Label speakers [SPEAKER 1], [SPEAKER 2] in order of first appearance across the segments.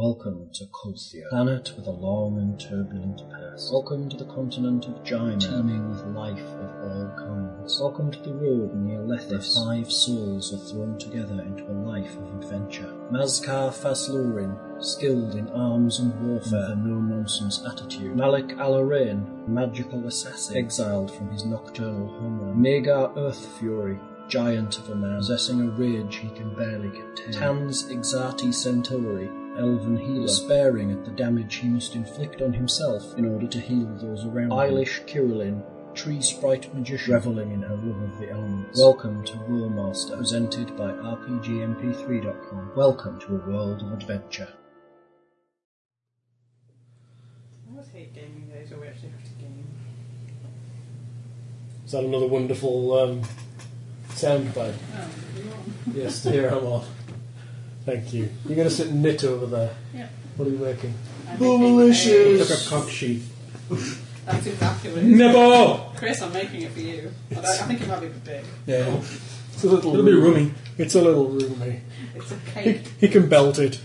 [SPEAKER 1] Welcome to Colcia, planet with a long and turbulent past. Welcome to the continent of Gyma, teeming with life of all kinds. Welcome to the road near Lethis, where five souls are thrown together into a life of adventure. Mazkar Faslurin, skilled in arms and warfare, with a no-nonsense attitude. Malik Alarain, magical assassin, exiled from his nocturnal homeland. Magar Earth Fury, giant of a man, possessing a rage he can barely contain. Tans Exati Centauri, elven healer, sparing at the damage he must inflict on himself in order to heal those around him. Eilish Kirillin, tree sprite magician, reveling in her love of the elements. Welcome to War Master, presented by RPGMP3.com. Welcome to a world of adventure.
[SPEAKER 2] I always hate gaming days where we actually have to game.
[SPEAKER 3] Is that another wonderful um, sound bite?
[SPEAKER 2] Oh,
[SPEAKER 3] Yes, dear, I'm on. Thank you. You're going to sit and knit over there.
[SPEAKER 2] Yeah.
[SPEAKER 3] What are you making?
[SPEAKER 2] I'm
[SPEAKER 3] Delicious.
[SPEAKER 2] making a-
[SPEAKER 3] cock sheath.
[SPEAKER 2] That's exactly what it is.
[SPEAKER 3] Nebo!
[SPEAKER 2] Chris, I'm making it for you. But I, I think it might be big.
[SPEAKER 3] Yeah. It's a little,
[SPEAKER 4] It'll be roomy.
[SPEAKER 3] It's a little roomy.
[SPEAKER 2] It's a
[SPEAKER 3] He,
[SPEAKER 2] cake.
[SPEAKER 3] he can belt it.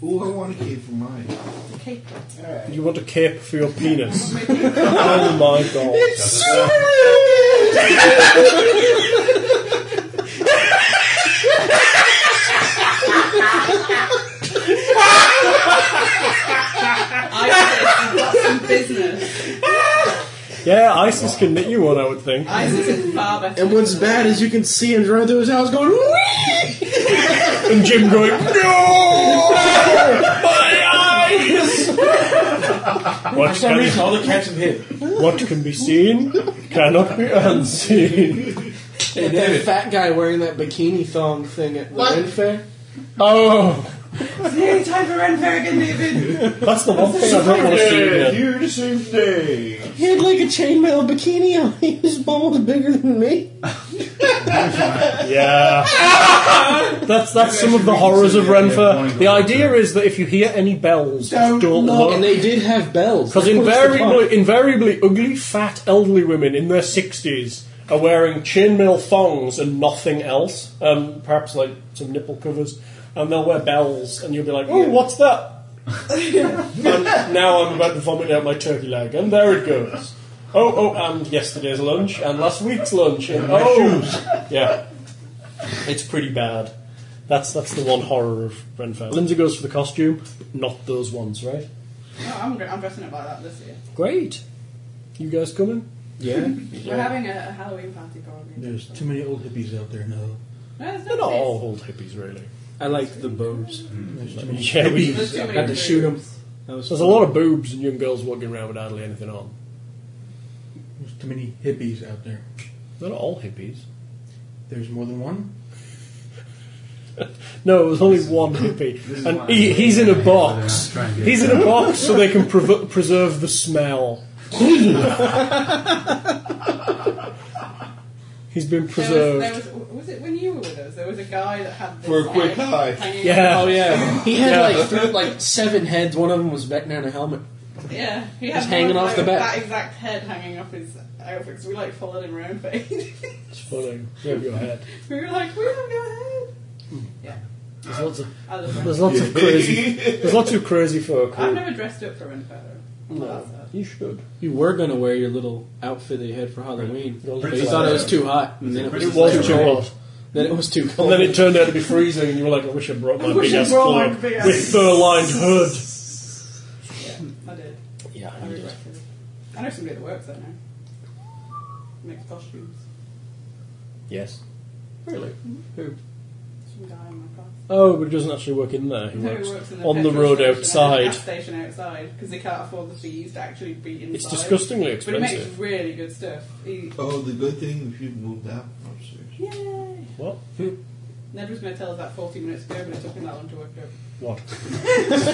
[SPEAKER 4] All I want to keep for mine.
[SPEAKER 2] A cake.
[SPEAKER 3] You want a cape for your penis?
[SPEAKER 2] I'm making it.
[SPEAKER 3] oh my god.
[SPEAKER 2] I've got some business.
[SPEAKER 3] yeah, ISIS can knit you one, I would think.
[SPEAKER 2] Isis is far better.
[SPEAKER 4] And what's bad is you can see him running through his house going, "Whee!"
[SPEAKER 3] And Jim going, No! My eyes! What
[SPEAKER 4] For some
[SPEAKER 3] can,
[SPEAKER 4] reason, all the cats have hit.
[SPEAKER 3] what can be seen cannot be unseen.
[SPEAKER 4] And that fat guy wearing that bikini thong thing at the Ren Fair.
[SPEAKER 3] Oh,
[SPEAKER 2] Hey, time for Ren Ferrigan, David.
[SPEAKER 3] that's the one thing I don't want to see again.
[SPEAKER 4] you the same thing.
[SPEAKER 5] He had like a chainmail bikini on. He was almost bigger than me.
[SPEAKER 3] Yeah. That's that's some of the horrors of Renfer. The idea is that if you hear any bells, just don't
[SPEAKER 5] And
[SPEAKER 3] look.
[SPEAKER 5] they did have bells.
[SPEAKER 3] Because
[SPEAKER 5] Like, what's the point?
[SPEAKER 3] invariably, invariably, ugly, fat, elderly women in their 60s are wearing chainmail thongs and nothing else. Um, perhaps like some nipple covers. And they'll wear bells, and you'll be like, oh, what's that? and now I'm about to vomit out my turkey leg, and there it goes. Oh, oh, and yesterday's lunch, and last week's lunch, and oh, yeah, it's pretty bad. That's that's the one horror of Renfair. Lindsay goes for the costume, not those ones, right?
[SPEAKER 2] No, I'm, I'm dressing up like that this year.
[SPEAKER 3] Great. You guys coming?
[SPEAKER 4] Yeah.
[SPEAKER 2] We're having a, a Halloween party party.
[SPEAKER 6] There's too many old hippies out there now.
[SPEAKER 2] No, it's
[SPEAKER 3] They're
[SPEAKER 2] not
[SPEAKER 3] not all old hippies, really.
[SPEAKER 5] I liked the bows.
[SPEAKER 6] There's too many
[SPEAKER 3] Yeah, we-
[SPEAKER 2] There's too many
[SPEAKER 5] Had to shoot 'em.
[SPEAKER 2] groups.
[SPEAKER 5] That was
[SPEAKER 3] There's a lot of boobs and young girls walking around with hardly anything on.
[SPEAKER 6] There's too many hippies out there.
[SPEAKER 3] They're not all hippies.
[SPEAKER 6] There's more than one.
[SPEAKER 3] No, there's only one hippie, and he, he's in a box. He's in a box so they can prev- preserve the smell. he's
[SPEAKER 2] There
[SPEAKER 3] been
[SPEAKER 2] was,
[SPEAKER 3] preserved.
[SPEAKER 2] there was, was it when you were with us? There was a guy that had this
[SPEAKER 4] For a quick
[SPEAKER 2] like,
[SPEAKER 4] high.
[SPEAKER 2] hanging
[SPEAKER 3] Yeah.
[SPEAKER 5] Oh yeah, he had
[SPEAKER 3] Yeah.
[SPEAKER 5] like three, like seven heads. One of them was back down a helmet.
[SPEAKER 2] Yeah, he
[SPEAKER 5] Just
[SPEAKER 2] had
[SPEAKER 5] hanging
[SPEAKER 2] one
[SPEAKER 5] off the
[SPEAKER 2] with
[SPEAKER 5] back.
[SPEAKER 2] That exact head hanging off his outfit because we like followed him around for ages.
[SPEAKER 3] It's funny. Grab your head.
[SPEAKER 2] we were like, we have no head.
[SPEAKER 3] There's lots of
[SPEAKER 2] I love Ren.
[SPEAKER 3] there's lots of crazy there's lots of crazy folk.
[SPEAKER 2] I've
[SPEAKER 3] Who,
[SPEAKER 2] never dressed up for Ren Pharaoh.
[SPEAKER 5] No.
[SPEAKER 3] you should.
[SPEAKER 5] You were gonna wear your little outfit that you had for Halloween,
[SPEAKER 3] Right.
[SPEAKER 5] but you thought it was too hot, and then it was,
[SPEAKER 3] It was
[SPEAKER 5] too
[SPEAKER 3] too
[SPEAKER 5] cold.
[SPEAKER 3] hot.
[SPEAKER 5] Then it was too cold.
[SPEAKER 3] And then it turned out to be freezing, and you were like, I wish I brought my
[SPEAKER 2] I wish
[SPEAKER 3] big
[SPEAKER 2] I
[SPEAKER 3] ass
[SPEAKER 2] brought my
[SPEAKER 3] cloak
[SPEAKER 2] big ass-
[SPEAKER 3] with fur lined hood.
[SPEAKER 2] Yeah, I did.
[SPEAKER 3] Yeah,
[SPEAKER 2] I regretted it. I know somebody that works there now. Makes costumes.
[SPEAKER 3] Yes. Really? Who?
[SPEAKER 2] Some guy in my class.
[SPEAKER 3] Oh, but he doesn't actually work in there. He
[SPEAKER 2] No,
[SPEAKER 3] works,
[SPEAKER 2] he works in
[SPEAKER 3] on the
[SPEAKER 2] petrol
[SPEAKER 3] road
[SPEAKER 2] station, at the
[SPEAKER 3] outside.
[SPEAKER 2] gas station outside because they can't afford the fees to actually be inside.
[SPEAKER 3] It's disgustingly
[SPEAKER 2] But he makes
[SPEAKER 3] expensive.
[SPEAKER 2] really good stuff. He,
[SPEAKER 4] Oh, the good thing if you'd moved out from upstairs.
[SPEAKER 2] yay!
[SPEAKER 3] What?
[SPEAKER 2] Ned was going to tell us that 40 minutes ago, but it took him that long to work out.
[SPEAKER 3] What?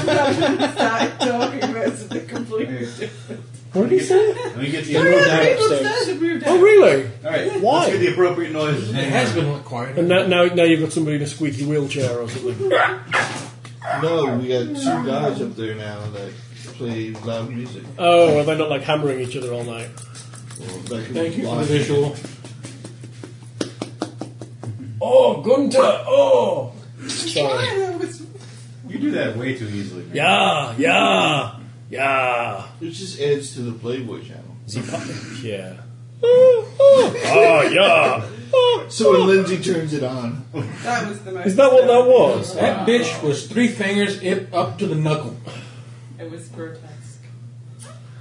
[SPEAKER 2] started talking about something completely different.
[SPEAKER 3] What did he say?
[SPEAKER 4] Let me get the
[SPEAKER 2] No, no, no, people upstairs have moved out.
[SPEAKER 3] Oh, really?
[SPEAKER 4] Alright,
[SPEAKER 3] Why?
[SPEAKER 4] Let's get the appropriate noise.
[SPEAKER 6] It has been a lot quieter.
[SPEAKER 3] And now, now, now you've got somebody in a squeaky wheelchair or something.
[SPEAKER 4] No, we got two guys up there now that play loud music.
[SPEAKER 3] Oh, are they not like hammering each other all night?
[SPEAKER 4] Thank
[SPEAKER 6] Thank you for the visual.
[SPEAKER 3] Oh, Gunter! Oh!
[SPEAKER 2] Yeah,
[SPEAKER 3] Sorry.
[SPEAKER 2] that was-
[SPEAKER 7] You do that way too easily. man.
[SPEAKER 3] Yeah, yeah, yeah.
[SPEAKER 4] It just adds to the Playboy channel.
[SPEAKER 3] Is he pu- Yeah. oh, yeah.
[SPEAKER 4] So when Lindsay turns it on,
[SPEAKER 2] That was the most.
[SPEAKER 3] Is that what that was?
[SPEAKER 6] That bitch was three fingers up, up to the knuckle.
[SPEAKER 2] It was grotesque.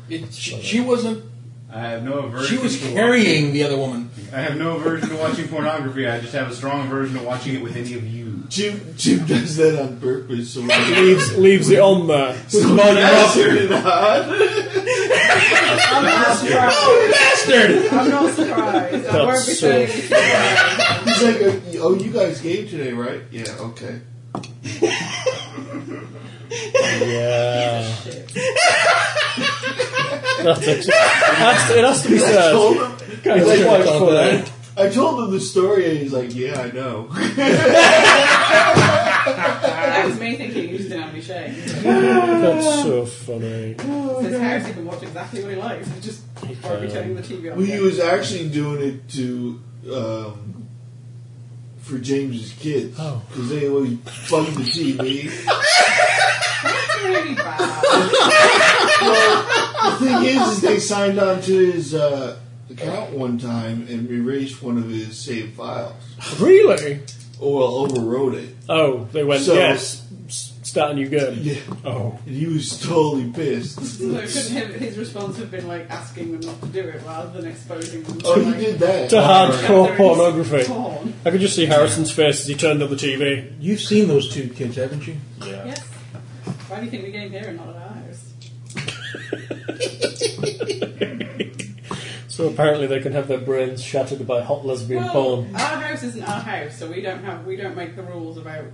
[SPEAKER 6] It, she, she wasn't.
[SPEAKER 7] I have no aversion.
[SPEAKER 6] She was
[SPEAKER 7] to
[SPEAKER 6] carrying the other woman.
[SPEAKER 7] I have no aversion to watching pornography. I just have a strong aversion to watching it with any of you.
[SPEAKER 4] Jim Jim does that on purpose. So when
[SPEAKER 3] Leaves, leaves it on there.
[SPEAKER 4] so when I turn it on,
[SPEAKER 2] I'm not surprised.
[SPEAKER 3] Oh, Bastard!
[SPEAKER 2] I'm not surprised. I won't be
[SPEAKER 3] That's so-
[SPEAKER 2] saying anything.
[SPEAKER 4] he's like, "Oh, you guys game today, right? Yeah, okay."
[SPEAKER 3] Yeah. That's actually, that's, it has to be said.
[SPEAKER 4] Told him-
[SPEAKER 3] It's
[SPEAKER 4] like,
[SPEAKER 3] quite
[SPEAKER 4] on
[SPEAKER 3] funny.
[SPEAKER 4] I told him the story, and he's like, "Yeah, I know."
[SPEAKER 2] That was me thinking you just didn't have any shame.
[SPEAKER 3] That's so funny.
[SPEAKER 2] Says Harris, you can watch exactly what he likes. and just won't be turning the TV on.
[SPEAKER 4] Well, he was actually doing it to um, for James's kids because they always bug the TV.
[SPEAKER 2] That's really bad.
[SPEAKER 4] the thing is, is they signed on to his uh, account one time and erased one of his saved files
[SPEAKER 3] Really?
[SPEAKER 4] or overwrote it.
[SPEAKER 3] Oh, they went,
[SPEAKER 4] So-
[SPEAKER 3] yes, s- start a new game.
[SPEAKER 4] Yeah,
[SPEAKER 3] Oh.
[SPEAKER 4] and he was totally pissed.
[SPEAKER 2] So couldn't him, his response have been like asking them not to do it rather than exposing them? to,
[SPEAKER 4] Oh,
[SPEAKER 2] like,
[SPEAKER 4] he did that.
[SPEAKER 3] To hardcore
[SPEAKER 2] gathering
[SPEAKER 3] pornography.
[SPEAKER 2] Porn.
[SPEAKER 3] I could just see Harrison's face as he turned on the TV.
[SPEAKER 6] You've seen those two kids, haven't you?
[SPEAKER 2] Yes. Why do you think we came here and not at ours?
[SPEAKER 3] So apparently they can have their brains shattered by hot lesbian
[SPEAKER 2] Well,
[SPEAKER 3] porn.
[SPEAKER 2] our house isn't our house, so we don't have we don't make the rules about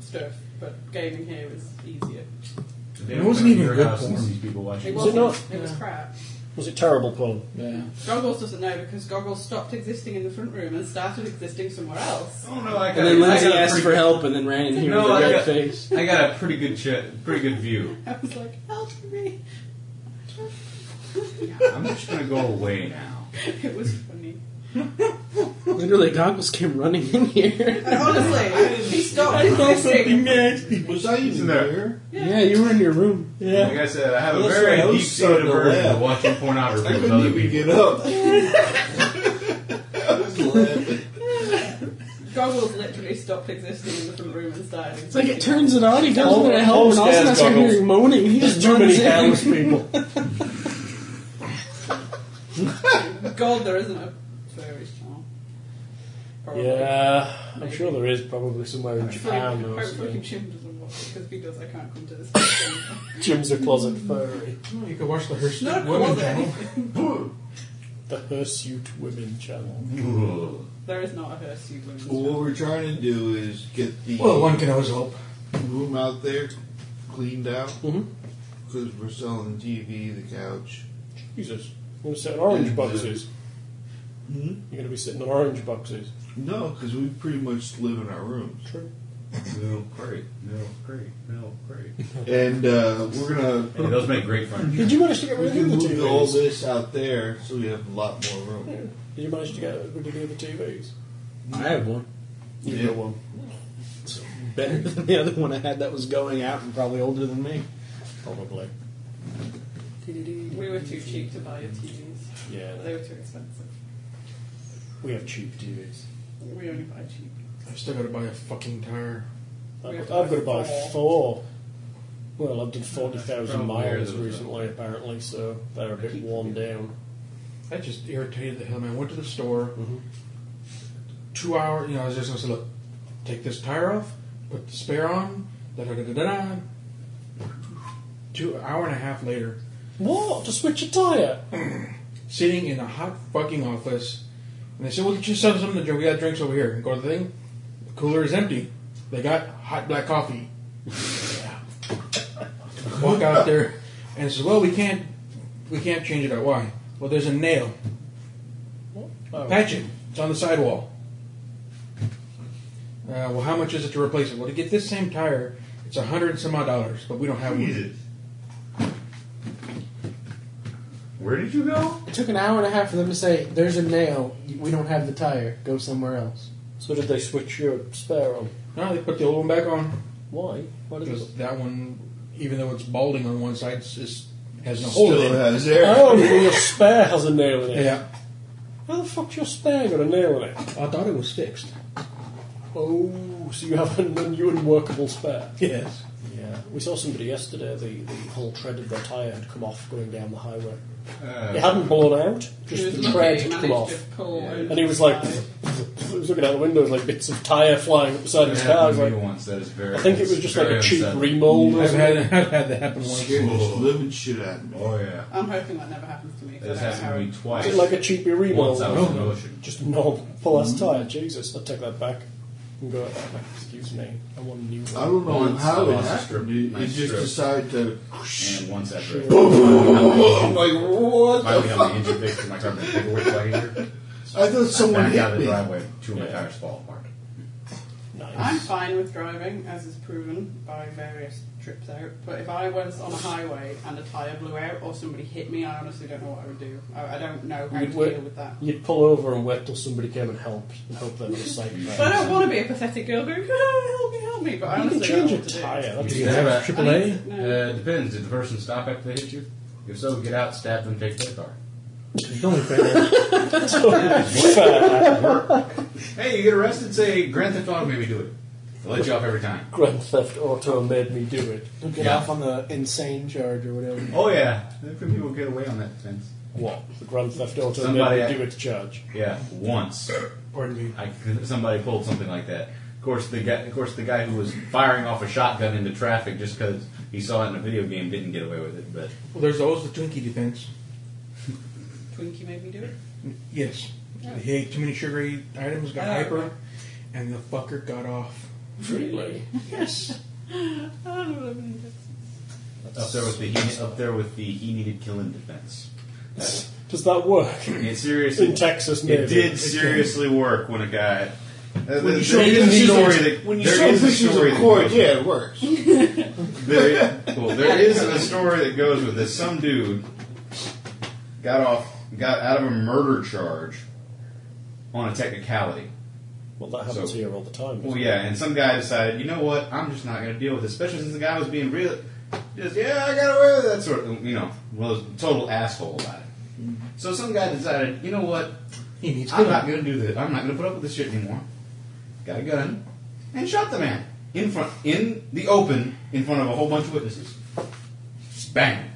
[SPEAKER 2] stuff. But gaming here is easier.
[SPEAKER 7] They
[SPEAKER 6] It
[SPEAKER 7] don't
[SPEAKER 6] wasn't
[SPEAKER 7] come to
[SPEAKER 6] even
[SPEAKER 7] your
[SPEAKER 6] good
[SPEAKER 7] house and
[SPEAKER 6] porn.
[SPEAKER 7] see people watching.
[SPEAKER 2] It
[SPEAKER 3] Was it
[SPEAKER 2] wasn't.
[SPEAKER 3] not?
[SPEAKER 2] It was
[SPEAKER 6] Yeah.
[SPEAKER 2] crap.
[SPEAKER 3] Was it terrible porn?
[SPEAKER 6] Yeah.
[SPEAKER 2] Goggles doesn't know because Goggles stopped existing in the front room and started existing somewhere else.
[SPEAKER 7] Oh no, I got.
[SPEAKER 5] And then
[SPEAKER 7] I
[SPEAKER 5] Lindsay
[SPEAKER 7] got a
[SPEAKER 5] asked
[SPEAKER 7] pretty,
[SPEAKER 5] for help and then ran in here
[SPEAKER 7] No,
[SPEAKER 5] with a
[SPEAKER 7] I
[SPEAKER 5] red
[SPEAKER 7] got-
[SPEAKER 5] face.
[SPEAKER 7] I got a pretty good, ch- pretty good view.
[SPEAKER 2] I was like, help me!
[SPEAKER 7] I'm just gonna go away now.
[SPEAKER 2] It was funny.
[SPEAKER 5] Literally, Goggles came running in here.
[SPEAKER 2] And honestly, he stopped existing.
[SPEAKER 4] Was I even
[SPEAKER 7] Isn't there-
[SPEAKER 4] there?
[SPEAKER 5] Yeah, you were in your room.
[SPEAKER 7] Like I said, I have a
[SPEAKER 4] Listen,
[SPEAKER 7] very
[SPEAKER 4] I was
[SPEAKER 7] deep seated
[SPEAKER 4] starting to
[SPEAKER 7] aversion to
[SPEAKER 4] laugh.
[SPEAKER 7] watching pornography
[SPEAKER 4] I
[SPEAKER 7] with
[SPEAKER 4] couldn't
[SPEAKER 7] other
[SPEAKER 4] even
[SPEAKER 7] people.
[SPEAKER 4] get up. I was laughing.
[SPEAKER 2] Goggles literally stopped existing in the front room and started.
[SPEAKER 5] It's like it turns it on, he goes
[SPEAKER 3] All-
[SPEAKER 5] in there to help, and all of a sudden I
[SPEAKER 3] upstairs
[SPEAKER 5] start
[SPEAKER 3] goggles.
[SPEAKER 5] hearing moaning. He
[SPEAKER 3] There's
[SPEAKER 5] just
[SPEAKER 3] too
[SPEAKER 5] runs
[SPEAKER 3] many
[SPEAKER 5] in.
[SPEAKER 3] hairless people.
[SPEAKER 2] Gold, there isn't a furry channel. Probably.
[SPEAKER 3] Yeah, I'm sure there is probably somewhere in
[SPEAKER 2] Hopefully,
[SPEAKER 3] Japan or
[SPEAKER 2] hopefully
[SPEAKER 3] something.
[SPEAKER 2] Jim doesn't watch it because if he does, I can't come to this. thing.
[SPEAKER 3] Jim's a closet
[SPEAKER 2] Mm.
[SPEAKER 3] furry.
[SPEAKER 6] Well, you could watch the Hirst
[SPEAKER 2] Not a
[SPEAKER 6] Women
[SPEAKER 2] closet.
[SPEAKER 6] channel.
[SPEAKER 3] The Hirsute Women channel.
[SPEAKER 7] Ugh.
[SPEAKER 2] there is not a hirsute women's
[SPEAKER 4] Well, what we're trying to do is get the
[SPEAKER 6] Well, one can always hope.
[SPEAKER 4] room out there cleaned out
[SPEAKER 3] Mhm.
[SPEAKER 4] because we're selling the TV, the couch.
[SPEAKER 3] Jesus. You're going to sit on orange
[SPEAKER 4] Yeah.
[SPEAKER 3] boxes.
[SPEAKER 4] Mhm.
[SPEAKER 3] You're going to be sitting on orange boxes.
[SPEAKER 4] No, because we pretty much live in our rooms,
[SPEAKER 3] True.
[SPEAKER 7] No, great. No, great. No, great.
[SPEAKER 4] and uh, we're gonna
[SPEAKER 7] Hey, those make great fun.
[SPEAKER 3] Did you manage to get
[SPEAKER 4] we
[SPEAKER 3] rid of
[SPEAKER 4] can
[SPEAKER 3] the
[SPEAKER 4] move all
[SPEAKER 3] TVs?
[SPEAKER 4] this out there so we have a lot more room.
[SPEAKER 3] Did you manage to get rid of the other TVs?
[SPEAKER 5] I have one.
[SPEAKER 3] You
[SPEAKER 4] Yeah.
[SPEAKER 3] got one.
[SPEAKER 5] Better than the other one I had that was going out and probably older than me.
[SPEAKER 3] Probably.
[SPEAKER 2] We were too cheap to buy your TVs.
[SPEAKER 3] Yeah.
[SPEAKER 2] They were too expensive.
[SPEAKER 3] We have cheap TVs.
[SPEAKER 2] We only buy cheap.
[SPEAKER 6] I've still got to buy a fucking tire.
[SPEAKER 2] We
[SPEAKER 3] I've
[SPEAKER 2] have
[SPEAKER 3] got
[SPEAKER 2] to
[SPEAKER 3] to
[SPEAKER 2] buy
[SPEAKER 3] buy four. Well, I've done 40,000
[SPEAKER 7] Probably
[SPEAKER 3] miles
[SPEAKER 7] those are-
[SPEAKER 3] recently, apparently, so they're a bit worn down.
[SPEAKER 6] That just irritated the hell out of me. I went to the store.
[SPEAKER 5] Mm-hmm.
[SPEAKER 6] Two hours, you know, I was just going to say, look, take this tire off, put the spare on, da da da da da. Two hour and a half later,
[SPEAKER 3] What? To switch a tyre?
[SPEAKER 6] sitting in a hot fucking office, and they said, "Well, just have something to drink. We got drinks over here." Go to the thing. The cooler is empty. They got hot black coffee. Walk out there, and says, "Well, we can't, we can't change it out. Why? Well, there's a nail.
[SPEAKER 3] Oh,
[SPEAKER 6] Patch it. It's on the sidewall. Uh, well, how much is it to replace it? Well, to get this same tire, it's a hundred and some odd dollars, but we don't have one.
[SPEAKER 7] Jesus. Where did you go?
[SPEAKER 5] It took an hour and a half for them to say, "There's a nail. We don't have the tire. Go somewhere else."
[SPEAKER 3] so did they switch your spare on?
[SPEAKER 6] No, they put the old one back on.
[SPEAKER 3] Why?
[SPEAKER 5] What is it?
[SPEAKER 6] because that one, even though it's balding on one side, it's, it's, has no hole
[SPEAKER 4] Still
[SPEAKER 6] in it.
[SPEAKER 4] has air.
[SPEAKER 3] Oh, well, your spare has a nail in it.
[SPEAKER 6] Yeah,
[SPEAKER 3] How the fuck's your spare got a nail in it?
[SPEAKER 6] I thought it was fixed.
[SPEAKER 3] Oh, so you have an, an unworkable spare.
[SPEAKER 6] Yes.
[SPEAKER 3] Yeah. We saw somebody yesterday, the, the whole tread of their tyre had come off going down the highway.
[SPEAKER 7] Uh,
[SPEAKER 3] it hadn't blown out,
[SPEAKER 2] He
[SPEAKER 3] just
[SPEAKER 2] was
[SPEAKER 3] the
[SPEAKER 2] lucky
[SPEAKER 3] tread
[SPEAKER 2] he
[SPEAKER 3] had come
[SPEAKER 2] managed
[SPEAKER 3] off.
[SPEAKER 2] to pull over
[SPEAKER 3] And he was
[SPEAKER 2] the
[SPEAKER 3] like,
[SPEAKER 2] side.
[SPEAKER 3] he was looking out the window, it was like bits of tyre flying up the side of his
[SPEAKER 7] That
[SPEAKER 3] car. I was
[SPEAKER 7] happened to
[SPEAKER 3] like,
[SPEAKER 7] me once. That is very.
[SPEAKER 3] I think it was
[SPEAKER 7] that's
[SPEAKER 3] just like
[SPEAKER 7] very
[SPEAKER 3] a cheap
[SPEAKER 7] upsetting.
[SPEAKER 3] remold or
[SPEAKER 6] I've
[SPEAKER 3] something.
[SPEAKER 6] had, I've had that happen once.
[SPEAKER 4] Scared the living shit out of me.
[SPEAKER 7] Oh yeah,
[SPEAKER 2] I'm hoping that never happens to me. 'cause
[SPEAKER 7] that has
[SPEAKER 2] I don't know how
[SPEAKER 7] happened to me
[SPEAKER 3] Is
[SPEAKER 7] twice.
[SPEAKER 3] it like a cheapy remold?
[SPEAKER 7] once I was in Ocean.
[SPEAKER 3] Just a normal pull ass tyre. Jesus, I'll take that back and go, excuse me, I want a new one.
[SPEAKER 4] I don't know
[SPEAKER 7] Once I
[SPEAKER 4] how it
[SPEAKER 7] lost a
[SPEAKER 4] happened.
[SPEAKER 7] strip-
[SPEAKER 4] It,
[SPEAKER 7] my
[SPEAKER 4] it just
[SPEAKER 7] strip.
[SPEAKER 4] decided to.
[SPEAKER 7] and once after. Boom!
[SPEAKER 4] Like what?
[SPEAKER 7] Finally, got my engine fixed and my car was big away by here.
[SPEAKER 4] I thought someone
[SPEAKER 7] Back out
[SPEAKER 4] hit
[SPEAKER 7] of the
[SPEAKER 4] me.
[SPEAKER 7] driveway, two of my
[SPEAKER 3] Yeah.
[SPEAKER 7] tires fall apart.
[SPEAKER 2] I'm
[SPEAKER 3] Nice.
[SPEAKER 2] fine with driving, as is proven by various trips out. But if I was on a highway and a tyre blew out or somebody hit me, I honestly don't know what I would do. I, I don't know how
[SPEAKER 3] You'd
[SPEAKER 2] to
[SPEAKER 3] wait-
[SPEAKER 2] deal with that.
[SPEAKER 3] You'd pull over and wait till somebody came and helped, and hope they were safe.
[SPEAKER 2] But I don't want to be a pathetic girl going, "Oh, help me, help me. But I
[SPEAKER 3] You
[SPEAKER 2] honestly
[SPEAKER 3] can
[SPEAKER 2] don't
[SPEAKER 3] change a
[SPEAKER 2] know what to
[SPEAKER 3] tyre.
[SPEAKER 7] You
[SPEAKER 3] That's
[SPEAKER 7] should
[SPEAKER 3] good.
[SPEAKER 7] have
[SPEAKER 2] do. I need to
[SPEAKER 7] a-
[SPEAKER 2] know.
[SPEAKER 7] Uh, depends. Did the person stop after they hit you? If so, get out, stab them, take their car. Hey, you get arrested? Say Grand Theft Auto made me do it. They'll let you off every time.
[SPEAKER 3] Grand Theft Auto made me do it.
[SPEAKER 5] Get
[SPEAKER 7] Yeah.
[SPEAKER 5] off on the insane charge or whatever.
[SPEAKER 7] Oh yeah, how can people get away on that fence?
[SPEAKER 3] What? The Grand Theft Auto
[SPEAKER 7] Somebody-
[SPEAKER 3] made me do it charge.
[SPEAKER 7] Yeah, once
[SPEAKER 6] Pardon me.
[SPEAKER 7] I, somebody pulled something like that. Of course, the guy, of course, the guy who was firing off a shotgun into traffic just because he saw it in a video game didn't get away with it. But
[SPEAKER 6] Well, there's always the Twinkie defense.
[SPEAKER 2] Twinkie made me do it.
[SPEAKER 6] Yes. He ate too many sugary items, got
[SPEAKER 2] Oh,
[SPEAKER 6] hyper,
[SPEAKER 2] okay.
[SPEAKER 6] and the fucker got off.
[SPEAKER 2] Really? Yes. I don't know what I'm gonna
[SPEAKER 7] up there with the he, up there with the he needed killing defense.
[SPEAKER 3] Does that work?
[SPEAKER 7] It seriously,
[SPEAKER 3] In Texas, maybe.
[SPEAKER 7] it did seriously work when a guy.
[SPEAKER 4] When
[SPEAKER 7] There
[SPEAKER 4] you
[SPEAKER 7] is
[SPEAKER 4] show
[SPEAKER 7] a
[SPEAKER 4] pictures
[SPEAKER 7] story
[SPEAKER 4] of-
[SPEAKER 7] that
[SPEAKER 4] when you
[SPEAKER 7] there
[SPEAKER 4] show
[SPEAKER 7] is a
[SPEAKER 4] pictures
[SPEAKER 7] story
[SPEAKER 4] of
[SPEAKER 7] that
[SPEAKER 4] court,
[SPEAKER 7] goes with
[SPEAKER 4] yeah, it works.
[SPEAKER 7] There, well, there is a story that goes with this. Some dude got off, got out of a murder charge on a technicality.
[SPEAKER 3] Well, that happens
[SPEAKER 7] So-
[SPEAKER 3] here all the time.
[SPEAKER 7] Well, yeah, and some guy decided, you know what, I'm just not going to deal with this, especially since the guy was being real, just yeah, I got away with that sort of, you know, was a total asshole about it. So some guy decided, you know what,
[SPEAKER 6] He needs
[SPEAKER 7] I'm
[SPEAKER 6] killing.
[SPEAKER 7] not going Mm-hmm. to do this. I'm not going to put up with this shit anymore. Got a gun and shot the man in front, in the open, in front of a whole bunch of witnesses. Bang.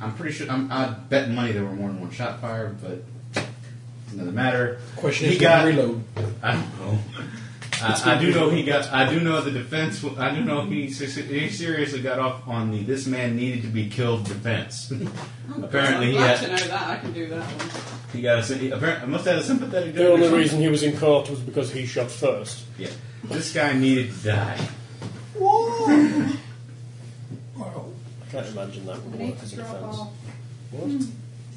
[SPEAKER 7] I'm pretty sure. I'm, I bet money there were more than one shot fired, but it doesn't matter.
[SPEAKER 6] Question
[SPEAKER 7] He
[SPEAKER 6] is,
[SPEAKER 7] got-
[SPEAKER 6] got, reload.
[SPEAKER 7] I don't know. I, I do know he got. I do know the defense. I do know he, se- he seriously got off on the "this man needed to be killed" defense.
[SPEAKER 2] do.
[SPEAKER 7] Apparently
[SPEAKER 2] I'm
[SPEAKER 7] he
[SPEAKER 2] glad
[SPEAKER 7] had-
[SPEAKER 2] to know that. I can do that one.
[SPEAKER 7] He got a. sy- Apparently, must have had a sympathetic.
[SPEAKER 3] The only reason he was in court was because he shot first.
[SPEAKER 7] Yeah, this guy needed to die.
[SPEAKER 3] I can't imagine that
[SPEAKER 2] I
[SPEAKER 3] would work
[SPEAKER 2] need
[SPEAKER 3] as
[SPEAKER 2] to
[SPEAKER 3] a
[SPEAKER 2] drop
[SPEAKER 3] defence.
[SPEAKER 2] off. Hmm.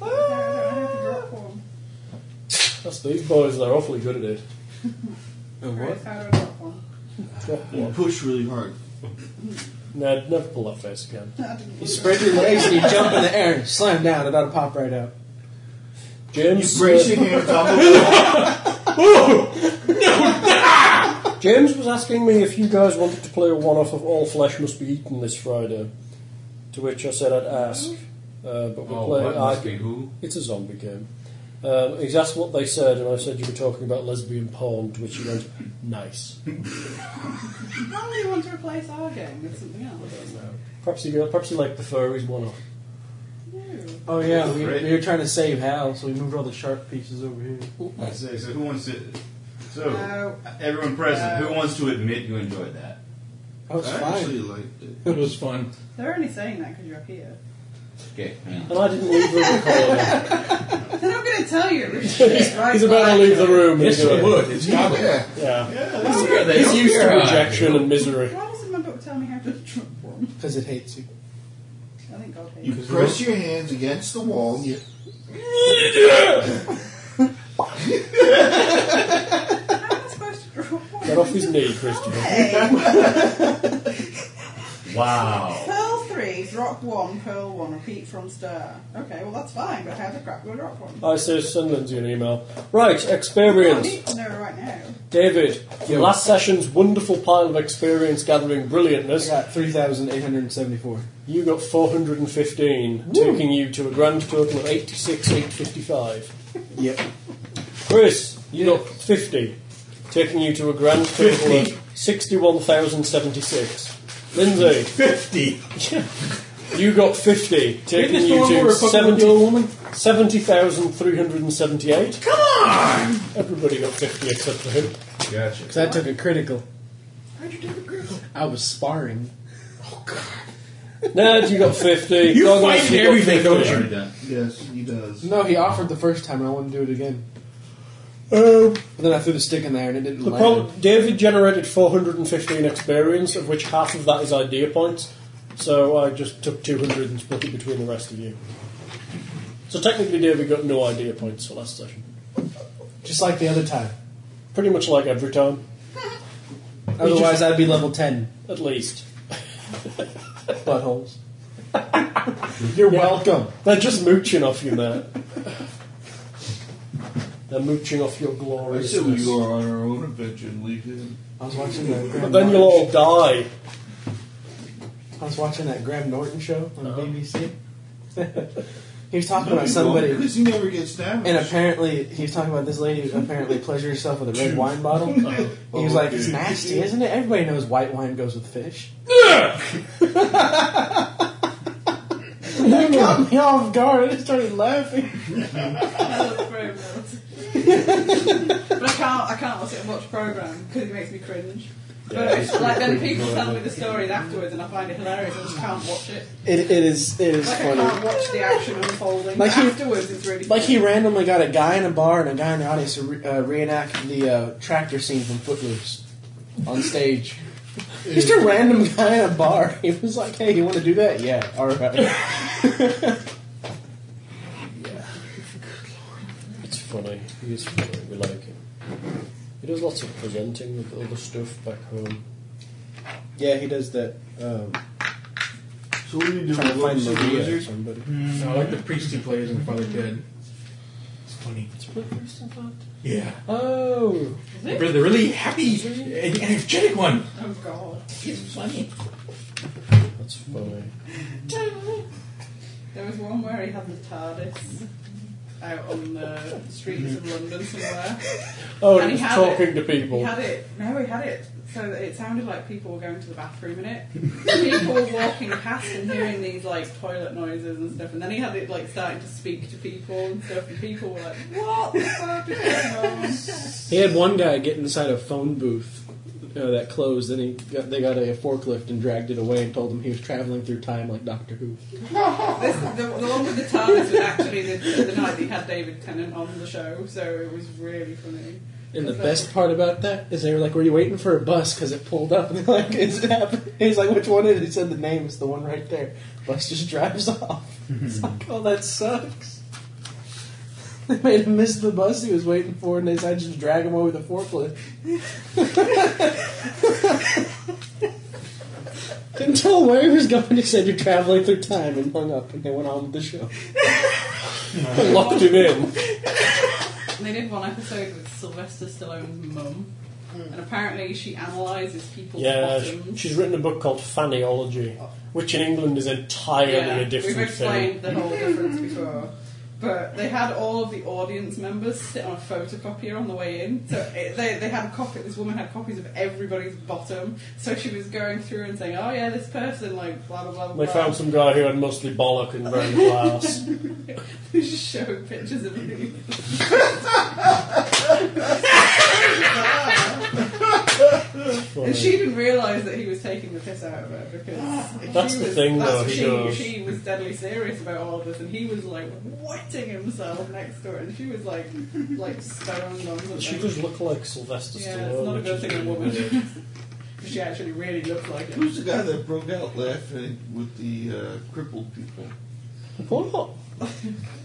[SPEAKER 2] Ah!
[SPEAKER 3] What?
[SPEAKER 2] I have to drop form.
[SPEAKER 3] That's these boys, they're awfully good at it.
[SPEAKER 2] Right, how do I drop form?
[SPEAKER 4] You push really hard.
[SPEAKER 3] No, I'd never pull that face again.
[SPEAKER 5] You spread your legs and you jump in the air and slam down. It ought to pop right out.
[SPEAKER 3] James,
[SPEAKER 4] Brace
[SPEAKER 3] uh,
[SPEAKER 4] your hands on the wall.
[SPEAKER 3] James was asking me if you guys wanted to play a one-off of All Flesh Must Be Eaten this Friday, to which I said I'd ask. Uh, but we
[SPEAKER 7] Oh,
[SPEAKER 3] play.
[SPEAKER 7] what
[SPEAKER 3] I-
[SPEAKER 7] must be who?
[SPEAKER 3] It's a zombie game. Um, he's asked what they said, and I said you were talking about lesbian porn, to which he went, nice.
[SPEAKER 2] How do you want to replace our game with something else?
[SPEAKER 3] Perhaps he, perhaps he liked the furries one-off.
[SPEAKER 2] No.
[SPEAKER 5] Oh yeah, we,
[SPEAKER 7] Right.
[SPEAKER 5] we were trying to save Hal, so we moved all the sharp pieces over here.
[SPEAKER 7] I say, so who wants to? So
[SPEAKER 2] No.
[SPEAKER 3] Oh.
[SPEAKER 7] everyone present, who wants to admit you enjoyed that?
[SPEAKER 5] Oh, it's
[SPEAKER 4] I
[SPEAKER 5] fine.
[SPEAKER 4] actually liked it.
[SPEAKER 6] It was fun.
[SPEAKER 2] They're only saying that because you're here.
[SPEAKER 7] Okay, hang on.
[SPEAKER 3] And I didn't leave the room.
[SPEAKER 2] They're not going to tell you.
[SPEAKER 3] he's about to leave the room.
[SPEAKER 6] Yes,
[SPEAKER 3] He's
[SPEAKER 6] it
[SPEAKER 3] gonna-
[SPEAKER 6] would. It's got it.
[SPEAKER 4] Yeah.
[SPEAKER 3] Yeah.
[SPEAKER 7] Yeah, they
[SPEAKER 3] He's
[SPEAKER 7] don't
[SPEAKER 3] used
[SPEAKER 7] care.
[SPEAKER 3] to rejection and misery.
[SPEAKER 2] Why doesn't my book tell me how to drop form?
[SPEAKER 5] Because it hates you.
[SPEAKER 2] I think God hates
[SPEAKER 4] You press your hands against the wall. and You,
[SPEAKER 2] How am I supposed to draw one?
[SPEAKER 3] Get off his knee, Christopher.
[SPEAKER 2] Hey,
[SPEAKER 7] Wow.
[SPEAKER 2] Pearl three, drop one, pearl one, repeat from stir. Okay, well that's fine, but how the crap do I drop one?
[SPEAKER 3] I say send Lindsay an email. Right,
[SPEAKER 2] I
[SPEAKER 3] experience.
[SPEAKER 2] need to know right now.
[SPEAKER 3] David, from last session's wonderful pile of experience gathering brilliantness,
[SPEAKER 5] I got 3,874.
[SPEAKER 3] you got 415, taking you to a grand total of 86,855.
[SPEAKER 5] Yep.
[SPEAKER 3] Chris, you got 50, taking you to a grand total of 61,076. Lindsay,
[SPEAKER 6] 50!
[SPEAKER 3] you got 50,
[SPEAKER 6] Isn't
[SPEAKER 3] taking
[SPEAKER 6] this the
[SPEAKER 3] you
[SPEAKER 6] one where
[SPEAKER 3] to
[SPEAKER 6] we're fucking with the old
[SPEAKER 3] 70
[SPEAKER 6] woman?
[SPEAKER 3] 70,378. Come on! Everybody got 50 except for him.
[SPEAKER 7] Gotcha.
[SPEAKER 5] Because I took a critical.
[SPEAKER 6] How'd you do the grill?
[SPEAKER 5] I was sparring.
[SPEAKER 3] Ned, you got 50. You
[SPEAKER 6] fight everything, don't you?
[SPEAKER 4] Yes, he does.
[SPEAKER 5] No, he offered the first time and I wanted to do it again. But then I threw the stick in there and it didn't
[SPEAKER 3] Uh, The
[SPEAKER 5] land.
[SPEAKER 3] problem, David generated 415 experience, of which half of that is idea points. So I just took 200 and split it between the rest of you. So technically, David got no idea points for last session.
[SPEAKER 5] Just like the other time.
[SPEAKER 3] Pretty much like every time,
[SPEAKER 5] Otherwise, I'd be level 10.
[SPEAKER 3] at least.
[SPEAKER 5] Buttholes. You're welcome.
[SPEAKER 3] They're just mooching off you, there. They're mooching off your
[SPEAKER 4] I said we
[SPEAKER 3] gloriousness.
[SPEAKER 4] go on our own adventure and leave him.
[SPEAKER 5] I was watching that. Graham
[SPEAKER 3] But then you'll all die.
[SPEAKER 5] I was watching that Graham Norton show on BBC. he was talking about somebody,
[SPEAKER 4] Because he never gets damaged.
[SPEAKER 5] and apparently he was talking about this lady who apparently pleasured herself with a red wine bottle. He was
[SPEAKER 4] Oh,
[SPEAKER 5] like, "It's nasty, isn't it? Everybody knows white wine goes with fish." that caught me off guard. I just started laughing.
[SPEAKER 2] That's very well. but I can't, I can't sit and watch a programme because it makes me cringe. but it's like then people tell me the stories afterwards and I find it hilarious. I just can't watch it.
[SPEAKER 5] It, it is it is
[SPEAKER 2] Like I
[SPEAKER 5] funny.
[SPEAKER 2] can't watch the action unfolding.
[SPEAKER 5] Like
[SPEAKER 2] Like
[SPEAKER 5] he-
[SPEAKER 2] afterwards, it's really
[SPEAKER 5] Like he randomly got a guy in a bar and a guy in the audience to re- uh, reenact the uh, tractor scene from Footloose on stage. Just a random guy in a bar. He was like, "Hey, you want to do that? Yeah, all right."
[SPEAKER 3] It's funny. He is funny. We like him. He does lots of presenting with other stuff back home.
[SPEAKER 5] yeah, he does that. Um,
[SPEAKER 4] so what do we do?
[SPEAKER 5] trying to
[SPEAKER 4] Go
[SPEAKER 5] find
[SPEAKER 4] see the
[SPEAKER 5] Maria or
[SPEAKER 4] wizard?
[SPEAKER 5] somebody.
[SPEAKER 6] No, I like the priest he plays in Father Ted. It's funny.
[SPEAKER 3] It's pretty interesting.
[SPEAKER 6] Yeah.
[SPEAKER 3] Oh,
[SPEAKER 6] The really happy, and energetic one.
[SPEAKER 2] Oh god.
[SPEAKER 6] It's funny.
[SPEAKER 3] that's funny.
[SPEAKER 2] There was one where he had the TARDIS out on the streets of London somewhere.
[SPEAKER 3] Oh,
[SPEAKER 2] And
[SPEAKER 3] and
[SPEAKER 2] he
[SPEAKER 3] he's
[SPEAKER 2] had
[SPEAKER 3] talking to
[SPEAKER 2] He
[SPEAKER 3] people.
[SPEAKER 2] had it. No, he had it so that it sounded like people were going to the bathroom in it. people were walking past and hearing these like toilet noises and stuff. And then he had it like starting to speak to people and stuff. And people were like, "What the fuck is going on?"
[SPEAKER 5] He had one guy get inside a phone booth uh, that closed, and he got, they got a forklift and dragged it away and told him he was traveling through time like Doctor Who.
[SPEAKER 2] This, the, the one with the TARDIS was actually the, the night that he had David Tennant on the show, so it was really funny.
[SPEAKER 5] And the best part about that is they were like, "Were you waiting for a bus?" Because it pulled up, and they're like, "Is it happening?" He's like, "Which one is?" it?" He said, "The name is the one right there." Bus just drives off. It's like, "Oh, that sucks." They made him miss the bus he was waiting for, and they decided to just drag him over the forklift. Didn't tell where he was going. He said, "You're traveling through time," and hung up. And they went on with the show.
[SPEAKER 3] Locked him in.
[SPEAKER 2] And they did one episode with Sylvester Stallone's mum, and apparently she analyses people's
[SPEAKER 3] Yeah, sh-
[SPEAKER 2] bottoms.
[SPEAKER 3] she's written a book called Fannyology, which in England is entirely a
[SPEAKER 2] we've
[SPEAKER 3] different thing.
[SPEAKER 2] explained the whole difference before. But they had all of the audience members sit on a photocopier on the way in. So it, they, they had a copy, this woman had copies of everybody's bottom. So she was going through and saying, oh yeah, this person, like, blah, blah, blah, blah.
[SPEAKER 3] They found some guy who had mostly bollock and brown glass.
[SPEAKER 2] They just showing pictures of me. and she didn't realise that he was taking the piss out of her because
[SPEAKER 3] That's
[SPEAKER 2] she
[SPEAKER 3] the
[SPEAKER 2] was,
[SPEAKER 3] thing,
[SPEAKER 2] that's-
[SPEAKER 3] though, he
[SPEAKER 2] She,
[SPEAKER 3] knows.
[SPEAKER 2] she was deadly serious about all of this, and he was like wetting himself next to her, and she was like like stoned on something.
[SPEAKER 3] she does look like Sylvester
[SPEAKER 2] yeah,
[SPEAKER 3] Stallone.
[SPEAKER 2] it's not a
[SPEAKER 3] which
[SPEAKER 2] good
[SPEAKER 3] is
[SPEAKER 2] thing a
[SPEAKER 3] really
[SPEAKER 2] woman.
[SPEAKER 3] weird.
[SPEAKER 2] she actually really looked like it.
[SPEAKER 4] Who's the guy that broke out laughing with the uh, crippled people?
[SPEAKER 5] What?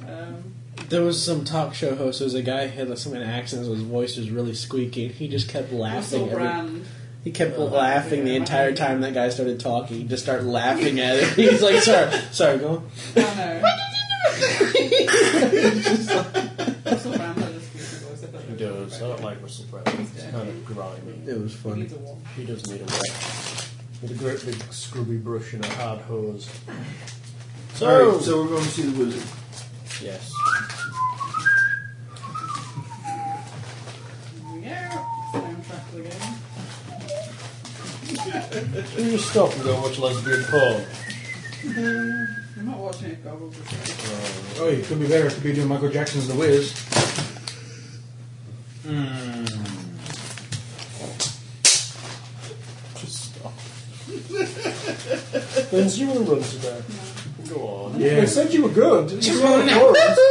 [SPEAKER 2] Um,
[SPEAKER 5] There was some talk show host. There was a guy who had like, some kind of accent. His voice was really squeaky, and he just kept
[SPEAKER 2] Russell
[SPEAKER 5] laughing. every-
[SPEAKER 2] Brand.
[SPEAKER 5] He kept laughing the entire time that guy started talking. He just started laughing at it. He's like, sorry, sorry, go on.
[SPEAKER 2] I know. Russell Brand has a squeaky voice. I thought
[SPEAKER 3] He
[SPEAKER 2] it was
[SPEAKER 3] does. I don't like Russell Brand. It's kind of grimy.
[SPEAKER 5] It was
[SPEAKER 2] He
[SPEAKER 5] funny.
[SPEAKER 2] needs a walk.
[SPEAKER 3] He does need a wet. With a great big scrubby brush and a hard hose.
[SPEAKER 4] All
[SPEAKER 3] So,
[SPEAKER 4] right, so we're going to see the wizard.
[SPEAKER 3] yes.
[SPEAKER 2] Yeah. Soundtrack of the game.
[SPEAKER 3] Can you stop and go watch lesbian porn?
[SPEAKER 2] I'm not watching it. Goggles. It's
[SPEAKER 6] Oh, it could be better. It could be doing Michael Jackson's The Wiz.
[SPEAKER 3] Hmm. Just stop. Vince, you were run today. Go on.
[SPEAKER 6] Yeah.
[SPEAKER 3] I said you were good. Didn't you run
[SPEAKER 6] after,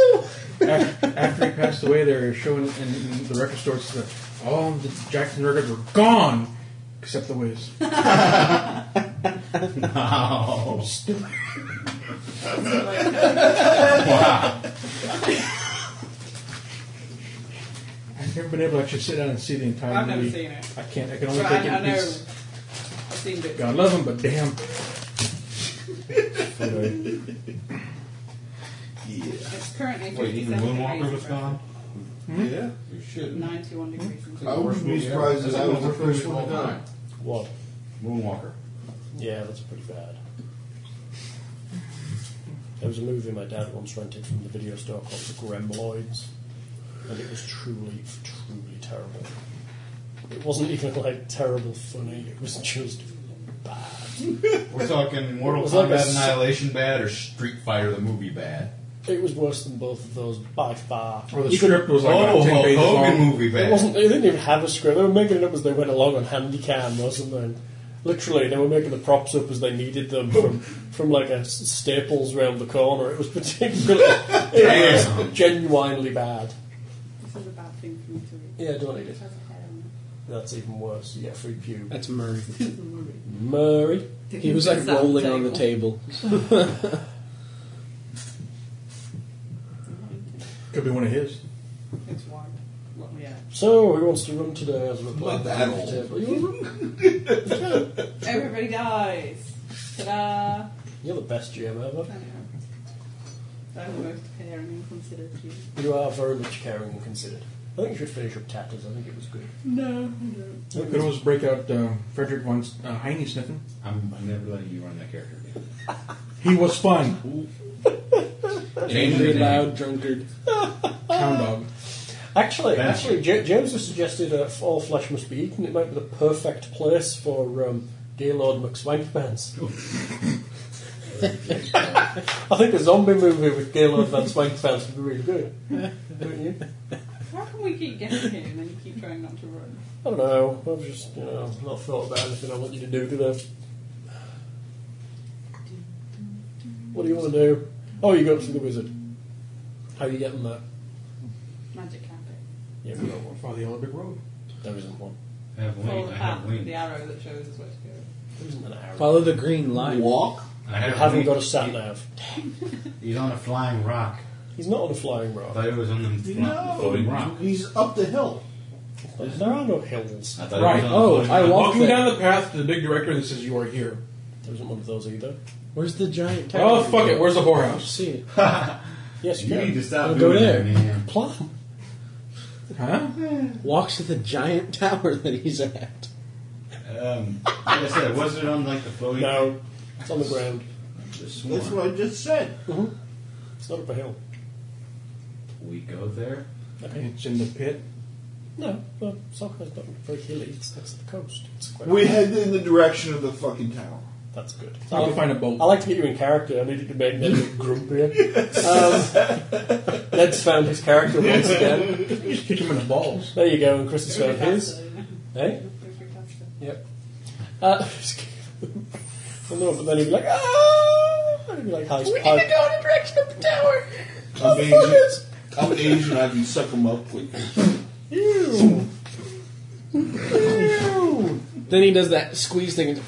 [SPEAKER 6] after he passed away, they were showing in, in the record stores that all the Jackson records were gone except the Wiz.
[SPEAKER 7] Wow.
[SPEAKER 2] like, uh,
[SPEAKER 7] wow.
[SPEAKER 6] I've never been able to actually sit down and see the entire
[SPEAKER 2] I've never
[SPEAKER 6] movie.
[SPEAKER 2] seen it.
[SPEAKER 6] I can't. I can only
[SPEAKER 2] But
[SPEAKER 6] take it
[SPEAKER 2] I, I
[SPEAKER 6] in
[SPEAKER 2] know.
[SPEAKER 6] pieces.
[SPEAKER 2] I've seen bits.
[SPEAKER 6] God love him, but damn.
[SPEAKER 4] Yeah.
[SPEAKER 2] It's currently
[SPEAKER 7] Wait,
[SPEAKER 2] 57
[SPEAKER 7] even Moonwalker was
[SPEAKER 2] degrees.
[SPEAKER 7] gone?
[SPEAKER 4] Yeah.
[SPEAKER 7] You shouldn't.
[SPEAKER 2] 91 degrees.
[SPEAKER 4] I
[SPEAKER 5] Oh.
[SPEAKER 4] wouldn't be surprised if I was the first one to die.
[SPEAKER 3] What?
[SPEAKER 7] Moonwalker.
[SPEAKER 3] Yeah, that's pretty bad. There was a movie my dad once rented from the video store called The Gremloids, and it was truly, truly terrible. It wasn't even like terrible funny, it was just bad.
[SPEAKER 7] We're talking Mortal
[SPEAKER 3] It was like
[SPEAKER 7] Kombat
[SPEAKER 3] a s-
[SPEAKER 7] Annihilation bad or Street Fighter the movie bad?
[SPEAKER 3] It was worse than both of those by far.
[SPEAKER 6] Or the
[SPEAKER 3] You could-
[SPEAKER 6] script was like
[SPEAKER 7] oh,
[SPEAKER 6] about 10
[SPEAKER 7] Hulk
[SPEAKER 6] pages
[SPEAKER 7] Hogan
[SPEAKER 6] long.
[SPEAKER 7] movie bad.
[SPEAKER 3] It wasn't. They didn't even have a script. They were making it up as they went along on handy cam or something. Literally, they were making the props up as they needed them from from like a s- Staples round the corner. It was particularly it was
[SPEAKER 7] Damn.
[SPEAKER 3] genuinely bad.
[SPEAKER 2] This is a bad thing for me to read.
[SPEAKER 3] Yeah, don't need
[SPEAKER 2] It
[SPEAKER 3] it.
[SPEAKER 2] has a hair on it.
[SPEAKER 3] That's even worse. You get a free pube.
[SPEAKER 5] That's Murray.
[SPEAKER 2] It's a movie.
[SPEAKER 3] Murray.
[SPEAKER 5] He was like
[SPEAKER 2] It's on
[SPEAKER 5] rolling on the table.
[SPEAKER 6] Could be one of his.
[SPEAKER 2] It's white. Well, yeah.
[SPEAKER 3] So who wants to run today as we're playing
[SPEAKER 4] Not that
[SPEAKER 3] the
[SPEAKER 4] old.
[SPEAKER 3] table? You're, run-
[SPEAKER 2] Everybody dies. Ta-da!
[SPEAKER 3] you're the best GM ever.
[SPEAKER 2] I know. I'm the most caring and considerate you.
[SPEAKER 3] You are very much caring and considered. I think you should finish up tatters. I think it was good.
[SPEAKER 2] No, no.
[SPEAKER 6] We could always break out uh, Frederick von uh, Heine sniffing.
[SPEAKER 7] I'm, I'm never letting you run that character again.
[SPEAKER 6] He was fun.
[SPEAKER 7] Change the
[SPEAKER 5] Angry,
[SPEAKER 7] name.
[SPEAKER 5] loud drunkard.
[SPEAKER 6] Hound dog.
[SPEAKER 3] Actually,
[SPEAKER 7] Bench.
[SPEAKER 3] actually, J- James has suggested uh, all flesh must be eaten. It might be the perfect place for um, Gaylord McSwankpants. I think a zombie movie with Gaylord Van Swankpants would be really good. Don't you?
[SPEAKER 2] How can we keep getting here and then you keep trying not to run?
[SPEAKER 3] I don't know. I've just you know not thought about anything I want you to do today. What do you want to do? Oh, you go up to the wizard. How are you getting there?
[SPEAKER 2] Magic carpet.
[SPEAKER 3] Yeah, we got one.
[SPEAKER 6] Follow the yellow brick road.
[SPEAKER 3] There isn't one.
[SPEAKER 7] I have
[SPEAKER 2] Follow
[SPEAKER 7] wings.
[SPEAKER 2] the
[SPEAKER 7] I have
[SPEAKER 2] path with
[SPEAKER 7] wings.
[SPEAKER 2] the arrow that shows us where to go.
[SPEAKER 3] There isn't an arrow.
[SPEAKER 5] Follow the green line.
[SPEAKER 4] Walk?
[SPEAKER 7] I
[SPEAKER 3] I
[SPEAKER 7] have
[SPEAKER 3] haven't
[SPEAKER 7] wings.
[SPEAKER 3] got a sat nav.
[SPEAKER 7] He's on a flying rock.
[SPEAKER 3] He's not on a flying
[SPEAKER 7] I
[SPEAKER 3] rock.
[SPEAKER 7] thought it was on the fl- floating rock.
[SPEAKER 4] No, he's up the hill.
[SPEAKER 3] There are no hills.
[SPEAKER 7] I thought
[SPEAKER 6] Right.
[SPEAKER 7] It was on
[SPEAKER 5] Oh,
[SPEAKER 7] the floating
[SPEAKER 5] I
[SPEAKER 7] rock.
[SPEAKER 5] walked
[SPEAKER 6] Walking
[SPEAKER 5] it.
[SPEAKER 6] down the path to the big director that says you are here.
[SPEAKER 3] There isn't one of those either.
[SPEAKER 5] Where's the giant tower?
[SPEAKER 6] Oh fuck it, where's the
[SPEAKER 5] I
[SPEAKER 6] whorehouse?
[SPEAKER 5] see it.
[SPEAKER 3] Yes, you
[SPEAKER 7] You need
[SPEAKER 3] can.
[SPEAKER 7] to stop
[SPEAKER 5] I'll
[SPEAKER 7] doing
[SPEAKER 5] go there.
[SPEAKER 7] that, man.
[SPEAKER 3] Plan.
[SPEAKER 6] Huh?
[SPEAKER 5] Walks to the giant tower that he's at.
[SPEAKER 7] Um, like I said, was it on like the floating?
[SPEAKER 3] No, it's on the ground.
[SPEAKER 7] Just
[SPEAKER 4] That's
[SPEAKER 7] one.
[SPEAKER 4] what I just said.
[SPEAKER 3] It's not up a hill.
[SPEAKER 7] We go there.
[SPEAKER 6] It's in the pit.
[SPEAKER 3] No, well, Soccer's not very hilly. It's next to the coast. It's quite
[SPEAKER 4] We head in the direction of the fucking tower.
[SPEAKER 3] That's good.
[SPEAKER 6] You can find a boat.
[SPEAKER 3] I like to get you in character. I needed to make Ned look grumpier. Um, Ned's found his character once again.
[SPEAKER 6] You just kick him in the balls.
[SPEAKER 3] There you go, and Chris has
[SPEAKER 2] Go
[SPEAKER 3] found his.
[SPEAKER 2] faster.
[SPEAKER 3] Hey?
[SPEAKER 2] Go through faster.
[SPEAKER 3] Yep. Uh, well, no, but then he'd be like, ah! And he'd be like, high, high,
[SPEAKER 5] go in the direction of the tower.
[SPEAKER 4] I'm Asian. I'm Asian. I can suck them up quick.
[SPEAKER 3] Ew.
[SPEAKER 5] Then he does that squeeze thing. And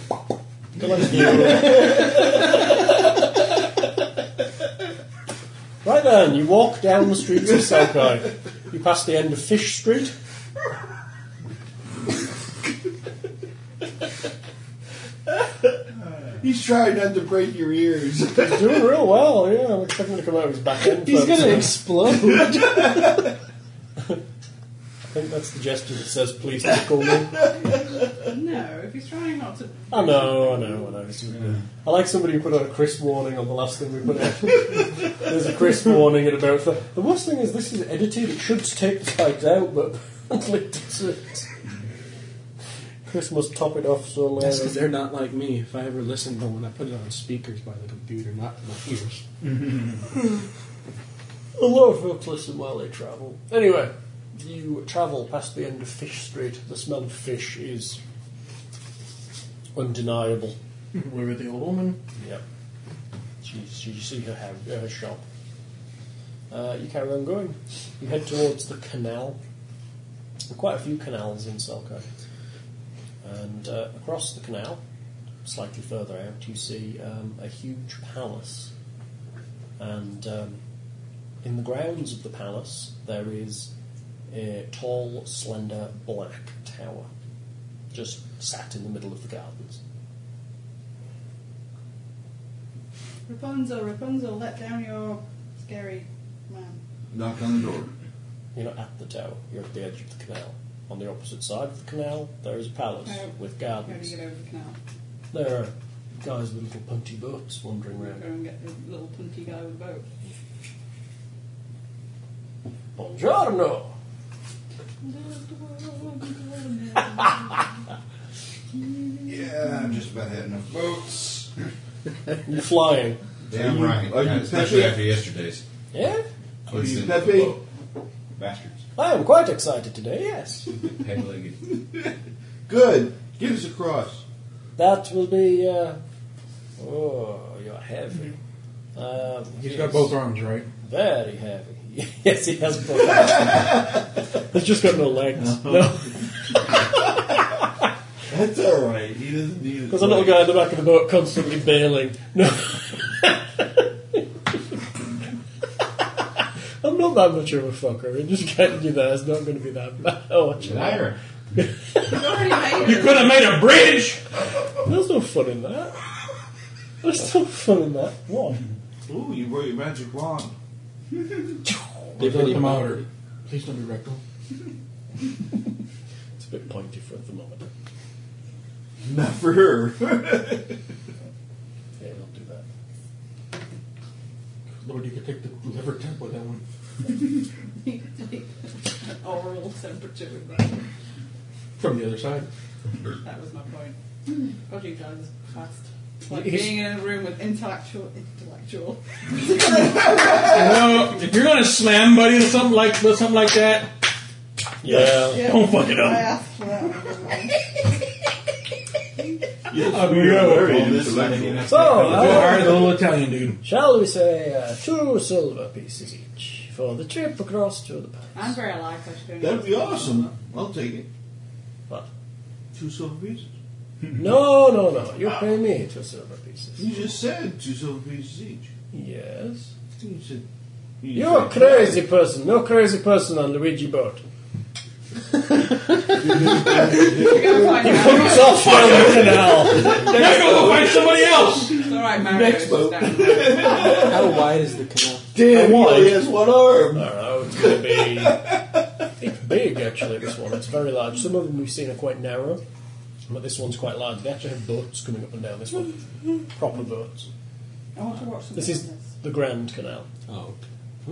[SPEAKER 3] Right then, you walk down the streets of Sokai. You pass the end of Fish Street.
[SPEAKER 4] He's trying not to break your ears.
[SPEAKER 3] He's doing real well, yeah. I'm expecting him to come out of his back end.
[SPEAKER 5] He's
[SPEAKER 3] first.
[SPEAKER 5] gonna explode.
[SPEAKER 3] I think that's the gesture that says, please don't call me.
[SPEAKER 2] No, if he's trying not to.
[SPEAKER 3] I know, I know, I know. It's really good. I like somebody who put out a crisp warning on the last thing we put out. There's a crisp warning at about. The, the worst thing is this is edited. It should take the spikes out, but apparently it doesn't. Chris must top it off so loud.
[SPEAKER 5] That's because they're not like me. If I ever listened to one, I put it on speakers by the computer, not my ears.
[SPEAKER 3] A lot of folks listen while they travel. Anyway, you travel past the end of Fish Street. The smell of fish is undeniable.
[SPEAKER 6] Where with the old woman?
[SPEAKER 3] Yep. She, she, you see her, hou- her shop. Uh, you carry on going. You head towards the canal. There are quite a few canals in Selko. And uh, across the canal, slightly further out, you see um, a huge palace. And um, in the grounds of the palace, there is a tall, slender, black tower just sat in the middle of the gardens.
[SPEAKER 2] Rapunzel, Rapunzel, let down your scary man.
[SPEAKER 4] Knock on the door.
[SPEAKER 3] You're not at the tower, you're at the edge of the canal. On the opposite side of the canal, there is a palace
[SPEAKER 2] Oh.
[SPEAKER 3] with
[SPEAKER 2] How do you
[SPEAKER 3] gardens.
[SPEAKER 2] get over the canal?
[SPEAKER 3] There are guys with little punty boats wandering
[SPEAKER 2] Go
[SPEAKER 3] around.
[SPEAKER 2] and get the little punky guy with the boat.
[SPEAKER 3] Buongiorno!
[SPEAKER 7] Yeah, I'm just about had enough boats.
[SPEAKER 3] You're flying.
[SPEAKER 7] Damn
[SPEAKER 4] Are you-
[SPEAKER 7] right.
[SPEAKER 4] are you
[SPEAKER 7] Yeah, especially
[SPEAKER 4] Pepe?
[SPEAKER 7] after yesterday's.
[SPEAKER 3] Yeah?
[SPEAKER 4] Are you
[SPEAKER 7] Incident with
[SPEAKER 4] Pepe?
[SPEAKER 7] the boat. Bastards.
[SPEAKER 3] I am quite excited today, yes.
[SPEAKER 7] Peg-legged.
[SPEAKER 4] Good. Give us a cross.
[SPEAKER 3] That will be, uh... Oh, you're heavy. Um,
[SPEAKER 6] He's
[SPEAKER 3] yes.
[SPEAKER 6] got both arms, right?
[SPEAKER 3] Very heavy. yes, he has both arms. He's just got no legs.
[SPEAKER 6] Uh-huh.
[SPEAKER 3] No,
[SPEAKER 4] That's all right. He doesn't need it.
[SPEAKER 3] there's a little guy in the back of the boat constantly bailing. No. I'm not that much of a fucker. I'm just getting you there. It's not going to be that bad. Oh, actually.
[SPEAKER 7] Liar.
[SPEAKER 2] He's already made it.
[SPEAKER 3] could have made a bridge! There's no fun in that. There's no fun in that. What?
[SPEAKER 4] Ooh, you brought your magic wand.
[SPEAKER 5] Dippity
[SPEAKER 6] Come out.
[SPEAKER 5] powder.
[SPEAKER 6] Please don't be rectal.
[SPEAKER 3] It's a bit pointy for the moment.
[SPEAKER 4] Not for her.
[SPEAKER 3] Yeah, don't do that.
[SPEAKER 6] Lord, you could take the liver temp with that one.
[SPEAKER 2] You could take an oral temperature with that.
[SPEAKER 6] From the other side.
[SPEAKER 2] That was my point. God, you guys are fast. Like
[SPEAKER 3] He's-
[SPEAKER 2] being in a room with intellectual, intellectual.
[SPEAKER 6] No, if you're gonna slam buddy or something like something like that,
[SPEAKER 3] Yeah.
[SPEAKER 6] don't fuck it
[SPEAKER 2] I
[SPEAKER 6] up.
[SPEAKER 2] asked for that.
[SPEAKER 4] Yes, we
[SPEAKER 6] Uh, yeah.
[SPEAKER 4] are very
[SPEAKER 7] Well, this might be
[SPEAKER 4] intellectual.
[SPEAKER 7] enough.
[SPEAKER 3] So, uh,
[SPEAKER 6] Go hire the little Italian dude.
[SPEAKER 3] Shall we say uh, two silver pieces each for the trip across to the
[SPEAKER 2] I'm
[SPEAKER 3] palace?
[SPEAKER 2] very alive. I should go
[SPEAKER 4] That'd be
[SPEAKER 2] and-
[SPEAKER 4] awesome. I'll take it.
[SPEAKER 3] What?
[SPEAKER 4] Two silver pieces.
[SPEAKER 3] No, no, no. You pay me two silver pieces.
[SPEAKER 4] You just said two silver pieces each.
[SPEAKER 3] Yes.
[SPEAKER 4] I think you said. you
[SPEAKER 3] You're a
[SPEAKER 4] said-
[SPEAKER 3] crazy person. No crazy person on Luigi boat.
[SPEAKER 2] We're going to find out.
[SPEAKER 3] It's off down the canal.
[SPEAKER 6] Now go look, find somebody else.
[SPEAKER 2] It's all right, Mario.
[SPEAKER 4] Next boat.
[SPEAKER 5] How wide is the canal?
[SPEAKER 4] Damn, he
[SPEAKER 3] wand.
[SPEAKER 4] only has one arm.
[SPEAKER 3] Hello, it's going to be. It's big, actually, this one. It's very large. Some of them we've seen are quite narrow, but this one's quite large. They actually have boats coming up and down this one. Proper boats.
[SPEAKER 2] I want to watch something
[SPEAKER 3] This
[SPEAKER 2] on
[SPEAKER 3] is
[SPEAKER 2] this.
[SPEAKER 3] the Grand Canal.
[SPEAKER 5] Oh,
[SPEAKER 2] I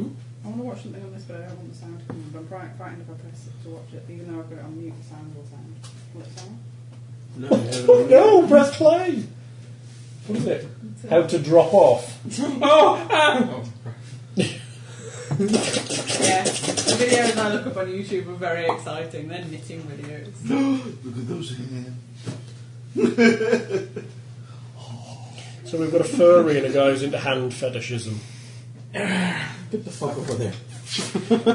[SPEAKER 2] want to watch something on this, but I don't want the sound to come up. I'm fright- frightened if I press it to watch it, even though I've got it on mute, the sound will sound. Will it sound?
[SPEAKER 4] No, I haven't
[SPEAKER 3] Oh
[SPEAKER 4] already.
[SPEAKER 3] no, press play! What is it? How to drop off.
[SPEAKER 6] Oh, ah.
[SPEAKER 2] Yeah. The videos I look up on YouTube are very exciting. They're knitting videos.
[SPEAKER 4] Look at those hands.
[SPEAKER 3] So we've got a furry and a guy who's into hand fetishism.
[SPEAKER 5] get the fuck over there.
[SPEAKER 7] I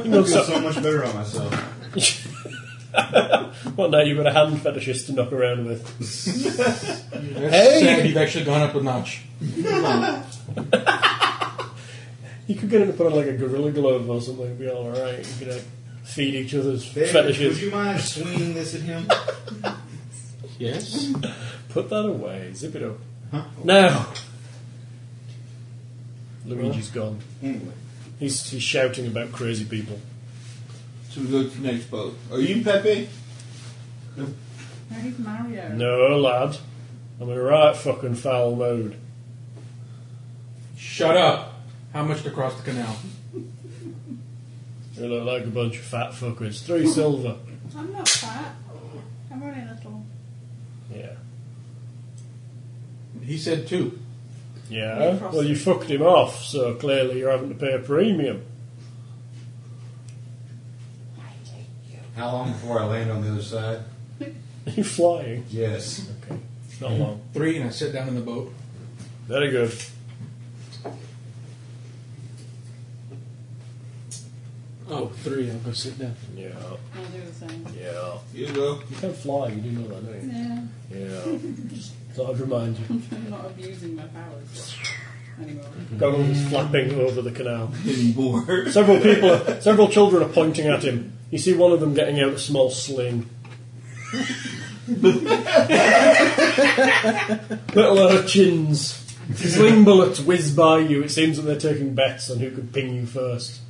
[SPEAKER 7] feel so much better on myself.
[SPEAKER 3] Well, now you've got a hand fetishist to knock around with.
[SPEAKER 6] That's
[SPEAKER 3] Hey.
[SPEAKER 6] sad you've actually gone up a notch.
[SPEAKER 3] You could get him to put on like a gorilla glove or something, it'd be alright. You could like, feed each other's
[SPEAKER 7] David,
[SPEAKER 3] fetishes.
[SPEAKER 7] would you mind swinging this at him?
[SPEAKER 5] Yes?
[SPEAKER 3] Put that away, zip it up. No. Luigi's gone.
[SPEAKER 7] Anyway,
[SPEAKER 3] He's, he's shouting about crazy people.
[SPEAKER 4] So we go to the next boat. Are you Pepe?
[SPEAKER 2] No, he's Mario.
[SPEAKER 3] No, lad. I'm in a right fucking foul mode.
[SPEAKER 6] Shut up. How much to cross the canal?
[SPEAKER 3] You look like a bunch of fat fuckers. Three silver.
[SPEAKER 2] I'm not fat. I'm only a little.
[SPEAKER 3] Yeah.
[SPEAKER 6] He said two.
[SPEAKER 3] Yeah? Well, you fucked him off, so clearly you're having to pay a premium.
[SPEAKER 7] how long before I land on the other side?
[SPEAKER 3] Are you flying?
[SPEAKER 7] Yes.
[SPEAKER 3] Okay. Not long.
[SPEAKER 6] Three, and I sit down in the boat.
[SPEAKER 3] Very good.
[SPEAKER 5] Oh, three. I'll go sit down.
[SPEAKER 3] Yeah.
[SPEAKER 2] I'll do the same.
[SPEAKER 3] Yeah.
[SPEAKER 4] You go.
[SPEAKER 3] You can fly, you do know that, don't you?
[SPEAKER 2] Yeah,
[SPEAKER 3] Yeah. Just thought I'd remind you.
[SPEAKER 2] I'm not abusing my powers anymore.
[SPEAKER 3] Goggles flapping over the canal.
[SPEAKER 4] Anymore.
[SPEAKER 3] Several people, several children are pointing at him. You see one of them getting out a small sling. Little urchins. Sling bullets whiz by you. It seems that they're taking bets on who could ping you first.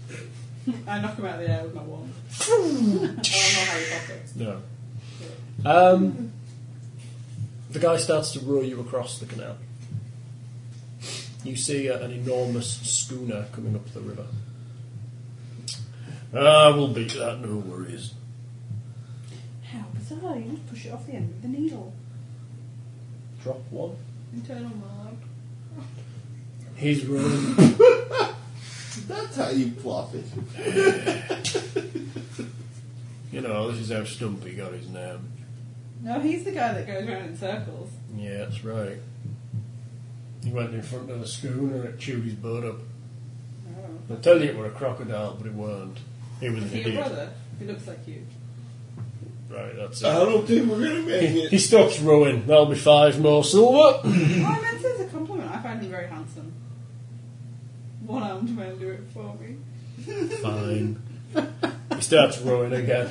[SPEAKER 2] I knock him out of the air with my wand. oh, I'm not Harry Potter.
[SPEAKER 3] No. Um, the guy starts to row you across the canal. You see uh, an enormous schooner coming up the river. Ah, we'll beat that, no worries.
[SPEAKER 2] How bizarre! You just push it off the end with the needle.
[SPEAKER 3] Drop one.
[SPEAKER 2] Internal mark.
[SPEAKER 3] He's rowing
[SPEAKER 4] That's how you plop it.
[SPEAKER 3] You know, this is how Stumpy got his name.
[SPEAKER 2] No, he's the guy that goes around in circles.
[SPEAKER 3] Yeah, that's right. He went in front of the schooner and it chewed his butt up.
[SPEAKER 2] Oh.
[SPEAKER 3] They'll tell you it were a crocodile, but it weren't. It was
[SPEAKER 2] Is
[SPEAKER 3] an
[SPEAKER 2] he your
[SPEAKER 3] idiot.
[SPEAKER 2] brother? He looks like you.
[SPEAKER 3] Right, that's
[SPEAKER 4] I
[SPEAKER 3] it.
[SPEAKER 4] don't think we're gonna make
[SPEAKER 3] He,
[SPEAKER 4] it.
[SPEAKER 3] he stops rowing. That'll be five more silver.
[SPEAKER 2] oh, I meant it as a compliment. I find him very handsome. One armed men do it for me.
[SPEAKER 3] Fine. he starts rowing again.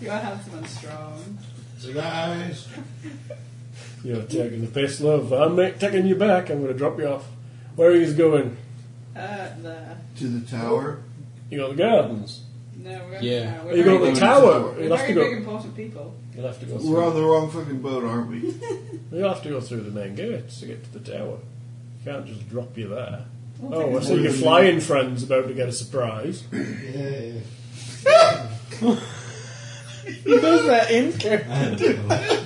[SPEAKER 2] You are handsome and strong.
[SPEAKER 7] So guys,
[SPEAKER 3] You're taking the piss, love. I'm not taking you back. I'm going to drop you off. Where are you going?
[SPEAKER 2] Uh, there.
[SPEAKER 4] To the tower.
[SPEAKER 3] You got the gardens.
[SPEAKER 2] No, we're going
[SPEAKER 5] Yeah.
[SPEAKER 2] to
[SPEAKER 3] Oh, you got the
[SPEAKER 2] very,
[SPEAKER 3] tower.
[SPEAKER 2] We're
[SPEAKER 3] You'll have
[SPEAKER 2] very
[SPEAKER 3] to
[SPEAKER 2] big,
[SPEAKER 3] go.
[SPEAKER 2] important people.
[SPEAKER 3] You'll have to go.
[SPEAKER 4] We're
[SPEAKER 3] Through.
[SPEAKER 4] on the wrong fucking boat, aren't we?
[SPEAKER 3] You'll have to go through the main gates to get to the tower. You can't just drop you there.
[SPEAKER 2] We'll
[SPEAKER 3] Oh,
[SPEAKER 2] take
[SPEAKER 3] I see your flying friend's about to get a surprise.
[SPEAKER 4] yeah.
[SPEAKER 5] He does that in character.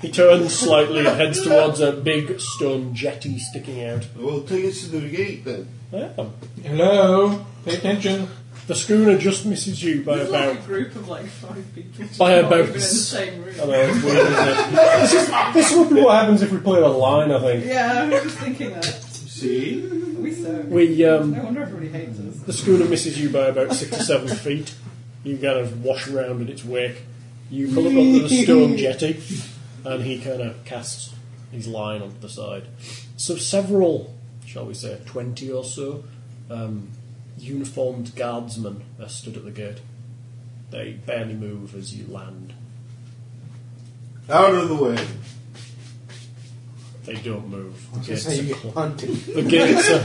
[SPEAKER 3] He turns slightly and heads towards a big stone jetty sticking out.
[SPEAKER 4] Well, take us to the gate then.
[SPEAKER 3] Oh.
[SPEAKER 6] Hello. Pay attention.
[SPEAKER 3] The schooner just misses you by
[SPEAKER 2] There's
[SPEAKER 3] about.
[SPEAKER 2] like a group of like five people.
[SPEAKER 3] By
[SPEAKER 2] not
[SPEAKER 3] about
[SPEAKER 2] even in the
[SPEAKER 3] s-
[SPEAKER 2] same room.
[SPEAKER 3] I know, it's weird, isn't it? this, is, this would be what happens if we played a line, I think.
[SPEAKER 2] Yeah, I was just thinking that.
[SPEAKER 4] See?
[SPEAKER 2] We so.
[SPEAKER 3] We, um,
[SPEAKER 2] No wonder everybody hates us.
[SPEAKER 3] the schooner misses you by about six or seven feet. You kind of wash around in its wake. You pull up onto the stone jetty, and he kind of casts his line onto the side. So several, shall we say, twenty or so, um, uniformed guardsmen are stood at the gate. They barely move as you land.
[SPEAKER 4] Out of the way.
[SPEAKER 3] They don't move. The
[SPEAKER 5] That's
[SPEAKER 3] gates
[SPEAKER 5] how
[SPEAKER 3] are,
[SPEAKER 5] you get
[SPEAKER 3] clo-
[SPEAKER 5] hunted.
[SPEAKER 3] the gates are,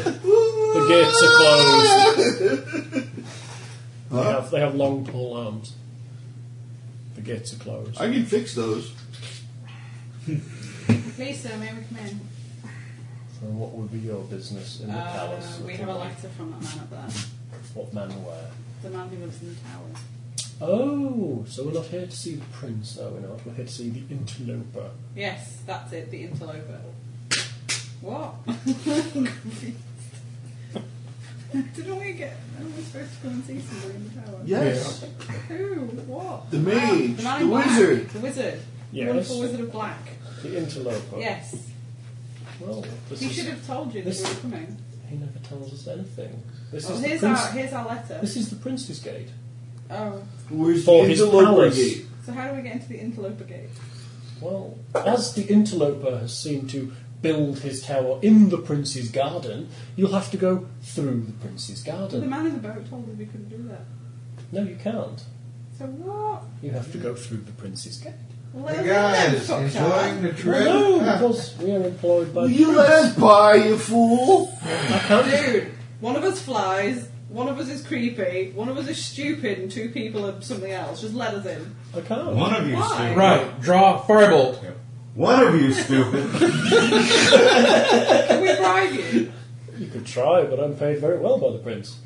[SPEAKER 3] the gates are closed. They, have, they have long pole arms. The gates are closed.
[SPEAKER 4] I can fix those.
[SPEAKER 2] Lisa, may we come in?
[SPEAKER 3] And what would be your business in the
[SPEAKER 2] Uh,
[SPEAKER 3] palace?
[SPEAKER 2] we have a letter from that man up there.
[SPEAKER 3] What man where?
[SPEAKER 2] The man who lives in the tower.
[SPEAKER 3] Oh, so we're not here to see the prince, are we not? We're here to see the interloper.
[SPEAKER 2] Yes, that's it, the interloper. What? Didn't we get. Oh, we're supposed to come and see somebody in the tower.
[SPEAKER 4] Yes.
[SPEAKER 2] Who? What?
[SPEAKER 4] The
[SPEAKER 2] man,
[SPEAKER 4] mage,
[SPEAKER 2] man
[SPEAKER 4] the
[SPEAKER 2] in black,
[SPEAKER 4] wizard.
[SPEAKER 2] The wizard.
[SPEAKER 3] Yes.
[SPEAKER 2] The wonderful wizard of black.
[SPEAKER 3] The interloper.
[SPEAKER 2] Yes.
[SPEAKER 3] Well, this
[SPEAKER 2] He
[SPEAKER 3] is,
[SPEAKER 2] should have told you that
[SPEAKER 3] this-
[SPEAKER 2] we were coming.
[SPEAKER 3] He never tells us anything. This
[SPEAKER 2] Oh,
[SPEAKER 3] is the
[SPEAKER 2] here's,
[SPEAKER 3] prince.
[SPEAKER 2] our, here's our letter.
[SPEAKER 3] This is the prince's gate.
[SPEAKER 2] Oh,
[SPEAKER 4] Where's
[SPEAKER 3] For
[SPEAKER 4] the
[SPEAKER 3] his
[SPEAKER 4] interloper
[SPEAKER 3] palace.
[SPEAKER 4] gate?
[SPEAKER 2] so how do we get into the interloper gate?
[SPEAKER 3] Well, as the interloper has seemed to build his tower in the prince's garden, you'll have to go through the prince's
[SPEAKER 2] Well, the
[SPEAKER 3] garden.
[SPEAKER 2] man in the boat told us we couldn't do that.
[SPEAKER 3] No, you can't.
[SPEAKER 2] So what?
[SPEAKER 3] You have to go through the prince's gate.
[SPEAKER 2] Well,
[SPEAKER 7] Hey
[SPEAKER 2] they
[SPEAKER 7] guys,
[SPEAKER 2] fucked up.
[SPEAKER 7] enjoying the trip?
[SPEAKER 3] Well, no, because we are employed by.
[SPEAKER 4] Will you let us by, you fool?
[SPEAKER 2] Dude, one of us flies, one of us is creepy, one of us is stupid, and two people are something else. Just let us in.
[SPEAKER 3] I can't.
[SPEAKER 7] One of you
[SPEAKER 2] Why?
[SPEAKER 7] stupid.
[SPEAKER 6] Right, draw firebolt.
[SPEAKER 7] One of you stupid.
[SPEAKER 2] Can we bribe you?
[SPEAKER 3] You could try, but I'm paid very well by the prince.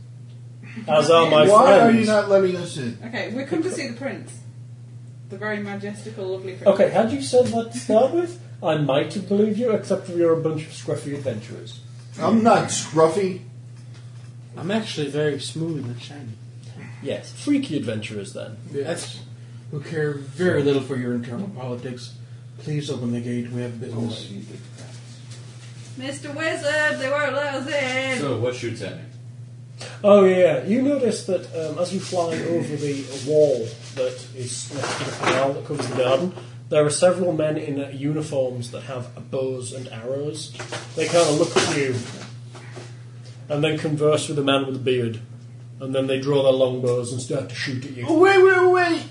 [SPEAKER 3] As are my
[SPEAKER 4] Why
[SPEAKER 3] friends.
[SPEAKER 4] are you not letting us in?
[SPEAKER 2] Okay, we're come to see the prince. The very majestical, lovely prince.
[SPEAKER 3] Okay, had you said that to start with, I might have believed you, except for you're a bunch of scruffy adventurers.
[SPEAKER 4] I'm not scruffy.
[SPEAKER 5] I'm actually very smooth and shiny.
[SPEAKER 3] Yes, freaky adventurers then.
[SPEAKER 6] Yes. Who care very little for your internal politics. Please open the gate. We have business.
[SPEAKER 2] Mr. Wizard, they won't let us in.
[SPEAKER 7] so, what shoots at me?
[SPEAKER 3] Oh yeah, you notice that um, as you fly over the wall that is next to the canal that covers the garden, there are several men in uh, uniforms that have bows and arrows. They kind of look at you and then converse with the man with the beard, and then they draw their longbows and start to shoot at you.
[SPEAKER 4] Wait, wait, wait!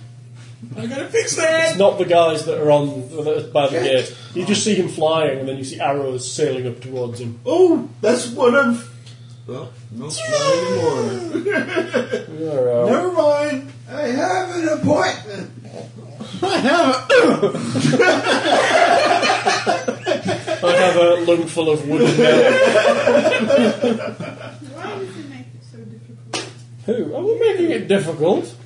[SPEAKER 6] I gotta fix that.
[SPEAKER 3] It's not the guys that are on that are by the gate. You just see him flying, and then you see arrows sailing up towards him.
[SPEAKER 4] Oh, that's what I'm. Well, no, not anymore. Never mind.
[SPEAKER 7] I have an appointment.
[SPEAKER 4] oh,
[SPEAKER 3] I have a lungful of wooden men.
[SPEAKER 2] Why does it make it so difficult?
[SPEAKER 3] Who? Oh, we're making it difficult.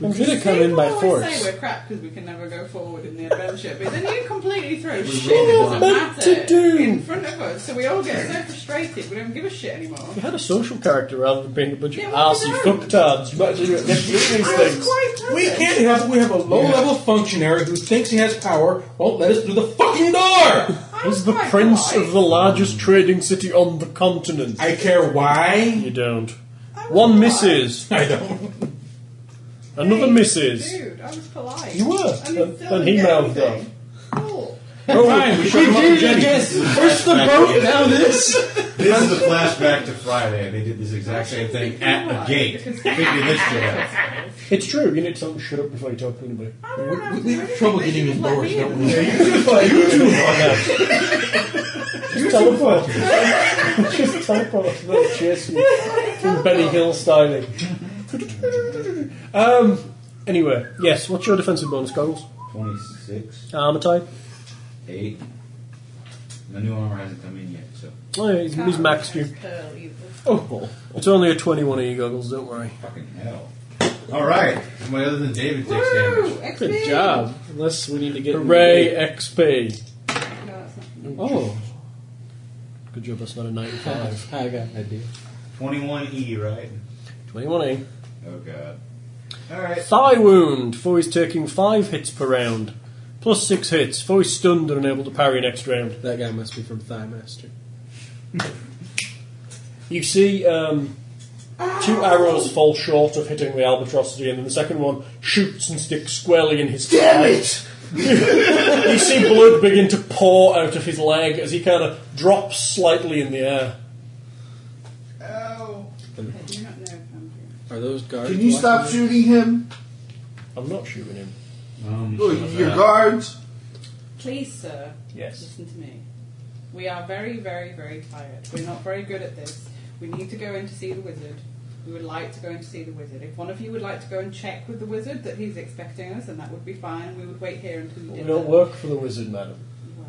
[SPEAKER 5] We could have come
[SPEAKER 2] People
[SPEAKER 5] in by
[SPEAKER 2] always
[SPEAKER 5] force.
[SPEAKER 2] say we're crap because we can never go forward in the adventure, but then you completely throw shit
[SPEAKER 3] were
[SPEAKER 2] doesn't
[SPEAKER 3] meant
[SPEAKER 2] matter
[SPEAKER 3] to do.
[SPEAKER 2] in front of us, so we all get so frustrated we don't give a shit anymore.
[SPEAKER 3] You had a social character rather than being a bunch
[SPEAKER 2] Yeah,
[SPEAKER 3] of
[SPEAKER 2] well,
[SPEAKER 3] arsey
[SPEAKER 2] no.
[SPEAKER 3] fucktards. You might actually get these
[SPEAKER 2] It's
[SPEAKER 3] things.
[SPEAKER 2] quite
[SPEAKER 6] We
[SPEAKER 2] pleasant.
[SPEAKER 6] can't have. We have a low-level functionary who thinks he has power. Won't let us through the fucking door.
[SPEAKER 2] I was
[SPEAKER 3] He's the
[SPEAKER 2] quite
[SPEAKER 3] prince
[SPEAKER 2] polite.
[SPEAKER 3] of the largest trading city on the continent.
[SPEAKER 6] I care why.
[SPEAKER 3] You don't.
[SPEAKER 2] I was
[SPEAKER 3] One
[SPEAKER 2] polite.
[SPEAKER 3] misses,
[SPEAKER 6] I don't.
[SPEAKER 3] another
[SPEAKER 2] Hey,
[SPEAKER 3] misses.
[SPEAKER 2] Dude, I was polite.
[SPEAKER 3] You were.
[SPEAKER 2] I didn't
[SPEAKER 3] And
[SPEAKER 2] tell
[SPEAKER 3] then
[SPEAKER 2] you
[SPEAKER 3] he mouthed off.
[SPEAKER 2] anything. Cool.
[SPEAKER 6] Fine, Oh, we shut him up in Jenny.
[SPEAKER 5] Push the boat now this.
[SPEAKER 7] This is a flashback to Friday. They did this exact same thing at a gate. Figure this shit out.
[SPEAKER 3] It's true. You need to tell him to shut up before you talk to anybody.
[SPEAKER 2] I don't have
[SPEAKER 6] We,
[SPEAKER 2] to
[SPEAKER 6] we
[SPEAKER 2] do
[SPEAKER 6] have trouble
[SPEAKER 2] anything.
[SPEAKER 6] getting
[SPEAKER 2] They just let
[SPEAKER 6] indoors,
[SPEAKER 2] me in.
[SPEAKER 6] don't we?
[SPEAKER 3] Just teleport. Just teleport. They'll chase you. From Benny Hill styling. um. Anyway, yes. What's your defensive bonus, goggles?
[SPEAKER 7] 26,
[SPEAKER 3] Armor type.
[SPEAKER 7] 8. My new armor hasn't come in yet, so.
[SPEAKER 3] Oh, yeah, he's, he's maxed you.
[SPEAKER 2] Pearl evil.
[SPEAKER 3] Oh, it's only a 21 e goggles. Don't worry.
[SPEAKER 7] Fucking hell. Alright. Somebody other than David takes
[SPEAKER 2] Woo!
[SPEAKER 7] damage.
[SPEAKER 2] XP.
[SPEAKER 5] Good job. Unless we need to get in the
[SPEAKER 3] Hooray,
[SPEAKER 5] gate.
[SPEAKER 3] XP.
[SPEAKER 2] No, that's not-
[SPEAKER 5] Oh,
[SPEAKER 3] Good job. That's not a
[SPEAKER 5] I
[SPEAKER 3] 95.
[SPEAKER 5] I got an idea.
[SPEAKER 7] 21E, E, right?
[SPEAKER 3] 21 e.
[SPEAKER 7] Oh god. Alright.
[SPEAKER 3] Thigh wound. For he's taking five hits per round, plus six hits. For he's stunned and unable to parry next round.
[SPEAKER 5] That guy must be from Thigh Master.
[SPEAKER 3] You see um, two arrows fall short of hitting the albatrosity, and then the second one shoots and sticks squarely in his Damn it! you see blood begin to pour out of his leg as he kind of drops slightly in the air.
[SPEAKER 7] Ow.
[SPEAKER 2] I do not know if I'm here.
[SPEAKER 5] Are those guards?
[SPEAKER 4] Can you stop
[SPEAKER 5] watching
[SPEAKER 4] shooting him?
[SPEAKER 3] I'm not shooting him.
[SPEAKER 7] Um,
[SPEAKER 4] Oh, Your guards?
[SPEAKER 2] Please, sir,
[SPEAKER 3] Yes.
[SPEAKER 2] listen to me. We are very, very, very tired. We're not very good at this. We need to go in to see the wizard. We would like to go in to see the wizard. If one of you would like to go and check with the wizard that he's expecting us, then that would be fine. We would wait here until you
[SPEAKER 3] We
[SPEAKER 2] did
[SPEAKER 3] don't
[SPEAKER 2] that.
[SPEAKER 3] work for the wizard, madam.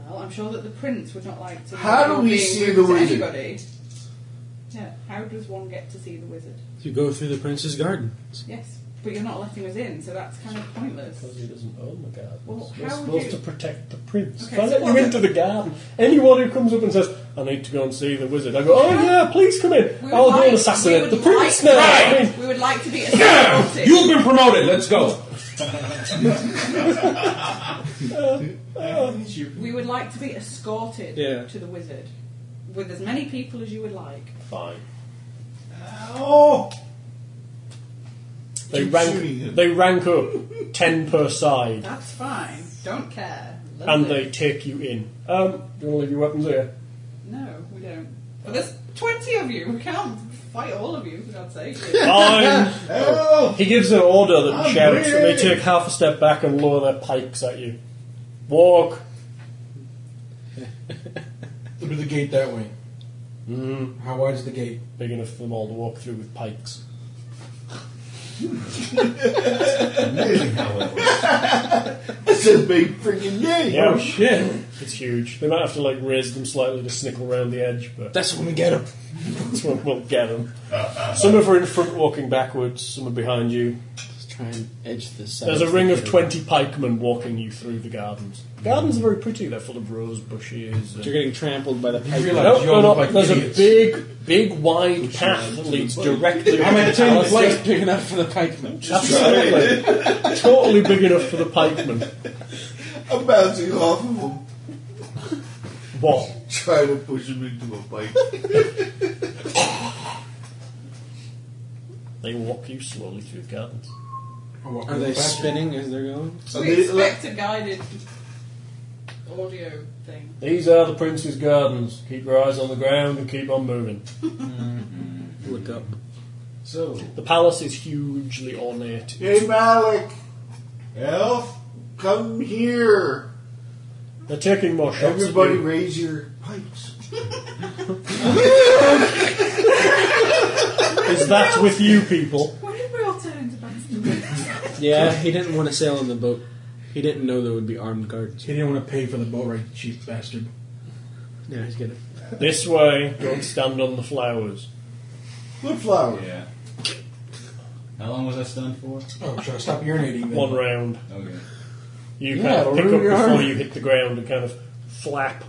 [SPEAKER 2] Well, I'm sure that the prince would not like to.
[SPEAKER 4] How do we
[SPEAKER 2] being
[SPEAKER 4] see
[SPEAKER 2] rude
[SPEAKER 4] the
[SPEAKER 2] to
[SPEAKER 4] wizard?
[SPEAKER 2] Anybody. Yeah. How does one get to see the wizard?
[SPEAKER 5] To go through the prince's garden.
[SPEAKER 2] Yes, but you're not letting us in, so that's kind of pointless.
[SPEAKER 3] Because he doesn't own the garden.
[SPEAKER 2] Well,
[SPEAKER 3] We're
[SPEAKER 2] how would
[SPEAKER 3] supposed
[SPEAKER 2] you-
[SPEAKER 3] to protect the prince.
[SPEAKER 2] Okay,
[SPEAKER 3] if I
[SPEAKER 2] so
[SPEAKER 3] let you
[SPEAKER 2] what-
[SPEAKER 3] into the garden, anyone who comes up and says, I need to go and see the wizard, I go, oh yeah, please come in.
[SPEAKER 2] We would
[SPEAKER 3] I'll go
[SPEAKER 2] like-
[SPEAKER 3] and
[SPEAKER 2] we
[SPEAKER 3] assassinate
[SPEAKER 2] would
[SPEAKER 3] Oh, the prince
[SPEAKER 2] like-
[SPEAKER 3] now. I mean,
[SPEAKER 2] We would like to be assassinated.
[SPEAKER 6] You've been promoted. Let's go.
[SPEAKER 2] We would like to be escorted
[SPEAKER 5] Yeah.
[SPEAKER 2] to the wizard with as many people as you would like.
[SPEAKER 3] Fine.
[SPEAKER 6] Oh.
[SPEAKER 7] Ow.
[SPEAKER 3] They
[SPEAKER 4] Keep
[SPEAKER 3] rank,
[SPEAKER 4] shooting him.
[SPEAKER 3] they rank up 10 per side
[SPEAKER 2] That's fine. Don't care.
[SPEAKER 3] and
[SPEAKER 2] Lovely.
[SPEAKER 3] they take you in. Um, do you want to leave your weapons here?
[SPEAKER 2] No, we don't. But there's 20 of you. We can't fight all of you, for God's sake.
[SPEAKER 3] Fine.
[SPEAKER 7] Oh!
[SPEAKER 3] He gives an order
[SPEAKER 6] Oh,
[SPEAKER 3] that
[SPEAKER 7] I'm
[SPEAKER 3] shouts, and they
[SPEAKER 7] ready.
[SPEAKER 3] take half a step back and lower their pikes at you. Walk.
[SPEAKER 6] Through the gate that way.
[SPEAKER 3] Mm,
[SPEAKER 6] How wide is the gate?
[SPEAKER 3] big enough for them all to walk through with pikes.
[SPEAKER 7] Amazing how well.
[SPEAKER 4] That's a big freaking game.
[SPEAKER 6] Oh,
[SPEAKER 3] Yeah,
[SPEAKER 5] Shit.
[SPEAKER 3] it's huge. They might have to like raise them slightly to snick around the edge, but
[SPEAKER 5] That's when we get him.
[SPEAKER 3] that's what we'll get them. Some of them are in front walking backwards, some are behind you.
[SPEAKER 5] Let's try and edge this.
[SPEAKER 3] There's a ring of 20 pikemen walking you through the gardens. Gardens are very pretty, they're full of rose bushes. and-
[SPEAKER 5] You're getting trampled by the
[SPEAKER 6] You realize
[SPEAKER 3] No,
[SPEAKER 6] you all
[SPEAKER 3] no, no,
[SPEAKER 6] look like
[SPEAKER 3] there's
[SPEAKER 6] idiots.
[SPEAKER 3] a big, big wide path that leads directly.
[SPEAKER 6] I'm at the
[SPEAKER 3] to
[SPEAKER 6] same
[SPEAKER 3] palace.
[SPEAKER 6] place.
[SPEAKER 5] big enough for the pikeman.
[SPEAKER 3] Absolutely, totally big enough for the pikemen.
[SPEAKER 4] I'm bouncing off of him,
[SPEAKER 3] What?
[SPEAKER 4] trying to push him into a bike.
[SPEAKER 3] They walk you slowly through the gardens.
[SPEAKER 6] I walk
[SPEAKER 5] Are
[SPEAKER 6] in the
[SPEAKER 5] they
[SPEAKER 6] back.
[SPEAKER 5] spinning as they're going?
[SPEAKER 4] Are
[SPEAKER 2] We
[SPEAKER 4] they, like,
[SPEAKER 2] expect a guided audio thing.
[SPEAKER 3] These are the prince's gardens. Keep your eyes on the ground and keep on moving.
[SPEAKER 5] Look up.
[SPEAKER 7] So,
[SPEAKER 3] The palace is hugely ornate.
[SPEAKER 4] hey Malik, elf, come here.
[SPEAKER 3] They're taking more shots. at
[SPEAKER 4] Everybody
[SPEAKER 3] you.
[SPEAKER 4] raise your pipes.
[SPEAKER 3] is that with you people?
[SPEAKER 2] Why did we all turn into bastards?
[SPEAKER 5] Yeah, he didn't want to sail on the boat. He didn't know there would be armed guards.
[SPEAKER 6] He didn't want to pay for the boat ride, cheap uh, bastard.
[SPEAKER 5] Yeah, he's getting.
[SPEAKER 3] This way. Don't stand on the flowers.
[SPEAKER 4] What flower?
[SPEAKER 7] yeah. How long was I stunned for? Oh,
[SPEAKER 6] Oh, should I stop urinating then?
[SPEAKER 3] One round.
[SPEAKER 7] Okay.
[SPEAKER 3] You
[SPEAKER 5] Yeah,
[SPEAKER 3] kind of pick
[SPEAKER 5] it'll ruin
[SPEAKER 3] up
[SPEAKER 5] your
[SPEAKER 3] before
[SPEAKER 5] arm.
[SPEAKER 3] you hit the ground and kind of flap.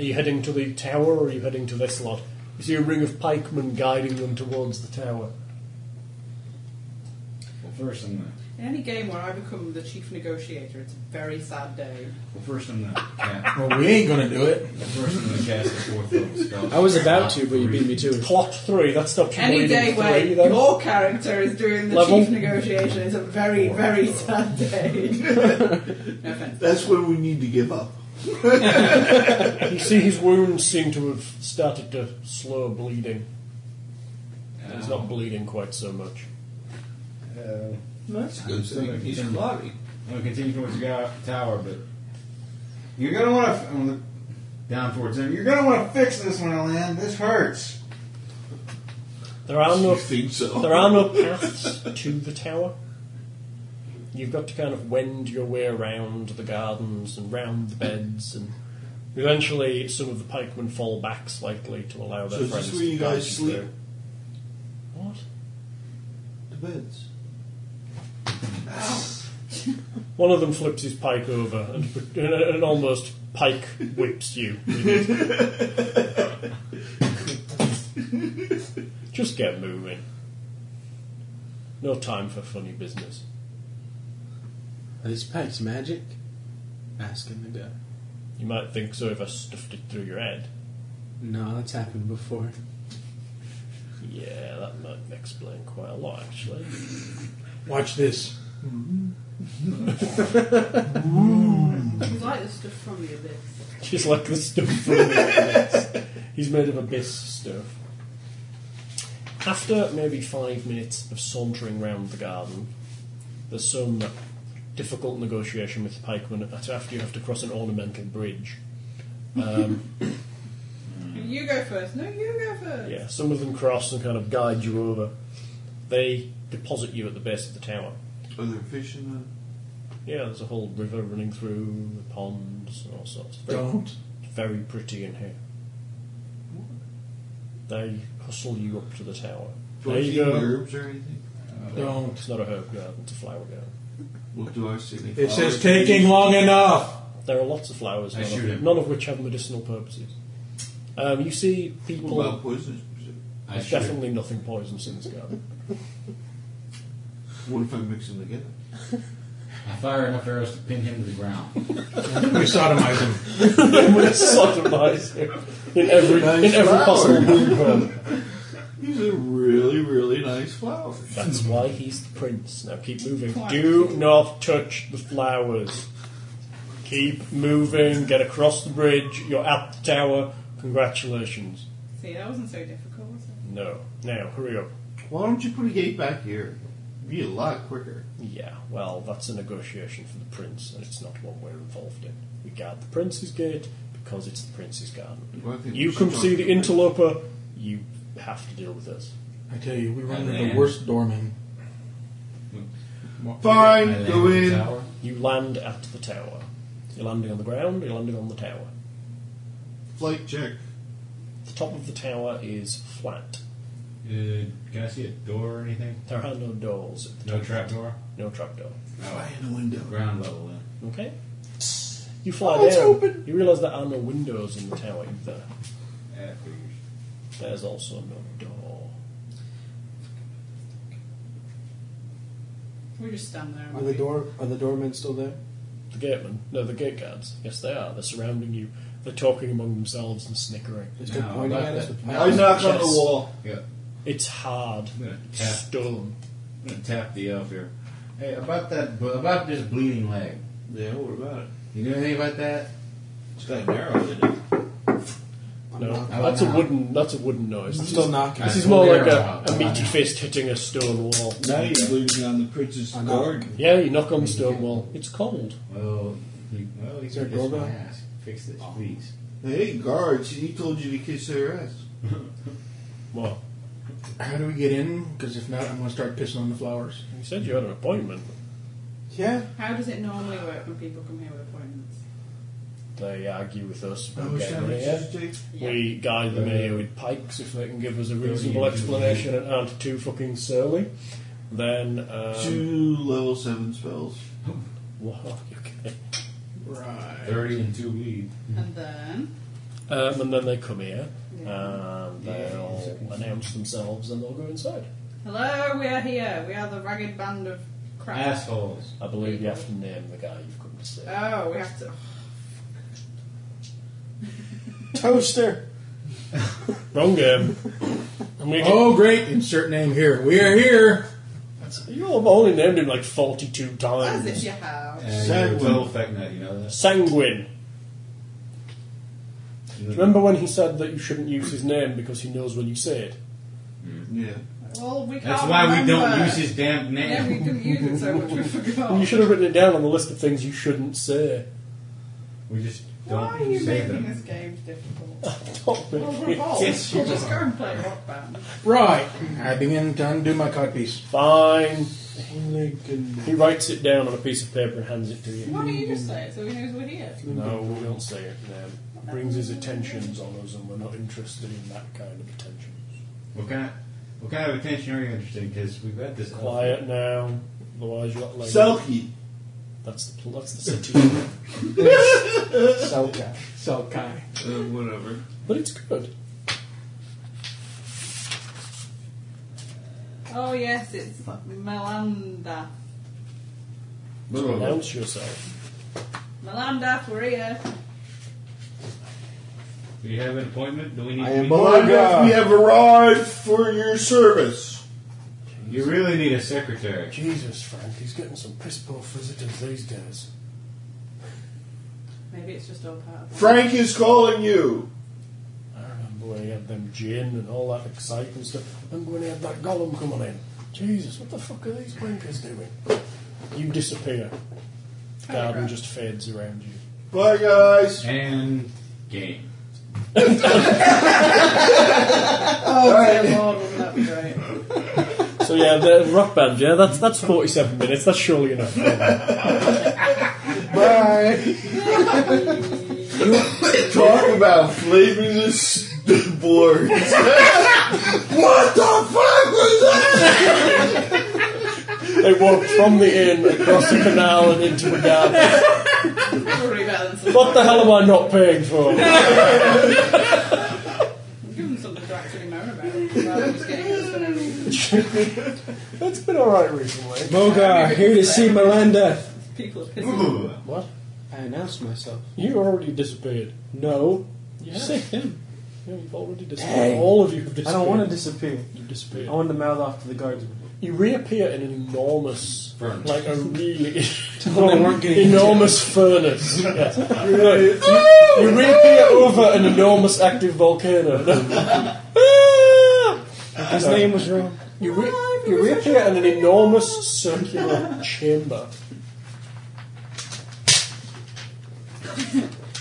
[SPEAKER 3] Are you heading to the tower or are you heading to this lot? You see a ring of pikemen guiding them towards the tower.
[SPEAKER 7] Well, first I'm gonna.
[SPEAKER 2] In any game where I become the chief negotiator, it's a very sad day.
[SPEAKER 7] Well, first I'm gonna. Cast,
[SPEAKER 6] Well, we ain't gonna do it.
[SPEAKER 7] well, first I'm gonna cast the fourth level spell.
[SPEAKER 5] I was about to, but you beat me to it.
[SPEAKER 3] Plot three, that stopped you
[SPEAKER 2] Any
[SPEAKER 3] reading
[SPEAKER 2] day where
[SPEAKER 3] three, then.
[SPEAKER 2] your character is doing the
[SPEAKER 3] Level.
[SPEAKER 2] chief negotiation is a very, very sad day. no offense.
[SPEAKER 4] That's when we need to give up.
[SPEAKER 3] You see his wounds seem to have started to slow bleeding. It's not bleeding quite so much.
[SPEAKER 7] Uh,
[SPEAKER 4] That's a good
[SPEAKER 7] So
[SPEAKER 4] thing.
[SPEAKER 7] he's
[SPEAKER 4] He's flabby.
[SPEAKER 7] I'm gonna continue towards the guy, tower, but you're gonna want to I'm gonna- down towards him. You're gonna want to fix this when I land. This hurts.
[SPEAKER 3] There are
[SPEAKER 4] You
[SPEAKER 3] no
[SPEAKER 4] think so?
[SPEAKER 3] there are no paths to the tower. You've got to kind of wend your way around the gardens and round the beds, and eventually some of the pikemen fall back slightly to allow their
[SPEAKER 4] So is
[SPEAKER 3] friends
[SPEAKER 4] this where
[SPEAKER 3] to
[SPEAKER 4] you
[SPEAKER 3] guide
[SPEAKER 4] guys
[SPEAKER 3] you
[SPEAKER 4] sleep?
[SPEAKER 3] through. What?
[SPEAKER 4] The beds.
[SPEAKER 3] One of them flips his pike over and, and almost pike whips you. Just get moving. No time for funny business.
[SPEAKER 5] Are these pikes magic? Asking the guy.
[SPEAKER 3] You might think so if I stuffed it through your head.
[SPEAKER 5] No, that's happened before.
[SPEAKER 3] Yeah, that might explain quite a lot, actually.
[SPEAKER 6] Watch this.
[SPEAKER 2] He's like the stuff from the abyss.
[SPEAKER 3] Just like the stuff from the He's made of abyss stuff. After maybe five minutes of sauntering round the garden, there's some difficult negotiation with the pikemen that's after you have to cross an ornamental bridge.
[SPEAKER 2] Mm. You go first. No, you go first.
[SPEAKER 3] Yeah, some of them cross and kind of guide you over. They deposit you at the base of the tower.
[SPEAKER 4] Are there fish in the?
[SPEAKER 3] Yeah, there's a whole river running through, ponds and all sorts. Very
[SPEAKER 6] Don't.
[SPEAKER 3] very pretty in here. They hustle you up to the tower.
[SPEAKER 4] Do
[SPEAKER 3] there
[SPEAKER 4] I
[SPEAKER 3] you
[SPEAKER 4] see
[SPEAKER 3] go.
[SPEAKER 4] herbs or anything?
[SPEAKER 6] Don't.
[SPEAKER 3] It's not a herb garden, it's a flower garden.
[SPEAKER 4] What do I see?
[SPEAKER 6] It says taking long enough.
[SPEAKER 3] There are lots of flowers,
[SPEAKER 7] I
[SPEAKER 3] none
[SPEAKER 7] shoot
[SPEAKER 3] of,
[SPEAKER 7] him.
[SPEAKER 3] none of which have medicinal purposes. Um, you see people.
[SPEAKER 4] About poisons.
[SPEAKER 7] I
[SPEAKER 3] there's
[SPEAKER 7] shoot.
[SPEAKER 3] definitely nothing poisonous in this garden.
[SPEAKER 4] What if I mix them together?
[SPEAKER 7] I fire enough arrows to pin him to the ground.
[SPEAKER 6] We sodomize him.
[SPEAKER 3] I'm going to sodomise you in every,
[SPEAKER 4] Nice
[SPEAKER 3] in every
[SPEAKER 4] flower.
[SPEAKER 3] possible room.
[SPEAKER 4] These are really, really nice flowers.
[SPEAKER 3] That's why he's the prince. Now keep moving. Do not touch the flowers. Keep moving, get across the bridge, you're at the tower. Congratulations.
[SPEAKER 2] See, that wasn't so difficult, was it?
[SPEAKER 3] No. Now, hurry up.
[SPEAKER 7] Why don't you put a gate back here? Be a lot quicker.
[SPEAKER 3] Yeah, well, that's a negotiation for the prince, and it's not one we're involved in. We guard the prince's gate because it's the prince's garden.
[SPEAKER 7] Well, I think we
[SPEAKER 3] You
[SPEAKER 7] should
[SPEAKER 3] come
[SPEAKER 7] talk
[SPEAKER 3] see
[SPEAKER 7] to
[SPEAKER 3] the interloper, you have to deal with us.
[SPEAKER 6] I tell you, we run
[SPEAKER 8] Oh,
[SPEAKER 7] And
[SPEAKER 6] into the
[SPEAKER 7] then-
[SPEAKER 6] worst doorman.
[SPEAKER 4] Fine, go in.
[SPEAKER 3] You land at the tower. You're landing on the ground, you're landing on the tower.
[SPEAKER 4] Flight check.
[SPEAKER 3] The top of the tower is flat.
[SPEAKER 8] Uh, can I see a door or anything?
[SPEAKER 3] There are no doors, at the
[SPEAKER 8] No trap door?
[SPEAKER 3] no trapdoor.
[SPEAKER 4] Fly in the window.
[SPEAKER 8] Ground level then.
[SPEAKER 3] Okay? You fly down. You realise there are no windows in the tower either.
[SPEAKER 8] Yeah, that figures.
[SPEAKER 3] There's also no door.
[SPEAKER 2] We just stand there.
[SPEAKER 5] Are the door are the doormen still there?
[SPEAKER 3] The gatemen, no, the gate guards. Yes, they are. They're surrounding you. They're talking among themselves and snickering.
[SPEAKER 5] They're still
[SPEAKER 8] No,
[SPEAKER 5] pointing
[SPEAKER 8] not
[SPEAKER 5] at us
[SPEAKER 8] that.
[SPEAKER 5] with
[SPEAKER 4] I knock on the
[SPEAKER 3] Yes.
[SPEAKER 4] wall.
[SPEAKER 8] Yeah.
[SPEAKER 3] It's hard.
[SPEAKER 8] I'm gonna
[SPEAKER 3] It's
[SPEAKER 8] tap.
[SPEAKER 3] Stone.
[SPEAKER 8] I'm gonna tap the elf here. Hey, about that, about this bleeding leg.
[SPEAKER 4] Yeah, what about it?
[SPEAKER 8] You know anything about that?
[SPEAKER 4] It's kind of narrow, isn't it?
[SPEAKER 3] No,
[SPEAKER 8] knocking.
[SPEAKER 3] that's a
[SPEAKER 8] I'm
[SPEAKER 3] wooden. That's a wooden noise.
[SPEAKER 5] I'm
[SPEAKER 3] This
[SPEAKER 5] still
[SPEAKER 3] is-
[SPEAKER 5] knocking.
[SPEAKER 3] This is
[SPEAKER 8] I'm
[SPEAKER 3] more
[SPEAKER 8] still
[SPEAKER 3] like
[SPEAKER 8] there.
[SPEAKER 3] a, a meaty fist hitting a stone wall.
[SPEAKER 4] Now you're losing on the prince's
[SPEAKER 5] I knock.
[SPEAKER 4] garden.
[SPEAKER 3] Yeah, you knock on the stone wall. It's cold.
[SPEAKER 8] Well, he, well, he
[SPEAKER 5] Is there a
[SPEAKER 8] can kiss my
[SPEAKER 5] doorbell?
[SPEAKER 8] ass. Fix this, please.
[SPEAKER 4] Hey, guards, he told you to kiss her ass.
[SPEAKER 3] What?
[SPEAKER 6] How do we get in? Because if not, I'm going to start pissing on the flowers.
[SPEAKER 3] You said you had an appointment.
[SPEAKER 5] Yeah.
[SPEAKER 2] How does it normally work when people come here with appointments?
[SPEAKER 3] They argue with us
[SPEAKER 4] How
[SPEAKER 3] about
[SPEAKER 4] much
[SPEAKER 3] getting
[SPEAKER 4] time did
[SPEAKER 3] here.
[SPEAKER 4] it take?
[SPEAKER 3] We guide them here with pikes if they can give us a reasonable
[SPEAKER 8] Yeah.
[SPEAKER 3] explanation and aren't too fucking surly. Then, um,
[SPEAKER 4] Two level 7 spells.
[SPEAKER 3] wow, okay.
[SPEAKER 6] Right.
[SPEAKER 8] 30 and 2 lead.
[SPEAKER 2] And then
[SPEAKER 3] um, and then they come here
[SPEAKER 2] Yeah.
[SPEAKER 3] and they'll announce themselves and they'll go inside.
[SPEAKER 2] Hello, we are here. We are the ragged band of crap.
[SPEAKER 8] Assholes.
[SPEAKER 3] I believe you have to name the guy you've come to see.
[SPEAKER 2] Oh, we have to
[SPEAKER 5] Toaster.
[SPEAKER 3] Wrong game. And we get-
[SPEAKER 6] Oh, great. Insert name here. We are here.
[SPEAKER 3] you all have only named him like 42
[SPEAKER 2] as if
[SPEAKER 3] times.
[SPEAKER 2] you have.
[SPEAKER 8] And
[SPEAKER 4] Sad
[SPEAKER 8] you're a
[SPEAKER 4] one.
[SPEAKER 8] total feck nut, you know that?
[SPEAKER 3] Sanguine. Remember when he said that you shouldn't use his name because he knows when you say it?
[SPEAKER 4] Yeah.
[SPEAKER 2] Well we can't
[SPEAKER 8] That's why we don't
[SPEAKER 2] remember.
[SPEAKER 8] use his damn
[SPEAKER 2] Yeah, we
[SPEAKER 8] name.
[SPEAKER 2] can use it so much we
[SPEAKER 3] And you
[SPEAKER 2] forgot.
[SPEAKER 3] should have written it down on the list of things you shouldn't say.
[SPEAKER 8] We just
[SPEAKER 2] Why are
[SPEAKER 8] don't
[SPEAKER 2] you
[SPEAKER 8] say
[SPEAKER 2] making
[SPEAKER 8] them.
[SPEAKER 2] this game difficult?
[SPEAKER 3] Don't
[SPEAKER 2] Well,
[SPEAKER 3] make
[SPEAKER 2] we're
[SPEAKER 3] me-
[SPEAKER 2] bold.
[SPEAKER 8] Yes, you
[SPEAKER 2] we'll just go and play rock band.
[SPEAKER 6] Right. I begin to undo my codpiece.
[SPEAKER 3] Fine.
[SPEAKER 5] Lincoln.
[SPEAKER 3] He writes it down on a piece of paper and hands it to you.
[SPEAKER 2] Why don't you just say it so he knows we're here?
[SPEAKER 3] No, we don't say it. Um, brings his attentions on us, and we're not interested in that kind of attention.
[SPEAKER 8] What kind of, what kind of attention are you interested in? Because we've got this.
[SPEAKER 3] Quiet now, otherwise you're like
[SPEAKER 4] Selkie.
[SPEAKER 3] That's the that's the city,
[SPEAKER 5] Selkai. Selkai.
[SPEAKER 4] Uh, whatever.
[SPEAKER 3] but it's good.
[SPEAKER 2] Oh yes, it's Melanda.
[SPEAKER 8] Little,
[SPEAKER 3] Announce yourself.
[SPEAKER 2] Melanda, we're here.
[SPEAKER 8] do you have an appointment? Do we need?
[SPEAKER 5] I am
[SPEAKER 8] we-
[SPEAKER 5] Oh,
[SPEAKER 4] Well,
[SPEAKER 5] God.
[SPEAKER 4] we have arrived for your service.
[SPEAKER 8] You really need a secretary.
[SPEAKER 3] Jesus, Frank, he's getting some piss poor visitors these days.
[SPEAKER 2] Maybe it's just all part of it.
[SPEAKER 4] Frank is calling you.
[SPEAKER 3] I remember when he had them gin and all that exciting stuff. remember when he had that golem coming in. Jesus, what the fuck are these wankers doing? You disappear. The garden just fades around you.
[SPEAKER 4] Bye, guys.
[SPEAKER 8] And game.
[SPEAKER 2] Oh, Lord, wouldn't that be great?
[SPEAKER 3] So yeah, the rock band. Yeah, that's that's forty-seven minutes. That's surely enough.
[SPEAKER 5] Bye.
[SPEAKER 4] Talk about flavors of boards. what the fuck was that?
[SPEAKER 3] They walked from the inn across the canal and into the garden.
[SPEAKER 2] Probably better than some.
[SPEAKER 3] What the hell am I not paying for?
[SPEAKER 2] Give them something to actually moan about rather than just getting this for no reason.
[SPEAKER 3] It's been all right recently.
[SPEAKER 5] Mogar, here to see Melinda.
[SPEAKER 2] People are pissing.
[SPEAKER 3] What?
[SPEAKER 5] I announced myself.
[SPEAKER 3] You already disappeared.
[SPEAKER 5] No.
[SPEAKER 3] Yeah.
[SPEAKER 5] You Sick him.
[SPEAKER 3] Yeah, you've already disappeared.
[SPEAKER 5] Dang.
[SPEAKER 3] All of you have
[SPEAKER 5] I
[SPEAKER 3] disappeared.
[SPEAKER 5] don't want to disappear.
[SPEAKER 3] You disappeared.
[SPEAKER 5] I want to mouth off to the guardsman.
[SPEAKER 3] You reappear in an enormous,
[SPEAKER 8] Furnace.
[SPEAKER 3] like a really
[SPEAKER 5] them weren't getting
[SPEAKER 3] enormous furnace. Yes. You, re- you reappear over an enormous active volcano.
[SPEAKER 5] His name was wrong.
[SPEAKER 3] You, re- you reappear in an enormous circular chamber.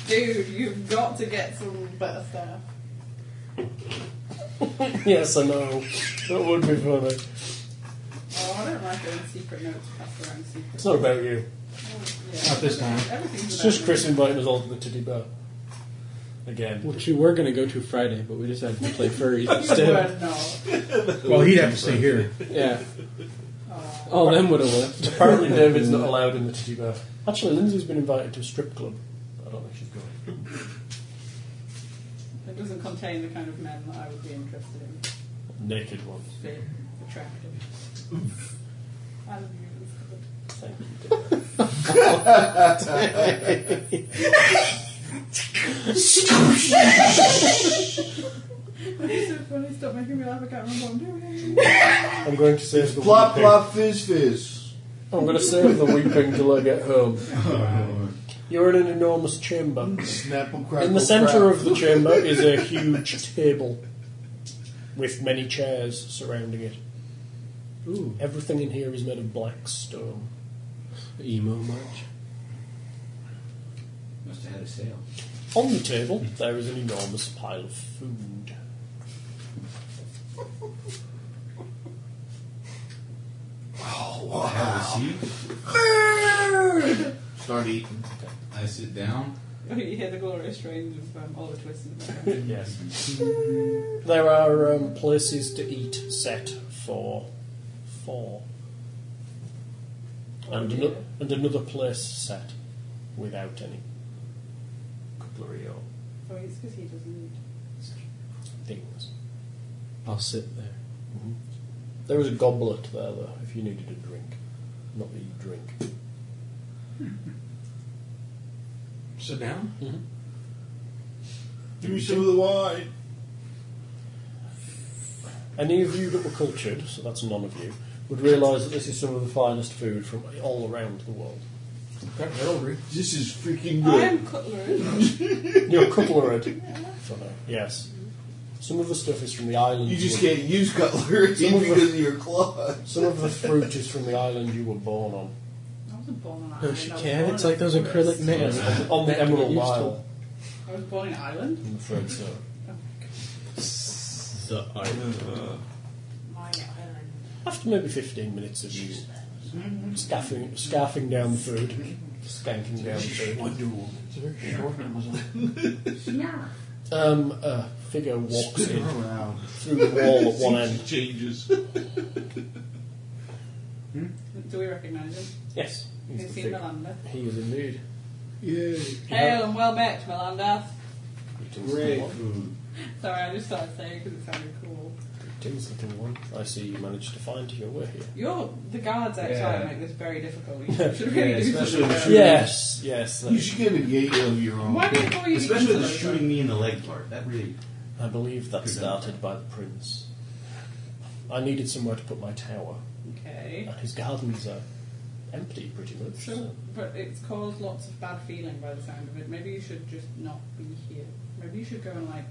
[SPEAKER 2] Dude, you've got to get some better stuff.
[SPEAKER 3] Yes, I know. That would be funny.
[SPEAKER 2] Oh, I don't like doing secret notes passed around secret.
[SPEAKER 3] It's not about you.
[SPEAKER 2] Yeah.
[SPEAKER 6] Not this time.
[SPEAKER 2] Everything's
[SPEAKER 3] It's
[SPEAKER 2] about
[SPEAKER 3] just
[SPEAKER 2] me.
[SPEAKER 3] Chris inviting us all to the titty bar. Again.
[SPEAKER 5] Which we were going to go to Friday, but we decided to play furries
[SPEAKER 2] You
[SPEAKER 5] instead.
[SPEAKER 2] were not.
[SPEAKER 8] Well, he'd have to stay here.
[SPEAKER 5] Yeah.
[SPEAKER 3] Uh, Oh,
[SPEAKER 5] All them would have left.
[SPEAKER 3] Apparently, David's not allowed in the titty bar. Actually, Lindsay's been invited to a strip club. I don't think she's going.
[SPEAKER 2] It doesn't contain the kind of men that I would be interested in.
[SPEAKER 3] Naked ones.
[SPEAKER 2] Big, attractive. I love you. it's good.
[SPEAKER 3] Thank you, David.
[SPEAKER 2] It's so funny. Stop making me laugh. I can't remember what I'm doing.
[SPEAKER 3] I'm going to save the
[SPEAKER 4] Plop,
[SPEAKER 3] weeping.
[SPEAKER 4] plop, fizz, fizz.
[SPEAKER 3] I'm going to save the weeping till I get home. You're in an enormous chamber.
[SPEAKER 4] Snapple, crackle,
[SPEAKER 3] In the centre
[SPEAKER 4] crack.
[SPEAKER 3] of the chamber is a huge table with many chairs surrounding it.
[SPEAKER 5] Ooh,
[SPEAKER 3] Everything in here is made of black stone.
[SPEAKER 5] emo much?
[SPEAKER 8] Must have had a sale.
[SPEAKER 3] On the table, there is an enormous pile of food.
[SPEAKER 8] I have a seat.
[SPEAKER 7] Start eating.
[SPEAKER 8] I sit down.
[SPEAKER 2] Oh, You hear the glorious strains of um, Oliver Twist in the background.
[SPEAKER 3] yes. There are um, places to eat set for four. And, ano- and another place set without any cutlery or
[SPEAKER 2] Oh, it's because he doesn't
[SPEAKER 3] things. Mm-hmm.
[SPEAKER 5] I'll sit there.
[SPEAKER 3] There is a goblet there, though, if you needed a drink. Not that you drink.
[SPEAKER 6] Sit down.
[SPEAKER 4] Give me some of the wine.
[SPEAKER 3] Any of you that were cultured, so that's none of you, would realise that this is some of the finest food from all around the world.
[SPEAKER 6] Got heraldry.
[SPEAKER 4] This is freaking
[SPEAKER 2] I
[SPEAKER 4] good.
[SPEAKER 2] am cutlery.
[SPEAKER 3] You're cutlered. yes. Some of the stuff is from the island.
[SPEAKER 4] You just
[SPEAKER 3] were-
[SPEAKER 4] can't use cutlery
[SPEAKER 3] Some of the-
[SPEAKER 4] because of your claws.
[SPEAKER 3] Some of the fruit is from the island you were born on.
[SPEAKER 2] I wasn't born on an island.
[SPEAKER 5] No, she
[SPEAKER 2] I was
[SPEAKER 5] can't.
[SPEAKER 2] born
[SPEAKER 5] It's
[SPEAKER 2] in
[SPEAKER 5] like those
[SPEAKER 2] a forest.
[SPEAKER 5] acrylic nails.
[SPEAKER 3] On the
[SPEAKER 5] That you
[SPEAKER 3] Emerald
[SPEAKER 5] used to-
[SPEAKER 3] Isle.
[SPEAKER 2] I was born in Ireland.
[SPEAKER 3] I'm afraid so.
[SPEAKER 5] The island.
[SPEAKER 2] My Ireland.
[SPEAKER 3] After maybe 15 minutes of you scaffing, scarfing down the food, skanking down the food,
[SPEAKER 6] It's a very short Amazon.
[SPEAKER 3] um, a figure walks
[SPEAKER 4] Spin
[SPEAKER 3] in
[SPEAKER 4] around.
[SPEAKER 3] through the wall at one end.
[SPEAKER 4] Changes.
[SPEAKER 2] Do we recognise him?
[SPEAKER 3] Yes.
[SPEAKER 2] We've
[SPEAKER 3] He's the
[SPEAKER 2] seen
[SPEAKER 3] figure.
[SPEAKER 2] Melanda.
[SPEAKER 3] He is indeed.
[SPEAKER 4] Yay.
[SPEAKER 2] Hail and well met, Melanda.
[SPEAKER 4] Great.
[SPEAKER 7] Hmm.
[SPEAKER 2] Sorry, I just started saying because it sounded cool.
[SPEAKER 3] Tim's looking one. I see you managed to find your way here.
[SPEAKER 2] You're the guards outside
[SPEAKER 8] Yeah.
[SPEAKER 2] make this very difficult. You should really
[SPEAKER 8] Yeah,
[SPEAKER 2] do
[SPEAKER 8] especially
[SPEAKER 2] something
[SPEAKER 8] the
[SPEAKER 2] about it.
[SPEAKER 3] Yes, yes.
[SPEAKER 4] You should get a gate of your own.
[SPEAKER 2] Why before you
[SPEAKER 8] Especially
[SPEAKER 2] even
[SPEAKER 8] the
[SPEAKER 2] tell us
[SPEAKER 8] shooting me in the leg part. That really.
[SPEAKER 3] I believe that started by the prince. I needed somewhere to put my tower,
[SPEAKER 2] that? Okay.
[SPEAKER 3] and his gardens are empty pretty much.
[SPEAKER 2] So, but it's caused lots of bad feeling by the sound of it. Maybe you should just not be here. Maybe you should go and like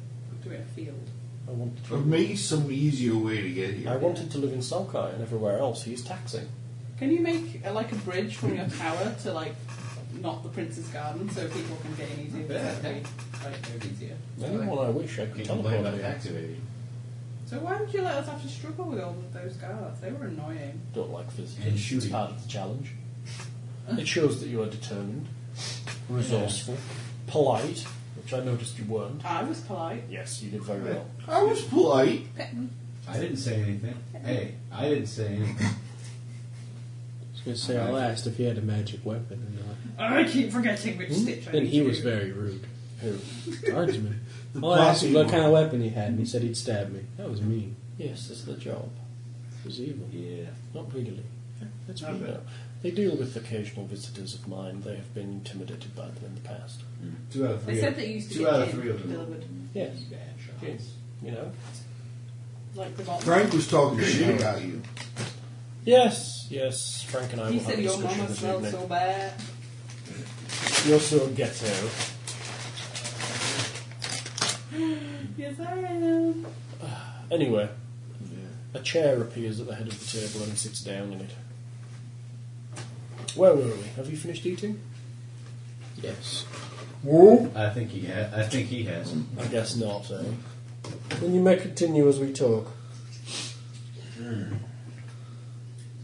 [SPEAKER 2] do it in a field.
[SPEAKER 3] I wanted
[SPEAKER 4] Or
[SPEAKER 3] to.
[SPEAKER 4] maybe some easier way to get
[SPEAKER 3] I
[SPEAKER 4] here.
[SPEAKER 3] wanted to live in Salkai and everywhere else. He's taxing.
[SPEAKER 2] Can you make uh, like a bridge from your tower to like not the prince's garden so people can get in easier?
[SPEAKER 8] Yeah.
[SPEAKER 2] That would be, like easier.
[SPEAKER 3] Anyone I wish I could
[SPEAKER 8] Can't complain
[SPEAKER 3] teleport
[SPEAKER 8] about
[SPEAKER 3] to.
[SPEAKER 8] activating.
[SPEAKER 2] So why would you let us have to struggle with all of those guards? They were annoying.
[SPEAKER 3] Don't like visiting.
[SPEAKER 8] And
[SPEAKER 3] It's
[SPEAKER 8] shooting.
[SPEAKER 3] part of the challenge. It shows that you are determined, resourceful, polite, which I noticed you weren't.
[SPEAKER 2] I was polite.
[SPEAKER 3] Yes, you did very well.
[SPEAKER 4] I was polite.
[SPEAKER 2] Pet me.
[SPEAKER 8] I didn't say anything. Hey, I didn't say anything.
[SPEAKER 5] I was going to say, I'll ask if he had a magic weapon or not.
[SPEAKER 2] Oh, I keep forgetting
[SPEAKER 8] Hmm?
[SPEAKER 2] which stitch. I
[SPEAKER 5] Then
[SPEAKER 2] need
[SPEAKER 5] he
[SPEAKER 2] to
[SPEAKER 5] was
[SPEAKER 2] do.
[SPEAKER 5] very rude.
[SPEAKER 3] Who?
[SPEAKER 5] Guardsman.
[SPEAKER 4] The
[SPEAKER 5] Well, I asked him
[SPEAKER 4] property
[SPEAKER 5] what kind
[SPEAKER 4] one.
[SPEAKER 5] of weapon he had, and he said he'd stab me. That was mean.
[SPEAKER 3] Yes, it's the job.
[SPEAKER 5] It was evil.
[SPEAKER 8] Yeah.
[SPEAKER 3] Not really.
[SPEAKER 5] That's
[SPEAKER 3] You
[SPEAKER 5] mean.
[SPEAKER 3] know, they deal with occasional visitors of mine. They have been intimidated by them in the past.
[SPEAKER 8] Two out of three.
[SPEAKER 2] They said that you used to
[SPEAKER 8] Two
[SPEAKER 2] get
[SPEAKER 8] out of
[SPEAKER 2] gin
[SPEAKER 8] three of them.
[SPEAKER 2] delivered,
[SPEAKER 3] Yes.
[SPEAKER 8] Bad shots.
[SPEAKER 3] Yes. You know.
[SPEAKER 2] like the bottle.
[SPEAKER 4] Frank was talking shit about you.
[SPEAKER 3] Yes. Yes. Frank and I
[SPEAKER 2] He
[SPEAKER 3] will have
[SPEAKER 2] said
[SPEAKER 3] a
[SPEAKER 2] your
[SPEAKER 3] discussion
[SPEAKER 2] mama
[SPEAKER 3] this
[SPEAKER 2] smells
[SPEAKER 3] evening.
[SPEAKER 2] so bad.
[SPEAKER 3] You're so ghetto.
[SPEAKER 2] Yes, I am.
[SPEAKER 3] Anyway, A chair appears at the head of the table and sits down in it. Where were we? Have you finished eating?
[SPEAKER 5] Yes.
[SPEAKER 8] I think he has. I think he has.
[SPEAKER 3] I guess not, eh? Then you may continue as we talk.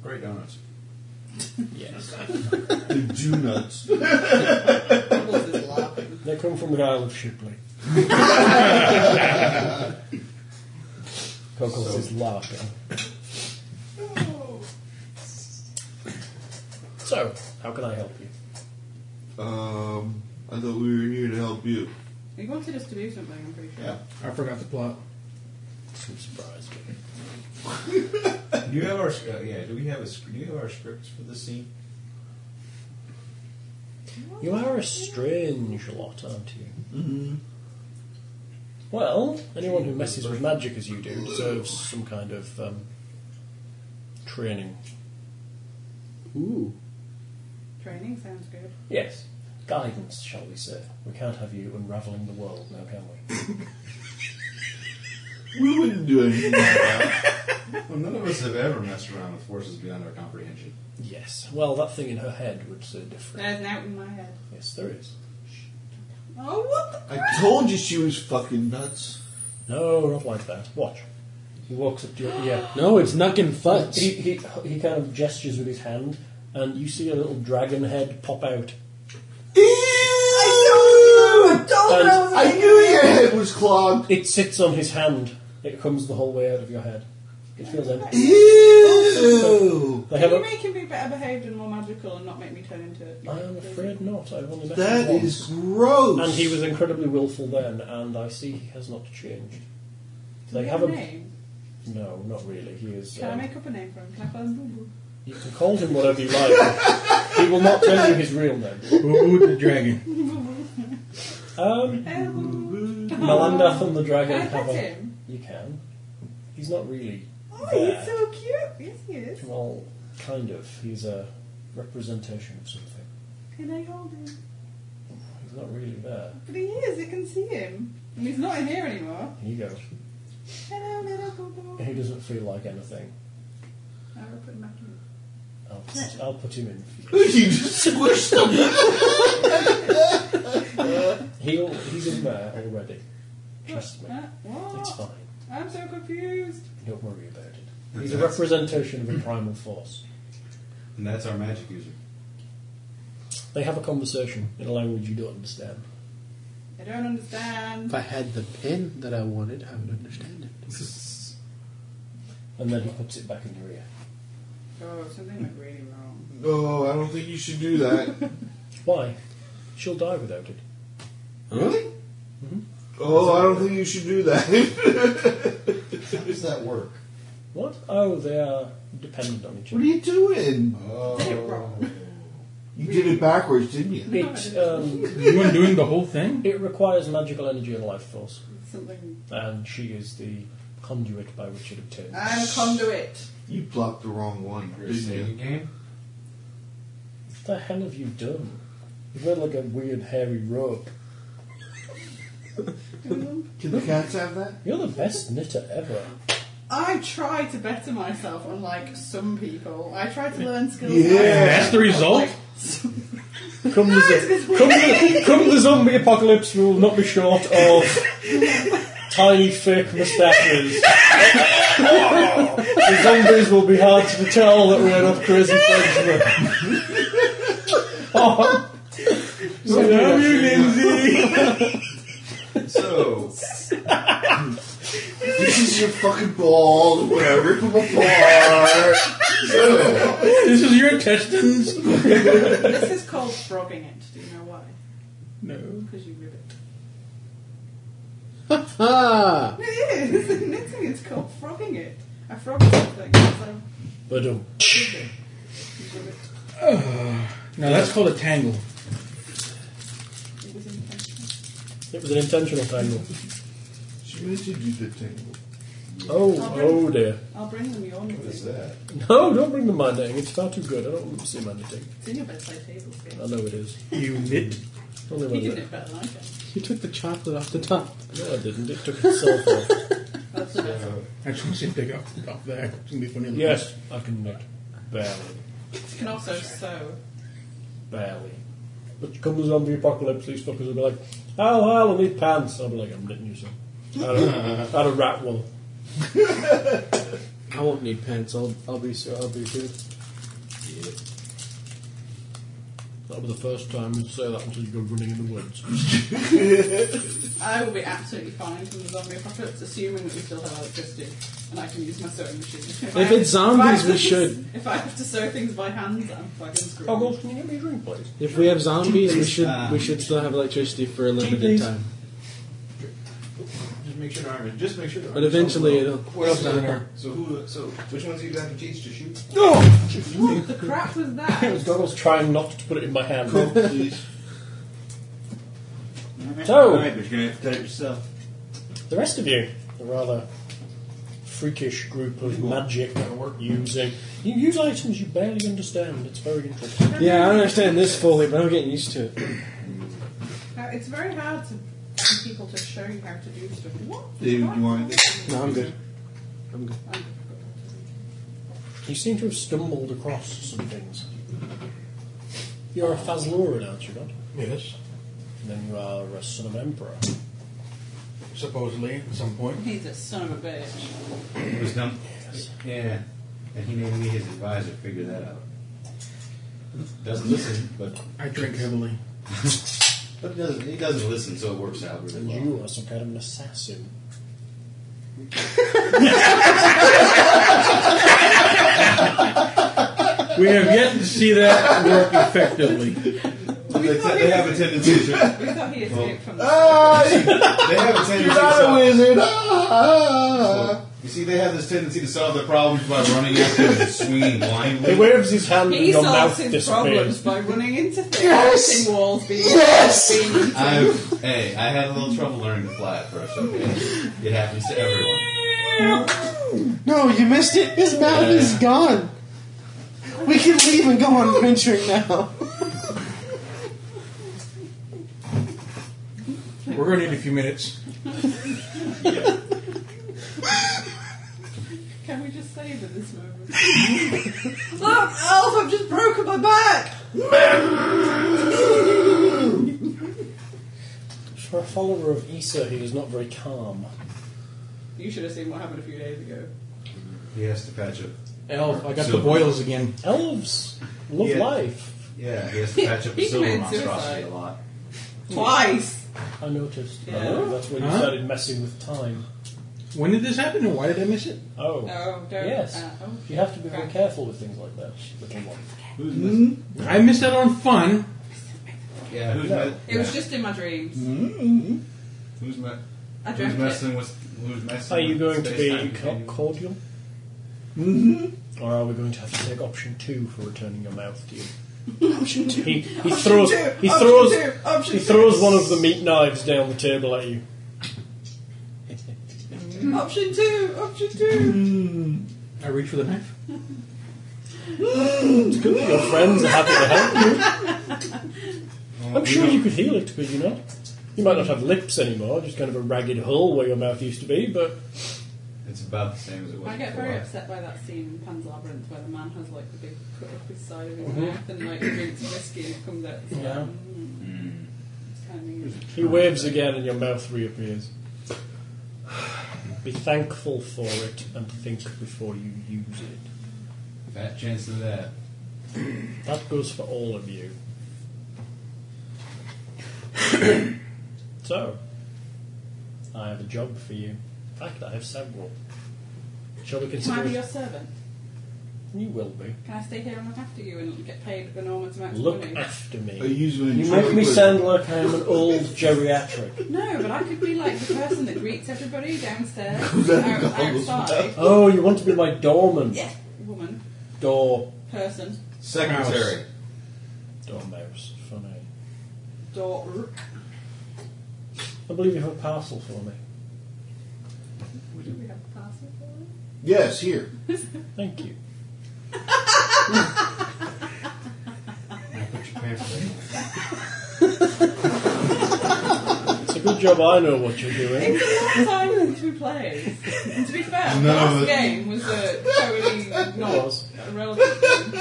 [SPEAKER 7] Great donuts.
[SPEAKER 5] Yes.
[SPEAKER 4] The Jew nuts.
[SPEAKER 2] Bubbles is laughing.
[SPEAKER 3] They come from the Isle of Shipley. Cockles is laughing. So, how can I help you?
[SPEAKER 4] Um, I thought we were here to help you.
[SPEAKER 2] He wanted us to do something, I'm pretty sure.
[SPEAKER 6] I forgot the plot.
[SPEAKER 3] I'm surprised.
[SPEAKER 7] Do you have our? sc- Uh, yeah. Do we have a? sc- Do you have our scripts for this scene?
[SPEAKER 3] You are a strange lot, aren't you? Mm-hmm. Well, anyone who messes with magic as you do deserves some kind of um, training.
[SPEAKER 5] Ooh.
[SPEAKER 2] Training sounds good.
[SPEAKER 3] Yes. Guidance, shall we say. We can't have you unravelling the world now, can we?
[SPEAKER 4] We wouldn't do anything like that.
[SPEAKER 7] Well, none of us have ever messed around with forces beyond our comprehension.
[SPEAKER 3] Yes. Well, that thing in her head would say different.
[SPEAKER 2] There's an out in my head.
[SPEAKER 3] Yes, there is.
[SPEAKER 2] Oh, what the?
[SPEAKER 4] I told you she was fucking nuts.
[SPEAKER 3] No, not like that. Watch. He walks up to your ear.
[SPEAKER 5] No, it's Nuckin'
[SPEAKER 3] He,
[SPEAKER 5] Futz.
[SPEAKER 3] he, he kind of gestures with his hand, and you see a little dragon head pop out.
[SPEAKER 4] I
[SPEAKER 3] And
[SPEAKER 4] I knew your head was clogged.
[SPEAKER 3] it sits on his hand. It comes the whole way out of your head. It feels empty.
[SPEAKER 4] Ew.
[SPEAKER 3] They
[SPEAKER 2] Can
[SPEAKER 3] have
[SPEAKER 2] you
[SPEAKER 3] a,
[SPEAKER 2] make him be better behaved and more magical and not make me turn into a
[SPEAKER 3] I am afraid not. I've only met
[SPEAKER 4] That
[SPEAKER 3] him once.
[SPEAKER 4] is gross.
[SPEAKER 3] And he was incredibly willful then, and I see he has not changed. They
[SPEAKER 2] Can I
[SPEAKER 3] have
[SPEAKER 2] make a
[SPEAKER 3] a
[SPEAKER 2] name?
[SPEAKER 3] no, not really. He is.
[SPEAKER 2] Can I
[SPEAKER 3] um,
[SPEAKER 2] make up a name for him? Can I call him Boo Boo?
[SPEAKER 3] You can call him whatever you like. he will not tell you his real name.
[SPEAKER 6] Ooh, the dragon.
[SPEAKER 3] Um,
[SPEAKER 2] Hello.
[SPEAKER 3] Melandath and the
[SPEAKER 2] Can
[SPEAKER 3] dragon
[SPEAKER 2] I
[SPEAKER 3] have
[SPEAKER 2] pet
[SPEAKER 3] a.
[SPEAKER 2] him?
[SPEAKER 3] You can. He's not really.
[SPEAKER 2] Oh, he's so cute. Yes, he is.
[SPEAKER 3] Well, kind of. He's a representation of something.
[SPEAKER 2] Can I hold him?
[SPEAKER 3] He's not really there.
[SPEAKER 2] But he is. I can see him. And he's not in here anymore.
[SPEAKER 3] Here you go.
[SPEAKER 2] Hello, little Boo Boo.
[SPEAKER 3] He doesn't feel like anything.
[SPEAKER 2] I will put him back in.
[SPEAKER 3] I'll, I'll put him in. For you.
[SPEAKER 4] You just squished him.
[SPEAKER 3] He'll, he's in there already. Trust me.
[SPEAKER 2] Uh,
[SPEAKER 3] It's
[SPEAKER 2] what?
[SPEAKER 3] fine.
[SPEAKER 2] I'm so confused.
[SPEAKER 3] Don't worry about it. He's a representation of a primal force.
[SPEAKER 7] And that's our magic user.
[SPEAKER 3] They have a conversation in a language you don't understand.
[SPEAKER 2] I don't understand.
[SPEAKER 5] If I had the pin that I wanted, I would understand it.
[SPEAKER 3] And then he puts it back in your ear.
[SPEAKER 2] Oh, something went really wrong.
[SPEAKER 4] No, Oh, I don't think you should do that.
[SPEAKER 3] Why? She'll die without it.
[SPEAKER 7] Really?
[SPEAKER 4] Oh, I don't think you should do that.
[SPEAKER 7] How does that work?
[SPEAKER 3] What? Oh, they are dependent on each
[SPEAKER 4] what are
[SPEAKER 3] other.
[SPEAKER 4] you doing?
[SPEAKER 7] Oh.
[SPEAKER 4] You did it backwards, didn't you?
[SPEAKER 3] It, um,
[SPEAKER 6] You weren't doing the whole thing?
[SPEAKER 3] it requires magical energy and life force,
[SPEAKER 2] Something.
[SPEAKER 3] and she is the conduit by which it obtains.
[SPEAKER 2] I'm a conduit.
[SPEAKER 4] You plopped the wrong one,
[SPEAKER 7] You're a
[SPEAKER 4] didn't you?
[SPEAKER 7] saving game?
[SPEAKER 3] What the hell have you done? You've made like a weird hairy rope.
[SPEAKER 4] Can the cats have that?
[SPEAKER 3] You're the best knitter ever.
[SPEAKER 2] I try to better myself, unlike some people. I try to learn skills.
[SPEAKER 4] Yeah.
[SPEAKER 6] That's the result?
[SPEAKER 3] Come the, zo- come, the, come the zombie apocalypse, we will not be short of tiny fake moustaches. the zombies will be hard to tell that we are not crazy Frenchmen. oh, so have you, Lindsay?
[SPEAKER 7] So,
[SPEAKER 4] This is your fucking ball, whatever, rip them apart.
[SPEAKER 6] This is your intestines?
[SPEAKER 2] This is called frogging it. Do you know why?
[SPEAKER 6] No.
[SPEAKER 2] Because you rib it.
[SPEAKER 5] Ah!
[SPEAKER 2] It is. In knitting, it's called frogging it. I frog something. So
[SPEAKER 3] But um,
[SPEAKER 2] you rib
[SPEAKER 6] No, that's called a tangle.
[SPEAKER 2] it. It was intentional.
[SPEAKER 3] it was an intentional tangle.
[SPEAKER 4] She mentioned you did tangle.
[SPEAKER 3] Oh, oh dear.
[SPEAKER 2] I'll bring them your knitting.
[SPEAKER 7] what is that?
[SPEAKER 3] No, don't bring the man knitting. It's far too good. I don't want to see man knitting.
[SPEAKER 2] It's in your bedside table. Scale.
[SPEAKER 3] I know it is.
[SPEAKER 6] You knit.
[SPEAKER 3] Only
[SPEAKER 2] You
[SPEAKER 3] one
[SPEAKER 2] did
[SPEAKER 3] knit.
[SPEAKER 2] it better than I can.
[SPEAKER 5] You took the chocolate off the top.
[SPEAKER 3] No, I didn't. It took itself off.
[SPEAKER 2] That's the best.
[SPEAKER 6] I just want to see if they got the top there. It's gonna be funny.
[SPEAKER 3] Yes, I can make barely,
[SPEAKER 2] You can also sew.
[SPEAKER 3] barely. But come the zombie apocalypse, these fuckers will be like, "How hell I need pants?" I'll be like, "I'm knitting you some." Out of, out of rat wool.
[SPEAKER 5] I won't need pants. I'll, I'll be so I'll be good.
[SPEAKER 3] That'll be the first time you'd say that until you go running in the woods.
[SPEAKER 2] I will be absolutely fine from the zombie apocalypse, assuming that we still have electricity and I can use my sewing machine. If, I
[SPEAKER 5] it's
[SPEAKER 2] have-
[SPEAKER 5] zombies,
[SPEAKER 2] if I have
[SPEAKER 5] we
[SPEAKER 2] to-
[SPEAKER 5] should.
[SPEAKER 2] If I have to sew things by hand, I'm fucking screwed.
[SPEAKER 3] Oh, Gold, can you get me a drink, please?
[SPEAKER 5] If we have zombies, we should we should still have electricity for a limited
[SPEAKER 3] please.
[SPEAKER 5] time.
[SPEAKER 4] Just make sure to arm it. Just make sure to arm
[SPEAKER 5] But eventually
[SPEAKER 4] it.
[SPEAKER 5] it'll.
[SPEAKER 6] What else is in there?
[SPEAKER 4] So who? So which ones do you have to teach to shoot?
[SPEAKER 2] What the crap was
[SPEAKER 3] I
[SPEAKER 2] that?
[SPEAKER 3] was almost trying not to put it in my hand.
[SPEAKER 4] All
[SPEAKER 3] So-
[SPEAKER 4] right, but you're gonna have to cut it yourself.
[SPEAKER 3] The rest of you, a rather freakish group of magic using. You use items you barely understand. It's very interesting.
[SPEAKER 5] Yeah, I don't understand this fully, but I'm getting used to it.
[SPEAKER 2] Uh, It's very hard to for people to show you how to do stuff. What?
[SPEAKER 9] David, you want anything?
[SPEAKER 5] No, I'm good. I'm good.
[SPEAKER 3] You seem to have stumbled across some things. You're a Fazlurid, aren't you not?
[SPEAKER 6] Yes.
[SPEAKER 3] And then you are a son of Emperor.
[SPEAKER 6] Supposedly, at some point.
[SPEAKER 2] He's a son of a bitch.
[SPEAKER 7] It was dumb. Yeah. And he made me his advisor figure that out. Doesn't listen, but
[SPEAKER 6] I drink heavily.
[SPEAKER 7] but he doesn't he doesn't listen, so it works out really
[SPEAKER 3] And
[SPEAKER 7] well.
[SPEAKER 3] you are some kind of an assassin.
[SPEAKER 6] We have yet to see that work effectively.
[SPEAKER 7] They, te- they have a tendency to
[SPEAKER 2] We thought he escaped from the.
[SPEAKER 7] they have a tendency
[SPEAKER 9] You're
[SPEAKER 7] to
[SPEAKER 9] not a
[SPEAKER 7] solve-
[SPEAKER 9] wizard! Ah!
[SPEAKER 7] You see, they have this tendency to solve their problems by running after them and swinging
[SPEAKER 3] He
[SPEAKER 7] blindly.
[SPEAKER 3] waves his hand and
[SPEAKER 2] He
[SPEAKER 3] your
[SPEAKER 2] solves
[SPEAKER 3] mouth
[SPEAKER 2] his
[SPEAKER 3] disappears.
[SPEAKER 2] problems by running into things,
[SPEAKER 5] Yes!
[SPEAKER 2] hitting walls, being
[SPEAKER 5] Yes!
[SPEAKER 2] being
[SPEAKER 7] I've, hey, I had a little trouble learning to fly at first. Okay, it happens to everyone.
[SPEAKER 5] No, you missed it. His mouth is gone. We can leave and go on adventuring now.
[SPEAKER 6] We're going to need a few minutes.
[SPEAKER 2] Can we just save at this moment? Look, Elf, I've just broken my back!
[SPEAKER 3] For a follower of Issa, he is not very calm.
[SPEAKER 2] You should have seen what happened a few days ago.
[SPEAKER 7] He has to patch up.
[SPEAKER 6] Elf, I
[SPEAKER 7] got the
[SPEAKER 6] boils again.
[SPEAKER 3] Elves love
[SPEAKER 7] Yeah.
[SPEAKER 3] life.
[SPEAKER 7] Yeah, he has to patch up the
[SPEAKER 2] He
[SPEAKER 7] silver
[SPEAKER 2] committed
[SPEAKER 7] monstrosity
[SPEAKER 2] suicide.
[SPEAKER 7] a lot.
[SPEAKER 3] Hmm.
[SPEAKER 2] Twice!
[SPEAKER 3] I noticed.
[SPEAKER 2] Yeah.
[SPEAKER 3] Uh, That's when you
[SPEAKER 6] Huh?
[SPEAKER 3] started messing with time.
[SPEAKER 6] When did this happen and why did I miss it?
[SPEAKER 3] Oh.
[SPEAKER 2] No, don't.
[SPEAKER 3] Yes.
[SPEAKER 2] Uh, oh.
[SPEAKER 3] You have to be very
[SPEAKER 2] Okay.
[SPEAKER 3] careful with things like that. Little one.
[SPEAKER 2] Hmm?
[SPEAKER 6] I missed out on fun.
[SPEAKER 7] Yeah, who's,
[SPEAKER 3] No.
[SPEAKER 7] me-
[SPEAKER 2] It was just in my dreams.
[SPEAKER 3] Hmm.
[SPEAKER 7] who's, me-
[SPEAKER 2] I
[SPEAKER 7] who's
[SPEAKER 2] dreamt it.
[SPEAKER 7] messing with who's messing?
[SPEAKER 3] Are you
[SPEAKER 7] with
[SPEAKER 3] going to be
[SPEAKER 7] space-time
[SPEAKER 3] co-
[SPEAKER 7] continuum?
[SPEAKER 3] cordial? Mm-hmm. Or are we going to have to take option two for returning your mouth to you? option two. He, he throws. he throws. he throws one of the meat knives down the table at you.
[SPEAKER 2] Option two! Option two!
[SPEAKER 6] I reach for the knife.
[SPEAKER 3] It's good that your friends are happy to help you. I'm sure you could heal it, could you not? You might not have lips anymore, just kind of a ragged hull where your mouth used to be, but
[SPEAKER 7] It's about the same as it was.
[SPEAKER 2] I get
[SPEAKER 7] before.
[SPEAKER 2] very upset by that scene in Pan's Labyrinth where the man has like the big cut up his side of his mouth and like drinks whiskey and it comes out. It's like,
[SPEAKER 3] Mm-hmm. Yeah. Hmm.
[SPEAKER 2] mm. It's kind of
[SPEAKER 3] He waves again and your mouth reappears. Be thankful for it and think before you use it.
[SPEAKER 7] Fat chance of that.
[SPEAKER 3] That goes for all of you. so, I have a job for you. In fact, I have several. Shall we
[SPEAKER 2] Can I
[SPEAKER 3] consider
[SPEAKER 2] be
[SPEAKER 3] it?
[SPEAKER 2] your servant?
[SPEAKER 3] You will be.
[SPEAKER 2] Can I stay here and look after you and get paid enormous amounts
[SPEAKER 3] Look
[SPEAKER 2] of money?
[SPEAKER 3] after
[SPEAKER 9] I
[SPEAKER 3] me.
[SPEAKER 9] use my
[SPEAKER 3] You make me
[SPEAKER 9] interpreter.
[SPEAKER 3] sound like I am an old geriatric.
[SPEAKER 2] No, but I could be like the person that greets everybody downstairs,
[SPEAKER 9] That
[SPEAKER 2] out,
[SPEAKER 9] goes
[SPEAKER 2] outside.
[SPEAKER 3] Oh, you want to be my doorman?
[SPEAKER 2] Yeah, woman,
[SPEAKER 3] Door.
[SPEAKER 2] person,
[SPEAKER 7] Secretary.
[SPEAKER 3] Dormouse. Funny.
[SPEAKER 2] daughter.
[SPEAKER 3] I believe you have a parcel for me.
[SPEAKER 2] Do we have a parcel for her?
[SPEAKER 9] Yes, here.
[SPEAKER 3] Thank you.
[SPEAKER 7] Put your pants down.
[SPEAKER 3] It's a good job I know what you're doing.
[SPEAKER 2] It's all time in two plays. And to be fair, the
[SPEAKER 7] None of
[SPEAKER 2] last
[SPEAKER 7] it-
[SPEAKER 2] game was a totally not
[SPEAKER 3] was.
[SPEAKER 2] a relevant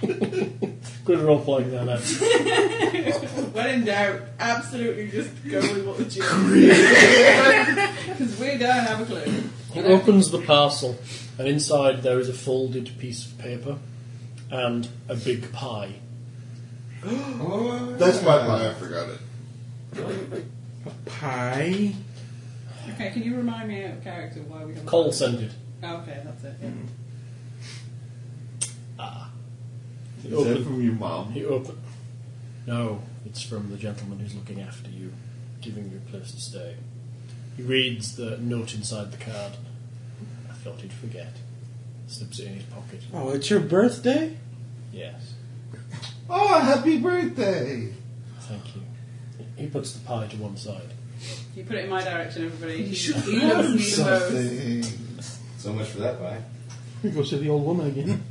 [SPEAKER 2] game.
[SPEAKER 3] Good role playing there, that's
[SPEAKER 2] When in doubt, absolutely just go with what the GM Because we don't have a clue.
[SPEAKER 3] He opens the parcel, and inside there is a folded piece of paper and a big pie.
[SPEAKER 4] That's my lie. I forgot it.
[SPEAKER 6] Pie.
[SPEAKER 2] Okay, can you remind me out of character why we have
[SPEAKER 3] Cole scented.
[SPEAKER 2] Oh, okay, that's it. Yeah.
[SPEAKER 4] Is that from your mom?
[SPEAKER 3] He open. No, it's from the gentleman who's looking after you, giving you a place to stay. He reads the note inside the card. I thought he'd forget. Slips it in his pocket.
[SPEAKER 5] Oh, it's your birthday?
[SPEAKER 3] Yes,
[SPEAKER 4] Oh, happy birthday!
[SPEAKER 3] thank you. He puts the pie to one side.
[SPEAKER 2] You put it in my direction, everybody. He
[SPEAKER 4] should
[SPEAKER 2] loves me the most.
[SPEAKER 4] Something.
[SPEAKER 8] So much for that pie.
[SPEAKER 5] Here goes to the old woman again.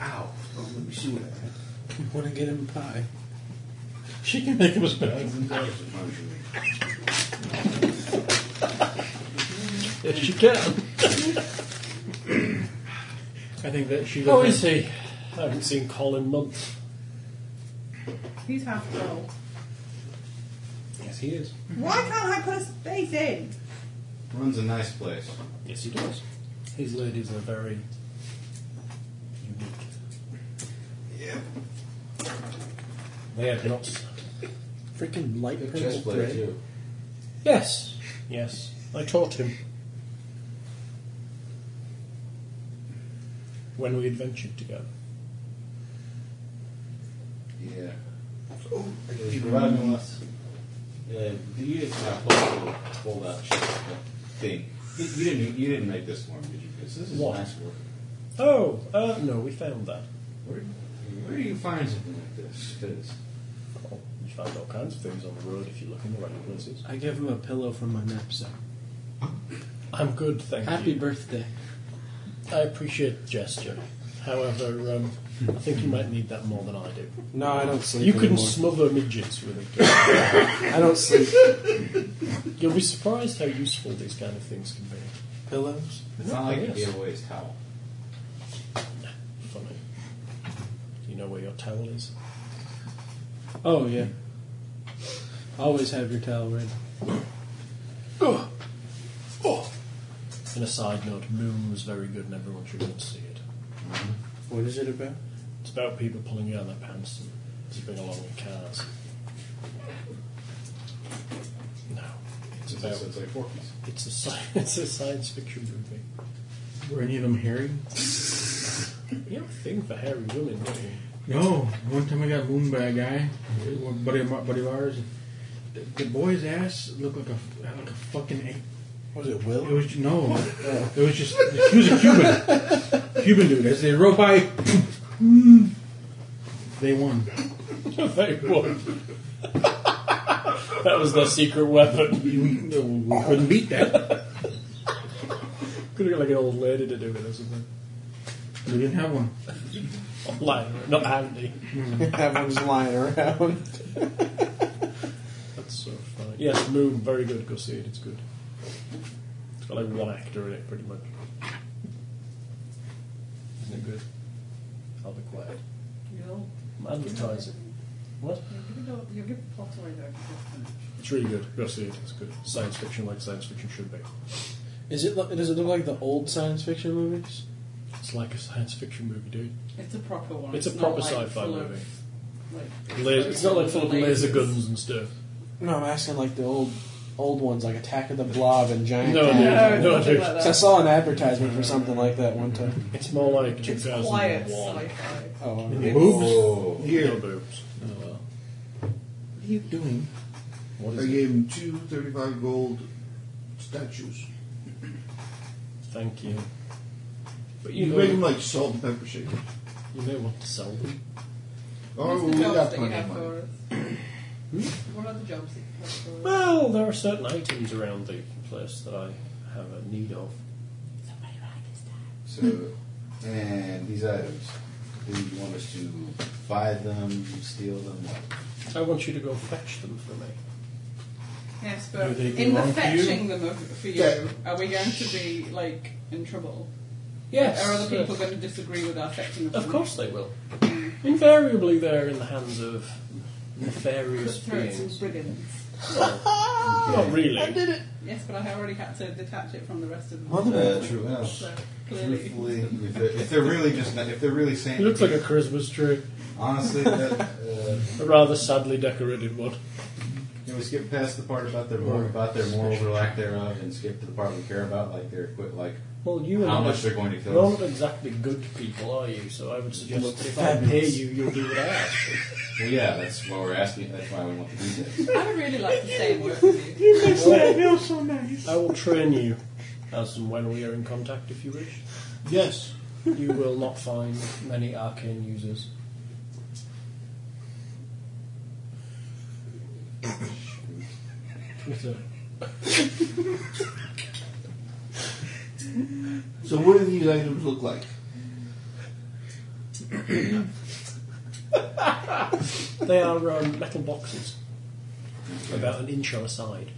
[SPEAKER 7] Ow. Oh, let me see what I have.
[SPEAKER 5] You want to get him a pie? She can make him a special.
[SPEAKER 3] Yes, she can.
[SPEAKER 6] I think that she.
[SPEAKER 3] How is he? I haven't seen Colin in months.
[SPEAKER 2] He's half full.
[SPEAKER 8] Yes, he is.
[SPEAKER 2] Why can't I put a space in?
[SPEAKER 8] Runs a nice place.
[SPEAKER 3] Yes, he does. His ladies are very unique. They have not.
[SPEAKER 5] Freaking light purple
[SPEAKER 8] Chess player
[SPEAKER 5] thread.
[SPEAKER 8] too.
[SPEAKER 3] Yes. Yes. I taught him. When we adventured together.
[SPEAKER 8] Yeah.
[SPEAKER 2] Oh,
[SPEAKER 8] He provided me with, uh, you didn't have pull, pull that shit thing. You, you didn't. You didn't make this one, did you? 'Cause this is
[SPEAKER 3] What?
[SPEAKER 8] nice work.
[SPEAKER 3] Oh, uh, no, we found that.
[SPEAKER 8] Where, where do you find something like this? 'Cause
[SPEAKER 3] Oh, you find all kinds of things on the road if you look in the right places.
[SPEAKER 5] I gave him a pillow from my knapsack.
[SPEAKER 3] I'm good, thank
[SPEAKER 5] Happy
[SPEAKER 3] you.
[SPEAKER 5] birthday.
[SPEAKER 3] I appreciate the gesture. However, um, I think you might need that more than I do.
[SPEAKER 5] No, I don't sleep
[SPEAKER 3] You can
[SPEAKER 5] anymore.
[SPEAKER 3] smother midgets with it.
[SPEAKER 5] I don't sleep.
[SPEAKER 3] You'll be surprised how useful these kind of things can be.
[SPEAKER 5] Pillows?
[SPEAKER 8] it's not like
[SPEAKER 3] Yes.
[SPEAKER 8] he gave away his towel.
[SPEAKER 3] Funny. Do you know where your towel is?
[SPEAKER 5] Oh, yeah. Always have your towel ready.
[SPEAKER 3] Oh, And a side note, Moon was very good and everyone should go and see it.
[SPEAKER 5] Mm-hmm. What is it about?
[SPEAKER 3] It's about people pulling you out of their pants and zipping along in cars. No, it's
[SPEAKER 8] It's,
[SPEAKER 3] about
[SPEAKER 8] it's, it's like Porky's.
[SPEAKER 3] it's a sci- it's a science fiction movie.
[SPEAKER 6] Were any of them hairy?
[SPEAKER 3] You have a thing for hairy women, don't you?
[SPEAKER 6] No. One time I got mooned by a guy, a buddy of, my, buddy of ours. and The, the boy's ass looked like a had like a fucking ape.
[SPEAKER 5] Was it
[SPEAKER 6] It
[SPEAKER 5] Will?
[SPEAKER 6] was no. It was just he was a Cuban, Cuban dude. As they rode by, they won.
[SPEAKER 3] they would. that was their secret weapon.
[SPEAKER 6] We, we, we couldn't beat that.
[SPEAKER 3] Could have got like an old lady to do it or something.
[SPEAKER 6] We didn't have one.
[SPEAKER 3] Online, not handy.
[SPEAKER 5] Everyone's lying around.
[SPEAKER 3] That's so funny. Yes, Moon, very good. Go see it. It's good. It's got like one actor in it, pretty much. Isn't it good? I'll be quiet.
[SPEAKER 2] You'll,
[SPEAKER 3] I'm advertising. What?
[SPEAKER 2] you'll, give it all- you'll give the plot away though. 'cause it's finished.
[SPEAKER 3] It's really good. Go see it. It's good. Science fiction, like science fiction should be.
[SPEAKER 5] Is it? lo- Does it look like the old science fiction movies?
[SPEAKER 3] It's like a science fiction movie, dude.
[SPEAKER 2] It's a proper one.
[SPEAKER 3] It's a
[SPEAKER 2] not,
[SPEAKER 3] proper
[SPEAKER 2] like,
[SPEAKER 3] sci-fi
[SPEAKER 2] full
[SPEAKER 3] movie.
[SPEAKER 2] Of, like,
[SPEAKER 3] Laser, it's not like full of laser guns and stuff.
[SPEAKER 5] No, I'm asking like the old, old ones, like Attack of the Blob and Giant.
[SPEAKER 3] No, dude.
[SPEAKER 5] Cat.
[SPEAKER 3] No,
[SPEAKER 2] something
[SPEAKER 3] dude.
[SPEAKER 2] like that.
[SPEAKER 5] 'Cause I saw an advertisement for something like that one time.
[SPEAKER 3] It's more like
[SPEAKER 2] It's quiet
[SPEAKER 3] 2001.
[SPEAKER 2] sci-fi.
[SPEAKER 5] Oh,
[SPEAKER 6] Any boobs?
[SPEAKER 8] Oh,
[SPEAKER 3] No
[SPEAKER 4] Here,
[SPEAKER 3] boobs. Oh, well.
[SPEAKER 6] What are you doing?
[SPEAKER 3] What
[SPEAKER 4] I
[SPEAKER 3] is it?
[SPEAKER 4] gave him two 35 gold statues.
[SPEAKER 3] Thank you. But you,
[SPEAKER 4] You
[SPEAKER 3] may,
[SPEAKER 4] make them like salt and pepper shakers.
[SPEAKER 3] you may want to sell them.
[SPEAKER 4] Oh,
[SPEAKER 2] What's
[SPEAKER 4] we
[SPEAKER 2] the jobs that
[SPEAKER 4] got
[SPEAKER 2] you
[SPEAKER 4] plenty of
[SPEAKER 2] have for
[SPEAKER 4] money.
[SPEAKER 2] us? What are the jobs that you have for us?
[SPEAKER 3] Hmm? Well, there are certain items around the place that I have a need of.
[SPEAKER 8] so and these items. Do you want us to buy them, steal them? What?
[SPEAKER 3] I want you to go fetch them for me.
[SPEAKER 2] Yes, but
[SPEAKER 6] Do they
[SPEAKER 2] in the
[SPEAKER 6] belong to you?
[SPEAKER 2] fetching them of, for you,
[SPEAKER 4] Yeah.
[SPEAKER 2] are we going to be like in trouble?
[SPEAKER 3] Yes.
[SPEAKER 2] Are other people
[SPEAKER 3] yes.
[SPEAKER 2] going to disagree with our fetching of,
[SPEAKER 3] Of
[SPEAKER 2] them?
[SPEAKER 3] course they will. Invariably, they're in the hands of nefarious
[SPEAKER 2] Cutthroats and
[SPEAKER 3] beings.
[SPEAKER 2] brigands.
[SPEAKER 3] Not really.
[SPEAKER 2] Yes, but I have already had to detach it from the rest of them.
[SPEAKER 7] Uh, true. Well,
[SPEAKER 2] So clearly,
[SPEAKER 7] truthfully, if they're, if they're really just not- if they're really saying
[SPEAKER 3] He looks like a Christmas tree,
[SPEAKER 7] honestly, that, uh,
[SPEAKER 3] a rather sadly decorated one.
[SPEAKER 7] Can we skip past the part about their mor- about their morals or lack thereof, and skip to the part we care about, like their quit, like
[SPEAKER 3] Well, you and
[SPEAKER 7] how
[SPEAKER 3] I
[SPEAKER 7] much they're going to
[SPEAKER 3] You're
[SPEAKER 7] kill
[SPEAKER 3] not
[SPEAKER 7] us?
[SPEAKER 3] exactly good people, are you? So I would suggest
[SPEAKER 7] look
[SPEAKER 3] that if I pay you, you'll do what I ask.
[SPEAKER 7] Well, yeah, that's what we're asking. That's why we want to do this.
[SPEAKER 2] I would really like to stay and work with you.
[SPEAKER 3] I will train you as and when we are in contact, if you wish.
[SPEAKER 4] Yes.
[SPEAKER 3] You will not find many arcane users. Twitter.
[SPEAKER 4] So what do these items look like?
[SPEAKER 3] They are um, metal boxes, about an inch on a side.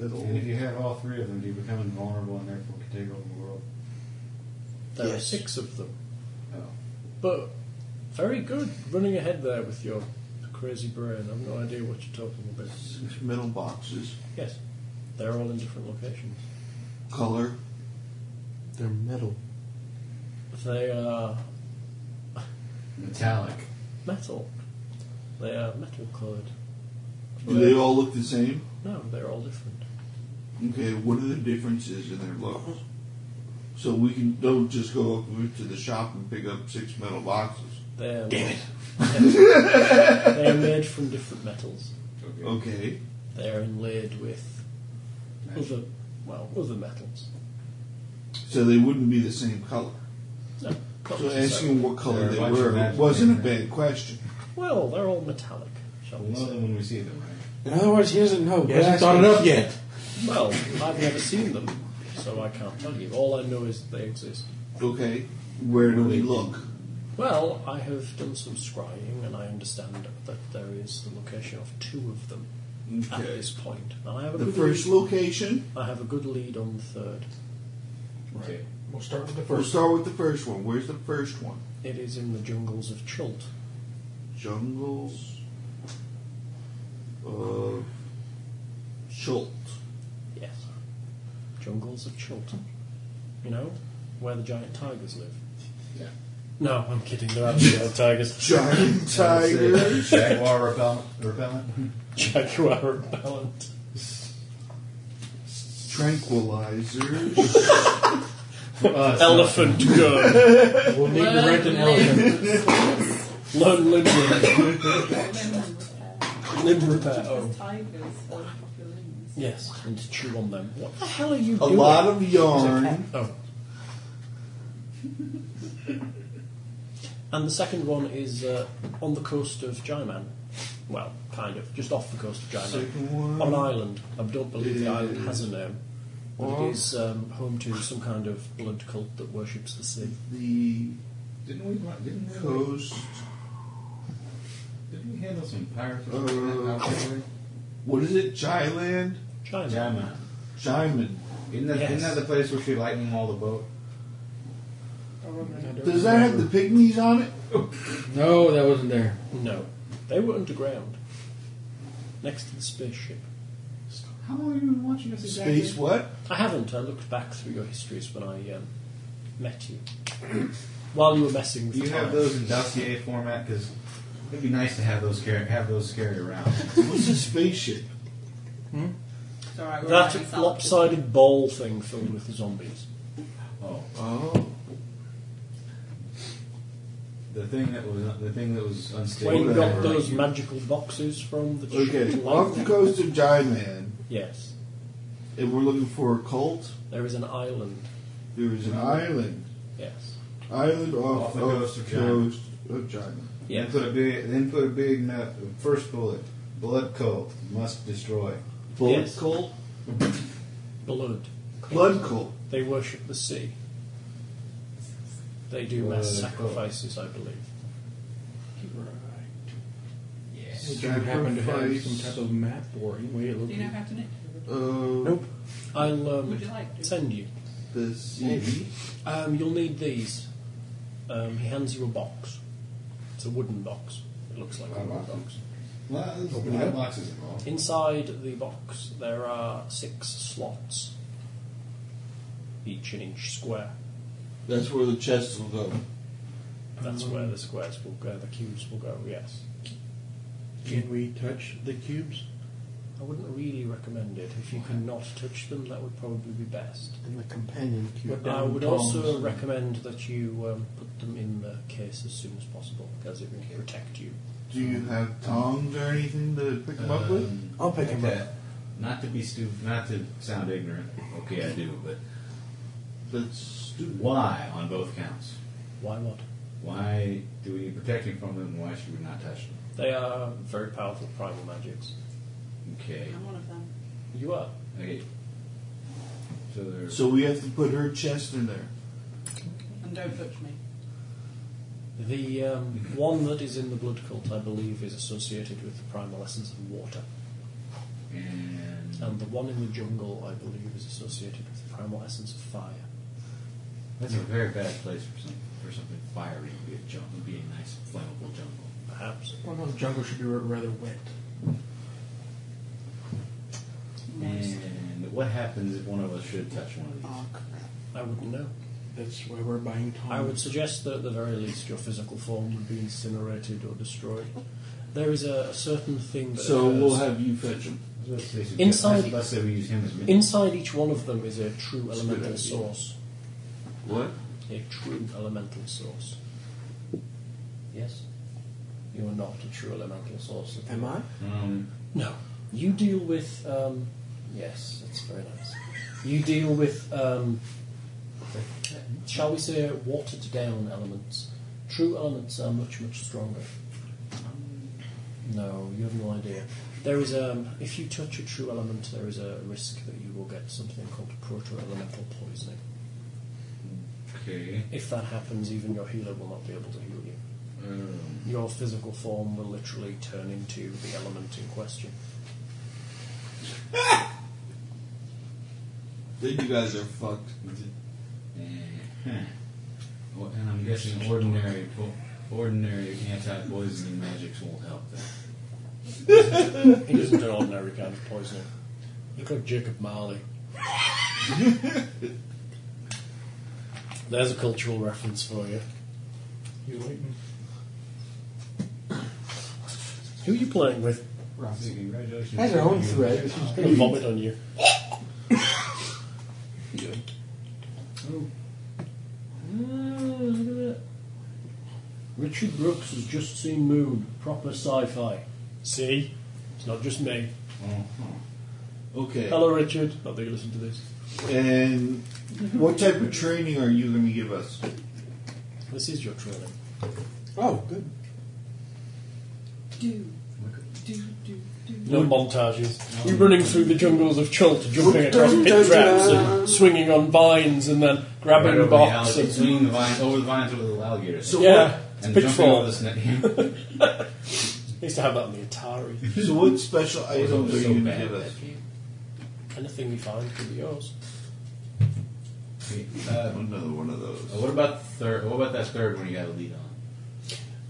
[SPEAKER 7] And if you have all three of them, do you become invulnerable and therefore can take over the world?
[SPEAKER 3] There are six of them.
[SPEAKER 7] Oh.
[SPEAKER 3] But very good running ahead there with your crazy brain. I've no idea what you're talking about.
[SPEAKER 4] Six metal boxes.
[SPEAKER 3] Yes, they're all in different locations.
[SPEAKER 4] Color.
[SPEAKER 5] They're metal.
[SPEAKER 3] They are
[SPEAKER 7] Metallic.
[SPEAKER 3] metal. They are metal coloured.
[SPEAKER 4] Do they all look the same?
[SPEAKER 3] No, they're all different.
[SPEAKER 4] Okay, what are the differences in their looks? So we can don't just go up to the shop and pick up six metal boxes.
[SPEAKER 3] They're they are made from different metals.
[SPEAKER 4] Okay.
[SPEAKER 3] They are inlaid with other well, other metals.
[SPEAKER 4] So they wouldn't be the same color.
[SPEAKER 3] No, not
[SPEAKER 4] So
[SPEAKER 3] necessarily.
[SPEAKER 4] asking what color
[SPEAKER 7] They're
[SPEAKER 4] they
[SPEAKER 7] much
[SPEAKER 4] were
[SPEAKER 7] imagined,
[SPEAKER 4] wasn't a
[SPEAKER 7] right?
[SPEAKER 4] bad question.
[SPEAKER 3] Well, they're all metallic, shall
[SPEAKER 7] We'll
[SPEAKER 3] we
[SPEAKER 7] know
[SPEAKER 3] say?
[SPEAKER 7] them when we see them, right?
[SPEAKER 5] In other words, he doesn't know.
[SPEAKER 6] He hasn't thought it up yet.
[SPEAKER 3] Well, I've never seen them, so I can't tell you. All I know is that they exist.
[SPEAKER 4] Okay. Where do we look?
[SPEAKER 3] Well, I have done some scrying, and I understand that there is the location of two of them at
[SPEAKER 4] Okay.
[SPEAKER 3] this point. And I have a
[SPEAKER 4] The
[SPEAKER 3] good
[SPEAKER 4] first
[SPEAKER 3] lead.
[SPEAKER 4] location.
[SPEAKER 3] I have a good lead on the third.
[SPEAKER 7] Okay.
[SPEAKER 6] We'll start with the
[SPEAKER 4] We'll
[SPEAKER 6] first.
[SPEAKER 4] start with the first one. Where's the first one?
[SPEAKER 3] It is in the jungles of Chult.
[SPEAKER 4] Jungles of Schult.
[SPEAKER 3] Yes. Jungles of Chult. You know, where the giant tigers live.
[SPEAKER 7] Yeah.
[SPEAKER 3] No, I'm kidding. There are no giant tigers.
[SPEAKER 4] Giant tiger.
[SPEAKER 7] Jaguar repellent. repellent.
[SPEAKER 3] Jaguar repellent.
[SPEAKER 4] Tranquilizers.
[SPEAKER 7] Uh,
[SPEAKER 3] Elephant gun.
[SPEAKER 6] We'll need to rent an elephant.
[SPEAKER 3] Lone limb.
[SPEAKER 2] Limbs,
[SPEAKER 3] Limb repair. Oh.
[SPEAKER 2] because uh, tigers are popular limbs.
[SPEAKER 3] Yes. And to chew on them. What the hell are you
[SPEAKER 4] A
[SPEAKER 3] doing?
[SPEAKER 4] lot of yarn.
[SPEAKER 3] Oh. and the second one is uh, on the coast of Jaiman. Well, kind of. Just off the coast of Jaiman.
[SPEAKER 4] Second one.
[SPEAKER 3] On an island. I don't believe the island has a name. But
[SPEAKER 4] Or-
[SPEAKER 3] it is um, home to some kind of blood cult that worships the sea.
[SPEAKER 4] The
[SPEAKER 7] Didn't we? Didn't we?
[SPEAKER 4] coast.
[SPEAKER 7] Didn't we handle some pirates?
[SPEAKER 4] Uh, What is it? Jyland?
[SPEAKER 3] China.
[SPEAKER 7] Jamma.
[SPEAKER 4] Jyman.
[SPEAKER 7] Isn't that,
[SPEAKER 3] Yes.
[SPEAKER 7] isn't that the place where she lightning all the boat?
[SPEAKER 4] Does that have the pygmies on it?
[SPEAKER 6] No, that wasn't there.
[SPEAKER 3] No. They were underground. Next to the spaceship.
[SPEAKER 7] How long have you been watching us exactly?
[SPEAKER 4] Space what?
[SPEAKER 3] I haven't. I looked back through your histories when I um, met you. While you were messing with
[SPEAKER 7] Do you
[SPEAKER 3] time.
[SPEAKER 7] have those in dossier format? Because it'd be nice to have those carry have those carry around.
[SPEAKER 4] What's a spaceship?
[SPEAKER 2] It's alright, we're
[SPEAKER 3] That
[SPEAKER 2] having salad.
[SPEAKER 3] lopsided ball thing filled with zombies.
[SPEAKER 7] Oh,
[SPEAKER 4] Oh.
[SPEAKER 7] the thing that was the thing that was unstable.
[SPEAKER 3] Wayne
[SPEAKER 7] whatever,
[SPEAKER 3] got those
[SPEAKER 7] like,
[SPEAKER 3] magical boxes from the
[SPEAKER 4] Okay.
[SPEAKER 3] ship.
[SPEAKER 4] Off the coast of Jyland,
[SPEAKER 3] Yes,
[SPEAKER 4] and we're looking for a cult.
[SPEAKER 3] there is an island.
[SPEAKER 4] There is an island.
[SPEAKER 3] Yes,
[SPEAKER 4] Island off,
[SPEAKER 7] Off the
[SPEAKER 4] of
[SPEAKER 7] coast of Jyland.
[SPEAKER 4] coast of Jyland.
[SPEAKER 7] Then put a big then put a big no, first bullet. Blood cult must destroy.
[SPEAKER 4] Blood
[SPEAKER 3] Yes.
[SPEAKER 4] cult?
[SPEAKER 3] blood.
[SPEAKER 4] Blood cult.
[SPEAKER 3] They worship the sea. They do mass
[SPEAKER 7] Blood.
[SPEAKER 3] sacrifices, I believe.
[SPEAKER 7] Yeah.
[SPEAKER 6] Do you happen to have some type of map or any way it
[SPEAKER 2] Do
[SPEAKER 6] looks?
[SPEAKER 2] you know how to knit?
[SPEAKER 4] Um,
[SPEAKER 3] Nope. I'll um,
[SPEAKER 2] Would you like to?
[SPEAKER 3] send you.
[SPEAKER 4] The CD.
[SPEAKER 3] Um, you'll need these. Um, he hands you a box. It's a wooden box. It looks like a wooden box.
[SPEAKER 8] Nine boxes involved.
[SPEAKER 3] Inside the box, there are six slots, each an inch square.
[SPEAKER 4] That's where the chests will go.
[SPEAKER 3] That's where the squares will go, the cubes will go, yes.
[SPEAKER 6] Can we touch the cubes?
[SPEAKER 3] I wouldn't really recommend it. If you cannot touch them, that would probably be best.
[SPEAKER 5] And the companion cube.
[SPEAKER 3] I would also recommend that you um, put them in the case as soon as possible, because it will protect you.
[SPEAKER 4] Do you have tongs or anything to pick them up with?
[SPEAKER 7] Um,
[SPEAKER 5] I'll pick him
[SPEAKER 7] okay.
[SPEAKER 5] up.
[SPEAKER 7] Not to be stupid, not to sound ignorant. Okay, I do, but
[SPEAKER 4] That's stupid.
[SPEAKER 7] why on both counts?
[SPEAKER 3] Why not?
[SPEAKER 7] Why do we need protection from them? Why should we not touch them?
[SPEAKER 3] They are very powerful primal magics.
[SPEAKER 7] Okay.
[SPEAKER 2] I'm one of them.
[SPEAKER 3] You are.
[SPEAKER 7] Okay. So they're
[SPEAKER 4] So we have to put her chest in there.
[SPEAKER 2] And don't touch me.
[SPEAKER 3] The um, one that is in the blood cult, I believe, is associated with the primal essence of water.
[SPEAKER 7] and
[SPEAKER 3] And the one in the jungle, I believe, is associated with the primal essence of fire.
[SPEAKER 7] that's a very bad place for something for something fiery to be a jungle, be a nice flammable jungle.
[SPEAKER 3] Perhaps.
[SPEAKER 6] Well, no, the jungle should be ra- rather wet.
[SPEAKER 7] And what happens if one of us should touch one of these?
[SPEAKER 5] Oh, crap.
[SPEAKER 3] I wouldn't know.
[SPEAKER 6] That's why we're buying tongs.
[SPEAKER 3] I would suggest that at the very least your physical form would be incinerated or destroyed. There is a, a certain thing that
[SPEAKER 4] So
[SPEAKER 3] occurs.
[SPEAKER 4] we'll have you fetch them.
[SPEAKER 7] Let's say-
[SPEAKER 3] Inside-
[SPEAKER 7] Let's say we use him as a
[SPEAKER 3] Inside each one of them is a true
[SPEAKER 7] That's a good
[SPEAKER 3] elemental
[SPEAKER 7] idea.
[SPEAKER 3] source.
[SPEAKER 4] What?
[SPEAKER 3] A true elemental source. Yes? You are not a true elemental source.
[SPEAKER 5] Am I?
[SPEAKER 7] Um,
[SPEAKER 3] No. You deal with. Um, yes, that's very nice. You deal with, um, shall we say, watered down elements. True elements are much, much stronger. No, you have no idea. There is um, if you touch a true element, there is a risk that you will get something called proto-elemental poisoning.
[SPEAKER 7] okay.
[SPEAKER 3] If that happens, even your healer will not be able to heal you. Mm.
[SPEAKER 7] Um,
[SPEAKER 3] Your physical form will literally turn into the element in question.
[SPEAKER 4] Then you guys are fucked.
[SPEAKER 7] eh, huh. And I'm guessing ordinary, po- ordinary anti-poisoning magics won't help. Then.
[SPEAKER 3] He isn't an ordinary kind of poisoner. Look like Jacob Marley. There's a cultural reference for you.
[SPEAKER 6] You waiting?
[SPEAKER 3] Who are you playing with?
[SPEAKER 7] So congratulations.
[SPEAKER 5] Has her own thread.
[SPEAKER 3] I'm gonna vomit on you. Richard Brooks has just seen Moon. Proper sci-fi. See? It's not just me.
[SPEAKER 4] Okay.
[SPEAKER 3] Hello, Richard. Not that you listen to this.
[SPEAKER 4] And what type of training are you going to give us?
[SPEAKER 3] This is your training.
[SPEAKER 5] Oh, good.
[SPEAKER 2] Do. Do, do, do.
[SPEAKER 3] No montages. You're running through the jungles of Chult, jumping across
[SPEAKER 5] Dun,
[SPEAKER 3] pit
[SPEAKER 5] dun,
[SPEAKER 3] traps
[SPEAKER 5] dun.
[SPEAKER 3] and swinging on vines and then grabbing
[SPEAKER 7] Right
[SPEAKER 3] the
[SPEAKER 7] over the
[SPEAKER 3] box.
[SPEAKER 7] alligator,
[SPEAKER 3] and-
[SPEAKER 7] swinging the vines over the vines over the alligator.
[SPEAKER 4] So
[SPEAKER 3] yeah, it's
[SPEAKER 7] and jumping over
[SPEAKER 3] pitfall.
[SPEAKER 7] the
[SPEAKER 3] I
[SPEAKER 7] snake.
[SPEAKER 3] used to have that on the Atari.
[SPEAKER 4] So what special items are
[SPEAKER 7] so
[SPEAKER 4] you going to
[SPEAKER 7] bad
[SPEAKER 4] give us?
[SPEAKER 7] that you-
[SPEAKER 3] Anything you find could be yours.
[SPEAKER 7] Uh,
[SPEAKER 4] Another one of those.
[SPEAKER 7] what about the third? What about that third one you got a lead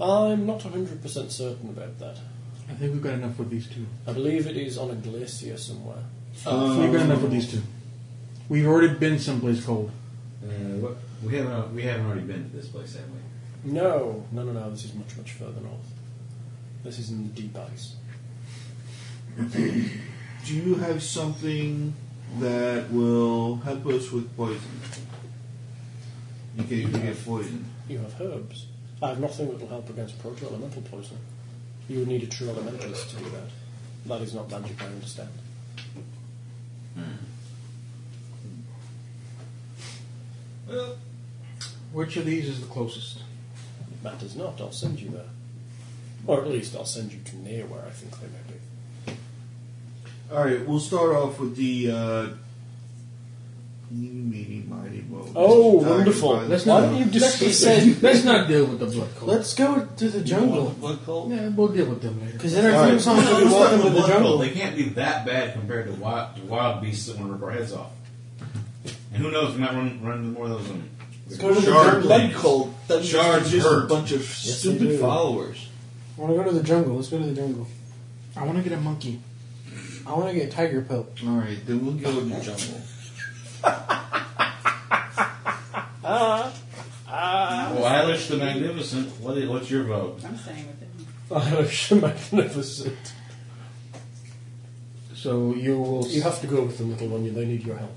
[SPEAKER 7] on?
[SPEAKER 3] I'm not 100% certain about that.
[SPEAKER 6] I think we've got enough with these two.
[SPEAKER 3] I believe it is on a glacier somewhere. Uh,
[SPEAKER 6] we've got enough with these two. We've already been someplace cold.
[SPEAKER 7] Uh, what, we haven't. al- We haven't already been to this place, have we?
[SPEAKER 3] No, no, no, no, this is much, much further north. This is in the deep ice.
[SPEAKER 4] Do you have something that will help us with poison? You can you get poison.
[SPEAKER 3] You have herbs. I have nothing that will help against proto elemental poison. You would need a true elementalist to do that. That is not magic, I understand.
[SPEAKER 6] Well, which of these is the closest?
[SPEAKER 3] That does not. I'll send you there. Or at least I'll send you to near where I think they may be.
[SPEAKER 4] All right, we'll start off with the uh, Eeny, meeny, miny, moe.
[SPEAKER 3] Oh,
[SPEAKER 4] Tired
[SPEAKER 3] wonderful.
[SPEAKER 4] by the
[SPEAKER 3] Let's
[SPEAKER 5] Why
[SPEAKER 4] sun.
[SPEAKER 5] don't you
[SPEAKER 6] Let's,
[SPEAKER 5] just
[SPEAKER 6] let's-
[SPEAKER 5] said,
[SPEAKER 6] let's not deal with the blood cult.
[SPEAKER 5] let's go to the jungle?
[SPEAKER 8] Blood cult?
[SPEAKER 6] yeah, we'll deal with them later.
[SPEAKER 5] Because then our theme song will be Welcome to the Jungle.
[SPEAKER 8] They can't be that bad compared to wild, to wild beasts that want to rip our heads off. And who knows? We might run run into more of those women.
[SPEAKER 5] go to the
[SPEAKER 8] Shard
[SPEAKER 5] jungle.
[SPEAKER 8] ladies.
[SPEAKER 4] Blood cult. That's
[SPEAKER 8] Shards
[SPEAKER 4] just, just a
[SPEAKER 8] hurt.
[SPEAKER 4] bunch of
[SPEAKER 5] they do.
[SPEAKER 4] stupid followers.
[SPEAKER 5] I want to go to the jungle. Let's go to the jungle.
[SPEAKER 6] I want to get a monkey.
[SPEAKER 5] I want to get tiger pelt.
[SPEAKER 4] All right, then we'll go in the jungle.
[SPEAKER 8] Well, Eilish the Magnificent. What is, what's your vote?
[SPEAKER 2] Uh, I'm staying with him.
[SPEAKER 3] Eilish the Magnificent.
[SPEAKER 6] So you will
[SPEAKER 3] You have to go with the little one. They need your help.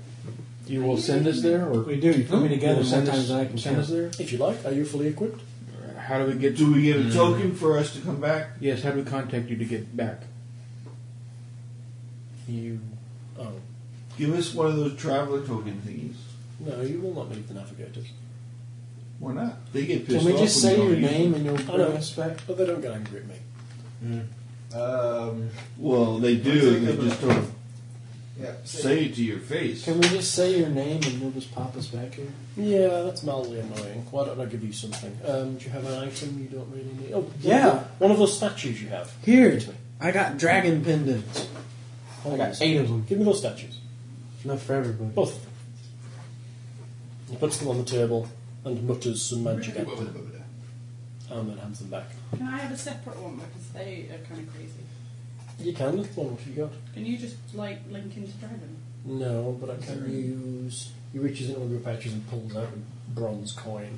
[SPEAKER 6] you will send us there, or
[SPEAKER 5] We do. You put me
[SPEAKER 6] you
[SPEAKER 5] together
[SPEAKER 6] will
[SPEAKER 5] more
[SPEAKER 6] send us
[SPEAKER 5] times than I can
[SPEAKER 6] send us
[SPEAKER 5] count.
[SPEAKER 6] there.
[SPEAKER 3] If you like, are you fully equipped?
[SPEAKER 6] How do we get?
[SPEAKER 4] Do we get a token for us to come back?
[SPEAKER 6] Yes, how do we contact you to get back?
[SPEAKER 3] You. Oh.
[SPEAKER 4] Give us one of those traveler token thingies.
[SPEAKER 3] No, you will not leave the navigators.
[SPEAKER 4] Why not? They get pissed
[SPEAKER 5] Can we
[SPEAKER 4] off
[SPEAKER 5] just
[SPEAKER 4] when
[SPEAKER 5] say
[SPEAKER 4] we
[SPEAKER 5] your
[SPEAKER 4] don't use
[SPEAKER 5] name and you'll
[SPEAKER 3] I
[SPEAKER 5] bring
[SPEAKER 3] know.
[SPEAKER 5] us back?
[SPEAKER 3] But they don't get angry at me.
[SPEAKER 8] Um,
[SPEAKER 4] them. Well, they do. They just don't say it to your face.
[SPEAKER 5] Can we just say your name and you'll just pop us back here?
[SPEAKER 3] Yeah, that's mildly annoying. Why don't I give you something? Um, do you have an item you don't really need? Oh,
[SPEAKER 5] Yeah.
[SPEAKER 3] One of those statues you have.
[SPEAKER 5] Here. I got dragon pendants. I got eight of them.
[SPEAKER 3] Give me those statues.
[SPEAKER 5] Enough for everybody.
[SPEAKER 3] Both of them. He puts them on the table and mutters some magic at them and then hands them back.
[SPEAKER 2] Can I have a separate one because they are kind of crazy?
[SPEAKER 3] You can, little one, what have you got?
[SPEAKER 2] Can you just like link into Dragon?
[SPEAKER 3] No, but I can use. He reaches into one of your pouches and pulls out a bronze coin.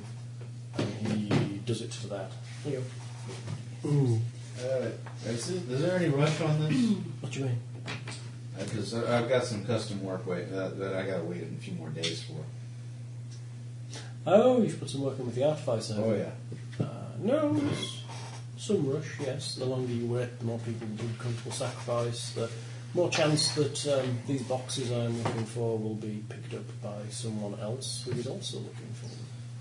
[SPEAKER 3] And he does it to that. There you go.
[SPEAKER 8] uh, is, it, is there any rush on this?
[SPEAKER 3] What do you mean?
[SPEAKER 8] Because I've got some custom work wait, uh, that I got to wait a few more days for.
[SPEAKER 3] Oh, you've put some work in with the artificer.
[SPEAKER 8] Oh yeah.
[SPEAKER 3] Uh, no, it's some rush, yes. The longer you wait, the more people will come to a sacrifice. The more chance that um, these boxes I'm looking for will be picked up by someone else who is also looking for them.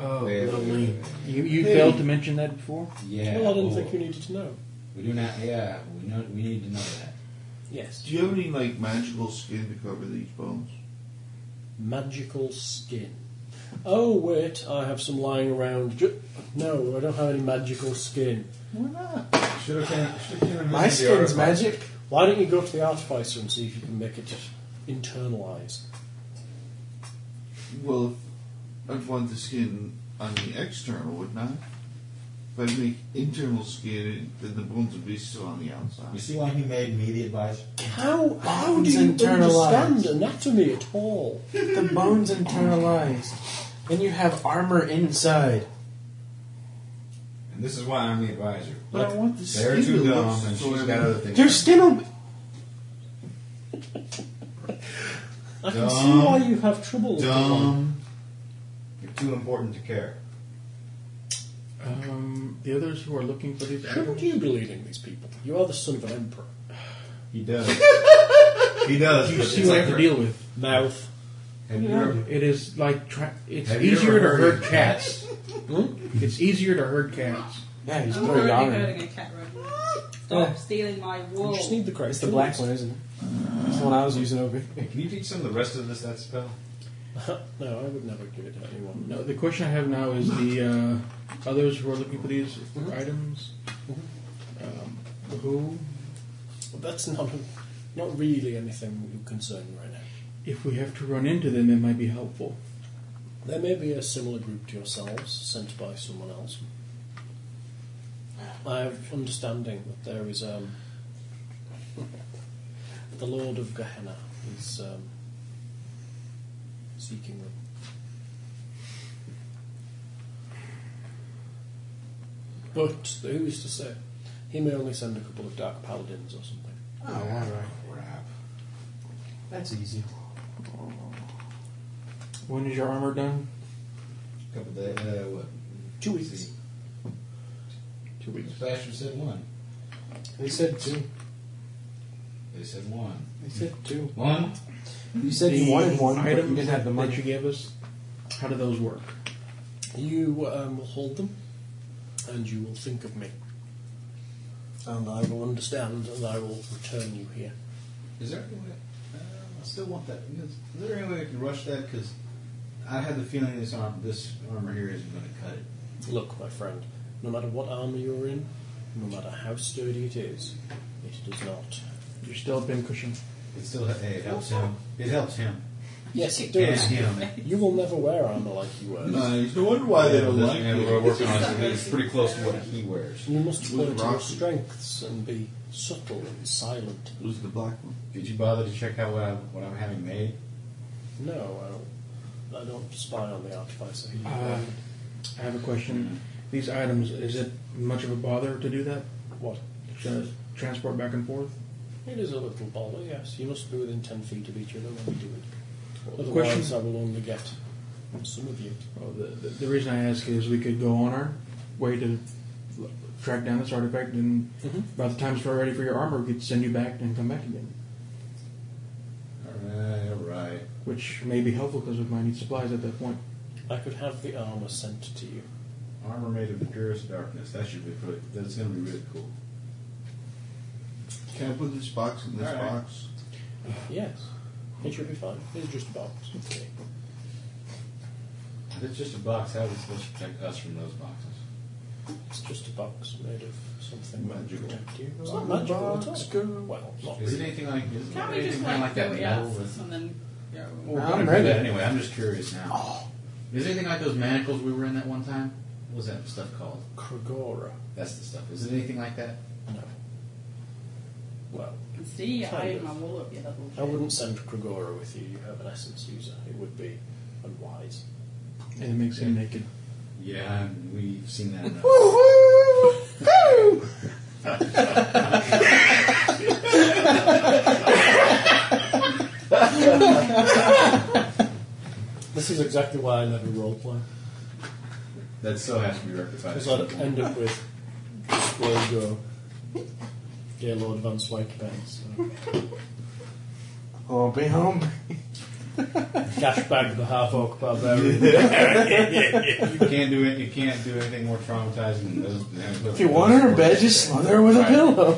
[SPEAKER 6] Oh,
[SPEAKER 8] Wait, wait, wait, wait.
[SPEAKER 6] you you failed to mention that before.
[SPEAKER 8] Yeah.
[SPEAKER 3] well, I didn't
[SPEAKER 8] oh.
[SPEAKER 3] think you needed to know.
[SPEAKER 8] We do not. Yeah, we know. We need to know that.
[SPEAKER 3] Yes.
[SPEAKER 4] Do you have any like magical skin to cover these bones?
[SPEAKER 3] Magical skin. Oh, wait, I have some lying around. Ju- no, I don't have any magical skin.
[SPEAKER 4] Why not?
[SPEAKER 8] Should have came. Should have came.
[SPEAKER 5] My skin's magic.
[SPEAKER 3] Why don't you go to the artificer and see if you can make it internalize?
[SPEAKER 4] Well, I'd want the skin on the external, wouldn't I? If I make internal skin, then the bones would be still on the
[SPEAKER 8] You
[SPEAKER 4] outside.
[SPEAKER 8] see why he made me the advisor?
[SPEAKER 3] How, how do
[SPEAKER 5] Bones
[SPEAKER 3] you
[SPEAKER 5] internalised.
[SPEAKER 3] understand anatomy at all?
[SPEAKER 5] The bones internalized. Then you have armor inside.
[SPEAKER 8] And this is why I'm the advisor.
[SPEAKER 4] But I want the
[SPEAKER 8] They're
[SPEAKER 4] skin to
[SPEAKER 8] too
[SPEAKER 4] look
[SPEAKER 8] dumb, and
[SPEAKER 4] sort
[SPEAKER 8] she's
[SPEAKER 4] of-
[SPEAKER 8] got other things.
[SPEAKER 5] Your skin will be.
[SPEAKER 3] I can see
[SPEAKER 8] Dumb.
[SPEAKER 3] why you have trouble with that one.
[SPEAKER 8] Dumb. You're too important to care.
[SPEAKER 6] Um, the others who are looking for these
[SPEAKER 3] Shouldn't
[SPEAKER 6] items.
[SPEAKER 3] you be leading these people? You are the son of an emperor.
[SPEAKER 8] He does. he does.
[SPEAKER 6] You
[SPEAKER 8] but
[SPEAKER 6] see
[SPEAKER 8] it's like
[SPEAKER 6] what I have to
[SPEAKER 8] her-
[SPEAKER 6] deal with.
[SPEAKER 3] Mouth.
[SPEAKER 8] Have you ever,
[SPEAKER 6] It is like tra- it's
[SPEAKER 8] have you
[SPEAKER 6] easier
[SPEAKER 8] ever
[SPEAKER 6] to
[SPEAKER 8] heard,
[SPEAKER 6] herd
[SPEAKER 8] of
[SPEAKER 6] cats.
[SPEAKER 8] cats?
[SPEAKER 6] It's easier to herd cats.
[SPEAKER 5] Hmm? Yeah, he's
[SPEAKER 2] I'm
[SPEAKER 5] very
[SPEAKER 2] already
[SPEAKER 5] honored.
[SPEAKER 2] herding a cat right
[SPEAKER 3] Oh.
[SPEAKER 2] Stop
[SPEAKER 5] Yeah.
[SPEAKER 2] stealing my
[SPEAKER 3] You
[SPEAKER 2] wool.
[SPEAKER 3] just need the correct.
[SPEAKER 5] It's the black one, isn't it? It's the one I was using over here.
[SPEAKER 8] Can you teach them the rest of this that spell?
[SPEAKER 3] no, I would never give it to anyone.
[SPEAKER 6] No, the question I have now is the uh, others who are looking for these
[SPEAKER 5] Mm-hmm.
[SPEAKER 6] items. Um, who,
[SPEAKER 3] That's not not really anything you concern you right now.
[SPEAKER 6] if we have to run into them, it might be helpful.
[SPEAKER 3] There may be a similar group to yourselves sent by someone else. I have understanding that there is um, the Lord of Gehenna is um, seeking them. But who is to say? He may only send a couple of dark paladins or something.
[SPEAKER 6] Oh, all right.
[SPEAKER 8] Crap.
[SPEAKER 5] That's easy.
[SPEAKER 6] When is your armor done?
[SPEAKER 8] couple days. Uh, what?
[SPEAKER 3] Two weeks.
[SPEAKER 6] Two weeks.
[SPEAKER 8] Sebastian said one.
[SPEAKER 5] They said two.
[SPEAKER 8] They said one.
[SPEAKER 5] They said two.
[SPEAKER 8] One.
[SPEAKER 5] You said you
[SPEAKER 6] The
[SPEAKER 5] wanted one, but you
[SPEAKER 6] items
[SPEAKER 5] didn't have the
[SPEAKER 6] that you
[SPEAKER 5] money.
[SPEAKER 6] gave us. How do those work?
[SPEAKER 3] You um, will hold them, and you will think of me. And I will understand, and I will return you here.
[SPEAKER 4] uh,
[SPEAKER 8] Is there any way? Um,
[SPEAKER 10] I still want that. Is there any way I can rush that? Because I had the feeling this arm, this armor here isn't going to cut it.
[SPEAKER 3] Look, my friend, no matter what armor you're in, no matter how sturdy it is, it does not.
[SPEAKER 11] You're still a bin cushion.
[SPEAKER 10] It still hey, it helps him. It helps him.
[SPEAKER 3] Yes, it
[SPEAKER 10] And
[SPEAKER 3] does.
[SPEAKER 10] him.
[SPEAKER 3] You will never wear armor like you wear.
[SPEAKER 4] Nice. No wonder why they don't
[SPEAKER 7] Yeah,
[SPEAKER 4] like
[SPEAKER 7] yeah,
[SPEAKER 4] me.
[SPEAKER 7] we're working on it. It's pretty close to what he wears.
[SPEAKER 3] You must
[SPEAKER 4] With
[SPEAKER 3] play to your
[SPEAKER 4] rock.
[SPEAKER 3] strengths and be subtle and silent.
[SPEAKER 4] Who's the black one?
[SPEAKER 7] Did you bother to check out what, I, what I'm having made?
[SPEAKER 3] No, I don't, I don't spy on the artificer.
[SPEAKER 6] Uh, I have a question. These items, is it much of a bother to do that?
[SPEAKER 3] What?
[SPEAKER 6] To transport back and forth?
[SPEAKER 3] It is a little bother, yes. You must be within ten feet of each other when we do it. Otherwise,
[SPEAKER 6] question-
[SPEAKER 3] I will only get some of you.
[SPEAKER 6] Well, the, the, the reason I ask is we could go on our way to l- track down this artifact, and
[SPEAKER 3] Mm-hmm.
[SPEAKER 6] by the time it's ready for your armor, we could send you back and come back again,
[SPEAKER 7] Alright, alright.
[SPEAKER 6] which may be helpful because we might need supplies at that point.
[SPEAKER 3] I could have the armor sent to you.
[SPEAKER 7] Armor made of the purest darkness. That should be pretty. That's going to be really cool.
[SPEAKER 4] Can I put this box in this
[SPEAKER 7] All right.
[SPEAKER 4] box?
[SPEAKER 3] Yes, it should be fine. It's just a box. Okay.
[SPEAKER 7] If it's just a box. How is it supposed to protect us from those boxes?
[SPEAKER 3] It's just a box made of something
[SPEAKER 7] Magical.
[SPEAKER 3] magical. Protect you. It's not magical at all. Well, not
[SPEAKER 7] Is
[SPEAKER 3] really.
[SPEAKER 7] it anything like? Is it
[SPEAKER 2] Can't we
[SPEAKER 7] anything
[SPEAKER 2] just
[SPEAKER 7] kind
[SPEAKER 2] like,
[SPEAKER 7] of like that
[SPEAKER 2] go
[SPEAKER 7] metal?
[SPEAKER 2] yes
[SPEAKER 7] with-
[SPEAKER 2] and then go?
[SPEAKER 7] Well, we're gonna do that anyway. I'm just curious now. Is there anything like those manacles we were in that one time? What was that stuff called?
[SPEAKER 3] Kragora.
[SPEAKER 7] That's the stuff. Is it anything like that?
[SPEAKER 3] No. Well,
[SPEAKER 2] And see, I
[SPEAKER 3] Kind
[SPEAKER 2] had
[SPEAKER 3] of.
[SPEAKER 2] my wool up your level.
[SPEAKER 3] I wouldn't send Kragora with you. You have an essence user. It would be unwise.
[SPEAKER 6] And it makes him naked.
[SPEAKER 7] Yeah, we've seen that enough.
[SPEAKER 3] This is exactly why I never roleplay.
[SPEAKER 7] that still has to be rectified.
[SPEAKER 3] Because I'd end up with Logo, Gaylord Van Swykebands,
[SPEAKER 5] I'll Oh, be home.
[SPEAKER 3] Cash Bag the Half Orc Barbarian.
[SPEAKER 7] you can't do it. You can't do anything more traumatizing than those.
[SPEAKER 5] If you want her in bed, just smother her with a pillow.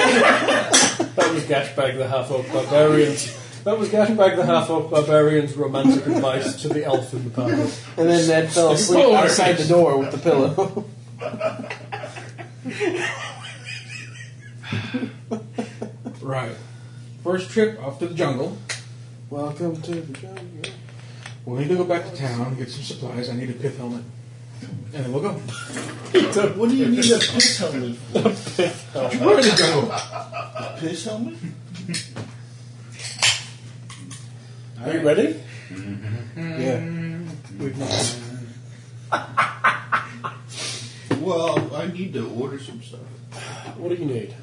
[SPEAKER 3] That was Gash Bag the Half Orc Barbarians. That was Gash Bag the Half Orc Barbarian's romantic advice to the elf in the party.
[SPEAKER 5] And then Ned fell asleep outside the door with the pillow.
[SPEAKER 6] Right. First trip off to the jungle.
[SPEAKER 5] Welcome to the jungle.
[SPEAKER 6] We need to go back to town, get some supplies. I need a pith helmet. And then we'll go.
[SPEAKER 4] What do you need a piss helmet?
[SPEAKER 6] We're in the jungle.
[SPEAKER 4] A piss helmet?
[SPEAKER 3] Are you ready?
[SPEAKER 5] Yeah.
[SPEAKER 6] We've not.
[SPEAKER 4] Well, I need to order some stuff.
[SPEAKER 3] What do you need?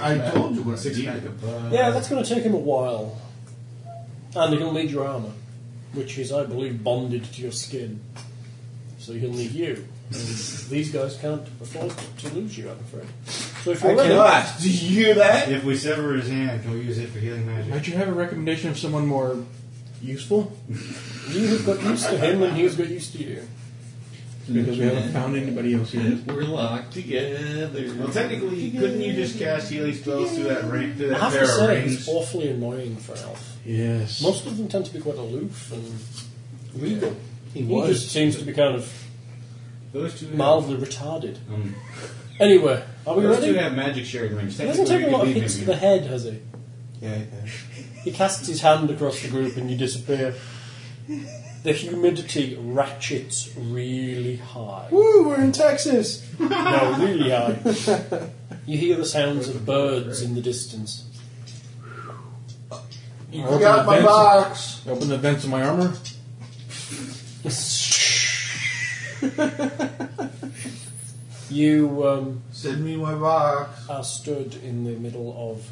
[SPEAKER 4] I told you what I
[SPEAKER 7] six pack
[SPEAKER 4] needed.
[SPEAKER 7] of bugs.
[SPEAKER 3] Yeah, that's going to take him a while. And he'll need your armour, which is, I believe, bonded to your skin. So he'll need you. And these guys can't afford to lose you, I'm afraid. So if you're
[SPEAKER 5] I
[SPEAKER 3] ready,
[SPEAKER 4] Ah, did you hear that?
[SPEAKER 7] If we sever his hand, can we use it for healing magic?
[SPEAKER 6] Might you have a recommendation of someone more useful?
[SPEAKER 3] you have got used to him and he's got used to you.
[SPEAKER 6] Because we haven't found anybody else yet.
[SPEAKER 4] We're locked together.
[SPEAKER 7] Well, technically, couldn't you just cast healing spells through that ring, through
[SPEAKER 3] I
[SPEAKER 7] that
[SPEAKER 3] have to
[SPEAKER 7] pair of
[SPEAKER 3] say, it's
[SPEAKER 7] rings?
[SPEAKER 3] awfully annoying for an elf.
[SPEAKER 6] Yes.
[SPEAKER 3] Most of them tend to be quite aloof and regal.
[SPEAKER 5] He
[SPEAKER 3] He
[SPEAKER 5] was.
[SPEAKER 3] just seems to be kind of
[SPEAKER 7] Those two, have,
[SPEAKER 3] mildly retarded.
[SPEAKER 5] Mm.
[SPEAKER 7] um,
[SPEAKER 3] Anyway, are we
[SPEAKER 7] those two
[SPEAKER 3] ready?
[SPEAKER 7] have magic sharing rings.
[SPEAKER 3] He hasn't taken a
[SPEAKER 7] Technically, we could
[SPEAKER 3] lot of
[SPEAKER 7] leave
[SPEAKER 3] hits to
[SPEAKER 7] him
[SPEAKER 3] the
[SPEAKER 7] here.
[SPEAKER 3] head, has he?
[SPEAKER 5] Yeah,
[SPEAKER 3] He casts his hand across the group and you disappear. The humidity ratchets really high.
[SPEAKER 5] Woo, we're in Texas.
[SPEAKER 3] No, really high. You hear the sounds of birds in the distance.
[SPEAKER 6] You
[SPEAKER 4] Forgot my box.
[SPEAKER 6] Open the vents of my armor.
[SPEAKER 3] You um,
[SPEAKER 4] Send me my box.
[SPEAKER 3] are stood in the middle of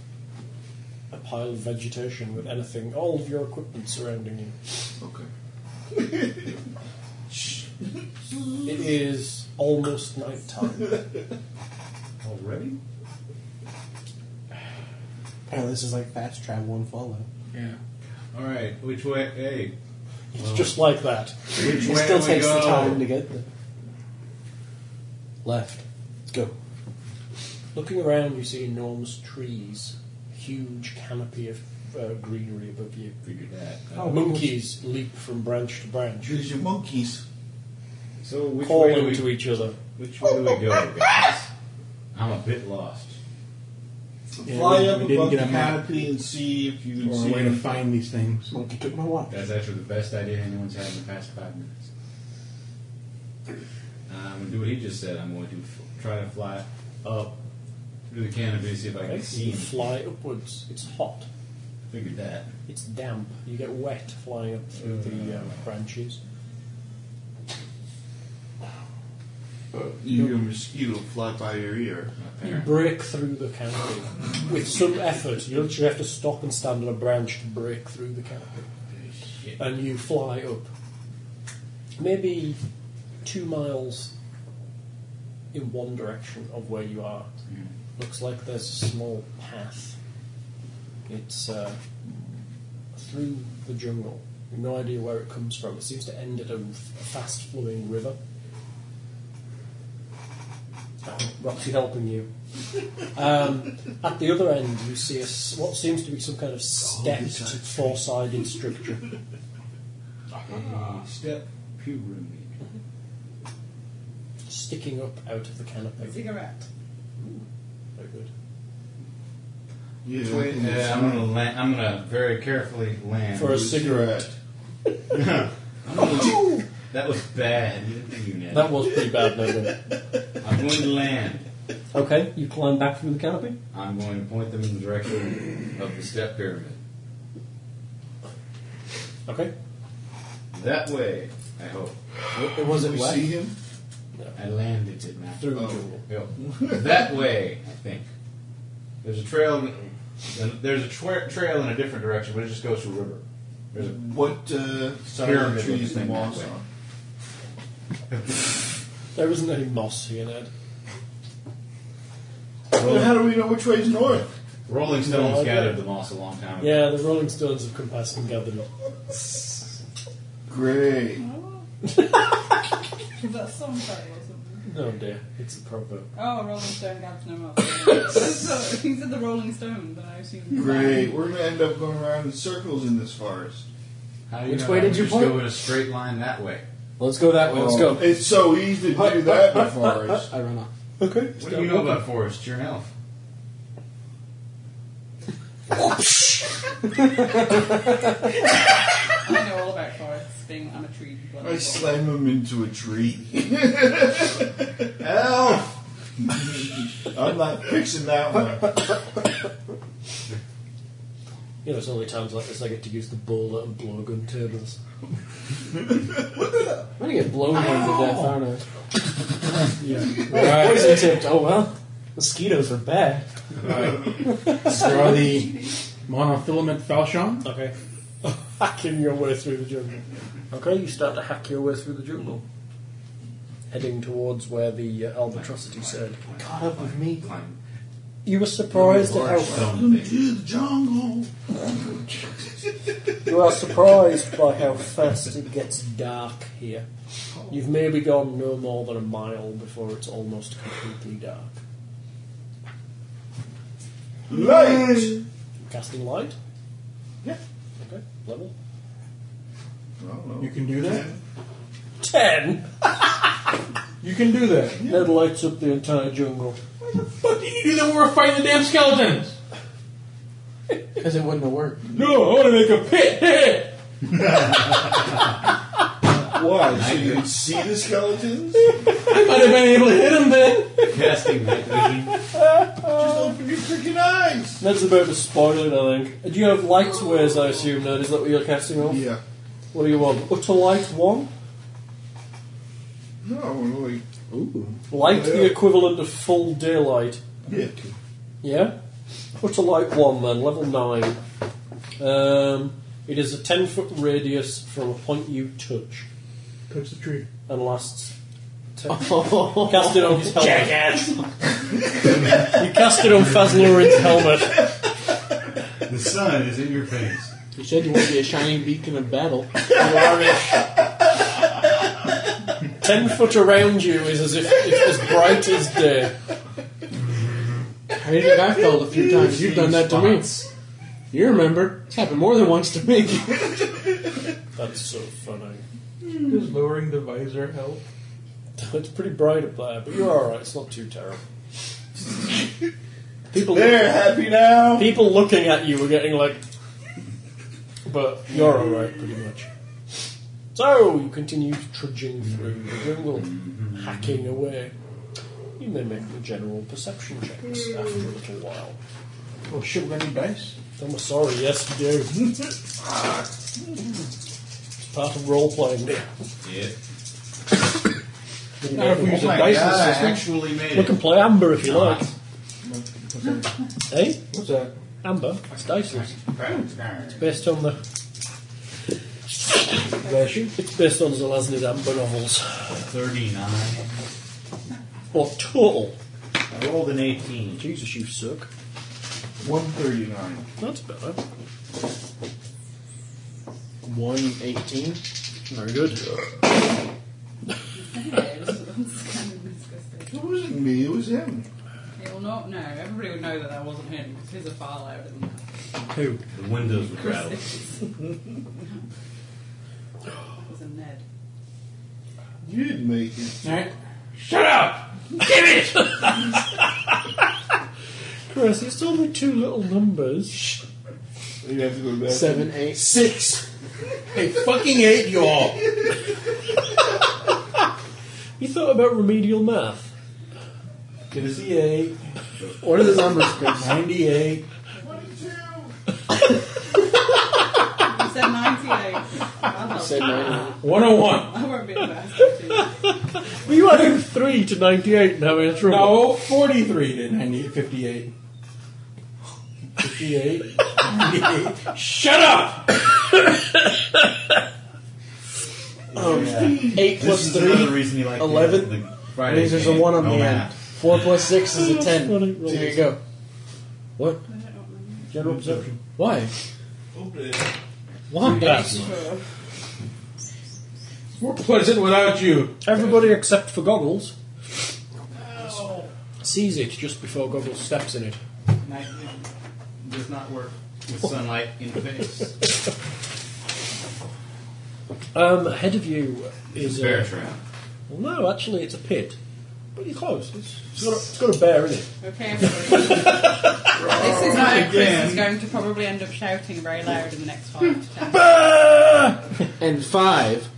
[SPEAKER 3] a pile of vegetation with anything, all of your equipment surrounding you.
[SPEAKER 4] Okay.
[SPEAKER 3] It is almost night time.
[SPEAKER 7] Already?
[SPEAKER 5] Apparently, this is like fast travel and follow.
[SPEAKER 6] Yeah.
[SPEAKER 7] All right. Which way? Hey,
[SPEAKER 3] It's just like that.
[SPEAKER 7] which
[SPEAKER 5] It
[SPEAKER 7] way
[SPEAKER 5] still
[SPEAKER 7] we
[SPEAKER 5] takes
[SPEAKER 7] go?
[SPEAKER 5] the time to get there. Left.
[SPEAKER 1] Go.
[SPEAKER 3] Looking around, you see enormous trees, huge canopy of uh, greenery above you.
[SPEAKER 7] Figured that.
[SPEAKER 1] Oh,
[SPEAKER 3] Monkeys leap from branch to branch,
[SPEAKER 4] There's your monkeys.
[SPEAKER 7] So which way do
[SPEAKER 3] calling
[SPEAKER 7] we
[SPEAKER 3] to each other.
[SPEAKER 7] which way do we go, guys? I'm a bit lost.
[SPEAKER 3] Yeah,
[SPEAKER 4] Fly
[SPEAKER 3] we-
[SPEAKER 4] up
[SPEAKER 6] we didn't
[SPEAKER 4] above the
[SPEAKER 6] get a map.
[SPEAKER 4] canopy and see if you can
[SPEAKER 6] Or a
[SPEAKER 4] see
[SPEAKER 6] way to
[SPEAKER 4] anything.
[SPEAKER 6] find these things.
[SPEAKER 1] Monkey took my watch.
[SPEAKER 7] That's actually the best idea anyone's had in the past five minutes. I'm gonna do what he just said. I'm going to f- try to fly up through the canopy, see if I
[SPEAKER 3] Okay,
[SPEAKER 7] can see
[SPEAKER 3] you
[SPEAKER 7] him.
[SPEAKER 3] fly upwards. It's hot.
[SPEAKER 7] Figured that.
[SPEAKER 3] It's damp. You get wet flying up through the uh, branches.
[SPEAKER 4] You hear a mosquito fly by your ear.
[SPEAKER 3] You break through the canopy with some effort. You literally have to stop and stand on a branch to break through the canopy,
[SPEAKER 7] Shit.
[SPEAKER 3] and you fly up. Maybe two miles in one direction of where you are. Looks like there's a small path. It's uh, through the jungle. No idea where it comes from. It seems to end at a, fast flowing river. Oh, Roxy helping you. Um, at the other end, you see a s what seems to be some kind of stepped, four sided structure.
[SPEAKER 7] Ah, step pyramid.
[SPEAKER 3] sticking up out of the canopy.
[SPEAKER 2] Cigarette.
[SPEAKER 3] Very good.
[SPEAKER 4] Yeah.
[SPEAKER 7] Which way- uh, I'm gonna land. I'm gonna very carefully land.
[SPEAKER 3] For a cigarette.
[SPEAKER 7] I'm gonna- that was bad. You didn't do that.
[SPEAKER 3] That was pretty bad, no no.
[SPEAKER 7] I'm going to land.
[SPEAKER 3] Okay, you climb back through the canopy.
[SPEAKER 7] I'm going to point them in the direction of the step pyramid.
[SPEAKER 6] uh,
[SPEAKER 3] Okay.
[SPEAKER 7] That way, I hope.
[SPEAKER 1] It wasn't
[SPEAKER 4] we
[SPEAKER 1] wet.
[SPEAKER 4] see him?
[SPEAKER 7] I landed, didn't I?
[SPEAKER 3] Through the
[SPEAKER 4] Oh.
[SPEAKER 3] jungle.
[SPEAKER 7] Yep. that way, I think. There's a trail. There's a tra- trail in a different direction, but it just goes to a river. There's a
[SPEAKER 4] What uh, side of
[SPEAKER 7] Pyramid
[SPEAKER 4] the trees
[SPEAKER 7] looking
[SPEAKER 4] and
[SPEAKER 7] thing
[SPEAKER 4] moss
[SPEAKER 7] that way.
[SPEAKER 4] are?
[SPEAKER 3] There isn't any moss here, Ned.
[SPEAKER 4] Then how do we know which way's north?
[SPEAKER 7] Rolling Stones
[SPEAKER 3] No, I
[SPEAKER 7] gathered
[SPEAKER 3] don't-
[SPEAKER 7] the moss a long time ago.
[SPEAKER 3] Yeah, the Rolling Stones have compassed and gathered up.
[SPEAKER 4] Great.
[SPEAKER 2] Is that song title or something?
[SPEAKER 3] Oh dear, it's a proverb.
[SPEAKER 2] Oh, Rolling Stone gaps no more. so, he said the Rolling Stone, then I assumed.
[SPEAKER 4] Great. We're going to end up going around in circles in this forest.
[SPEAKER 7] How do you
[SPEAKER 1] Which
[SPEAKER 7] know
[SPEAKER 1] way
[SPEAKER 7] that?
[SPEAKER 1] did you
[SPEAKER 7] just
[SPEAKER 1] point?
[SPEAKER 7] go in a straight line that way?
[SPEAKER 1] Let's go that way. Let's go.
[SPEAKER 4] It's so easy to do that in a forest.
[SPEAKER 1] I run off.
[SPEAKER 3] Okay.
[SPEAKER 7] What do you know about forests? You're an elf.
[SPEAKER 2] I know all about forests, being I'm a tree. dweller.
[SPEAKER 4] I slam him into a tree.
[SPEAKER 7] Elf.
[SPEAKER 4] I'm not fixing that one.
[SPEAKER 3] You know, it's only times like this I get to use the bowler and blowgun tables.
[SPEAKER 1] I'm gonna get blown one to death, aren't I?
[SPEAKER 3] Yeah.
[SPEAKER 1] Poison tipped. Oh well. Mosquitoes are bad.
[SPEAKER 6] Throw the monofilament falchion.
[SPEAKER 3] Okay. Hacking your way through the jungle. Okay, you start to hack your way through the jungle. Heading towards where the uh, albatrosity said.
[SPEAKER 1] Caught up with me.
[SPEAKER 7] Climb.
[SPEAKER 3] You were surprised at how
[SPEAKER 7] Stone thing.
[SPEAKER 4] To the jungle.
[SPEAKER 3] You are surprised by how fast it gets dark here. You've maybe gone no more than a mile before it's almost completely dark.
[SPEAKER 4] Light!
[SPEAKER 3] Casting light?
[SPEAKER 4] Yeah.
[SPEAKER 3] Okay. Level?
[SPEAKER 4] I don't know.
[SPEAKER 6] You can do that.
[SPEAKER 3] Ten!
[SPEAKER 6] You can do that.
[SPEAKER 3] That lights up the entire jungle.
[SPEAKER 6] But did you do that when we were fighting the damn skeletons?
[SPEAKER 1] Because it wouldn't have worked.
[SPEAKER 6] No, I want to make a pit.
[SPEAKER 4] Why? So you can see the skeletons?
[SPEAKER 6] I might have been able to hit him then.
[SPEAKER 7] Casting night vision.
[SPEAKER 4] Just open your freaking eyes!
[SPEAKER 3] That's about to spoil it, I think. Do you have light wares, I assume, Ned? Is that what you're casting off?
[SPEAKER 4] Yeah.
[SPEAKER 3] What do you want? Utter light one?
[SPEAKER 4] No, really.
[SPEAKER 3] Light the equivalent of full daylight.
[SPEAKER 4] Yeah.
[SPEAKER 3] Yeah? Put a light one then, level nine. Um, it is a 10 foot radius from a point you touch
[SPEAKER 6] Touch the tree.
[SPEAKER 3] and lasts. Te- cast it on his helmet. you cast it on Fazlurin's helmet.
[SPEAKER 7] The sun is in your face.
[SPEAKER 1] You said you want to be a shining beacon of battle.
[SPEAKER 6] You are a-
[SPEAKER 3] Ten foot around you is as if it's as bright as day.
[SPEAKER 5] I did it back a few times. You've done that to me. You remember. It's happened more than once to me.
[SPEAKER 3] That's so funny.
[SPEAKER 6] Does lowering the visor help?
[SPEAKER 3] It's pretty bright up there, but you're alright, it's not too terrible. People,
[SPEAKER 7] They're happy now.
[SPEAKER 3] people looking at you were getting like. But you're alright, pretty much. So, you continue trudging through the jungle, hacking away. You may make the general perception checks after a little while.
[SPEAKER 6] Oh shit, we got any dice?
[SPEAKER 3] I'm sorry, yes, you do. it's part of role playing.
[SPEAKER 8] Yeah.
[SPEAKER 6] Not if we use
[SPEAKER 7] Oh
[SPEAKER 6] a
[SPEAKER 7] my
[SPEAKER 6] dice
[SPEAKER 7] God, I
[SPEAKER 6] system.
[SPEAKER 7] actually made
[SPEAKER 3] We
[SPEAKER 7] it.
[SPEAKER 3] can play Amber if you like. Hey,
[SPEAKER 6] What's that?
[SPEAKER 3] Amber, it's diceless. It's based on the
[SPEAKER 6] Bless you.
[SPEAKER 3] it's based on Zelazny's Amber novels.
[SPEAKER 8] 39.
[SPEAKER 3] Or total.
[SPEAKER 8] I rolled an 18.
[SPEAKER 3] Jesus, you suck.
[SPEAKER 4] 139.
[SPEAKER 3] That's better.
[SPEAKER 5] One eighteen.
[SPEAKER 3] Very good.
[SPEAKER 2] disgusting.
[SPEAKER 4] It wasn't me, it was him.
[SPEAKER 2] It will not know. Everybody would know that that wasn't him because his are far louder than that.
[SPEAKER 3] Who?
[SPEAKER 8] The windows were rattled.
[SPEAKER 2] Chris's. It was a Ned.
[SPEAKER 4] You didn't make it.
[SPEAKER 6] Alright.
[SPEAKER 3] Chris, it's only two little numbers.
[SPEAKER 4] You have to go back.
[SPEAKER 5] Seven, eight.
[SPEAKER 3] Six.
[SPEAKER 6] Hey, fucking hate you all!
[SPEAKER 3] You thought about remedial math?
[SPEAKER 6] Get a Z8.
[SPEAKER 5] What are the numbers, Chris?
[SPEAKER 6] 98.
[SPEAKER 2] You said 98. I'll help
[SPEAKER 5] Said
[SPEAKER 2] you.
[SPEAKER 5] my
[SPEAKER 6] 101.
[SPEAKER 2] I won't be embarrassed. if you do.
[SPEAKER 3] Were you adding three to ninety-eight and having trouble?
[SPEAKER 4] Oh,
[SPEAKER 6] No, 43 to 90, 58. 58. 98. Shut up!
[SPEAKER 5] Eight
[SPEAKER 8] This
[SPEAKER 5] plus
[SPEAKER 8] is another
[SPEAKER 5] three.
[SPEAKER 8] reason he liked
[SPEAKER 5] eleven.
[SPEAKER 8] The, the
[SPEAKER 5] That
[SPEAKER 8] Friday
[SPEAKER 5] means there's a
[SPEAKER 8] game.
[SPEAKER 5] one on
[SPEAKER 8] No
[SPEAKER 5] the end.
[SPEAKER 8] math.
[SPEAKER 5] Four plus six is a ten.
[SPEAKER 3] Funny
[SPEAKER 5] So there you
[SPEAKER 3] rules.
[SPEAKER 5] go.
[SPEAKER 2] I don't know.
[SPEAKER 3] General perception.
[SPEAKER 5] Why?
[SPEAKER 3] Why?
[SPEAKER 6] We're pleasant without you.
[SPEAKER 3] Everybody except for Goggles sees it just before Goggles steps in it.
[SPEAKER 7] Night does not work with sunlight in the face.
[SPEAKER 3] Um, ahead of you
[SPEAKER 8] It's
[SPEAKER 3] is
[SPEAKER 8] a bear
[SPEAKER 3] a.
[SPEAKER 8] trap.
[SPEAKER 3] Well, no, actually, it's a pit. But you're close. It's, it's, got, a, it's got a bear in it.
[SPEAKER 2] Okay, everybody. this is why Chris is going to probably end up shouting very loud in the next five to ten.
[SPEAKER 5] And five.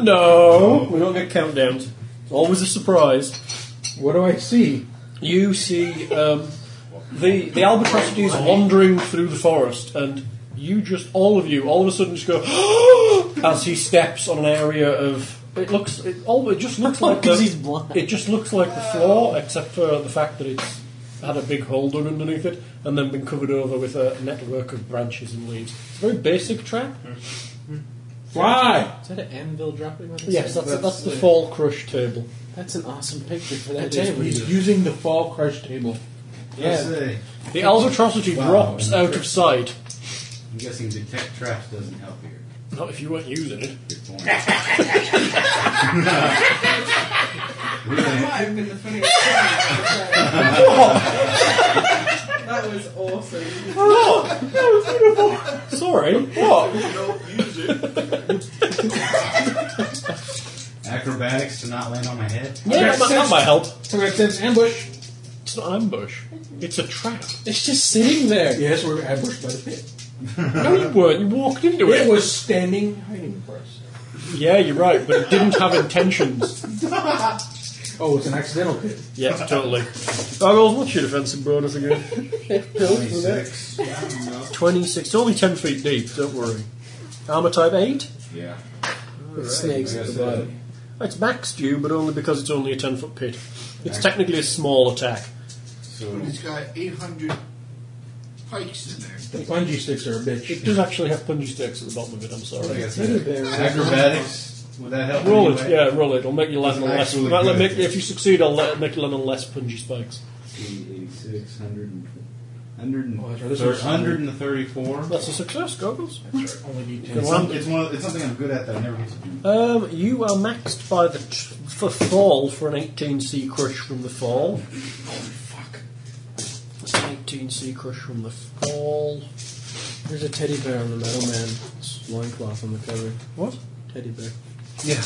[SPEAKER 3] No, we don't get countdowns. It's always a surprise.
[SPEAKER 5] What do I see?
[SPEAKER 3] You see um, the the albatross is wandering through the forest, and you just all of you all of a sudden just go as he steps on an area of. It looks. It, all, it just looks like the,
[SPEAKER 5] Because Oh, he's blind.
[SPEAKER 3] It just looks like the floor, except for the fact that it's had a big hole dug underneath it and then been covered over with a network of branches and leaves. It's a very basic trap.
[SPEAKER 6] Why?
[SPEAKER 5] Is that an anvil dropping on the
[SPEAKER 3] Yes,
[SPEAKER 5] side?
[SPEAKER 3] that's, that's, the fall crush table.
[SPEAKER 5] That's an awesome picture for that
[SPEAKER 6] It
[SPEAKER 5] table.
[SPEAKER 6] is- He's using the fall crush table.
[SPEAKER 8] Yes, eh.
[SPEAKER 3] The albatrosity
[SPEAKER 8] Wow.
[SPEAKER 3] drops out of sight.
[SPEAKER 8] I'm guessing detect traps doesn't help here.
[SPEAKER 3] Not if you weren't using it.
[SPEAKER 8] Good point. Really?
[SPEAKER 2] That would have been the funniest thing I've ever done. That was awesome.
[SPEAKER 3] Sorry. What?
[SPEAKER 8] Acrobatics to not land on my head.
[SPEAKER 3] Yeah, that, might- that might help.
[SPEAKER 6] So it says ambush.
[SPEAKER 3] It's not an ambush. It's a trap.
[SPEAKER 5] It's just sitting there.
[SPEAKER 6] Yes, we we're ambushed by the pit.
[SPEAKER 3] No, you weren't. You walked into it.
[SPEAKER 6] It was standing hiding for us.
[SPEAKER 3] Yeah, you're right, but it didn't have intentions.
[SPEAKER 6] Oh, it's an accidental pit.
[SPEAKER 3] Yeah, totally. Goggles, what's your defensive bonus again?
[SPEAKER 8] 26.
[SPEAKER 3] 26. It's only 10 feet deep, don't worry. Armour type 8?
[SPEAKER 8] Yeah.
[SPEAKER 5] With snakes at the bottom.
[SPEAKER 3] It's maxed you, but only because it's only a 10 foot pit. It's technically a small attack.
[SPEAKER 8] So,
[SPEAKER 4] But it's got 800 pikes in there.
[SPEAKER 6] The bungee sticks are a bitch.
[SPEAKER 3] It does actually have punji sticks at the bottom of it, I'm
[SPEAKER 8] I
[SPEAKER 3] sorry.
[SPEAKER 8] guess acrobatics. Would that help?
[SPEAKER 3] Roll it,
[SPEAKER 8] anyway?
[SPEAKER 3] yeah, roll it. It'll make you land on
[SPEAKER 8] It's
[SPEAKER 3] less.
[SPEAKER 8] actually
[SPEAKER 3] might let-
[SPEAKER 8] good.
[SPEAKER 3] make- if you succeed, I'll let, make you land on less punji spikes.
[SPEAKER 8] 86, 100.
[SPEAKER 6] Oh, that's right, this was-
[SPEAKER 8] 134.
[SPEAKER 3] That's a success, goggles.
[SPEAKER 6] Only need ten.
[SPEAKER 3] Good
[SPEAKER 8] It's,
[SPEAKER 3] one.
[SPEAKER 8] some, it's, one of, it's something I'm good at that I never get to do.
[SPEAKER 3] Um, you are maxed by the t- for fall for an 18C crush from the fall. Holy fuck. It's an 18C crush from the fall.
[SPEAKER 5] There's a teddy bear on the Metal Man's loincloth on the cover.
[SPEAKER 3] What?
[SPEAKER 5] Teddy bear.
[SPEAKER 3] Yeah.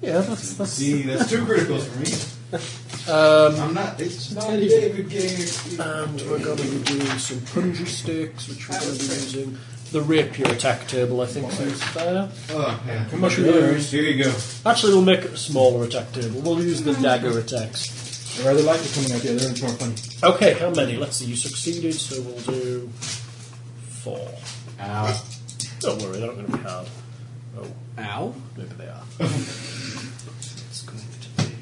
[SPEAKER 3] Yeah, that's. that's
[SPEAKER 8] See, that's two criticals for me.
[SPEAKER 3] um,
[SPEAKER 8] I'm not. It's not
[SPEAKER 5] Teddy
[SPEAKER 8] David Gayer.
[SPEAKER 3] and we're going to be doing some punji sticks, which we're
[SPEAKER 2] That
[SPEAKER 3] going
[SPEAKER 2] was
[SPEAKER 3] to be
[SPEAKER 2] great.
[SPEAKER 3] using. The rapier attack table, I think, seems fair.
[SPEAKER 8] Oh, yeah.
[SPEAKER 3] Much better.
[SPEAKER 8] Here you go.
[SPEAKER 3] Actually, we'll make it a smaller attack table. We'll use the dagger attacks.
[SPEAKER 6] I rather like it coming out the other end. It's more fun.
[SPEAKER 3] Okay, how many? Let's see, you succeeded, so we'll do four.
[SPEAKER 8] Ow.
[SPEAKER 3] Don't worry, they're not going to be hard. Oh,
[SPEAKER 5] Ow.
[SPEAKER 3] maybe they are. it's going to be.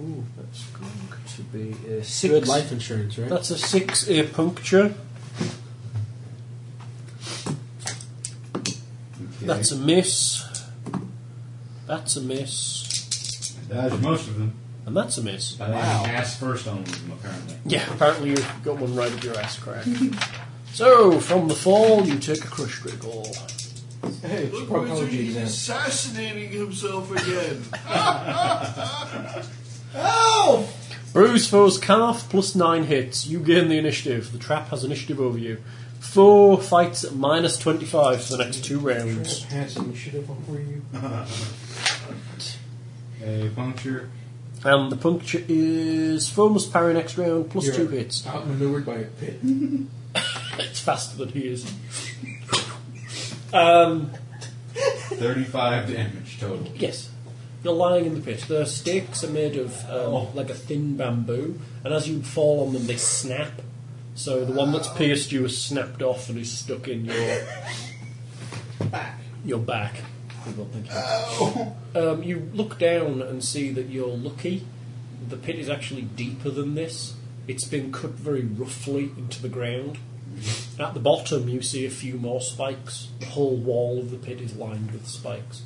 [SPEAKER 3] Ooh, that's going to be a six.
[SPEAKER 5] Good life insurance, right?
[SPEAKER 3] That's a six ear puncture. That's a miss. That's a miss.
[SPEAKER 8] Dodged most of them.
[SPEAKER 3] And that's a miss.
[SPEAKER 8] Wow. Ass first on them, apparently.
[SPEAKER 3] Yeah, apparently you've got one right up your ass crack. so, from the fall, you take a crush critical.
[SPEAKER 6] Hey, it's a
[SPEAKER 4] Look, Wizard,
[SPEAKER 6] proctology
[SPEAKER 4] he's
[SPEAKER 6] exam.
[SPEAKER 4] assassinating himself again.
[SPEAKER 3] Bruise foe's calf plus nine hits. You gain the initiative. The trap has initiative over you. Four fights at minus 25 for the next two rounds.
[SPEAKER 6] Handsome shit up before you.
[SPEAKER 8] A puncture.
[SPEAKER 3] And the puncture is foe must parry next round plus
[SPEAKER 6] You're
[SPEAKER 3] two hits.
[SPEAKER 6] Outmaneuvered by a pit.
[SPEAKER 3] It's faster than he is.
[SPEAKER 8] 35 damage total.
[SPEAKER 3] Yes. You're lying in the pit. The stakes are made of um, like a thin bamboo, and as you fall on them, they snap. So the one that's pierced you is snapped off and is stuck in your back. Your back. People think you- Um, you look down and see that you're lucky. The pit is actually deeper than this. It's been cut very roughly into the ground. At the bottom, you see a few more spikes. The whole wall of the pit is lined with spikes.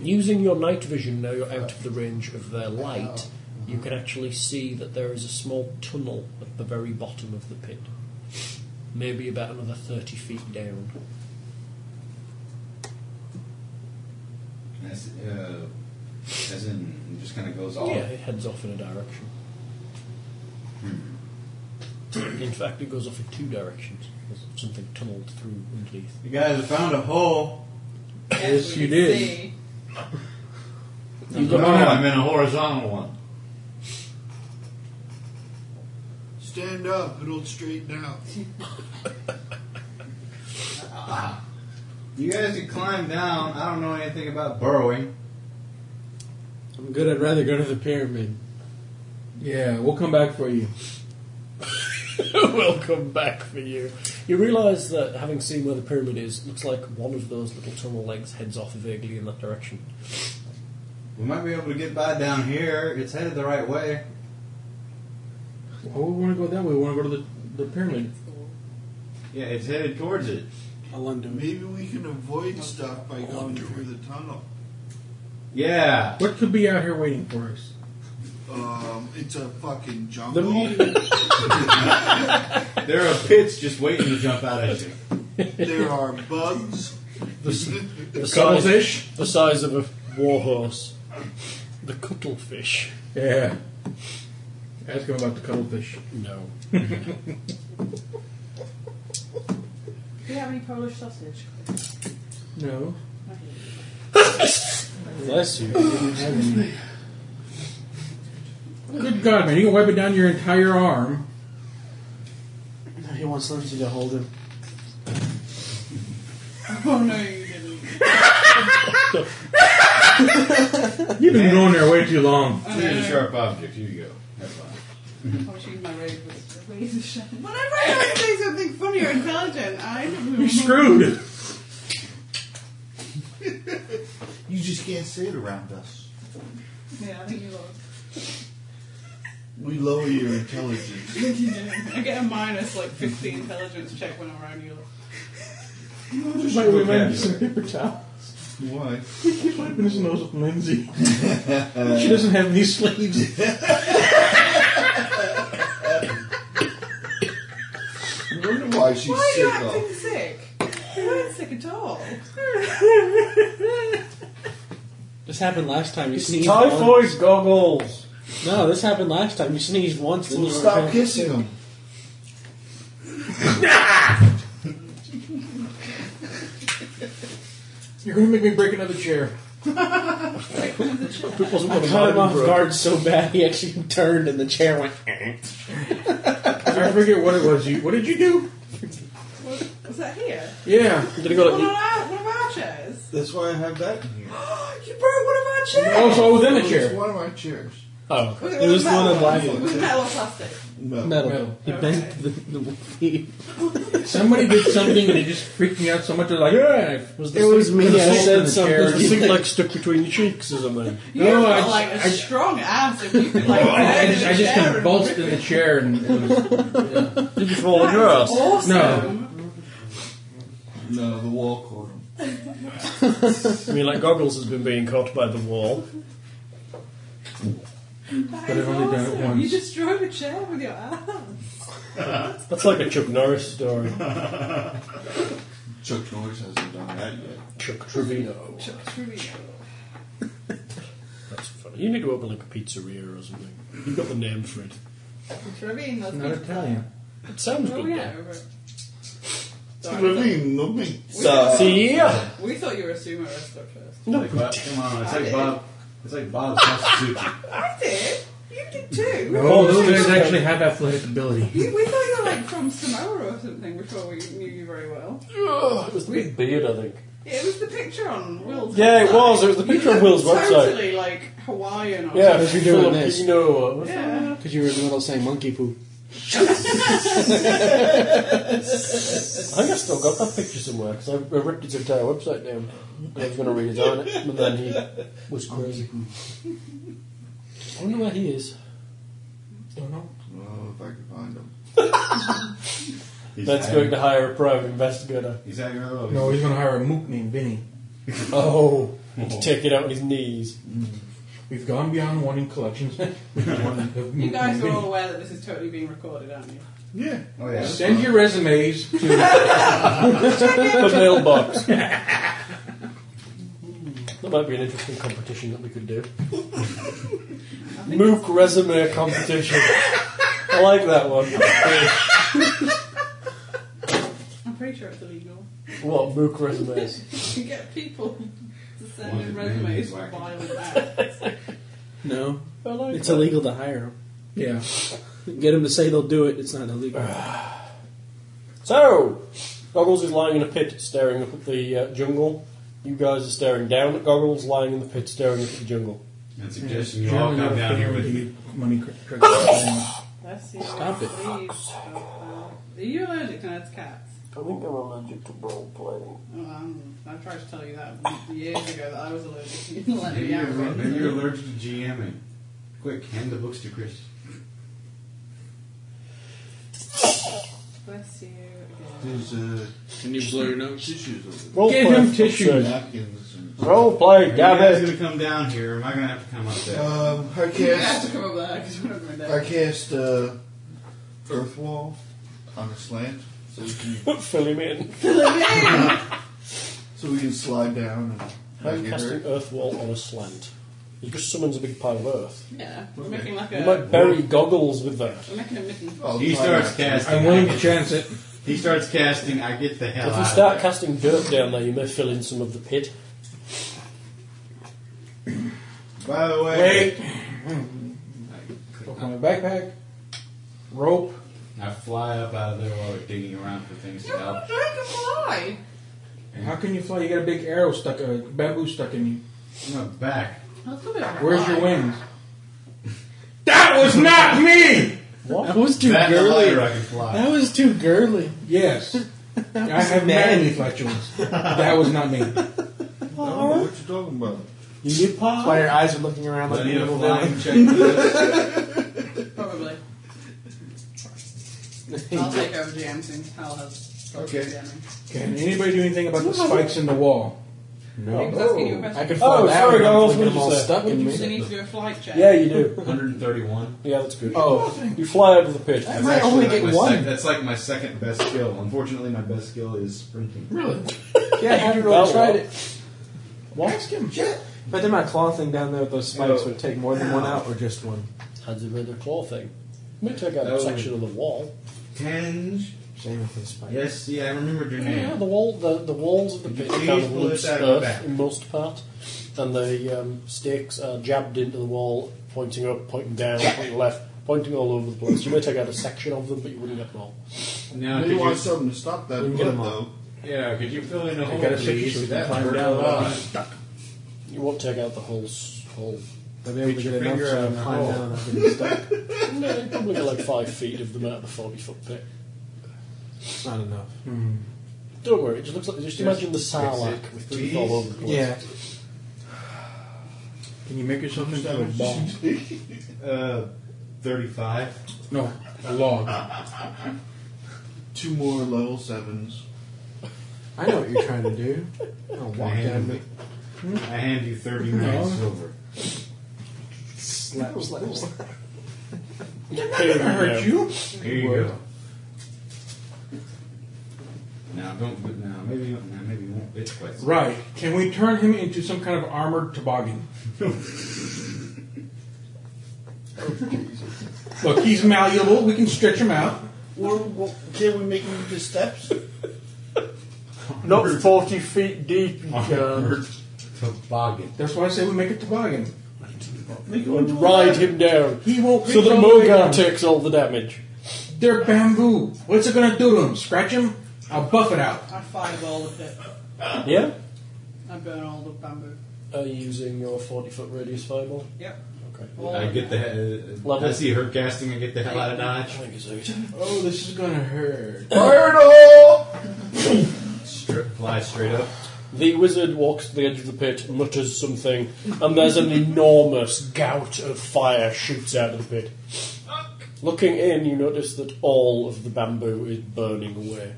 [SPEAKER 3] Using your night vision, now you're out of the range of their light, you can actually see that there is a small tunnel at the very bottom of the pit. Maybe about another 30 feet down.
[SPEAKER 8] As, uh, as in, it just kind of goes off.
[SPEAKER 3] Yeah, it heads off in a direction. In fact, it goes off in two directions. There's something tunneled through underneath.
[SPEAKER 8] You guys have found a hole.
[SPEAKER 2] Yes,
[SPEAKER 5] you did.
[SPEAKER 8] You no, I meant a horizontal one.
[SPEAKER 4] Stand up, it'll straighten out.
[SPEAKER 8] You guys can climb down. I don't know anything about burrowing.
[SPEAKER 5] I'm good. I'd rather go to the pyramid.
[SPEAKER 6] Yeah, we'll come back for you.
[SPEAKER 3] we'll come back for you. You realise that having seen where the pyramid is, looks like one of those little tunnel legs heads off vaguely in that direction.
[SPEAKER 8] We might be able to get by down here. It's headed the right way.
[SPEAKER 6] Why would Oh, we want to go that way? We want to go to the, the pyramid.
[SPEAKER 8] Yeah, it's headed towards it.
[SPEAKER 5] I London.
[SPEAKER 4] Maybe we can avoid stuff by going through the tunnel.
[SPEAKER 8] Yeah.
[SPEAKER 6] What could be out here waiting for us?
[SPEAKER 4] Um, it's a fucking
[SPEAKER 6] The
[SPEAKER 4] jungle.
[SPEAKER 6] meeting.
[SPEAKER 8] There are pits just waiting to jump out at you.
[SPEAKER 4] there are bugs.
[SPEAKER 3] The size,
[SPEAKER 6] Cuttlefish?
[SPEAKER 3] the size of a warhorse. The cuttlefish.
[SPEAKER 6] Yeah. Ask him about the cuttlefish.
[SPEAKER 3] No.
[SPEAKER 2] Do you have any Polish sausage?
[SPEAKER 6] No.
[SPEAKER 5] Bless you.
[SPEAKER 6] Good God, man. You can wipe it down your entire arm.
[SPEAKER 5] He wants Lindsay to hold him.
[SPEAKER 2] Oh no, you didn't.
[SPEAKER 6] You've been going there way too long.
[SPEAKER 8] Clear the sharp object. Here you go. Have fun.
[SPEAKER 2] I was using my razor, razor sharp. Whenever I try to say something funny or intelligent, I
[SPEAKER 6] You're screwed.
[SPEAKER 4] You just can't say it around us.
[SPEAKER 2] Yeah, I think you lost.
[SPEAKER 4] We lower your intelligence.
[SPEAKER 2] I get a minus like 50 intelligence check when I'm around you.
[SPEAKER 6] Might we might
[SPEAKER 8] Okay.
[SPEAKER 6] need some paper towel.
[SPEAKER 4] Why?
[SPEAKER 6] He's wiping his nose with
[SPEAKER 3] Uh,
[SPEAKER 6] Lindsay. she doesn't have any sleeves.
[SPEAKER 4] why she's
[SPEAKER 2] Why are you
[SPEAKER 4] sick
[SPEAKER 2] acting
[SPEAKER 4] though.
[SPEAKER 2] sick? You weren't sick at all.
[SPEAKER 3] This happened last time. You sneezed. once.
[SPEAKER 1] Typhoid goggles.
[SPEAKER 3] No, this happened last time. You sneezed once. and
[SPEAKER 4] Well,
[SPEAKER 3] you were
[SPEAKER 4] stop
[SPEAKER 3] kinda
[SPEAKER 4] kissing
[SPEAKER 3] sick.
[SPEAKER 4] him.
[SPEAKER 6] You're gonna make me break another chair.
[SPEAKER 3] I caught him off guard so bad he actually turned and the chair went.
[SPEAKER 6] I forget what it was. You what did you do?
[SPEAKER 2] Was, was that here?
[SPEAKER 6] Yeah.
[SPEAKER 1] Did he go
[SPEAKER 2] One of
[SPEAKER 1] like?
[SPEAKER 2] our, one of our chairs.
[SPEAKER 4] That's why I have that in here.
[SPEAKER 2] You broke one of our chairs.
[SPEAKER 6] Oh, so within the
[SPEAKER 4] It's
[SPEAKER 6] chair.
[SPEAKER 4] one of my chairs.
[SPEAKER 1] Oh,
[SPEAKER 2] Was
[SPEAKER 12] It was
[SPEAKER 2] metal?
[SPEAKER 12] one of black
[SPEAKER 2] Was it metal or plastic?
[SPEAKER 4] No.
[SPEAKER 3] Metal.
[SPEAKER 6] Metal.
[SPEAKER 3] He bent the, the he-
[SPEAKER 6] Somebody did something and it just freaked me out so much. I was like, yeah.
[SPEAKER 1] was
[SPEAKER 3] It was me.
[SPEAKER 1] the
[SPEAKER 3] I
[SPEAKER 1] sink
[SPEAKER 3] said
[SPEAKER 1] in the chair,
[SPEAKER 3] something.
[SPEAKER 1] The sink like stuck between your cheeks or something.
[SPEAKER 2] You have
[SPEAKER 6] No, I
[SPEAKER 2] got like a
[SPEAKER 6] just- I-
[SPEAKER 2] strong ass if you could like.
[SPEAKER 6] I
[SPEAKER 2] bend
[SPEAKER 6] just, I
[SPEAKER 2] the
[SPEAKER 6] just
[SPEAKER 2] chair and
[SPEAKER 6] convulsed
[SPEAKER 2] rip
[SPEAKER 6] in the chair and it was, yeah.
[SPEAKER 1] Did you fall on your
[SPEAKER 2] That's
[SPEAKER 1] ass?
[SPEAKER 2] awesome.
[SPEAKER 6] No.
[SPEAKER 4] No, the wall caught him.
[SPEAKER 1] I mean, like goggles has been being caught by the wall.
[SPEAKER 2] That
[SPEAKER 6] But
[SPEAKER 2] is
[SPEAKER 6] I've only done it
[SPEAKER 2] awesome.
[SPEAKER 6] once.
[SPEAKER 2] You just drove a chair with your ass.
[SPEAKER 1] That's like a Chuck Norris story.
[SPEAKER 4] Chuck Norris hasn't done that yet.
[SPEAKER 1] Chuck Trevino.
[SPEAKER 2] Chuck Trujillo.
[SPEAKER 1] That's funny. You need to open like a pizzeria or something. You've got the name for it.
[SPEAKER 2] Trevino.
[SPEAKER 6] Not Italian.
[SPEAKER 1] It sounds
[SPEAKER 2] Oh
[SPEAKER 1] good.
[SPEAKER 2] yeah.
[SPEAKER 1] though.
[SPEAKER 2] but-
[SPEAKER 4] Levine, not me.
[SPEAKER 1] See ya.
[SPEAKER 2] We thought you were a sumo wrestler first.
[SPEAKER 7] Like Bob, come on, it's like Bob. It's like Bob Sassucci.
[SPEAKER 2] I did. You did too.
[SPEAKER 6] Oh, those guys actually have athletic ability.
[SPEAKER 2] You, we thought you were like from Samoa or something before we knew you very well.
[SPEAKER 1] It was the big beard, I think.
[SPEAKER 2] Yeah, it was the picture on Will's
[SPEAKER 1] Yeah, it
[SPEAKER 2] website.
[SPEAKER 1] was. It was the picture on Will's
[SPEAKER 2] totally,
[SPEAKER 1] website.
[SPEAKER 2] like Hawaiian or
[SPEAKER 1] Yeah,
[SPEAKER 3] Because you're
[SPEAKER 1] Filipino
[SPEAKER 3] doing this.
[SPEAKER 1] or
[SPEAKER 2] something.
[SPEAKER 1] what's
[SPEAKER 2] Yeah.
[SPEAKER 3] Because you were in the middle saying monkey poo.
[SPEAKER 1] I think I still got that picture somewhere because I, I ripped his entire website down. And I was going to redesign it, but then he was crazy. I wonder where he is.
[SPEAKER 6] Don't know.
[SPEAKER 4] Oh, if I could find him.
[SPEAKER 7] He's
[SPEAKER 1] That's
[SPEAKER 7] having-
[SPEAKER 1] going to hire a private investigator.
[SPEAKER 7] He's having a little.
[SPEAKER 6] No, he's gonna hire a mook named Vinny.
[SPEAKER 1] Oh, to take it out on his knees.
[SPEAKER 6] We've gone beyond wanting collections.
[SPEAKER 2] You
[SPEAKER 6] you
[SPEAKER 2] guys are all aware that this is totally being recorded, aren't you?
[SPEAKER 4] Yeah.
[SPEAKER 7] Oh yeah.
[SPEAKER 6] Send your resumes to
[SPEAKER 1] The mailbox. That might be an interesting competition that we could do. Mook resume competition. I like that one.
[SPEAKER 2] I'm pretty sure it's illegal.
[SPEAKER 1] What Mook resumes?
[SPEAKER 2] You get people to send
[SPEAKER 7] Was
[SPEAKER 2] in
[SPEAKER 7] it really
[SPEAKER 2] resumes for
[SPEAKER 7] wacky?
[SPEAKER 2] violent acts.
[SPEAKER 3] No,
[SPEAKER 1] I like
[SPEAKER 3] it's
[SPEAKER 1] that.
[SPEAKER 3] illegal to hire
[SPEAKER 6] yeah.
[SPEAKER 3] them. Get them to say they'll do it. It's not illegal.
[SPEAKER 1] So, Goggles is lying in a pit, staring up at the uh, jungle. You guys are staring down at Goggles, lying in the pit, staring up at the jungle.
[SPEAKER 7] And suggesting you all come down here
[SPEAKER 6] E.
[SPEAKER 7] with me.
[SPEAKER 6] Money cr- cr-
[SPEAKER 2] Let's see.
[SPEAKER 3] Stop it.
[SPEAKER 2] Please. Oh, wow. Are you allergic to nuts, cats?
[SPEAKER 1] I think I'm allergic to role playing.
[SPEAKER 2] Oh, um, I tried to tell you that years ago that I was allergic. You didn't let
[SPEAKER 7] Maybe
[SPEAKER 2] me out.
[SPEAKER 7] you're, maybe you're allergic to GMing. Quick, hand the books to Chris.
[SPEAKER 2] Bless you again.
[SPEAKER 4] There's uh,
[SPEAKER 3] Can you blow your nose?
[SPEAKER 4] tissues over there.
[SPEAKER 1] Role
[SPEAKER 6] Give
[SPEAKER 1] play,
[SPEAKER 6] him
[SPEAKER 1] for
[SPEAKER 6] tissue.
[SPEAKER 1] fuck's sake.
[SPEAKER 4] Napkins and
[SPEAKER 1] Role play,
[SPEAKER 7] Are you
[SPEAKER 1] damn
[SPEAKER 7] guys
[SPEAKER 1] it.
[SPEAKER 7] gonna come down here? Or am I gonna have to come up there?
[SPEAKER 4] Um, I
[SPEAKER 2] You have to
[SPEAKER 4] cast,
[SPEAKER 2] come over there because we're not going
[SPEAKER 4] I
[SPEAKER 2] there.
[SPEAKER 4] cast uh, Earth Wall on a slant so we can,
[SPEAKER 1] Fill him in.
[SPEAKER 4] so we can slide down and not
[SPEAKER 1] I'm
[SPEAKER 4] get
[SPEAKER 1] casting
[SPEAKER 4] hurt.
[SPEAKER 1] Earth Wall on a slant. He just summons a big pile of earth.
[SPEAKER 2] Yeah, we're making like
[SPEAKER 1] You
[SPEAKER 2] a.
[SPEAKER 1] might bury Goggles with that.
[SPEAKER 2] We're making a mitten.
[SPEAKER 4] I'll
[SPEAKER 7] He
[SPEAKER 4] try
[SPEAKER 7] starts
[SPEAKER 4] not to.
[SPEAKER 7] casting.
[SPEAKER 6] Oh, I'm willing to chance it.
[SPEAKER 7] He starts casting. I get the hell
[SPEAKER 1] If
[SPEAKER 7] out.
[SPEAKER 1] you start
[SPEAKER 7] of there.
[SPEAKER 1] casting dirt down there, you may fill in some of the pit.
[SPEAKER 4] By the way,
[SPEAKER 6] Wait.
[SPEAKER 7] I click
[SPEAKER 6] Look my backpack. Rope.
[SPEAKER 7] I fly up out of there while they're digging around for things to
[SPEAKER 2] You're
[SPEAKER 7] help.
[SPEAKER 2] not trying to fly.
[SPEAKER 6] How can you fly? You got a big arrow stuck, a bamboo stuck in you.
[SPEAKER 7] No, back.
[SPEAKER 2] That's a bit of a
[SPEAKER 6] Where's
[SPEAKER 2] lie.
[SPEAKER 6] your wings? That was not me!
[SPEAKER 3] That was too
[SPEAKER 7] That and
[SPEAKER 3] girly.
[SPEAKER 7] higher I can fly.
[SPEAKER 3] That was too girly.
[SPEAKER 6] Yes. I have many flatulence. That was not me.
[SPEAKER 4] I don't know what you're talking about.
[SPEAKER 3] You get That's why your eyes are looking around
[SPEAKER 7] Do
[SPEAKER 3] like
[SPEAKER 7] I
[SPEAKER 3] a
[SPEAKER 7] need a
[SPEAKER 3] little
[SPEAKER 7] flying check for this?
[SPEAKER 2] Probably. I'll take over GM soon. I'll have.
[SPEAKER 4] Okay.
[SPEAKER 2] GMing.
[SPEAKER 6] Can anybody do anything about the spikes in the wall?
[SPEAKER 2] He was asking you a question.
[SPEAKER 3] I could fall
[SPEAKER 1] Oh,
[SPEAKER 3] down
[SPEAKER 1] sorry,
[SPEAKER 3] and
[SPEAKER 1] girls,
[SPEAKER 3] get
[SPEAKER 1] what did
[SPEAKER 3] them
[SPEAKER 1] you
[SPEAKER 3] all
[SPEAKER 1] say?
[SPEAKER 3] stuck in
[SPEAKER 2] you
[SPEAKER 3] me.
[SPEAKER 2] just need to do a flight check.
[SPEAKER 1] Yeah, you do.
[SPEAKER 7] 131.
[SPEAKER 1] Yeah, that's good.
[SPEAKER 3] Oh,
[SPEAKER 1] You fly over the pitch.
[SPEAKER 3] I might only
[SPEAKER 7] like
[SPEAKER 3] get
[SPEAKER 7] my sec-
[SPEAKER 3] one.
[SPEAKER 7] that's like my second best skill. Unfortunately, my best skill is sprinting.
[SPEAKER 6] Really?
[SPEAKER 3] yeah, I haven't
[SPEAKER 1] Well,
[SPEAKER 3] really tried it.
[SPEAKER 6] Ask him. Yeah.
[SPEAKER 3] But then my claw thing down there with those spikes would take more than one out or just one.
[SPEAKER 1] How'd you read the claw thing? We took out
[SPEAKER 7] That
[SPEAKER 1] a
[SPEAKER 7] was-
[SPEAKER 1] section of the wall.
[SPEAKER 7] Tinge.
[SPEAKER 3] Same with the spike.
[SPEAKER 7] Yes, see, I remembered your
[SPEAKER 1] Yeah,
[SPEAKER 7] name.
[SPEAKER 1] the wall, the, the walls of the
[SPEAKER 7] Could
[SPEAKER 1] pit
[SPEAKER 7] you
[SPEAKER 1] are kind
[SPEAKER 7] please
[SPEAKER 1] of
[SPEAKER 7] pull
[SPEAKER 1] wood
[SPEAKER 7] this out of the
[SPEAKER 1] earth
[SPEAKER 7] back?
[SPEAKER 1] in most part, and the um, stakes are jabbed into the wall, pointing up, pointing down, pointing left, pointing all over the place. You may take out a section of them, but you wouldn't get them all.
[SPEAKER 7] Now,
[SPEAKER 4] Maybe
[SPEAKER 7] could
[SPEAKER 4] want
[SPEAKER 7] you,
[SPEAKER 4] something to stop that
[SPEAKER 3] We can
[SPEAKER 4] blood,
[SPEAKER 3] get 'em all.
[SPEAKER 4] though.
[SPEAKER 7] yeah, could you fill in the hole,
[SPEAKER 6] got a picture so we
[SPEAKER 7] please?
[SPEAKER 6] can
[SPEAKER 7] That
[SPEAKER 6] climb
[SPEAKER 7] hurt
[SPEAKER 6] down
[SPEAKER 7] a lot.
[SPEAKER 1] You won't take out the whole s- hole.
[SPEAKER 3] I'll be able to
[SPEAKER 7] Get
[SPEAKER 3] get
[SPEAKER 7] your
[SPEAKER 3] enough
[SPEAKER 7] finger
[SPEAKER 3] so I
[SPEAKER 7] out of
[SPEAKER 3] can
[SPEAKER 7] the
[SPEAKER 3] climb
[SPEAKER 7] hole.
[SPEAKER 3] down after the stuck.
[SPEAKER 1] No, you probably get like five feet of them out of the forty foot pit.
[SPEAKER 3] It's not enough.
[SPEAKER 1] Don't worry, it just looks like just imagine the sarlacc with teeth all over the place.
[SPEAKER 3] Yeah.
[SPEAKER 6] Can you make yourself into
[SPEAKER 4] That
[SPEAKER 6] a
[SPEAKER 4] was
[SPEAKER 6] bomb?
[SPEAKER 7] Uh, 35.
[SPEAKER 6] No, a log.
[SPEAKER 4] Two more level sevens.
[SPEAKER 3] I know what you're trying to do. I'll
[SPEAKER 7] I
[SPEAKER 3] walk down
[SPEAKER 7] hand,
[SPEAKER 3] the
[SPEAKER 7] you- I hand you 39 silver.
[SPEAKER 3] slap, slap, slap.
[SPEAKER 1] Here we go.
[SPEAKER 6] you?
[SPEAKER 7] Here you go. Now, don't, but now, maybe, you- now, maybe you won't bitch quite so
[SPEAKER 6] Right. Can we turn him into some kind of armored toboggan? Look, he's malleable. We can stretch him out.
[SPEAKER 4] Or well, can we make them into steps?
[SPEAKER 3] Not 40 feet deep, you
[SPEAKER 7] Armored toboggan.
[SPEAKER 6] That's why I say we make a toboggan.
[SPEAKER 4] Make them into
[SPEAKER 1] And ride him down.
[SPEAKER 6] He won't
[SPEAKER 1] So
[SPEAKER 6] be
[SPEAKER 1] that
[SPEAKER 6] all the way
[SPEAKER 1] Mogar
[SPEAKER 6] down.
[SPEAKER 1] takes all the damage.
[SPEAKER 6] They're bamboo. What's it gonna do to him? Scratch him? I'll buff it out.
[SPEAKER 2] I fireball the pit.
[SPEAKER 1] Yeah?
[SPEAKER 2] I burn all the bamboo.
[SPEAKER 1] Are you using your 40 foot radius fireball?
[SPEAKER 2] Yep.
[SPEAKER 1] Okay.
[SPEAKER 2] All
[SPEAKER 7] I
[SPEAKER 2] of
[SPEAKER 7] get
[SPEAKER 2] them.
[SPEAKER 7] the. Uh,
[SPEAKER 1] Level.
[SPEAKER 7] I see her casting. I get the hell out of
[SPEAKER 1] I
[SPEAKER 7] dodge.
[SPEAKER 1] think it's eight.
[SPEAKER 6] Oh, this is gonna hurt.
[SPEAKER 7] Stri- fly straight up.
[SPEAKER 1] The wizard walks to the edge of the pit, mutters something, and there's an enormous gout of fire shoots out of the pit. Looking in, you notice that all of the bamboo is burning away.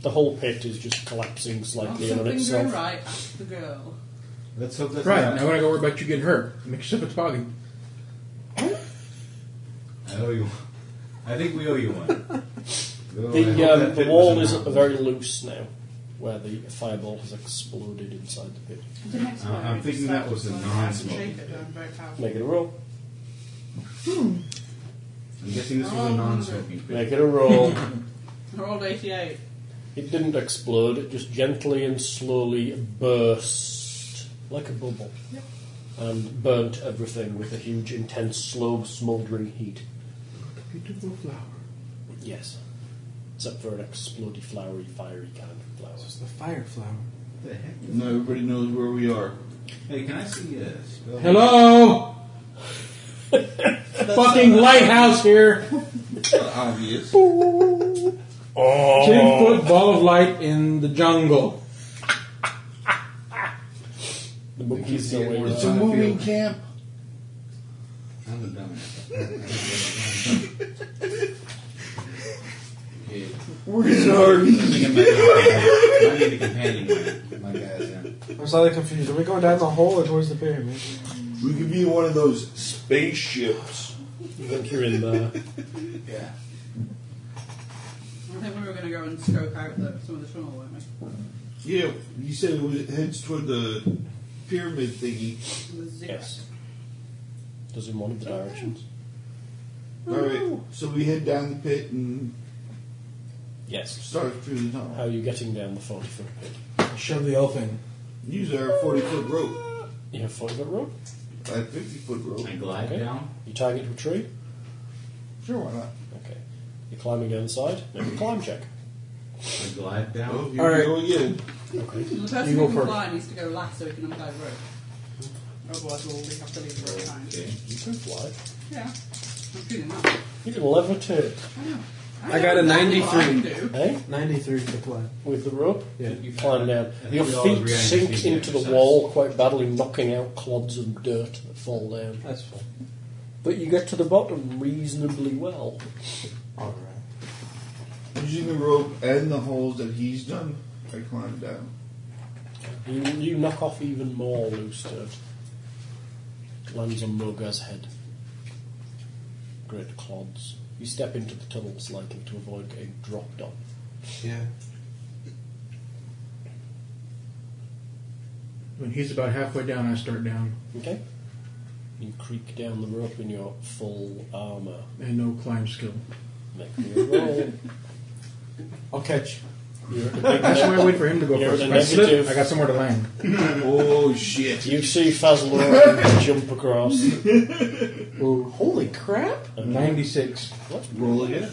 [SPEAKER 1] The whole pit is just collapsing
[SPEAKER 2] Well,
[SPEAKER 1] slightly in on
[SPEAKER 2] something's going
[SPEAKER 1] itself.
[SPEAKER 2] right. Ask the girl.
[SPEAKER 7] Let's hope that's
[SPEAKER 6] Right,
[SPEAKER 7] not-
[SPEAKER 6] now when I go worry about you getting hurt, make yourself a toboggan.
[SPEAKER 7] I owe you. one. I think we owe you one. Though I hope
[SPEAKER 1] The,
[SPEAKER 7] that
[SPEAKER 1] um, the
[SPEAKER 7] pit
[SPEAKER 1] wall
[SPEAKER 7] was
[SPEAKER 1] is
[SPEAKER 7] enough.
[SPEAKER 1] very loose now, where the fireball has exploded inside the pit.
[SPEAKER 2] The next
[SPEAKER 7] Uh,
[SPEAKER 2] one,
[SPEAKER 7] I'm
[SPEAKER 2] we
[SPEAKER 7] thinking
[SPEAKER 2] start
[SPEAKER 7] that was
[SPEAKER 2] with
[SPEAKER 7] a
[SPEAKER 2] someone else and
[SPEAKER 7] non-smoke.
[SPEAKER 2] shake it down very powerful.
[SPEAKER 1] Make it a roll.
[SPEAKER 7] I'm guessing this was a non-smoking pit.
[SPEAKER 1] Make it a roll.
[SPEAKER 2] I rolled 88.
[SPEAKER 1] It didn't explode, it just gently and slowly burst like a bubble and burnt everything with a huge, intense, slow, smouldering heat.
[SPEAKER 6] Beautiful flower.
[SPEAKER 1] Yes. Except for an explodey, flowery, fiery kind of flower.
[SPEAKER 3] It's the fire flower.
[SPEAKER 7] What the heck?
[SPEAKER 4] Now everybody knows where we are.
[SPEAKER 7] Hey, can I see a spell?
[SPEAKER 6] Hello! Fucking lighthouse here!
[SPEAKER 4] Not obvious.
[SPEAKER 6] Ten foot ball of light in the jungle.
[SPEAKER 1] The monkeys
[SPEAKER 7] see
[SPEAKER 1] know
[SPEAKER 7] it
[SPEAKER 1] where
[SPEAKER 7] more
[SPEAKER 1] you
[SPEAKER 4] It's
[SPEAKER 1] are.
[SPEAKER 4] a moving camp.
[SPEAKER 7] I'm a dumbass. yeah.
[SPEAKER 4] Where's Harvey?
[SPEAKER 7] I think I'm a- I need a companion. when My guy's in.
[SPEAKER 3] I'm slightly confused. Are we going down the hole or towards the pyramid?
[SPEAKER 4] We could be in one of those spaceships.
[SPEAKER 1] You think you're in there.
[SPEAKER 7] Yeah.
[SPEAKER 2] I think we were going to go and scope out the, some of the tunnel, weren't we?
[SPEAKER 4] Yeah, you said it was, heads toward the pyramid thingy.
[SPEAKER 2] And the zip.
[SPEAKER 1] yes. Does in one of the directions?
[SPEAKER 4] All right, so we head down the pit and
[SPEAKER 1] Yes.
[SPEAKER 4] start through the
[SPEAKER 1] How
[SPEAKER 4] tunnel.
[SPEAKER 1] are you getting down the 40 foot pit?
[SPEAKER 6] Shove the elf in.
[SPEAKER 4] Use our 40 foot rope,
[SPEAKER 1] You have 40 foot rope?
[SPEAKER 4] our 50 foot rope.
[SPEAKER 7] I glide
[SPEAKER 1] Okay.
[SPEAKER 7] down.
[SPEAKER 1] You tying it to a tree?
[SPEAKER 4] Sure, why not?
[SPEAKER 1] Okay. You're climbing down the side? Make a climb check.
[SPEAKER 7] I glide
[SPEAKER 4] Oh,
[SPEAKER 7] down.
[SPEAKER 4] here
[SPEAKER 6] All
[SPEAKER 4] we
[SPEAKER 6] right.
[SPEAKER 4] go again.
[SPEAKER 2] And the person
[SPEAKER 6] You go
[SPEAKER 2] who can
[SPEAKER 6] first.
[SPEAKER 2] fly needs to go last so we can untie the rope. Otherwise, we'll we have to leave the rope behind.
[SPEAKER 7] Okay.
[SPEAKER 1] You can fly.
[SPEAKER 2] Yeah. I'm feeling that.
[SPEAKER 1] You can levitate.
[SPEAKER 3] I got a
[SPEAKER 2] know exactly what I
[SPEAKER 3] 93.
[SPEAKER 2] can do.
[SPEAKER 1] Eh?
[SPEAKER 3] 93 to play.
[SPEAKER 1] with the rope.
[SPEAKER 3] Yeah.
[SPEAKER 1] You climb down.
[SPEAKER 7] think
[SPEAKER 1] Your
[SPEAKER 7] we all
[SPEAKER 1] feet
[SPEAKER 7] agree on
[SPEAKER 1] sink
[SPEAKER 7] the
[SPEAKER 1] into the
[SPEAKER 7] exercise.
[SPEAKER 1] wall quite badly, knocking out clods of dirt that fall down.
[SPEAKER 3] That's fun.
[SPEAKER 1] But you get to the bottom reasonably well.
[SPEAKER 3] Alright.
[SPEAKER 4] Using the rope and the holes that he's done, I climb down.
[SPEAKER 1] You, you knock off even more loose dirt. Lands on Murga's head. Great clods. You step into the tunnel slightly to avoid getting dropped on.
[SPEAKER 6] Yeah. When he's about halfway down, I start down.
[SPEAKER 1] Okay? You creak down the rope in your full armour.
[SPEAKER 6] And no climb skill.
[SPEAKER 1] Make me a roll.
[SPEAKER 5] I'll catch.
[SPEAKER 6] That's why I wait for him to go
[SPEAKER 1] You're
[SPEAKER 6] first.
[SPEAKER 1] the
[SPEAKER 6] If I slip,
[SPEAKER 1] negative.
[SPEAKER 6] I got somewhere to land.
[SPEAKER 4] Oh shit!
[SPEAKER 1] you see Fazlor jump across.
[SPEAKER 5] Holy crap!
[SPEAKER 6] 96.
[SPEAKER 4] Roll again.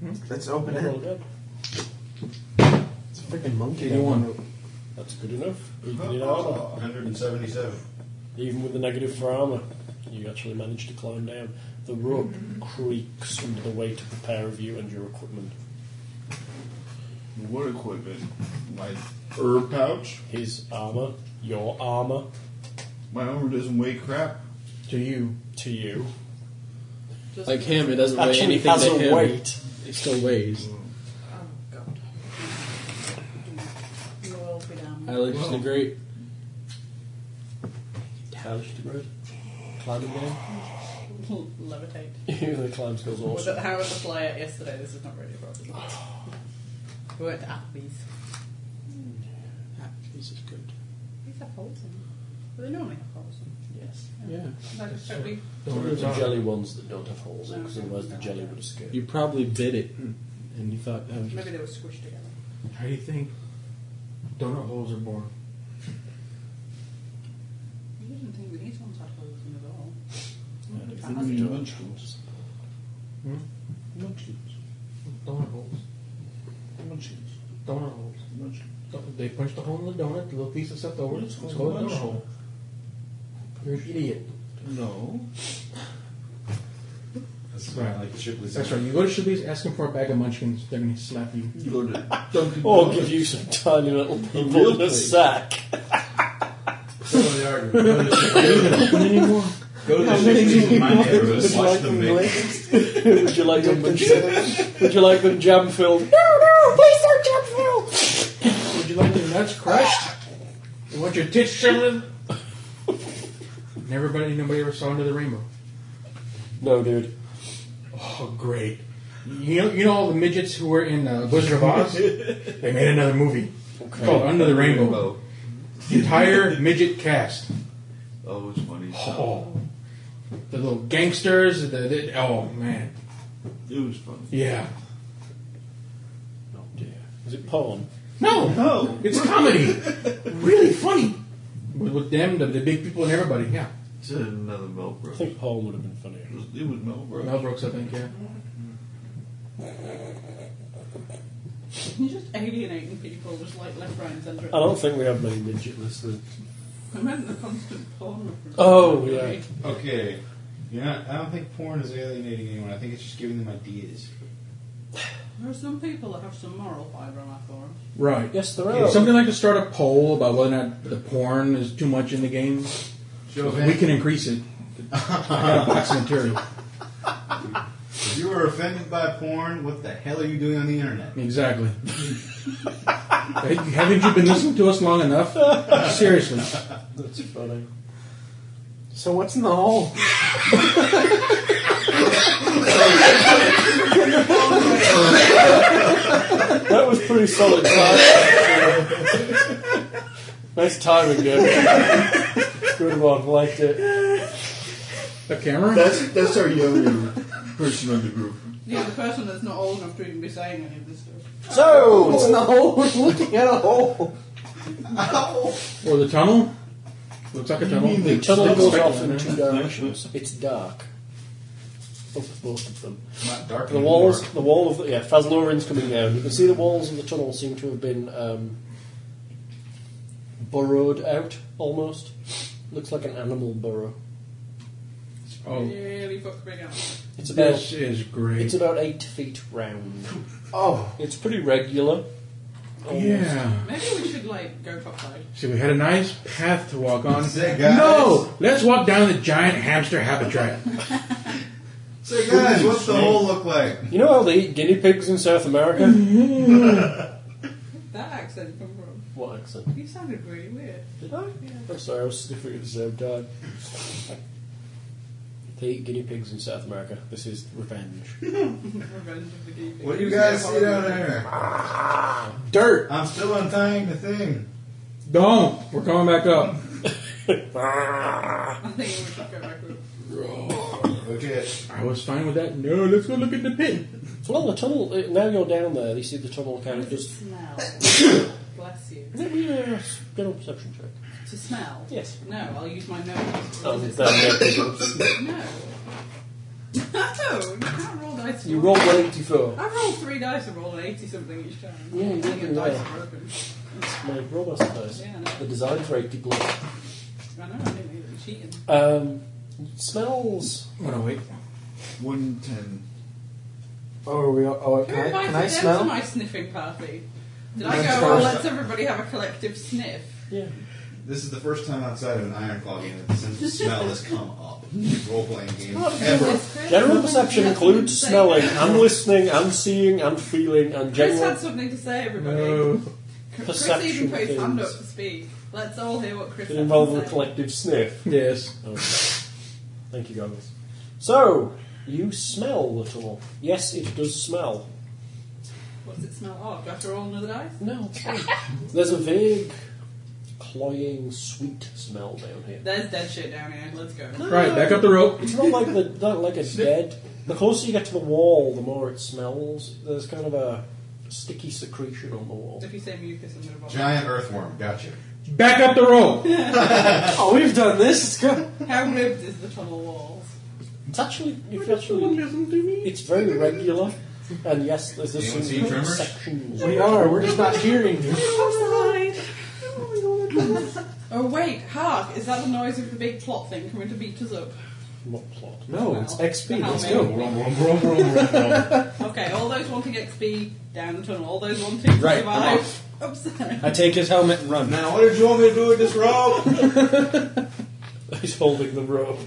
[SPEAKER 4] Hmm?
[SPEAKER 5] That's open
[SPEAKER 1] Roll
[SPEAKER 5] end.
[SPEAKER 1] again.
[SPEAKER 5] It's a freaking monkey.
[SPEAKER 1] That's good enough. Even in armour.
[SPEAKER 7] 177.
[SPEAKER 1] Even with the negative for armour, you actually manage to climb down. The rope creaks under the weight of the pair of you and your equipment.
[SPEAKER 4] What equipment? My herb pouch.
[SPEAKER 1] His armour, your armour,
[SPEAKER 4] My armor doesn't weigh crap.
[SPEAKER 6] To you.
[SPEAKER 1] to you.
[SPEAKER 5] Like him, it doesn't weigh
[SPEAKER 1] Actually
[SPEAKER 5] anything
[SPEAKER 1] has
[SPEAKER 5] to
[SPEAKER 1] a
[SPEAKER 5] him.
[SPEAKER 1] weight.
[SPEAKER 5] It still weighs.
[SPEAKER 2] Oh, God. You will be damned.
[SPEAKER 5] I like just the great.
[SPEAKER 1] Managed to grid. Climbing down.
[SPEAKER 2] Levitate.
[SPEAKER 1] the climb skill's
[SPEAKER 2] Was
[SPEAKER 1] awesome.
[SPEAKER 2] it how was the fly out yesterday? This is not really a problem. We went to Applebee's.
[SPEAKER 5] This is good.
[SPEAKER 2] These have holes in them. But they normally have holes in them.
[SPEAKER 1] Yes.
[SPEAKER 5] Yeah.
[SPEAKER 2] Like a totally-
[SPEAKER 1] What are the jelly ones that don't have holes in? Because otherwise the jelly would escape.
[SPEAKER 5] You probably bit it, and you thought that was
[SPEAKER 2] Maybe they were squished together.
[SPEAKER 6] How do you think donut holes are born?
[SPEAKER 2] You didn't think that these ones had holes in at all.
[SPEAKER 1] Munchkins.
[SPEAKER 6] Hmm?
[SPEAKER 1] Munchkins.
[SPEAKER 6] Donut holes.
[SPEAKER 1] Munchkins.
[SPEAKER 6] Donut holes.
[SPEAKER 1] Munchkins.
[SPEAKER 6] Don- They push the hole in the donut, the little piece is left over.
[SPEAKER 4] It's
[SPEAKER 6] It's
[SPEAKER 4] called
[SPEAKER 6] called a donut
[SPEAKER 4] munch.
[SPEAKER 6] hole. You're an idiot.
[SPEAKER 4] No.
[SPEAKER 7] That's right. Like the Shipley's.
[SPEAKER 6] That's right. You go to Shibley's, ask them for a bag of munchkins, they're going to slap you.
[SPEAKER 4] You go to Dunkin'
[SPEAKER 1] Or
[SPEAKER 4] Donuts.
[SPEAKER 1] give you some tiny little
[SPEAKER 4] real
[SPEAKER 1] people in a
[SPEAKER 4] place.
[SPEAKER 1] sack.
[SPEAKER 7] So they are. Go to the Shipley's in my neighborhood. Watch them make.
[SPEAKER 1] Would you like them? Would you like them jam filled?
[SPEAKER 6] Would you like your nuts crushed? You want your tits shriveled? Never, but nobody ever saw under the rainbow.
[SPEAKER 1] No, dude.
[SPEAKER 6] Oh, great! You know, you know all the midgets who were in uh, Wizard of Oz. they made another movie called Under the Rainbow.
[SPEAKER 4] Rainbow.
[SPEAKER 6] The entire midget cast.
[SPEAKER 4] Oh, it's funny.
[SPEAKER 6] Oh, the little gangsters. The, the oh man,
[SPEAKER 4] It was funny.
[SPEAKER 6] yeah.
[SPEAKER 1] Oh dear. Is it porn?
[SPEAKER 6] No,
[SPEAKER 4] No.
[SPEAKER 6] it's comedy. really funny. With, with them, the, the big people and everybody. Yeah,
[SPEAKER 4] It's another Mel
[SPEAKER 1] I
[SPEAKER 4] Brooks. It
[SPEAKER 1] think porn would have been funnier.
[SPEAKER 4] was, it was Mel Brooks.
[SPEAKER 6] Mel Brooks, I think. Yeah.
[SPEAKER 2] You're just alienating people, just like left, right, and centre.
[SPEAKER 1] I don't think we have many midget listeners.
[SPEAKER 2] I meant the constant porn reference.
[SPEAKER 1] Oh, yeah.
[SPEAKER 7] Okay. Yeah, I don't think porn is alienating anyone. I think it's just giving them ideas.
[SPEAKER 2] There are some people that have some moral fibre on our forums.
[SPEAKER 6] Right.
[SPEAKER 1] Yes, there
[SPEAKER 6] If
[SPEAKER 1] are.
[SPEAKER 6] something like to start a poll about whether or not the porn is too much in the game, we can increase it. I got lots of material.
[SPEAKER 7] If you were offended by porn, what the hell are you doing on the internet?
[SPEAKER 6] Exactly. Hey, Haven't you been listening to us long enough? Seriously.
[SPEAKER 1] That's funny.
[SPEAKER 5] So what's in the hole?
[SPEAKER 1] That was pretty solid timing. nice timing, dude. Good one, liked it.
[SPEAKER 6] A camera?
[SPEAKER 4] That's that's our younger person on the group.
[SPEAKER 2] Yeah, the person that's not old enough to even be saying any of this stuff.
[SPEAKER 1] So,
[SPEAKER 5] What's in the hole? We're looking at a hole.
[SPEAKER 6] or the tunnel? Looks like a tunnel.
[SPEAKER 1] the tunnel goes off in two directions. It's dark. Up both of them.
[SPEAKER 7] Not dark
[SPEAKER 1] The walls, the wall of the, yeah, Fazlorin's coming down. You can see the walls of the tunnel seem to have been um, burrowed out almost. Looks like an animal burrow.
[SPEAKER 6] Oh,
[SPEAKER 2] Really fuck big up.
[SPEAKER 1] It's about
[SPEAKER 6] this is
[SPEAKER 1] it's
[SPEAKER 6] great.
[SPEAKER 1] about eight feet round.
[SPEAKER 5] Oh,
[SPEAKER 1] It's pretty regular. Almost.
[SPEAKER 6] Yeah.
[SPEAKER 2] Maybe we should like go topside.
[SPEAKER 6] See, we had a nice path to walk on.
[SPEAKER 7] Say, guys.
[SPEAKER 6] No! Let's walk down the giant hamster habitat.
[SPEAKER 7] Say, guys, what's the hole look like?
[SPEAKER 1] You know how they eat guinea pigs in South America?
[SPEAKER 2] That accent come from?
[SPEAKER 1] What accent?
[SPEAKER 2] You sounded really weird.
[SPEAKER 1] I'm sorry, I was sniffing at the same time. They eat guinea pigs in South America. This is revenge.
[SPEAKER 2] Revenge of the Geek.
[SPEAKER 7] What do you guys see down there?
[SPEAKER 5] Dirt.
[SPEAKER 7] I'm still untying the thing.
[SPEAKER 6] Don't! We're coming back up.
[SPEAKER 2] I think we should go back with
[SPEAKER 7] Look at
[SPEAKER 6] I was fine with that. No, let's go look at the pit.
[SPEAKER 1] Well, the tunnel. uh, Now you're down there. You see the tunnel kind of
[SPEAKER 2] to
[SPEAKER 1] just.
[SPEAKER 2] smell. Bless you.
[SPEAKER 1] Is it we uh, get a perception check?
[SPEAKER 2] To smell?
[SPEAKER 1] Yes.
[SPEAKER 2] No, I'll use my nose.
[SPEAKER 1] Um,
[SPEAKER 2] Or is it-
[SPEAKER 1] then,
[SPEAKER 2] No. no, you can't roll dice.
[SPEAKER 1] you roll 184.
[SPEAKER 2] I rolled three dice and rolled an 80 something each time.
[SPEAKER 1] Yeah, you
[SPEAKER 2] I think
[SPEAKER 1] did,
[SPEAKER 2] your dice
[SPEAKER 1] yeah.
[SPEAKER 2] are broken.
[SPEAKER 1] It's my robust dice.
[SPEAKER 2] Yeah, I
[SPEAKER 1] The
[SPEAKER 2] know.
[SPEAKER 1] design for 80 blue.
[SPEAKER 2] I know, I didn't think they were cheating.
[SPEAKER 1] Um, smells.
[SPEAKER 6] Wanna Oh, wait?
[SPEAKER 4] 110.
[SPEAKER 5] Oh, are we,
[SPEAKER 2] Who
[SPEAKER 5] oh can, I,
[SPEAKER 2] invited
[SPEAKER 5] can I
[SPEAKER 2] them to
[SPEAKER 5] smell?
[SPEAKER 2] my sniffing party? Did I
[SPEAKER 5] Let's
[SPEAKER 2] go, well,
[SPEAKER 5] go.
[SPEAKER 2] let's everybody have a collective sniff?
[SPEAKER 1] Yeah.
[SPEAKER 7] This is the first time outside of an iron claw game that the sense of smell has come up. Role playing game
[SPEAKER 2] Oh,
[SPEAKER 7] ever.
[SPEAKER 1] General perception includes smelling and listening and seeing and feeling and
[SPEAKER 2] Chris had
[SPEAKER 1] general.
[SPEAKER 2] something to say, everybody. C- Chris
[SPEAKER 1] Perception
[SPEAKER 2] even put his hand up
[SPEAKER 1] things.
[SPEAKER 2] to speak. Let's all hear what Chris
[SPEAKER 1] It
[SPEAKER 2] had
[SPEAKER 1] involves
[SPEAKER 2] to
[SPEAKER 1] a
[SPEAKER 2] say.
[SPEAKER 1] collective sniff.
[SPEAKER 6] Yes.
[SPEAKER 1] Okay. Thank you, goggles. So, you smell the tunnel. Yes, it does smell.
[SPEAKER 2] What does it smell of? Do I have to roll another dice?
[SPEAKER 1] No, it's fine. There's a vague, cloying, sweet smell down here.
[SPEAKER 2] There's dead shit down here. Let's go.
[SPEAKER 6] Right, back up the rope.
[SPEAKER 1] It's not like the not like it's dead. The closer you get to the wall, the more it smells. There's kind of a sticky secretion on the wall.
[SPEAKER 2] If you say mucus, I'm going to vomit.
[SPEAKER 7] Giant earthworm, gotcha.
[SPEAKER 6] Back up the rope.
[SPEAKER 5] Oh, we've done this. Let's go.
[SPEAKER 2] How ribbed is the tunnel walls?
[SPEAKER 1] It's actually, if you actually, it's very regular. And yes, there's this
[SPEAKER 7] Anyone seen Tremors?
[SPEAKER 1] sections.
[SPEAKER 5] We are. We're just not hearing you.
[SPEAKER 2] Oh wait, hark! Is that the noise of the big plot thing coming to beat us up?
[SPEAKER 1] Not plot.
[SPEAKER 5] No, Oh, it's XP. Let's
[SPEAKER 2] Helmet.
[SPEAKER 5] go.
[SPEAKER 7] Vroom, vroom, vroom, vroom, vroom, vroom.
[SPEAKER 2] Okay, all those wanting XP down the tunnel, all those wanting to
[SPEAKER 5] Right,
[SPEAKER 2] survive upstairs.
[SPEAKER 5] I take his helmet and run.
[SPEAKER 7] now, what did you want me to do with this rope?
[SPEAKER 1] He's holding the rope.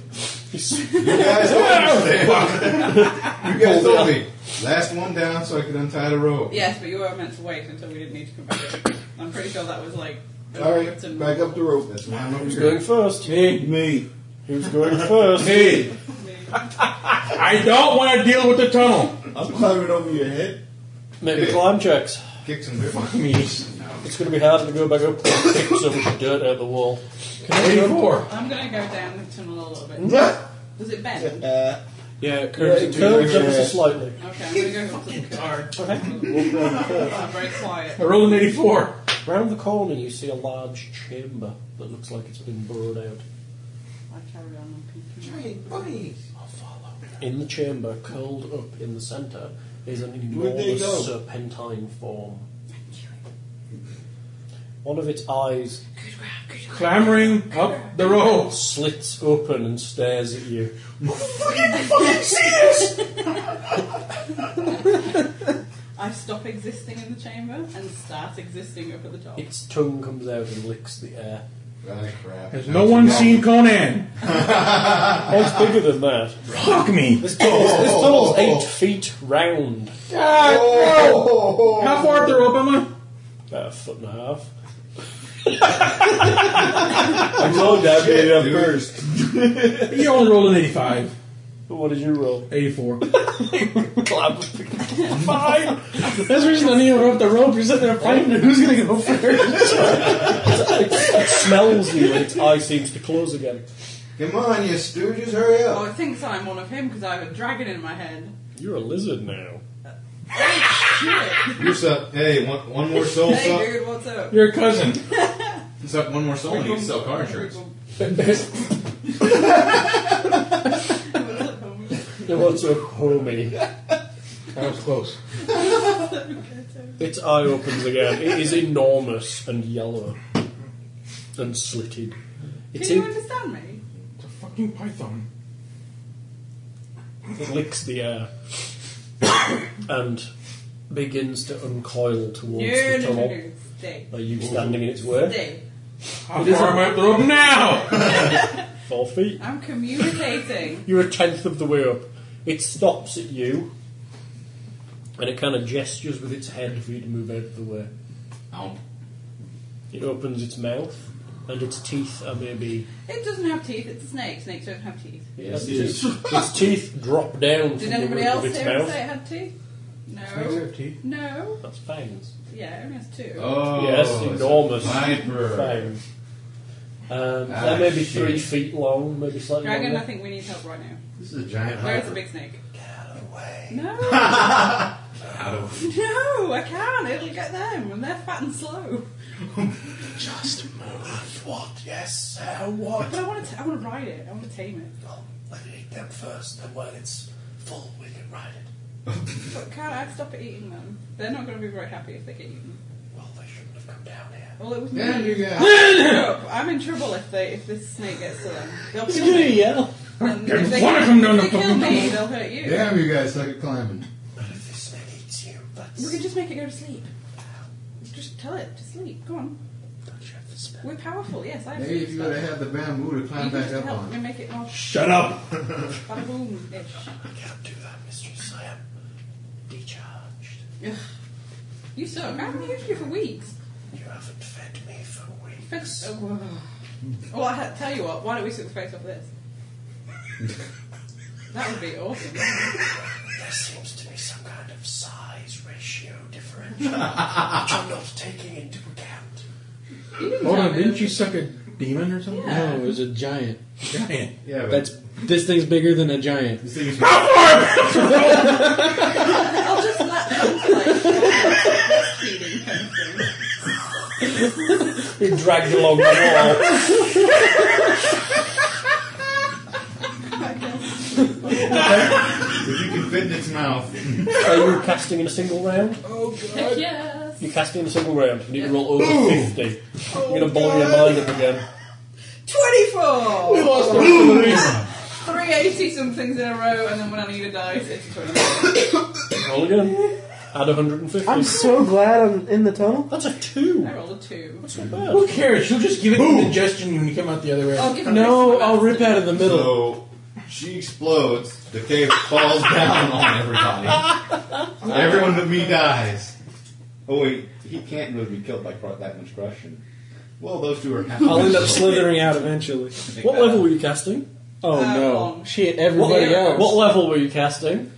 [SPEAKER 1] He's,
[SPEAKER 7] You guys told me. you guys told me. Last one down so I could untie the rope.
[SPEAKER 2] Yes, but you were meant to wait until we didn't need to come back. in. I'm pretty sure that was like.
[SPEAKER 4] Alright, back up the rope.
[SPEAKER 7] That's why I'm over
[SPEAKER 1] who's
[SPEAKER 7] here.
[SPEAKER 1] going first?
[SPEAKER 6] Me.
[SPEAKER 4] Me.
[SPEAKER 1] Who's going first?
[SPEAKER 6] Me. I don't want to deal with the tunnel.
[SPEAKER 4] I'm climbing over your head.
[SPEAKER 1] Maybe climb checks.
[SPEAKER 7] Kick some dirt. Fuck
[SPEAKER 6] me.
[SPEAKER 1] It's going to be harder to go back up and kick some dirt out of the wall.
[SPEAKER 6] Eighty-four.
[SPEAKER 2] I'm gonna go down the tunnel a little
[SPEAKER 5] Mm.
[SPEAKER 2] bit. Does it bend?
[SPEAKER 4] Uh,
[SPEAKER 6] Yeah, it
[SPEAKER 1] Yeah,
[SPEAKER 6] curves
[SPEAKER 1] it curves ever so slightly.
[SPEAKER 2] Okay, I'm gonna go up to the car. I'm very quiet.
[SPEAKER 6] I rolled an eighty-four.
[SPEAKER 1] Round the corner, you see a large chamber that looks like it's been burrowed out.
[SPEAKER 2] I carry on and
[SPEAKER 1] In the chamber, curled up in the centre, is an
[SPEAKER 4] Where'd they go?
[SPEAKER 1] enormous serpentine form. One of its eyes
[SPEAKER 6] Clambering up the rope.
[SPEAKER 1] slits open and stares at you.
[SPEAKER 2] I stop existing in the chamber and start existing up at the top.
[SPEAKER 1] Its tongue comes out and licks the air.
[SPEAKER 7] Ah, crap.
[SPEAKER 6] Has no one seen Conan?
[SPEAKER 1] Oh, it's bigger than that.
[SPEAKER 6] Fuck me.
[SPEAKER 1] This tunnel's, this tunnel's eight feet round.
[SPEAKER 5] Oh.
[SPEAKER 6] How far up the rope am I?
[SPEAKER 1] About a foot and a half. I told you I'd be
[SPEAKER 7] Shit,
[SPEAKER 1] up
[SPEAKER 7] dude.
[SPEAKER 1] first.
[SPEAKER 6] You only rolled an 85.
[SPEAKER 1] What did you roll?
[SPEAKER 6] 84.
[SPEAKER 1] Clap. Fine.
[SPEAKER 5] That's the reason I need to rope the rope. You're sitting there fighting. Who's gonna go first?
[SPEAKER 1] it, it smells you and its eye seems to close again.
[SPEAKER 7] Come on, you stooges, hurry
[SPEAKER 2] Oh,
[SPEAKER 7] up.
[SPEAKER 2] it thinks I'm one of him because I have a dragon in my head.
[SPEAKER 1] You're a lizard now.
[SPEAKER 2] Shit.
[SPEAKER 7] You're sup. Hey, one, one more soul sup.
[SPEAKER 2] Hey, dude, what's up?
[SPEAKER 6] Your cousin.
[SPEAKER 7] Sup one more soul and you can sell car insurance.
[SPEAKER 1] It wants a homie.
[SPEAKER 6] That was close.
[SPEAKER 1] Its eye opens again. It is enormous and yellow and slitted. It's
[SPEAKER 2] Can you
[SPEAKER 1] in,
[SPEAKER 2] understand me?
[SPEAKER 6] It's a fucking python.
[SPEAKER 1] it licks the air and begins to uncoil towards
[SPEAKER 2] No,
[SPEAKER 1] the
[SPEAKER 2] no, no,
[SPEAKER 1] tunnel.
[SPEAKER 2] no. Stay.
[SPEAKER 1] Are you standing in its way?
[SPEAKER 2] Stay.
[SPEAKER 6] How far am I up the rope now?
[SPEAKER 1] Four feet.
[SPEAKER 2] I'm communicating.
[SPEAKER 1] You're a tenth of the way up. It stops at you and it kind of gestures with its head for you to move out of the way.
[SPEAKER 7] Ow.
[SPEAKER 1] It opens its mouth, and its teeth are maybe.
[SPEAKER 2] It doesn't have teeth. It's a snake. Snakes don't have teeth.
[SPEAKER 1] Yes, its, its teeth drop down from
[SPEAKER 2] Did
[SPEAKER 1] the
[SPEAKER 2] anybody
[SPEAKER 1] roof of
[SPEAKER 2] else
[SPEAKER 1] its
[SPEAKER 2] here say
[SPEAKER 1] mouth.
[SPEAKER 2] it had teeth?
[SPEAKER 6] Snakes
[SPEAKER 2] No.
[SPEAKER 6] have teeth.
[SPEAKER 2] No.
[SPEAKER 1] That's fangs.
[SPEAKER 2] Yeah, it only has two.
[SPEAKER 7] Oh,
[SPEAKER 1] yes,
[SPEAKER 7] it's a
[SPEAKER 1] enormous
[SPEAKER 7] Viper.
[SPEAKER 1] fangs. Um,
[SPEAKER 7] Ah,
[SPEAKER 1] they're maybe
[SPEAKER 7] shit.
[SPEAKER 1] three feet long, maybe slightly
[SPEAKER 2] Dragon, I
[SPEAKER 1] longer.
[SPEAKER 2] think we need help right now.
[SPEAKER 7] This is a giant
[SPEAKER 2] Where's the
[SPEAKER 7] viper.
[SPEAKER 2] big snake?
[SPEAKER 1] Away.
[SPEAKER 2] No.
[SPEAKER 7] Out of
[SPEAKER 2] no, I can't. It'll get them, and they're fat and slow.
[SPEAKER 1] Just move. What? Yes, sir. What?
[SPEAKER 2] But I want to. T- I want to ride it. I want to tame it.
[SPEAKER 1] Let me eat them first, and when it's full, we can ride it.
[SPEAKER 2] But can't I stop it eating them? They're not going to be very happy if they get eaten.
[SPEAKER 1] Well, they shouldn't have come down here.
[SPEAKER 2] Well, it was
[SPEAKER 7] Then
[SPEAKER 2] me.
[SPEAKER 7] you got
[SPEAKER 2] Up. I'm in trouble if they if this snake gets to them. They'll kill
[SPEAKER 5] gonna
[SPEAKER 2] me.
[SPEAKER 5] yell.
[SPEAKER 2] And if they,
[SPEAKER 6] One of them
[SPEAKER 2] if
[SPEAKER 6] done
[SPEAKER 2] they
[SPEAKER 6] the
[SPEAKER 2] kill
[SPEAKER 6] fucking
[SPEAKER 2] me, they'll hurt you.
[SPEAKER 7] Damn you guys suck at climbing.
[SPEAKER 1] But if this snake eats you,
[SPEAKER 2] We
[SPEAKER 1] that's.
[SPEAKER 2] can just make it go to sleep. Just tell it to sleep. Go on.
[SPEAKER 1] Don't you have to spell?
[SPEAKER 2] We're powerful. Yes, I. have
[SPEAKER 7] Maybe
[SPEAKER 2] sleep
[SPEAKER 7] if you would have
[SPEAKER 2] spells.
[SPEAKER 7] had the bamboo to climb
[SPEAKER 2] You can
[SPEAKER 7] back
[SPEAKER 2] just
[SPEAKER 7] up
[SPEAKER 2] help
[SPEAKER 7] on.
[SPEAKER 2] me make it more
[SPEAKER 6] Shut up!
[SPEAKER 2] bada boom ish.
[SPEAKER 1] I can't do that, mistress. I am decharged.
[SPEAKER 2] You suck. I haven't used you for weeks.
[SPEAKER 1] You haven't fed me for
[SPEAKER 2] Fix-
[SPEAKER 1] weeks.
[SPEAKER 2] oh, whoa. Well, I ha- tell you what. Why don't we switch the face off this? that would be awesome.
[SPEAKER 1] There seems to be some kind of size ratio differential, which I'm not taking into account.
[SPEAKER 2] You didn't
[SPEAKER 6] Hold
[SPEAKER 2] tell
[SPEAKER 6] on,
[SPEAKER 2] me
[SPEAKER 6] didn't
[SPEAKER 2] that-
[SPEAKER 6] you suck a demon or something?
[SPEAKER 2] Yeah.
[SPEAKER 5] No, it was a giant.
[SPEAKER 6] Giant.
[SPEAKER 7] Yeah, but
[SPEAKER 5] That's this thing's bigger than a giant.
[SPEAKER 7] this thing is
[SPEAKER 2] I'll just let them like feeding kind of thing.
[SPEAKER 1] He dragged along the wall.
[SPEAKER 7] if you can fit in its mouth.
[SPEAKER 1] Are you casting in a single round?
[SPEAKER 2] Heck yes.
[SPEAKER 1] You're casting in a single round. You need to roll over 50. You're going to blow your mind up again.
[SPEAKER 2] Twenty-four.
[SPEAKER 7] Ooh.
[SPEAKER 2] Three eighty somethings in a row, and then when I need a dice, it's twenty.
[SPEAKER 1] Roll again. Add 150.
[SPEAKER 5] I'm so glad I'm in the tunnel.
[SPEAKER 1] That's a 2.
[SPEAKER 2] I rolled a two.
[SPEAKER 1] That's not bad.
[SPEAKER 6] Who cares? You'll just give it indigestion when you come out the other way.
[SPEAKER 2] I'll give
[SPEAKER 5] No, I'll rip out of the middle.
[SPEAKER 7] So she explodes, the cave falls down on everybody. Everyone but me dies. Oh wait, he can't really be killed by cr- that much crushing. Well, those two are half.
[SPEAKER 5] I'll end up slithering out eventually.
[SPEAKER 1] What level were you casting?
[SPEAKER 5] Oh
[SPEAKER 2] Uh,
[SPEAKER 5] no!
[SPEAKER 2] long.
[SPEAKER 5] She hit everybody
[SPEAKER 2] What-
[SPEAKER 5] else.
[SPEAKER 1] What level were you casting?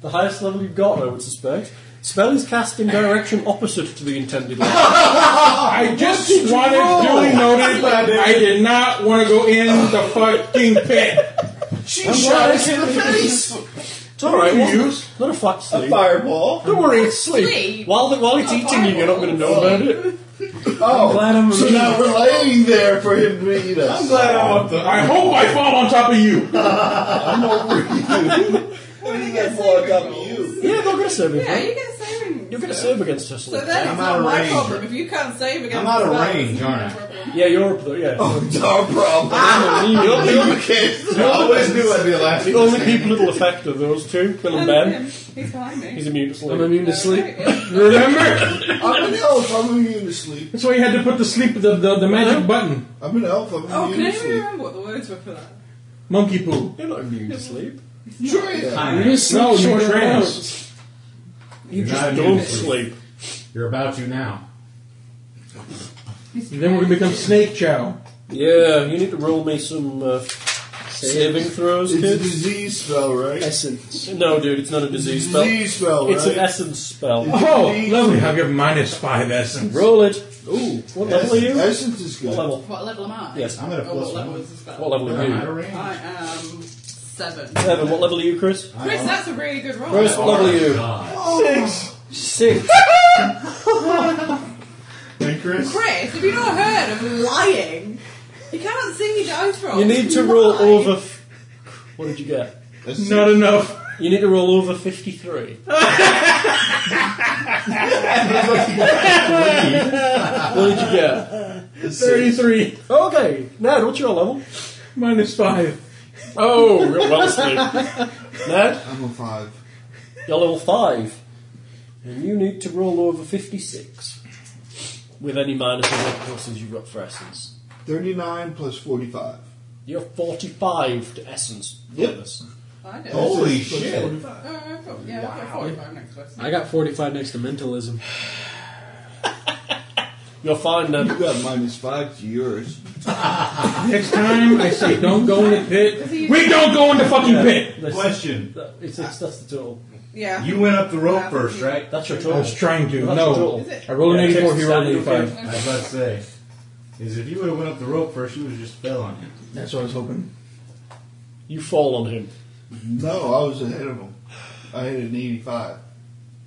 [SPEAKER 1] The highest level you've got, I would suspect. Spell is cast in direction opposite to the intended level.
[SPEAKER 6] I just wanted duly noted that I did not want to go in the fucking pit.
[SPEAKER 7] She shot us in the face.
[SPEAKER 1] It's alright,
[SPEAKER 6] You
[SPEAKER 1] wasn't it?
[SPEAKER 6] use
[SPEAKER 1] Not a flat
[SPEAKER 7] A
[SPEAKER 1] sleep.
[SPEAKER 7] fireball.
[SPEAKER 1] Don't worry, it's sleep.
[SPEAKER 2] Sleep?
[SPEAKER 1] While, the, while it's
[SPEAKER 2] Oh,
[SPEAKER 1] eating you, you're not going to know about it.
[SPEAKER 7] Oh,
[SPEAKER 5] glad I'm a
[SPEAKER 7] so
[SPEAKER 5] man.
[SPEAKER 7] now we're laying there for him to eat us. I'm glad I want the.
[SPEAKER 6] I
[SPEAKER 1] Oh,
[SPEAKER 6] hope I fall on top of you.
[SPEAKER 7] I'm over you. When you get blocked up, you.
[SPEAKER 1] Yeah, they're going to save
[SPEAKER 2] Yeah,
[SPEAKER 1] against
[SPEAKER 2] you get a saving.
[SPEAKER 1] You're going to save against her
[SPEAKER 2] So
[SPEAKER 1] sleep.
[SPEAKER 2] then
[SPEAKER 7] I'm
[SPEAKER 2] it's
[SPEAKER 7] out
[SPEAKER 2] not
[SPEAKER 7] of
[SPEAKER 2] my
[SPEAKER 7] range.
[SPEAKER 2] problem. If you can't save against
[SPEAKER 7] I'm out of
[SPEAKER 2] the spell,
[SPEAKER 7] range,
[SPEAKER 2] it's
[SPEAKER 7] aren't
[SPEAKER 2] my
[SPEAKER 7] I?
[SPEAKER 2] problem.
[SPEAKER 1] Yeah, you're up there, yeah.
[SPEAKER 7] It's our problem.
[SPEAKER 1] Oh. You're the only-
[SPEAKER 7] You can't. I always knew I'd be the last.
[SPEAKER 1] the only people it'll affect are those two, Bill and
[SPEAKER 2] Look at
[SPEAKER 1] Ben.
[SPEAKER 2] him. He's behind me. Oh,
[SPEAKER 1] He's immune to sleep.
[SPEAKER 5] I'm immune to sleep.
[SPEAKER 2] Okay, yeah.
[SPEAKER 6] Remember?
[SPEAKER 4] I'm an elf. I'm immune to sleep.
[SPEAKER 6] That's why you had to put the sleep the the, the magic button.
[SPEAKER 4] I'm an elf. I'm
[SPEAKER 2] Oh, can
[SPEAKER 4] immune to
[SPEAKER 2] anybody
[SPEAKER 4] sleep.
[SPEAKER 2] remember what the words were for that?
[SPEAKER 6] Monkey poo.
[SPEAKER 1] You're not immune to sleep.
[SPEAKER 4] Sure, yeah.
[SPEAKER 5] You just
[SPEAKER 6] No,
[SPEAKER 5] sleep
[SPEAKER 6] you
[SPEAKER 5] short
[SPEAKER 6] trance.
[SPEAKER 5] rounds.
[SPEAKER 1] You
[SPEAKER 7] You're not
[SPEAKER 1] just
[SPEAKER 7] immune
[SPEAKER 1] don't
[SPEAKER 7] to sleep.
[SPEAKER 1] sleep.
[SPEAKER 7] You're about to now.
[SPEAKER 6] Then we're gonna become snake chow.
[SPEAKER 1] Yeah, you need to roll me some uh, saving throws,
[SPEAKER 4] It's a
[SPEAKER 1] kids.
[SPEAKER 4] disease spell, right?
[SPEAKER 5] Essence.
[SPEAKER 1] No, dude, it's not a disease spell.
[SPEAKER 4] Disease spell,
[SPEAKER 1] It's an
[SPEAKER 4] right?
[SPEAKER 1] essence spell.
[SPEAKER 6] Oh, lovely! I'll give minus five essence.
[SPEAKER 1] Roll it. Ooh, what level are you?
[SPEAKER 4] Essence is good.
[SPEAKER 1] What level?
[SPEAKER 2] What level am I?
[SPEAKER 1] Yes.
[SPEAKER 7] I'm at a
[SPEAKER 2] Oh,
[SPEAKER 7] plus
[SPEAKER 2] what level
[SPEAKER 7] one.
[SPEAKER 2] is the spell?
[SPEAKER 1] What level are
[SPEAKER 7] I'm out
[SPEAKER 1] you?
[SPEAKER 7] of range.
[SPEAKER 2] I am seven.
[SPEAKER 1] Seven. What level are you, Chris?
[SPEAKER 2] Chris, that's a really good roll.
[SPEAKER 1] Chris, what level are you? Six. Six.
[SPEAKER 7] And Chris,
[SPEAKER 2] Chris, have you not heard of lying? You can't sing your dice roll.
[SPEAKER 1] You need to
[SPEAKER 2] Lie.
[SPEAKER 1] roll over. F- what did you get?
[SPEAKER 6] Not enough.
[SPEAKER 1] You need to roll over 53. what did you get?
[SPEAKER 6] Thirty-three
[SPEAKER 1] Okay, Ned, what's your level?
[SPEAKER 6] minus five.
[SPEAKER 1] Oh, you're well asleep. Ned,
[SPEAKER 4] I'm a five.
[SPEAKER 1] you're level 5. And you need to roll over 56. With any minuses or pluses you've got for essence.
[SPEAKER 4] 39 plus 45.
[SPEAKER 1] You're 45 to essence.
[SPEAKER 4] Yep.
[SPEAKER 1] Yes.
[SPEAKER 2] I do. Oh,
[SPEAKER 7] holy
[SPEAKER 4] Plus
[SPEAKER 7] shit!
[SPEAKER 4] 45.
[SPEAKER 2] oh, cool. Yeah, I've got 45 next question.
[SPEAKER 5] I got 45 next to mentalism.
[SPEAKER 1] You'll find
[SPEAKER 4] You
[SPEAKER 1] that.
[SPEAKER 4] got minus five to yours.
[SPEAKER 6] Next time I say don't go in the pit, we don't go in the fucking pit.
[SPEAKER 7] Question.
[SPEAKER 1] It's, it's, that's the total.
[SPEAKER 2] Yeah.
[SPEAKER 7] You went up the rope first, right?
[SPEAKER 1] That's your
[SPEAKER 2] I
[SPEAKER 1] total.
[SPEAKER 6] trying to.
[SPEAKER 1] That's your total.
[SPEAKER 2] Is it?
[SPEAKER 6] I rolled
[SPEAKER 1] Yeah, Texas Standard
[SPEAKER 7] I was about to say. Is if you would have went up the rope first, you would have just fell on him.
[SPEAKER 6] That's what I was hoping.
[SPEAKER 1] You fall on him,
[SPEAKER 4] No, I was ahead of him. I hit an 85.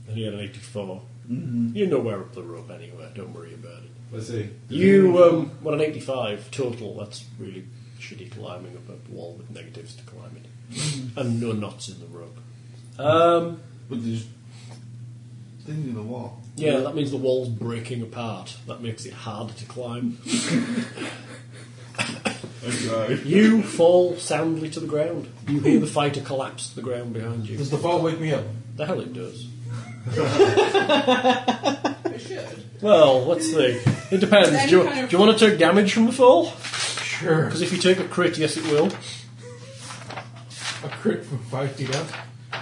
[SPEAKER 1] and he had an 84. You're nowhere up the rope anyway, don't worry about it.
[SPEAKER 7] Let's see.
[SPEAKER 1] You, um, well, an 85 total, that's really shitty climbing up a wall with negatives to climb it. and no knots in the rope. Um,
[SPEAKER 4] But there's things in the wall.
[SPEAKER 1] yeah, that means the wall's breaking apart. That makes it harder to climb.
[SPEAKER 4] Okay.
[SPEAKER 1] You fall soundly to the ground. You hear the fighter collapse to the ground behind you.
[SPEAKER 6] Does the fall wake me up?
[SPEAKER 1] The hell it does.
[SPEAKER 2] It should.
[SPEAKER 1] Well, let's see. It depends.
[SPEAKER 2] Any
[SPEAKER 1] Do you,
[SPEAKER 2] kind of-
[SPEAKER 1] do you want to take damage from the fall?
[SPEAKER 6] Sure.
[SPEAKER 1] Because if you take a crit, yes, it will.
[SPEAKER 6] A crit from five feet up.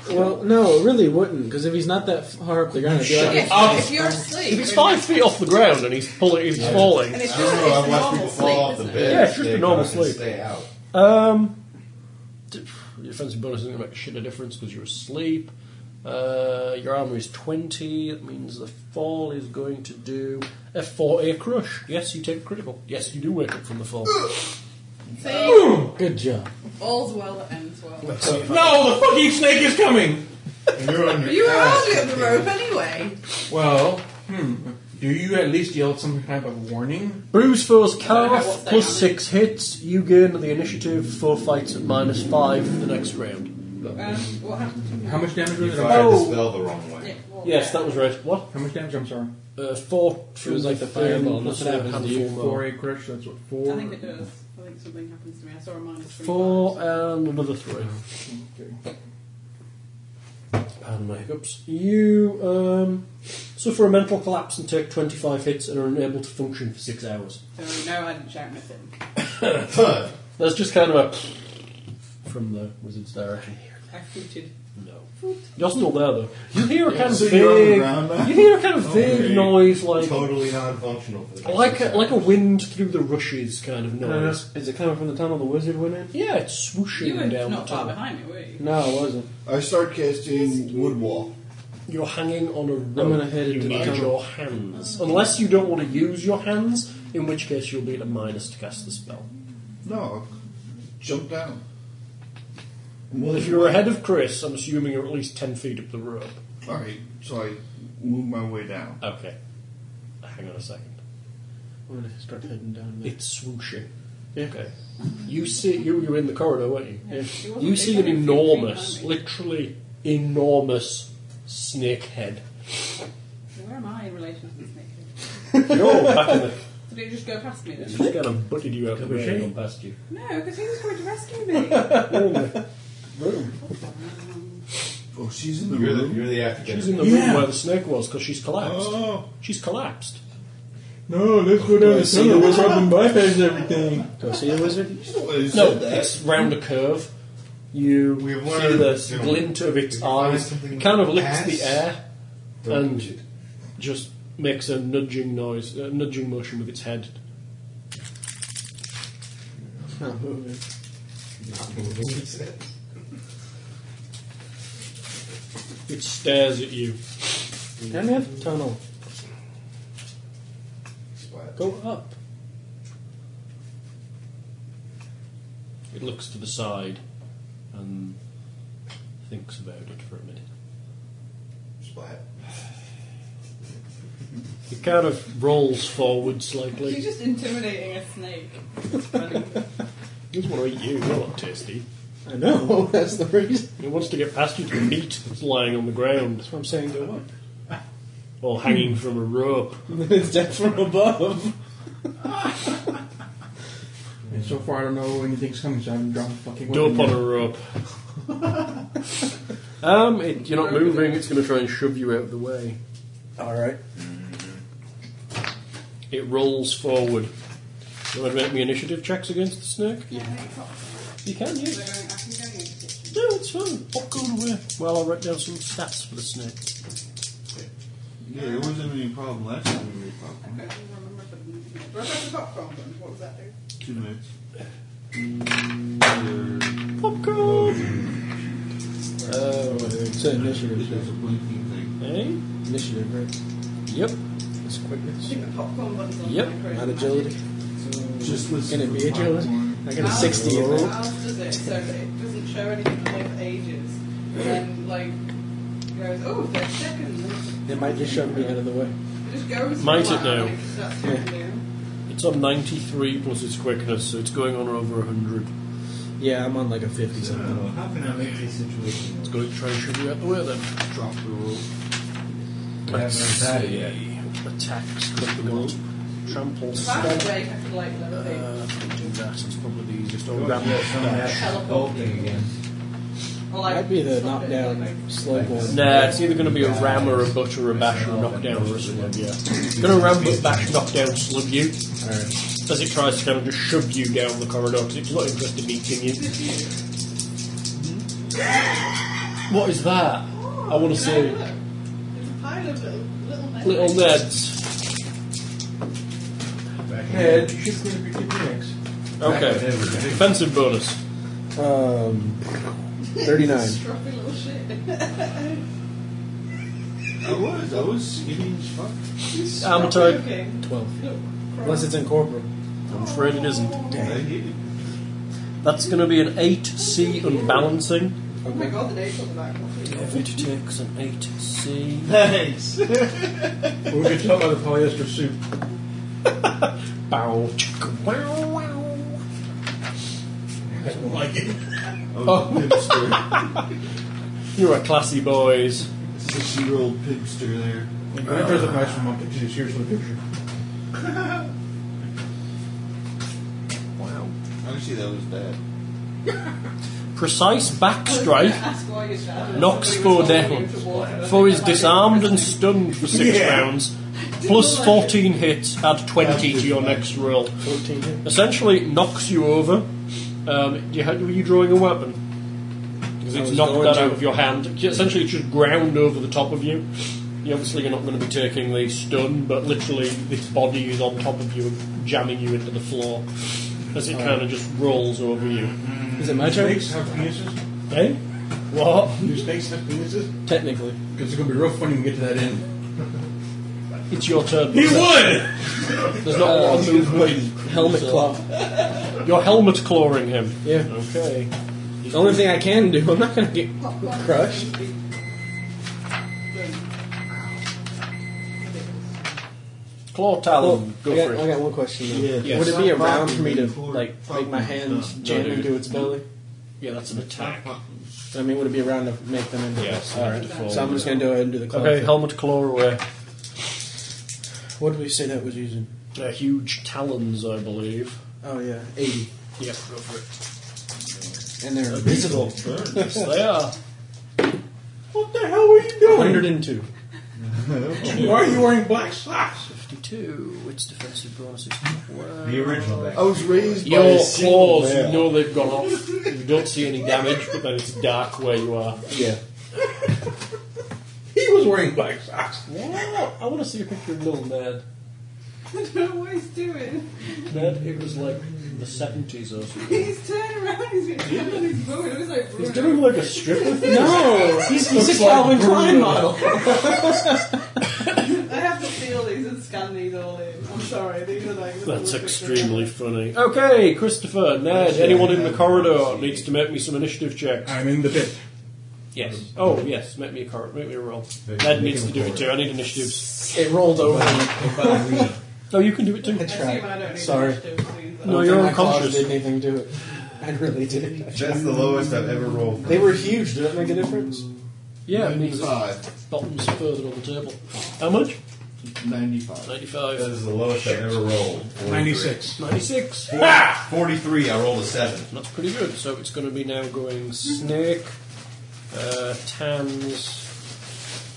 [SPEAKER 5] Well, no, it really wouldn't, because if he's not that far up the ground, it'd be like
[SPEAKER 2] If, if you're asleep.
[SPEAKER 1] If he's five feet off the ground and he's pulling, he's
[SPEAKER 2] And
[SPEAKER 1] falling.
[SPEAKER 2] it's just
[SPEAKER 7] I don't know.
[SPEAKER 2] it's
[SPEAKER 7] I've watched
[SPEAKER 2] normal
[SPEAKER 7] people
[SPEAKER 2] sleep,
[SPEAKER 7] fall off the
[SPEAKER 2] isn't it?
[SPEAKER 7] bed.
[SPEAKER 1] Yeah, it's just
[SPEAKER 7] They
[SPEAKER 1] a normal
[SPEAKER 7] come and
[SPEAKER 1] sleep.
[SPEAKER 7] Stay out.
[SPEAKER 1] Um, d- your offensive bonus isn't going to make a shit of difference because you're asleep. Uh, your armor is twenty. That means the fall is going to do a four-a crush. Yes, you take a critical. Yes, you do wake up from the fall.
[SPEAKER 2] See,
[SPEAKER 5] good job.
[SPEAKER 2] all's well that ends well.
[SPEAKER 6] No, the fucking snake is coming.
[SPEAKER 7] And you're on your
[SPEAKER 2] You were
[SPEAKER 7] ass.
[SPEAKER 2] hardly up the rope anyway.
[SPEAKER 6] Well, hmm. Do you at least yell some type of warning?
[SPEAKER 1] Bruise foe's calf
[SPEAKER 2] What's that
[SPEAKER 1] plus
[SPEAKER 2] damage?
[SPEAKER 1] six hits. You gain the initiative for fights at minus five for the next round.
[SPEAKER 2] Um, what happened to me?
[SPEAKER 6] How much damage
[SPEAKER 7] You
[SPEAKER 6] was it?
[SPEAKER 7] fired
[SPEAKER 1] Oh.
[SPEAKER 7] the spell the wrong way.
[SPEAKER 2] Yeah, well,
[SPEAKER 1] Yes,
[SPEAKER 2] yeah.
[SPEAKER 1] that was right. What?
[SPEAKER 6] How much damage? I'm sorry.
[SPEAKER 1] Uh, four.
[SPEAKER 5] It was like the fireball,
[SPEAKER 1] plus
[SPEAKER 5] nothing
[SPEAKER 1] a
[SPEAKER 5] happens to
[SPEAKER 1] handful
[SPEAKER 5] you.
[SPEAKER 1] more.
[SPEAKER 6] Four a crush. That's what four.
[SPEAKER 2] I think it does. I think something happens to me. I saw a minus three.
[SPEAKER 1] Four and another three.
[SPEAKER 6] Okay.
[SPEAKER 1] And my hiccups. You um, suffer a mental collapse and take 25 hits and are unable to function for six hours.
[SPEAKER 2] So no, I didn't shout nothing.
[SPEAKER 7] Huh.
[SPEAKER 1] That's just kind of a from the wizard's direction.
[SPEAKER 2] I footed.
[SPEAKER 1] No. You're still there though. You hear a kind of
[SPEAKER 4] so you're on the
[SPEAKER 1] vague,
[SPEAKER 4] ground now?
[SPEAKER 1] you hear a kind of vague
[SPEAKER 7] Okay.
[SPEAKER 1] noise like
[SPEAKER 7] Totally non-functional. For the next
[SPEAKER 1] like
[SPEAKER 7] six
[SPEAKER 1] a, like a wind through the rushes kind of noise.
[SPEAKER 5] Uh, Is it coming from the tunnel the wizard went in?
[SPEAKER 1] Yeah, it's swooshing
[SPEAKER 2] You were
[SPEAKER 1] down the
[SPEAKER 2] not far
[SPEAKER 1] tunnel.
[SPEAKER 2] behind me, were you?
[SPEAKER 5] No, it wasn't.
[SPEAKER 4] I start casting wood wall.
[SPEAKER 1] You're hanging on a rope.
[SPEAKER 5] gonna head
[SPEAKER 1] you
[SPEAKER 5] into the
[SPEAKER 1] need
[SPEAKER 5] tunnel.
[SPEAKER 1] your hands. Unless you don't want to use your hands, in which case you'll be at a minus to cast the spell.
[SPEAKER 4] No, jump down.
[SPEAKER 1] Well, if you're ahead of Chris, I'm assuming you're at least 10 feet up the rope.
[SPEAKER 4] All right, so I move my way down.
[SPEAKER 1] Okay. Hang on a second.
[SPEAKER 5] I'm gonna start heading down. there.
[SPEAKER 1] It's swooshing.
[SPEAKER 5] Yeah.
[SPEAKER 1] Okay. You see, you were in the corridor, weren't you?
[SPEAKER 2] Yeah. She wasn't
[SPEAKER 1] You
[SPEAKER 2] big,
[SPEAKER 1] see
[SPEAKER 2] wasn't
[SPEAKER 1] an
[SPEAKER 2] she?
[SPEAKER 1] enormous,
[SPEAKER 2] Behind me.
[SPEAKER 1] literally enormous snake head.
[SPEAKER 2] Where am I in relation to this snake?
[SPEAKER 1] You're back in the.
[SPEAKER 2] Did it just go past me
[SPEAKER 1] It's just
[SPEAKER 2] then?
[SPEAKER 1] kind of butted you out of the way and gone past you.
[SPEAKER 2] No, because he was going to rescue me.
[SPEAKER 1] You're in the room.
[SPEAKER 4] Oh, she's in the
[SPEAKER 7] rounds. You're the,
[SPEAKER 4] room.
[SPEAKER 7] you're the after
[SPEAKER 1] She's in the room where the snake was because she's collapsed.
[SPEAKER 4] Oh,
[SPEAKER 1] She's collapsed.
[SPEAKER 6] No, let's go down the
[SPEAKER 4] see
[SPEAKER 6] tunnel.
[SPEAKER 4] the
[SPEAKER 6] Let's open bypass everything.
[SPEAKER 5] Go see the wizard.
[SPEAKER 4] she's the one who
[SPEAKER 1] No,
[SPEAKER 4] said that.
[SPEAKER 1] it's round a curve. You
[SPEAKER 7] We've
[SPEAKER 1] see
[SPEAKER 7] learned,
[SPEAKER 1] the
[SPEAKER 7] you know,
[SPEAKER 1] glint of
[SPEAKER 7] if
[SPEAKER 1] its
[SPEAKER 7] you find
[SPEAKER 1] eyes.
[SPEAKER 7] something
[SPEAKER 1] It kind of licks
[SPEAKER 7] fast,
[SPEAKER 1] the air
[SPEAKER 7] don't
[SPEAKER 1] and
[SPEAKER 7] touch it.
[SPEAKER 1] just makes a nudging noise, a nudging motion with its head.
[SPEAKER 5] Not moving.
[SPEAKER 7] Not moving, he said.
[SPEAKER 1] It stares at you.
[SPEAKER 5] Down the other tunnel.
[SPEAKER 7] Splat.
[SPEAKER 5] Go up.
[SPEAKER 1] It looks to the side and thinks about it for a minute.
[SPEAKER 7] Splat.
[SPEAKER 1] It kind of rolls forward
[SPEAKER 2] She's
[SPEAKER 1] slightly.
[SPEAKER 2] just intimidating a snake.
[SPEAKER 1] It doesn't want to eat you. You're not tasty.
[SPEAKER 5] I know. That's the reason.
[SPEAKER 1] It wants to get past you to the meat that's lying on the ground
[SPEAKER 5] That's what I'm saying. Go up.
[SPEAKER 1] or hanging from a rope.
[SPEAKER 5] it's death from above.
[SPEAKER 6] And so far, I don't know anything's coming, so I'm drawing fucking
[SPEAKER 1] Dope
[SPEAKER 6] weapon.
[SPEAKER 1] on a rope. um, it, you're not moving. It's going to try and shove you out of the way.
[SPEAKER 5] All right.
[SPEAKER 1] It rolls forward. You want to make me initiative checks against the snake?
[SPEAKER 2] Yeah.
[SPEAKER 1] You can, yeah.
[SPEAKER 2] So I can go in the kitchen.
[SPEAKER 1] No, it's fine. Pop going away. Well, I'll write down some stats for the snake.
[SPEAKER 4] Yeah, there wasn't any problem last time we made popcorn.
[SPEAKER 2] Okay, I don't remember if it- What about the popcorn then? What was that do?
[SPEAKER 4] Two minutes. Mm, popcorn!
[SPEAKER 5] Oh, it's an
[SPEAKER 4] This
[SPEAKER 5] initiative.
[SPEAKER 4] is a blinking thing.
[SPEAKER 5] Eh? Initiative, right? Yep. It's
[SPEAKER 2] I
[SPEAKER 5] quickness.
[SPEAKER 2] think the popcorn button's on
[SPEAKER 5] Yep.
[SPEAKER 2] my crazy
[SPEAKER 5] Not
[SPEAKER 2] magic.
[SPEAKER 5] agility.
[SPEAKER 4] Just listen
[SPEAKER 5] Can it
[SPEAKER 4] for
[SPEAKER 5] be agility?
[SPEAKER 4] popcorn.
[SPEAKER 5] I got a
[SPEAKER 2] Ours-
[SPEAKER 5] 60 in there.
[SPEAKER 2] Ours does it, so that it doesn't show anything above ages. And then, like, goes, oh, 30 seconds. and
[SPEAKER 5] It might just shove me out of the way.
[SPEAKER 2] It just goes.
[SPEAKER 1] Might
[SPEAKER 2] flat,
[SPEAKER 1] it now?
[SPEAKER 2] like, That's what
[SPEAKER 5] Yeah.
[SPEAKER 2] we do.
[SPEAKER 1] It's on 93 plus its quickness, so it's going on over 100.
[SPEAKER 5] Yeah, I'm on like a 50 something.
[SPEAKER 7] how can I make this situation?
[SPEAKER 1] It's going to try and shove you out the way then.
[SPEAKER 4] Drop the rope.
[SPEAKER 1] Let's
[SPEAKER 7] attacked
[SPEAKER 1] see.
[SPEAKER 7] yet.
[SPEAKER 1] Attacks, click the rope. Trample,
[SPEAKER 2] If I was
[SPEAKER 1] stomp.
[SPEAKER 2] awake, I could, like, levitate.
[SPEAKER 1] Uh, do that, it's probably the easiest. Oh, Or
[SPEAKER 7] Grab
[SPEAKER 1] grab
[SPEAKER 7] yeah, some of
[SPEAKER 1] dash.
[SPEAKER 7] that gold thing again.
[SPEAKER 2] Or, like,
[SPEAKER 5] I'd be the
[SPEAKER 2] stop it, like,
[SPEAKER 5] knockdown slow one.
[SPEAKER 1] Nah, it's either going to be a ram or a butt or a bash or a knockdown or a slug, yeah. It's going to ram, but bash, knockdown, slug you as it tries to kind of just shove you down the corridor because it's not interested in eating you. What is that? I want to
[SPEAKER 2] No,
[SPEAKER 1] see.
[SPEAKER 2] look. It's a pile of little, little men.
[SPEAKER 1] Little Neds.
[SPEAKER 6] Ned, you should clean up your next.
[SPEAKER 1] Okay. Defensive bonus.
[SPEAKER 5] Um, 39.
[SPEAKER 2] Stroppy little shit.
[SPEAKER 4] I was, I was skinny as fuck.
[SPEAKER 1] Armatoid.
[SPEAKER 2] Okay.
[SPEAKER 5] 12.
[SPEAKER 2] Look,
[SPEAKER 5] Unless it's in corporal.
[SPEAKER 1] I'm afraid it isn't.
[SPEAKER 4] I hate it.
[SPEAKER 1] That's going to be an 8C unbalancing.
[SPEAKER 2] Oh my god, the date's on the back.
[SPEAKER 1] If it takes an 8C.
[SPEAKER 7] Thanks.
[SPEAKER 6] We'll get taught by the polyester suit.
[SPEAKER 1] Bow. chicka, wow, wow.
[SPEAKER 4] I was a pimster.
[SPEAKER 1] You're a classy boys.
[SPEAKER 4] Six year old pimster there.
[SPEAKER 5] Uh,
[SPEAKER 6] There's a nice from up to Here's the picture.
[SPEAKER 1] Wow.
[SPEAKER 4] Actually, that was bad.
[SPEAKER 1] Precise
[SPEAKER 2] Strike.
[SPEAKER 1] backstrike knocks four down. Four is disarmed and stunned for six rounds. Plus 14 hits, add 20 to your next roll.
[SPEAKER 5] 14 hit.
[SPEAKER 1] Essentially knocks you over. Um, you had, were you drawing a weapon? Because
[SPEAKER 5] I
[SPEAKER 1] it's
[SPEAKER 5] was
[SPEAKER 1] knocked
[SPEAKER 5] going
[SPEAKER 1] that
[SPEAKER 5] to.
[SPEAKER 1] out of your hand. Essentially, it's just ground over the top of you. You obviously you're not going to be taking the stun, but literally this body is on top of you and jamming you into the floor as it kind of just rolls over you.
[SPEAKER 7] Uh,
[SPEAKER 5] Is it my turn?
[SPEAKER 6] Snakes have penises?
[SPEAKER 1] Eh? What?
[SPEAKER 6] Do snakes have penises?
[SPEAKER 5] Technically.
[SPEAKER 6] Because it's going to be real funny when we get to that end.
[SPEAKER 1] It's your turn.
[SPEAKER 6] would!
[SPEAKER 1] There's not a lot of movement.
[SPEAKER 5] Uh, Helmet claw.
[SPEAKER 1] Your helmet clawing him.
[SPEAKER 5] Yeah.
[SPEAKER 1] Okay.
[SPEAKER 5] The only thing I can do, I'm not going to get crushed.
[SPEAKER 1] Claw talon.
[SPEAKER 5] I,
[SPEAKER 1] Go
[SPEAKER 5] got,
[SPEAKER 1] for
[SPEAKER 5] I
[SPEAKER 1] it.
[SPEAKER 5] got one question though.
[SPEAKER 4] Yeah,
[SPEAKER 1] Yes.
[SPEAKER 5] Would it be a
[SPEAKER 4] Stop
[SPEAKER 5] round for me to
[SPEAKER 4] popping before
[SPEAKER 5] like make my
[SPEAKER 4] popping.
[SPEAKER 5] hand
[SPEAKER 4] No,
[SPEAKER 5] jam
[SPEAKER 1] dude.
[SPEAKER 5] into its belly?
[SPEAKER 1] Yeah, that's an attack.
[SPEAKER 5] I mean, would it be a round to make them into?
[SPEAKER 1] Yes,
[SPEAKER 5] All right.
[SPEAKER 1] to fall.
[SPEAKER 5] So I'm just going to go ahead and do the claw.
[SPEAKER 1] Okay,
[SPEAKER 5] thing.
[SPEAKER 1] helmet claw away.
[SPEAKER 5] What did we say that was using?
[SPEAKER 1] They're huge talons, I believe.
[SPEAKER 5] Oh yeah, 80,
[SPEAKER 1] Yeah, go for it.
[SPEAKER 5] and they're invisible.
[SPEAKER 1] Yes, they are.
[SPEAKER 6] What the hell were you doing?
[SPEAKER 5] 102.
[SPEAKER 6] Why are you wearing black socks?
[SPEAKER 1] 52. Its defensive bonus is
[SPEAKER 7] The original back.
[SPEAKER 4] I was raised by
[SPEAKER 1] Your
[SPEAKER 4] a single
[SPEAKER 1] claws,
[SPEAKER 4] man.
[SPEAKER 1] you know they've gone off. You don't see any damage, but then it's dark where you are.
[SPEAKER 5] Yeah.
[SPEAKER 6] He was wearing black socks.
[SPEAKER 1] Wow! I want to see a picture of little Ned.
[SPEAKER 2] I don't know what he's doing.
[SPEAKER 1] Ned, it was like the 70s or something.
[SPEAKER 2] He's turning around, he's been doing his bow, and it was like,
[SPEAKER 1] He's doing like a stripper thing.
[SPEAKER 5] No, he's, he's a
[SPEAKER 1] Looks like
[SPEAKER 5] Calvin Klein
[SPEAKER 1] Bruno.
[SPEAKER 5] model.
[SPEAKER 2] I have to feel these and scan these all in. I'm sorry, these are like.
[SPEAKER 1] That's extremely funny.
[SPEAKER 5] Oh.
[SPEAKER 1] Okay, Christopher, Ned, anyone in the corridor needs to make me some initiative checks.
[SPEAKER 6] I'm in the pit.
[SPEAKER 1] Yes. Oh, yes, make me a cor- make me a roll.
[SPEAKER 7] Make-
[SPEAKER 1] Ned
[SPEAKER 7] make
[SPEAKER 1] needs
[SPEAKER 7] him
[SPEAKER 1] to
[SPEAKER 7] a
[SPEAKER 1] do it
[SPEAKER 7] corridor.
[SPEAKER 1] too. I need initiatives.
[SPEAKER 5] It rolled over.
[SPEAKER 1] Oh, you can do it too.
[SPEAKER 5] I
[SPEAKER 2] I assume I
[SPEAKER 5] tried.
[SPEAKER 2] don't need
[SPEAKER 5] Sorry.
[SPEAKER 2] to do that.
[SPEAKER 1] No,
[SPEAKER 6] Oh,
[SPEAKER 5] I don't
[SPEAKER 1] you're
[SPEAKER 5] think my claws
[SPEAKER 1] unconscious.
[SPEAKER 5] Did anything to it? I really did.
[SPEAKER 7] That's the lowest I've ever rolled.
[SPEAKER 5] They were huge. Did that make a difference?
[SPEAKER 1] Yeah, it means the
[SPEAKER 4] 95.
[SPEAKER 1] bottom's further on the table. How much?
[SPEAKER 4] 95.
[SPEAKER 1] 95.
[SPEAKER 7] is the lowest I've ever rolled.
[SPEAKER 6] 96.
[SPEAKER 1] 96.
[SPEAKER 7] 43, Ah! I rolled a 7.
[SPEAKER 1] That's pretty good. So it's going to be now going Snake, uh, Tans,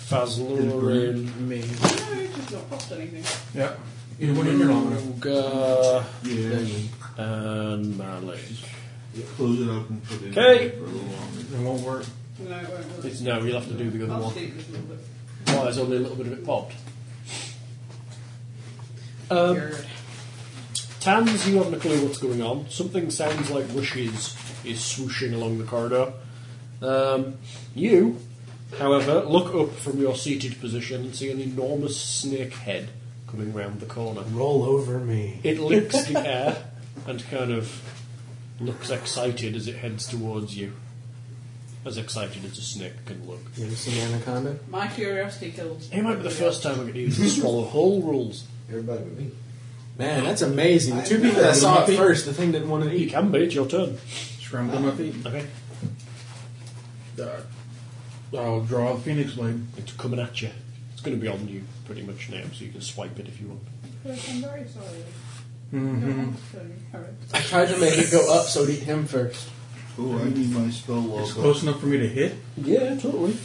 [SPEAKER 1] Fazlorin,
[SPEAKER 5] Me.
[SPEAKER 2] No, it's just not popped anything.
[SPEAKER 6] Yeah. You went in your long enough.
[SPEAKER 1] Uga,
[SPEAKER 4] Yeah.
[SPEAKER 1] and Marley.
[SPEAKER 4] Close it up and put it
[SPEAKER 1] Okay.
[SPEAKER 4] in for a little longer.
[SPEAKER 6] It won't work.
[SPEAKER 2] No, it won't work.
[SPEAKER 1] It's no, you'll have to do the other
[SPEAKER 2] I'll
[SPEAKER 1] one.
[SPEAKER 2] just eat this little bit.
[SPEAKER 1] wires, only a little bit of it popped. Um,
[SPEAKER 2] Weird.
[SPEAKER 1] Tans, you haven't a clue what's going on. Something sounds like wishes is swooshing along the corridor. Um, you, however, look up from your seated position and see an enormous snake head coming round the corner.
[SPEAKER 5] Roll over me.
[SPEAKER 1] It licks the air and kind of looks excited as it heads towards you. As excited as a snake can look.
[SPEAKER 5] You ever seen Anaconda?
[SPEAKER 2] My curiosity killed.
[SPEAKER 1] It might be the first time I get to use the swallow whole rules.
[SPEAKER 7] Everybody with me.
[SPEAKER 5] Man, that's amazing. The two people
[SPEAKER 6] I
[SPEAKER 5] that saw
[SPEAKER 6] know.
[SPEAKER 5] it first, the thing didn't want to
[SPEAKER 1] You
[SPEAKER 5] eat.
[SPEAKER 1] can be, it's your turn.
[SPEAKER 6] Scramble my feet. Uh,
[SPEAKER 1] Okay.
[SPEAKER 6] I'll draw a phoenix blade.
[SPEAKER 1] It's coming at you. It's going to be on you pretty much now, so you can swipe it if you want.
[SPEAKER 2] Chris, I'm very sorry. Don't
[SPEAKER 6] Mm-hmm.
[SPEAKER 2] want to kill you. Alright.
[SPEAKER 5] I tried to make it go up so it'd eat him first.
[SPEAKER 4] Oh, I need my spell log.
[SPEAKER 6] It's close enough for me to hit.
[SPEAKER 1] Yeah, totally.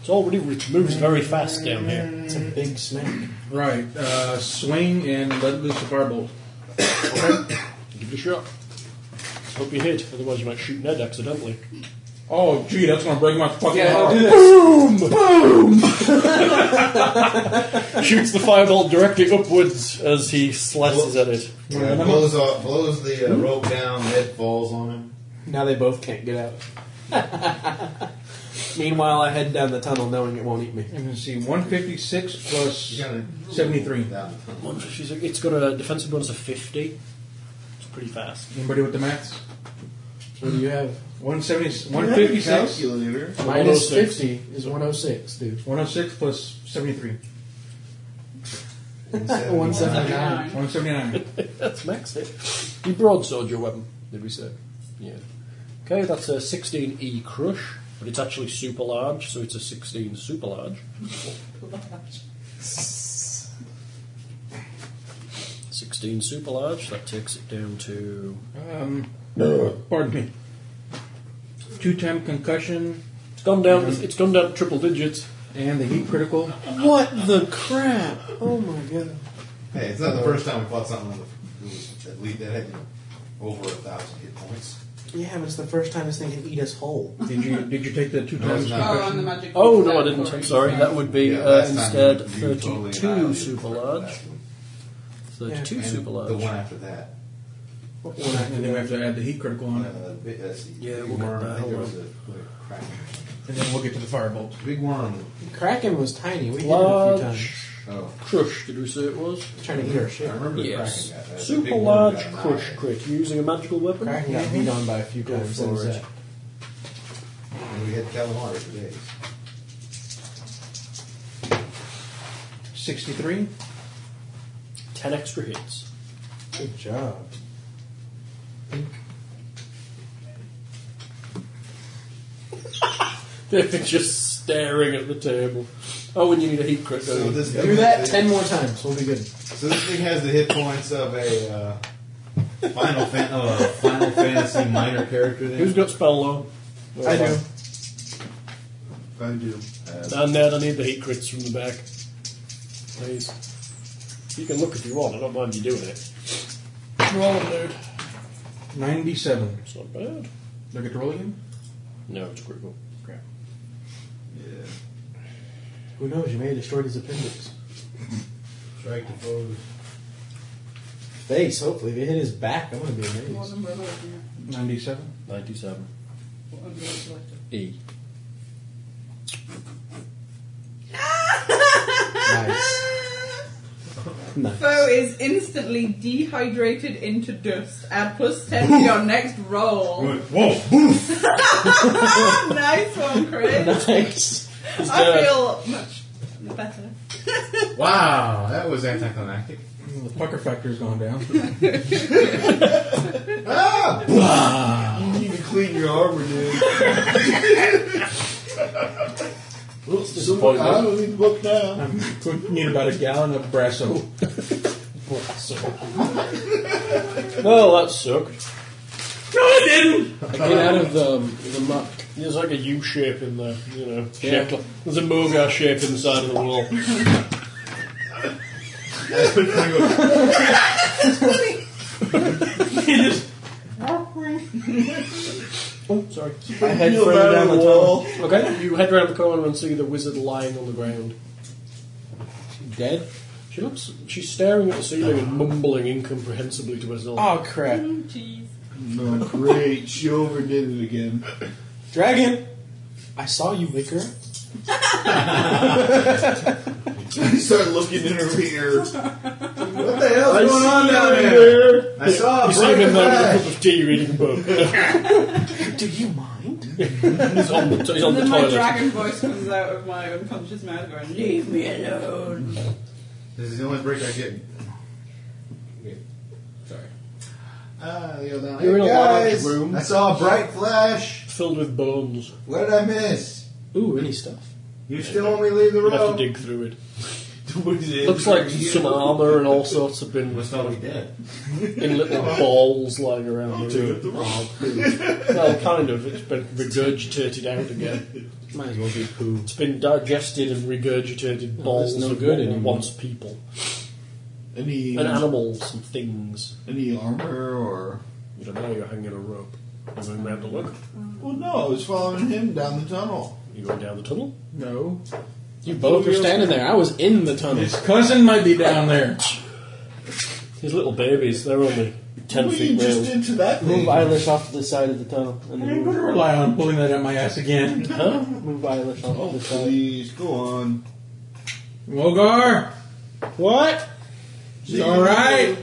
[SPEAKER 1] It's already it moves very fast down here.
[SPEAKER 5] It's a big snake.
[SPEAKER 6] Right. Uh, swing and let loose a firebolt.
[SPEAKER 1] Give it a shot. Hope you hit, otherwise you might shoot Ned accidentally.
[SPEAKER 6] Oh, gee, that's gonna break my fucking
[SPEAKER 5] Yeah,
[SPEAKER 6] arm.
[SPEAKER 5] don't do this.
[SPEAKER 1] Shoots the firebolt directly upwards as he slices at it.
[SPEAKER 7] Yeah, blows, off, blows the uh, rope down, head falls on him.
[SPEAKER 5] Now they both can't get out. Meanwhile, I head down the tunnel knowing it won't eat me.
[SPEAKER 6] I'm gonna see 156 plus
[SPEAKER 7] You gotta-
[SPEAKER 6] 73.
[SPEAKER 7] Down.
[SPEAKER 1] She's- It's got a defensive bonus of 50. It's pretty fast.
[SPEAKER 6] Anybody with the maths?
[SPEAKER 5] What do you have?
[SPEAKER 6] 170,
[SPEAKER 4] You have a
[SPEAKER 6] 156.
[SPEAKER 4] calculator.
[SPEAKER 5] Minus
[SPEAKER 1] 106.
[SPEAKER 5] 50 is 106, dude.
[SPEAKER 6] 106 plus 73.
[SPEAKER 5] 179.
[SPEAKER 6] 179.
[SPEAKER 1] That's max hit. You broadsword your weapon, did we say? Yeah. Okay, that's a 16E crush, but it's actually super large, so it's a 16 super large. Sixteen super large. That takes it down to
[SPEAKER 6] Um, pardon me. Two time concussion
[SPEAKER 1] It's gone down. It's gone down to triple digits.
[SPEAKER 6] and the heat critical.
[SPEAKER 5] What the crap? Oh my god.
[SPEAKER 7] Hey, it's not the first time we fought something with that lead that had you know, over a thousand hit points.
[SPEAKER 5] Yeah, but it's the first time this thing can eat us whole.
[SPEAKER 6] Did you did you take the two
[SPEAKER 7] No,
[SPEAKER 6] times
[SPEAKER 7] it's not.
[SPEAKER 2] Oh, and the
[SPEAKER 6] concussion?
[SPEAKER 2] magic.
[SPEAKER 1] Oh no, I didn't. I'm sorry. That would be
[SPEAKER 7] Yeah,
[SPEAKER 1] uh,
[SPEAKER 7] last time
[SPEAKER 1] instead
[SPEAKER 7] you- you
[SPEAKER 1] thirty-two
[SPEAKER 7] totally annihilated
[SPEAKER 1] super
[SPEAKER 7] the
[SPEAKER 1] large.
[SPEAKER 7] first one.
[SPEAKER 1] Thirty-two
[SPEAKER 7] And
[SPEAKER 1] super
[SPEAKER 7] The
[SPEAKER 1] large.
[SPEAKER 7] one after that.
[SPEAKER 5] What
[SPEAKER 6] Well, I think we have to add the heat critical on it.
[SPEAKER 7] Uh, big- that's the
[SPEAKER 1] Yeah,
[SPEAKER 7] big
[SPEAKER 1] we'll get
[SPEAKER 7] worm.
[SPEAKER 1] that.
[SPEAKER 7] I think there
[SPEAKER 1] Hold
[SPEAKER 7] was a, a crack.
[SPEAKER 6] And then we'll get to the firebolt.
[SPEAKER 7] Big worm.
[SPEAKER 5] Kraken was tiny. We hit it a few
[SPEAKER 1] Large
[SPEAKER 5] times.
[SPEAKER 7] Oh,
[SPEAKER 1] crush. Did we say it was?
[SPEAKER 5] Trying to eat our
[SPEAKER 7] I
[SPEAKER 5] shit.
[SPEAKER 7] remember the
[SPEAKER 1] Yes.
[SPEAKER 7] cracking that. That's a big
[SPEAKER 1] Super
[SPEAKER 7] worm
[SPEAKER 1] large
[SPEAKER 7] got
[SPEAKER 1] crush
[SPEAKER 7] nine.
[SPEAKER 1] crit using a magical weapon.
[SPEAKER 5] Kraken got beat on by a few
[SPEAKER 7] Go
[SPEAKER 5] times.
[SPEAKER 7] for
[SPEAKER 5] That was
[SPEAKER 7] it.
[SPEAKER 5] that.
[SPEAKER 7] And we had calamari for days.
[SPEAKER 6] 63.
[SPEAKER 1] Ten extra hits.
[SPEAKER 5] Good job.
[SPEAKER 1] They're just staring at the table. Oh, and you need a heat crit.
[SPEAKER 7] So
[SPEAKER 1] don't you?
[SPEAKER 7] this
[SPEAKER 5] Do that ten more times. We'll be good.
[SPEAKER 7] So this thing has the hit points of a uh, Final, Fan- uh, Final Fantasy minor character. Then.
[SPEAKER 1] Who's got spell law?
[SPEAKER 5] I do.
[SPEAKER 4] I do.
[SPEAKER 1] And Ned, I need the heat crits from the back, please. You can look if you want. I don't mind you doing it. Roll them, dude.
[SPEAKER 6] 97.
[SPEAKER 1] It's not bad.
[SPEAKER 6] Do I get to roll again?
[SPEAKER 1] No, it's critical.
[SPEAKER 6] Crap.
[SPEAKER 5] Who knows? You may have destroyed his appendix.
[SPEAKER 7] Strike the foes.
[SPEAKER 5] Face. Hopefully, if it hit his back, I'm gonna be
[SPEAKER 2] What
[SPEAKER 5] amazed.
[SPEAKER 2] number am I
[SPEAKER 6] 97.
[SPEAKER 1] 97.
[SPEAKER 2] What number have I selected?
[SPEAKER 1] E.
[SPEAKER 5] Nice. Nice.
[SPEAKER 2] Foe is instantly dehydrated into dust. Add plus 10 to your next roll.
[SPEAKER 6] Whoa!
[SPEAKER 2] nice one, Chris.
[SPEAKER 5] Nice.
[SPEAKER 2] I feel much better.
[SPEAKER 7] Wow, that was anticlimactic.
[SPEAKER 6] The pucker factor's gone down.
[SPEAKER 7] Ah!
[SPEAKER 4] You need to clean your armor, dude.
[SPEAKER 1] That's
[SPEAKER 4] Someone, I don't need to look now.
[SPEAKER 6] I'm going to need about a gallon of Brasso.
[SPEAKER 1] Well, that sucked.
[SPEAKER 5] I get out of the the muck.
[SPEAKER 1] There's like a U shape in there, you know.
[SPEAKER 5] Yeah.
[SPEAKER 1] Shaped like- there's a Mogar shape in the side of the wall. oh, sorry.
[SPEAKER 5] I head
[SPEAKER 4] Feel
[SPEAKER 5] further
[SPEAKER 4] better
[SPEAKER 5] down the
[SPEAKER 4] wall.
[SPEAKER 5] tunnel. Okay.
[SPEAKER 1] You head round the corner and see the wizard lying on the ground.
[SPEAKER 5] dead?
[SPEAKER 1] She looks. She's staring at the ceiling and mumbling incomprehensibly to herself.
[SPEAKER 5] Oh crap!
[SPEAKER 2] Cheese.
[SPEAKER 4] No, great. She overdid it again.
[SPEAKER 5] Dragon, I saw you, liquor.
[SPEAKER 4] I start looking in her mirror.
[SPEAKER 7] What the hell's
[SPEAKER 1] I
[SPEAKER 7] going on
[SPEAKER 1] see
[SPEAKER 7] down
[SPEAKER 1] you
[SPEAKER 7] there?
[SPEAKER 1] there.
[SPEAKER 7] I saw
[SPEAKER 1] You
[SPEAKER 7] a
[SPEAKER 1] see
[SPEAKER 7] break
[SPEAKER 1] him
[SPEAKER 7] of
[SPEAKER 1] there with a
[SPEAKER 7] light.
[SPEAKER 1] cup of tea reading a book.
[SPEAKER 5] Do you mind?
[SPEAKER 1] he's on the, t- he's on
[SPEAKER 2] And
[SPEAKER 1] the
[SPEAKER 2] then my
[SPEAKER 1] toilet.
[SPEAKER 2] dragon voice comes out of my unconscious mouth going, Leave me alone.
[SPEAKER 7] This is the only break I get. Okay. Sorry. Ah, the old down.
[SPEAKER 1] You're in a
[SPEAKER 7] hey,
[SPEAKER 1] large
[SPEAKER 7] guys,
[SPEAKER 1] room.
[SPEAKER 7] I saw a bright flash.
[SPEAKER 1] filled with bones.
[SPEAKER 7] What did I miss?
[SPEAKER 5] Ooh, any stuff?
[SPEAKER 7] You still want me to leave the
[SPEAKER 1] You have to
[SPEAKER 7] room?
[SPEAKER 1] dig through it.
[SPEAKER 7] What is it?
[SPEAKER 1] Looks like some armour and all sorts have been
[SPEAKER 13] Must always dead.
[SPEAKER 1] in little balls lying around the room. Well, kind of. It's been regurgitated out again.
[SPEAKER 5] Might as well be poo.
[SPEAKER 1] It's been digested and regurgitated balls
[SPEAKER 5] no
[SPEAKER 1] of
[SPEAKER 5] good
[SPEAKER 1] what were
[SPEAKER 5] anymore.
[SPEAKER 1] once people
[SPEAKER 4] Any
[SPEAKER 1] and animals and things.
[SPEAKER 4] any armor or?
[SPEAKER 1] You don't know. You're hanging a rope. You're going round to look.
[SPEAKER 4] Well, no. I was following him down the tunnel.
[SPEAKER 1] You going down the tunnel?
[SPEAKER 6] No.
[SPEAKER 5] You both were standing there. I was in the tunnel.
[SPEAKER 6] His cousin might be down there.
[SPEAKER 1] These little babies. They're only ten
[SPEAKER 4] What are
[SPEAKER 1] feet
[SPEAKER 4] you just
[SPEAKER 1] wide.
[SPEAKER 4] into that
[SPEAKER 5] Move
[SPEAKER 4] thing?
[SPEAKER 5] eyelash off to the side of the tunnel. And
[SPEAKER 6] I'm
[SPEAKER 5] then
[SPEAKER 6] going to
[SPEAKER 5] move,
[SPEAKER 6] rely on pulling that out my ass again.
[SPEAKER 1] Huh?
[SPEAKER 5] move eyelash off
[SPEAKER 4] Oh,
[SPEAKER 5] to the side.
[SPEAKER 4] please go on.
[SPEAKER 6] Wogar,
[SPEAKER 5] What?
[SPEAKER 6] it's all right.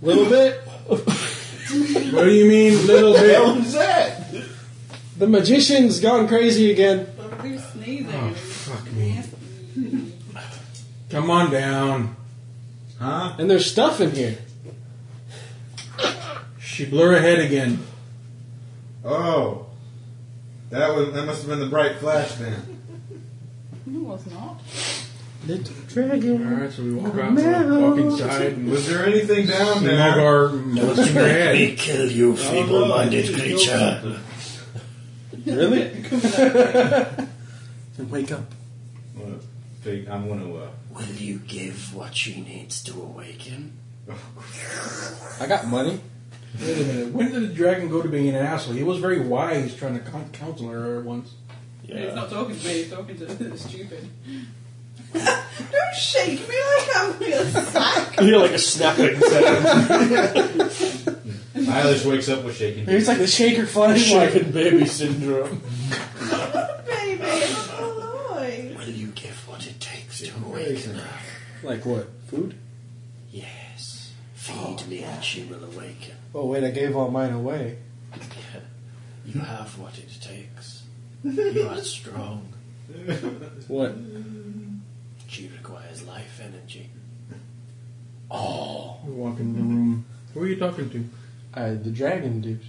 [SPEAKER 5] Little bit?
[SPEAKER 6] What do you mean, little
[SPEAKER 4] What
[SPEAKER 6] bit?
[SPEAKER 4] was that?
[SPEAKER 5] The magician's gone crazy again.
[SPEAKER 2] Who's sneezing?
[SPEAKER 6] Oh, fuck me. Come on down.
[SPEAKER 7] Huh?
[SPEAKER 5] And there's stuff in here.
[SPEAKER 6] She blew her head again.
[SPEAKER 7] Oh. That was that must have been the bright flash then.
[SPEAKER 2] No, it's not.
[SPEAKER 5] Little dragon.
[SPEAKER 6] All right, so we walk out, walk inside, and
[SPEAKER 7] Was there anything down there?
[SPEAKER 6] Wogar molesting her head.
[SPEAKER 14] Me kill you, feeble-minded
[SPEAKER 4] Oh, no, I didn't
[SPEAKER 14] creature.
[SPEAKER 4] know.
[SPEAKER 5] Really? and wake up.
[SPEAKER 13] Fig- I'm going to. Uh,
[SPEAKER 14] Will you give what she needs to awaken?
[SPEAKER 5] I got money.
[SPEAKER 6] Wait a minute. When did the dragon go to being an asshole? He was very wise trying to con- counsel her once.
[SPEAKER 2] He's not talking to me, he's talking to the stupid. Don't shake me like I'm real sack.
[SPEAKER 1] You hear like a snapping sound.
[SPEAKER 13] Eilish wakes up with shaking.
[SPEAKER 5] Maybe it's like the shaker flash. Like,
[SPEAKER 1] Shaken baby syndrome.
[SPEAKER 2] Baby, I'm alive.
[SPEAKER 14] Will you give what it takes to awaken her?
[SPEAKER 5] like what? Food?
[SPEAKER 14] Yes. Feed me and she will awaken.
[SPEAKER 5] Oh wait, I gave all mine away.
[SPEAKER 14] You have what it takes. You are strong.
[SPEAKER 5] What?
[SPEAKER 14] She requires life energy.
[SPEAKER 6] We walk in the room. Who are you talking to?
[SPEAKER 5] Mm-hmm. Uh, the dragon dude.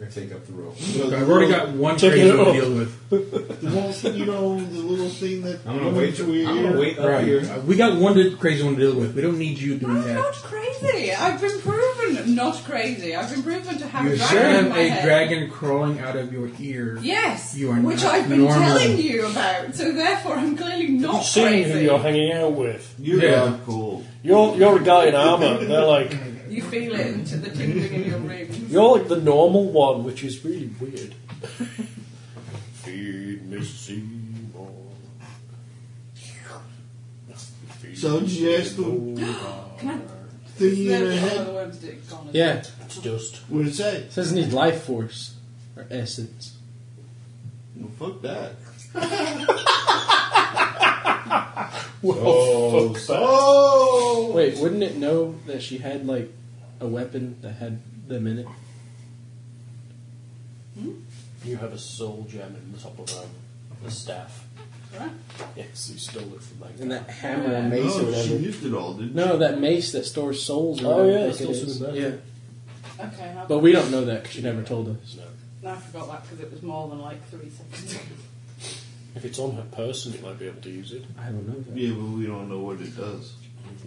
[SPEAKER 13] Or take up the rope.
[SPEAKER 4] Well, the
[SPEAKER 6] I've already
[SPEAKER 4] little-
[SPEAKER 6] got one
[SPEAKER 1] Take it
[SPEAKER 6] crazy to
[SPEAKER 1] off.
[SPEAKER 6] deal with.
[SPEAKER 4] the whole thing, you know, the little thing that.
[SPEAKER 13] I'm gonna wait.
[SPEAKER 4] to
[SPEAKER 13] I'm gonna wait up
[SPEAKER 6] Right.
[SPEAKER 13] here.
[SPEAKER 6] Uh, We got one to- crazy one to deal with. We don't need you doing
[SPEAKER 2] I'm not
[SPEAKER 6] that.
[SPEAKER 2] crazy. I've been proven not crazy. I've been proven to have
[SPEAKER 6] You
[SPEAKER 2] a dragon in
[SPEAKER 6] have
[SPEAKER 2] my
[SPEAKER 6] a
[SPEAKER 2] head.
[SPEAKER 6] dragon crawling out of your ear.
[SPEAKER 2] Yes,
[SPEAKER 6] You are
[SPEAKER 2] which
[SPEAKER 6] not
[SPEAKER 2] I've been
[SPEAKER 6] normal.
[SPEAKER 2] telling you about. So therefore, I'm clearly not
[SPEAKER 1] You've seen who
[SPEAKER 2] crazy.
[SPEAKER 1] you're hanging out with.
[SPEAKER 4] You're
[SPEAKER 6] Yeah.
[SPEAKER 4] not cool.
[SPEAKER 1] You're you're a guy in armour. They're like
[SPEAKER 2] You feel it into the tingling in your rings.
[SPEAKER 1] you're like the normal one, which is really weird. Feed me Seymour.
[SPEAKER 4] So did you ask the
[SPEAKER 2] Can I
[SPEAKER 4] thingy in her
[SPEAKER 2] smell
[SPEAKER 4] head?
[SPEAKER 2] the worms that it's gone?
[SPEAKER 5] Yeah,
[SPEAKER 1] It's just
[SPEAKER 4] What did it say?
[SPEAKER 5] it says it needs life force or essence.
[SPEAKER 4] Well, fuck that.
[SPEAKER 1] oh,
[SPEAKER 4] Oh!
[SPEAKER 5] Wait, wouldn't it know that she had like a weapon that had them in it?
[SPEAKER 1] You have a soul gem in the top of um, the staff.
[SPEAKER 2] Right.
[SPEAKER 1] Yes, you stole it from my
[SPEAKER 5] And
[SPEAKER 1] guy.
[SPEAKER 5] that hammer and mace or
[SPEAKER 4] No, she
[SPEAKER 5] whatever.
[SPEAKER 4] used it all, didn't
[SPEAKER 5] No, that mace that stores souls. Or
[SPEAKER 1] Oh,
[SPEAKER 5] whatever
[SPEAKER 1] yeah,
[SPEAKER 5] the
[SPEAKER 1] it
[SPEAKER 5] heck
[SPEAKER 1] stores
[SPEAKER 5] is.
[SPEAKER 1] souls,
[SPEAKER 5] Yeah,
[SPEAKER 2] Okay, I'll-
[SPEAKER 5] but we don't know that because she never told us.
[SPEAKER 1] No.
[SPEAKER 2] No, I forgot that because it was more than like three seconds ago.
[SPEAKER 1] If it's on her person, you might be able to use it.
[SPEAKER 5] I don't know that.
[SPEAKER 4] Yeah, but we don't know what it does.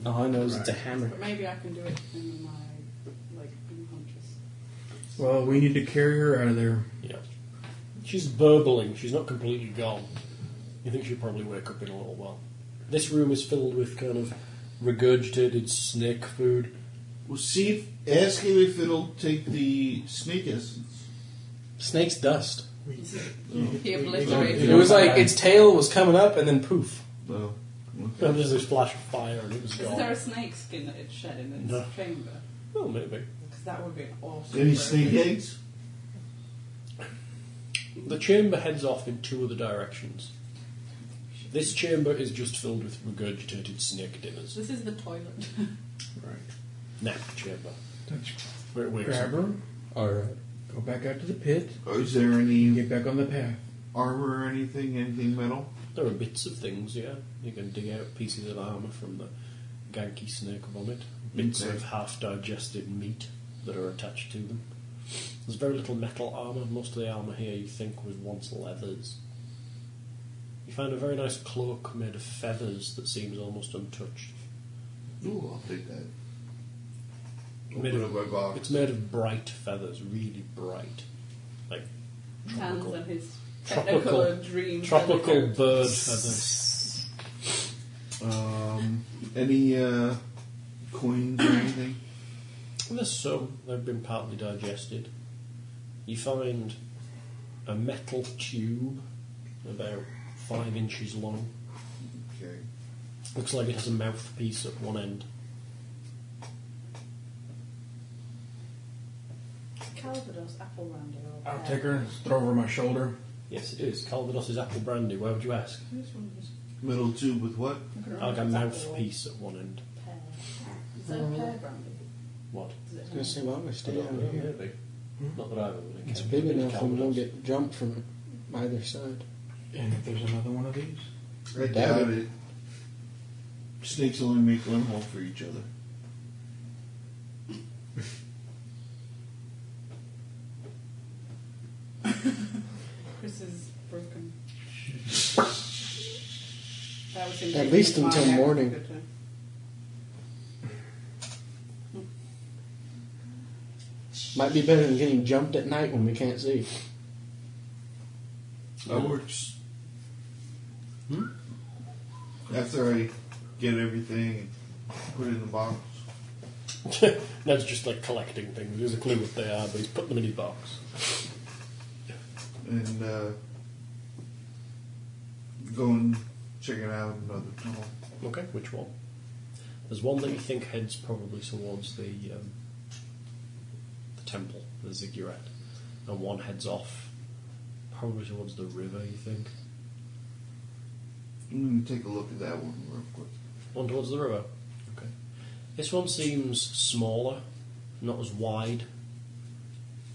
[SPEAKER 5] All I know is it's a hammer.
[SPEAKER 2] But maybe I can do it in my like unconscious.
[SPEAKER 6] Well, we need to carry her out of there.
[SPEAKER 1] Yeah. She's burbling. She's not completely gone. You think she'll probably wake up in a little while. This room is filled with kind of regurgitated snake food.
[SPEAKER 4] Well, see, if, ask him if it'll take the snake essence.
[SPEAKER 5] Snake's dust.
[SPEAKER 2] He obliterated.
[SPEAKER 5] It was like its tail was coming up and then poof.
[SPEAKER 4] No.
[SPEAKER 1] There was a splash of fire and it was
[SPEAKER 2] Is there
[SPEAKER 1] gone.
[SPEAKER 2] a snake skin that it shed in its
[SPEAKER 1] No.
[SPEAKER 2] chamber?
[SPEAKER 1] Well, maybe.
[SPEAKER 2] Because that would be an awesome.
[SPEAKER 4] Any
[SPEAKER 2] bird.
[SPEAKER 4] snake eggs?
[SPEAKER 1] The chamber heads off in two other directions. This chamber is just filled with regurgitated snake dinners.
[SPEAKER 2] This is the toilet.
[SPEAKER 6] Right.
[SPEAKER 1] Nap chamber.
[SPEAKER 6] That's
[SPEAKER 1] Where it wakes up.
[SPEAKER 6] grab her. All right. Go back out to the pit.
[SPEAKER 4] Or is there
[SPEAKER 6] and
[SPEAKER 4] any
[SPEAKER 6] Get back on the path.
[SPEAKER 4] armor or anything? Anything metal?
[SPEAKER 1] There are bits of things, yeah. You can dig out pieces of armour from the ganky snake vomit, bits
[SPEAKER 4] Okay.
[SPEAKER 1] of half digested meat that are attached to them. There's very little metal armour. Most of the armour here you think was once leathers. You find a very nice cloak made of feathers that seems almost untouched.
[SPEAKER 4] Ooh, I'll take that.
[SPEAKER 1] Made
[SPEAKER 4] Open
[SPEAKER 1] of-
[SPEAKER 4] up my box.
[SPEAKER 1] It's made of bright feathers, really bright. Like
[SPEAKER 2] Hans
[SPEAKER 1] tropical,
[SPEAKER 2] and his
[SPEAKER 1] Tropical-
[SPEAKER 2] technicolor dream.
[SPEAKER 1] tropical
[SPEAKER 2] feather coat.
[SPEAKER 1] bird feathers.
[SPEAKER 4] Um, any uh, coins or anything?
[SPEAKER 1] There's some, they've been partly digested. You find a metal tube about five inches long.
[SPEAKER 4] Okay.
[SPEAKER 1] Looks like it has a mouthpiece at one end.
[SPEAKER 2] Calvados apple brandy. or
[SPEAKER 6] I'll
[SPEAKER 2] pear.
[SPEAKER 6] take her and throw her over my shoulder.
[SPEAKER 1] Yes, it is. Calvados's apple brandy, why would you ask?
[SPEAKER 2] Which one was it?
[SPEAKER 4] Metal tube with what?
[SPEAKER 2] I can
[SPEAKER 1] Like
[SPEAKER 2] remember
[SPEAKER 1] a
[SPEAKER 2] it's apple or
[SPEAKER 1] mouthpiece at one end.
[SPEAKER 2] pear. Is that pear brandy?
[SPEAKER 1] What?
[SPEAKER 2] Is it
[SPEAKER 5] I was gonna say, why would I
[SPEAKER 1] I
[SPEAKER 5] stay
[SPEAKER 1] don't
[SPEAKER 5] down
[SPEAKER 1] know,
[SPEAKER 5] here?
[SPEAKER 1] maybe. Not that I've ever been
[SPEAKER 5] It's
[SPEAKER 1] encountered.
[SPEAKER 5] big
[SPEAKER 1] It's
[SPEAKER 5] enough and we don't
[SPEAKER 1] Calvados.
[SPEAKER 5] get jumped from either side.
[SPEAKER 6] And if there's another one of these,
[SPEAKER 4] I doubt,
[SPEAKER 5] Doubt
[SPEAKER 4] it. Snakes only make one hole for each other.
[SPEAKER 2] Chris is broken. That was him
[SPEAKER 5] At
[SPEAKER 2] taking
[SPEAKER 5] least
[SPEAKER 2] the
[SPEAKER 5] until
[SPEAKER 2] fire.
[SPEAKER 5] morning.
[SPEAKER 2] Good time.
[SPEAKER 5] Might be better than getting jumped at night when we can't see.
[SPEAKER 4] That works.
[SPEAKER 15] Hmm?
[SPEAKER 4] After I get everything and put it in the box.
[SPEAKER 1] Ned's just like collecting things. He doesn't clue what they are, but he's put them in his box.
[SPEAKER 4] and uh, go and check it out another tunnel.
[SPEAKER 1] Okay, which one? There's one that you think heads probably towards the um, the temple, the ziggurat, and one heads off probably towards the river. You think
[SPEAKER 4] I'm gonna take a look at that one real quick.
[SPEAKER 1] one towards the river. Okay, this one seems smaller, not as wide.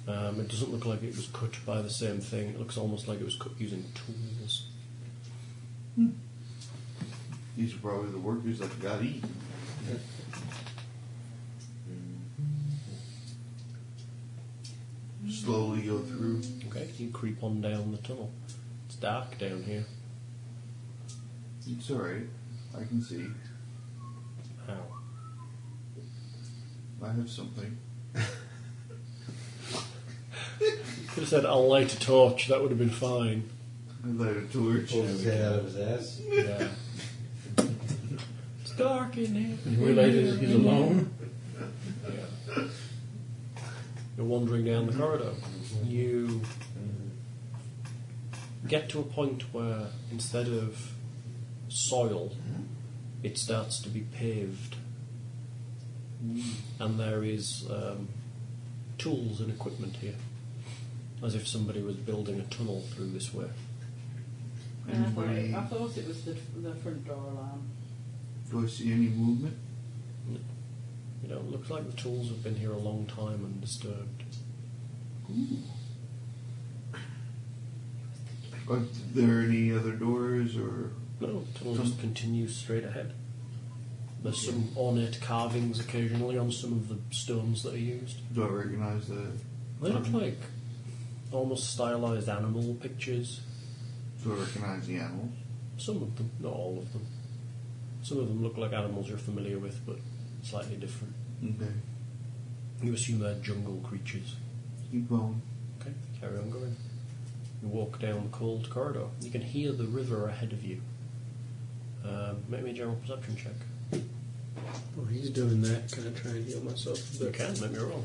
[SPEAKER 1] Um, it doesn't look like it was cut by the same thing. It looks almost like it was cut using tools.
[SPEAKER 4] These are probably the workers that got eaten.
[SPEAKER 15] Hmm.
[SPEAKER 4] Slowly go through.
[SPEAKER 1] Okay, you creep on down the tunnel. It's dark down here.
[SPEAKER 4] It's alright. I can see.
[SPEAKER 1] How?
[SPEAKER 4] I have something.
[SPEAKER 1] Could have said, I'll light a torch, that would have been fine.
[SPEAKER 4] I light a torch.
[SPEAKER 15] Pulls his head out of his ass.
[SPEAKER 1] Yeah. it's dark in here.
[SPEAKER 6] realizes he's alone.
[SPEAKER 1] You're wandering down the corridor. You get to a point where instead of soil, it starts to be paved. And there is um, tools and equipment here. As if somebody was building a tunnel through this way.
[SPEAKER 2] And I
[SPEAKER 4] And
[SPEAKER 2] thought it-
[SPEAKER 4] we-
[SPEAKER 2] I thought it was the, the front door alarm.
[SPEAKER 4] Do I see any movement?
[SPEAKER 1] You know, it looks like the tools have been here a long time undisturbed.
[SPEAKER 4] Are there any other doors or
[SPEAKER 1] No, tunnel just continues straight ahead. There's some ornate carvings occasionally on some of the stones that are used.
[SPEAKER 4] do I recognize the? um,
[SPEAKER 1] They look
[SPEAKER 4] Mm-hmm.
[SPEAKER 1] like almost stylized animal pictures.
[SPEAKER 4] Do I recognize the animals?
[SPEAKER 1] Some of them, not all of them. Some of them look like animals you're familiar with, but slightly different.
[SPEAKER 4] Okay.
[SPEAKER 1] You assume they're jungle creatures.
[SPEAKER 4] Keep going.
[SPEAKER 1] Okay, carry on going. You walk down the cold corridor. You can hear the river ahead of you. Um, make me a general perception check.
[SPEAKER 5] Well, he's doing that. Can I try and heal myself?
[SPEAKER 1] You can, make me a roll.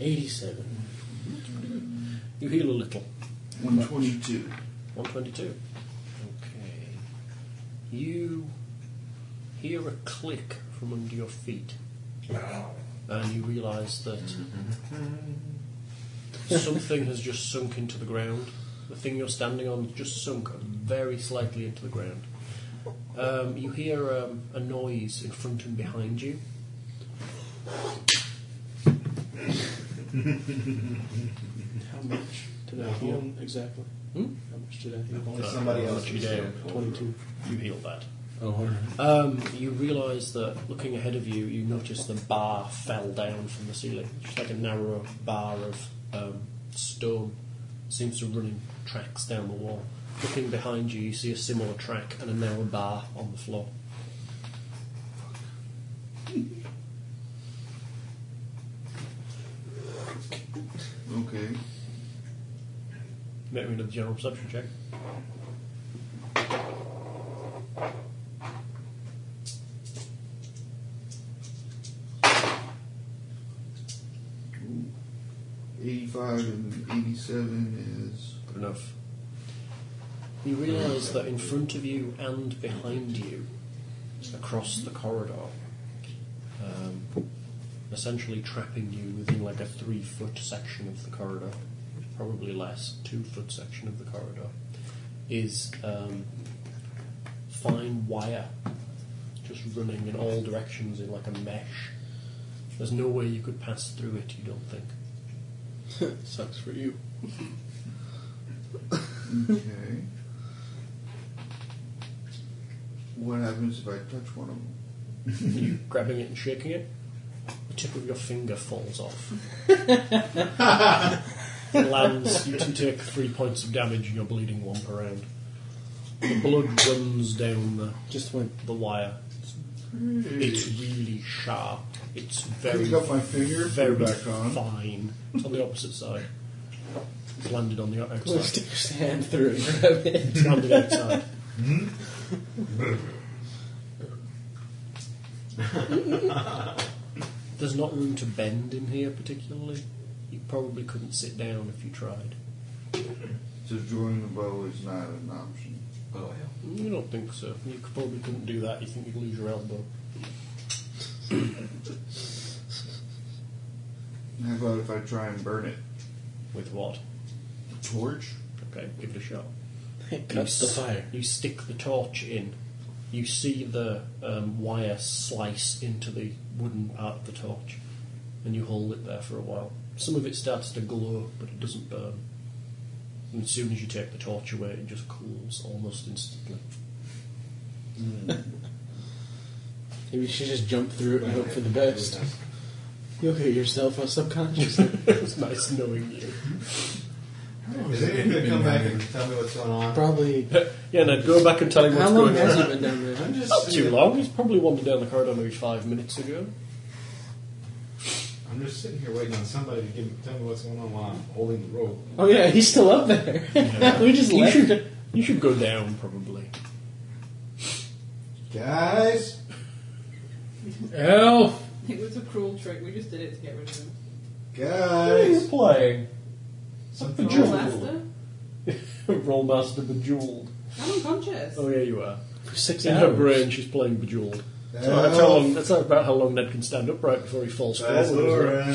[SPEAKER 6] 87.
[SPEAKER 1] You heal a little.
[SPEAKER 4] 122.
[SPEAKER 1] 122. Okay. You hear a click from under your feet. And you realise that something has just sunk into the ground. The thing you're standing on has just sunk very slightly into the ground. Um, you hear um, a noise in front and behind you.
[SPEAKER 6] How much did I
[SPEAKER 7] Now,
[SPEAKER 6] heal
[SPEAKER 7] um,
[SPEAKER 6] exactly?
[SPEAKER 1] Hmm?
[SPEAKER 6] How much did I heal?
[SPEAKER 7] Only
[SPEAKER 1] Uh,
[SPEAKER 7] somebody
[SPEAKER 1] I'll
[SPEAKER 7] else
[SPEAKER 1] let you
[SPEAKER 7] is
[SPEAKER 1] down.
[SPEAKER 7] there.
[SPEAKER 6] 22.
[SPEAKER 1] You heal that.
[SPEAKER 6] Oh, all right.
[SPEAKER 1] Um, you realise that looking ahead of you, you notice the bar fell down from the ceiling. Just like a narrow bar of um, stone seems to run in tracks down the wall. Looking behind you, you see a similar track and a narrow bar on the floor.
[SPEAKER 4] Okay.
[SPEAKER 1] Make me another general perception check.
[SPEAKER 4] Ooh. 85 and 87 is.
[SPEAKER 1] Good enough. You realise that in front of you and behind you, across the corridor, um, essentially trapping you within like a three foot section of the corridor, probably less, two foot section of the corridor, is um, fine wire just running in all directions in like a mesh. There's no way you could pass through it, you don't think.
[SPEAKER 6] Sucks for you.
[SPEAKER 4] Okay. What happens if I touch one of them?
[SPEAKER 1] you grabbing it and shaking it, the tip of your finger falls off. it lands, you two take three points of damage and you're bleeding one per round. The blood runs down the,
[SPEAKER 6] Just went.
[SPEAKER 1] the wire.
[SPEAKER 4] Hmm.
[SPEAKER 1] It's really sharp. It's very,
[SPEAKER 4] Pick up my finger, put
[SPEAKER 1] very
[SPEAKER 4] it back on.
[SPEAKER 1] fine. It's on the opposite side. It's landed on the
[SPEAKER 6] Let's
[SPEAKER 1] outside.
[SPEAKER 6] stick his hand through and grab it.
[SPEAKER 1] It's landed outside. Hmm? There's not room to bend in here particularly. You probably couldn't sit down if you tried.
[SPEAKER 4] So drawing the bow is not an option.
[SPEAKER 7] Oh, hell.
[SPEAKER 1] You don't think so. You could- probably couldn't do that. You think you'd lose your elbow.
[SPEAKER 4] How about if I try and burn it?
[SPEAKER 1] With what?
[SPEAKER 4] Torch?
[SPEAKER 1] Okay, give it a shot.
[SPEAKER 6] Cuts the
[SPEAKER 1] s-
[SPEAKER 6] fire.
[SPEAKER 1] You stick the torch in. You see the um, wire slice into the wooden part of the torch, and you hold it there for a while. Some of it starts to glow, but it doesn't burn. And as soon as you take the torch away, it just cools almost instantly.
[SPEAKER 6] Maybe you should just jump through it and hope for the best. You'll hurt yourself uh, subconsciously.
[SPEAKER 1] it's nice knowing you.
[SPEAKER 7] Is it going to come back and tell me what's going on?
[SPEAKER 6] Probably.
[SPEAKER 1] Yeah, now go back and tell him
[SPEAKER 6] How
[SPEAKER 1] what's
[SPEAKER 6] long
[SPEAKER 1] going
[SPEAKER 6] has
[SPEAKER 1] on.
[SPEAKER 6] he been down there?
[SPEAKER 7] I'm just.
[SPEAKER 1] Not too long. He's probably wandered down the corridor maybe five minutes ago.
[SPEAKER 7] I'm just sitting here waiting on somebody to give me, tell me what's going on while I'm holding the rope.
[SPEAKER 6] Oh yeah, he's still up there. we just
[SPEAKER 1] You
[SPEAKER 6] left.
[SPEAKER 1] should, you should go down probably.
[SPEAKER 7] Guys!
[SPEAKER 6] Elf.
[SPEAKER 2] It was a cruel trick. We just did it to get rid of him.
[SPEAKER 7] Guys!
[SPEAKER 1] playing?
[SPEAKER 7] Something
[SPEAKER 2] Cruel
[SPEAKER 7] awful.
[SPEAKER 2] Lester?
[SPEAKER 1] Rollmaster Bejeweled.
[SPEAKER 2] I'm unconscious.
[SPEAKER 1] Oh yeah, you are.
[SPEAKER 6] For six
[SPEAKER 1] In her
[SPEAKER 6] hours.
[SPEAKER 1] brain, she's playing Bejeweled. That's about,
[SPEAKER 7] Help.
[SPEAKER 1] how long, that's about how long Ned can stand upright before he falls
[SPEAKER 7] Guys,
[SPEAKER 1] forward. isn't it?
[SPEAKER 7] Lauren.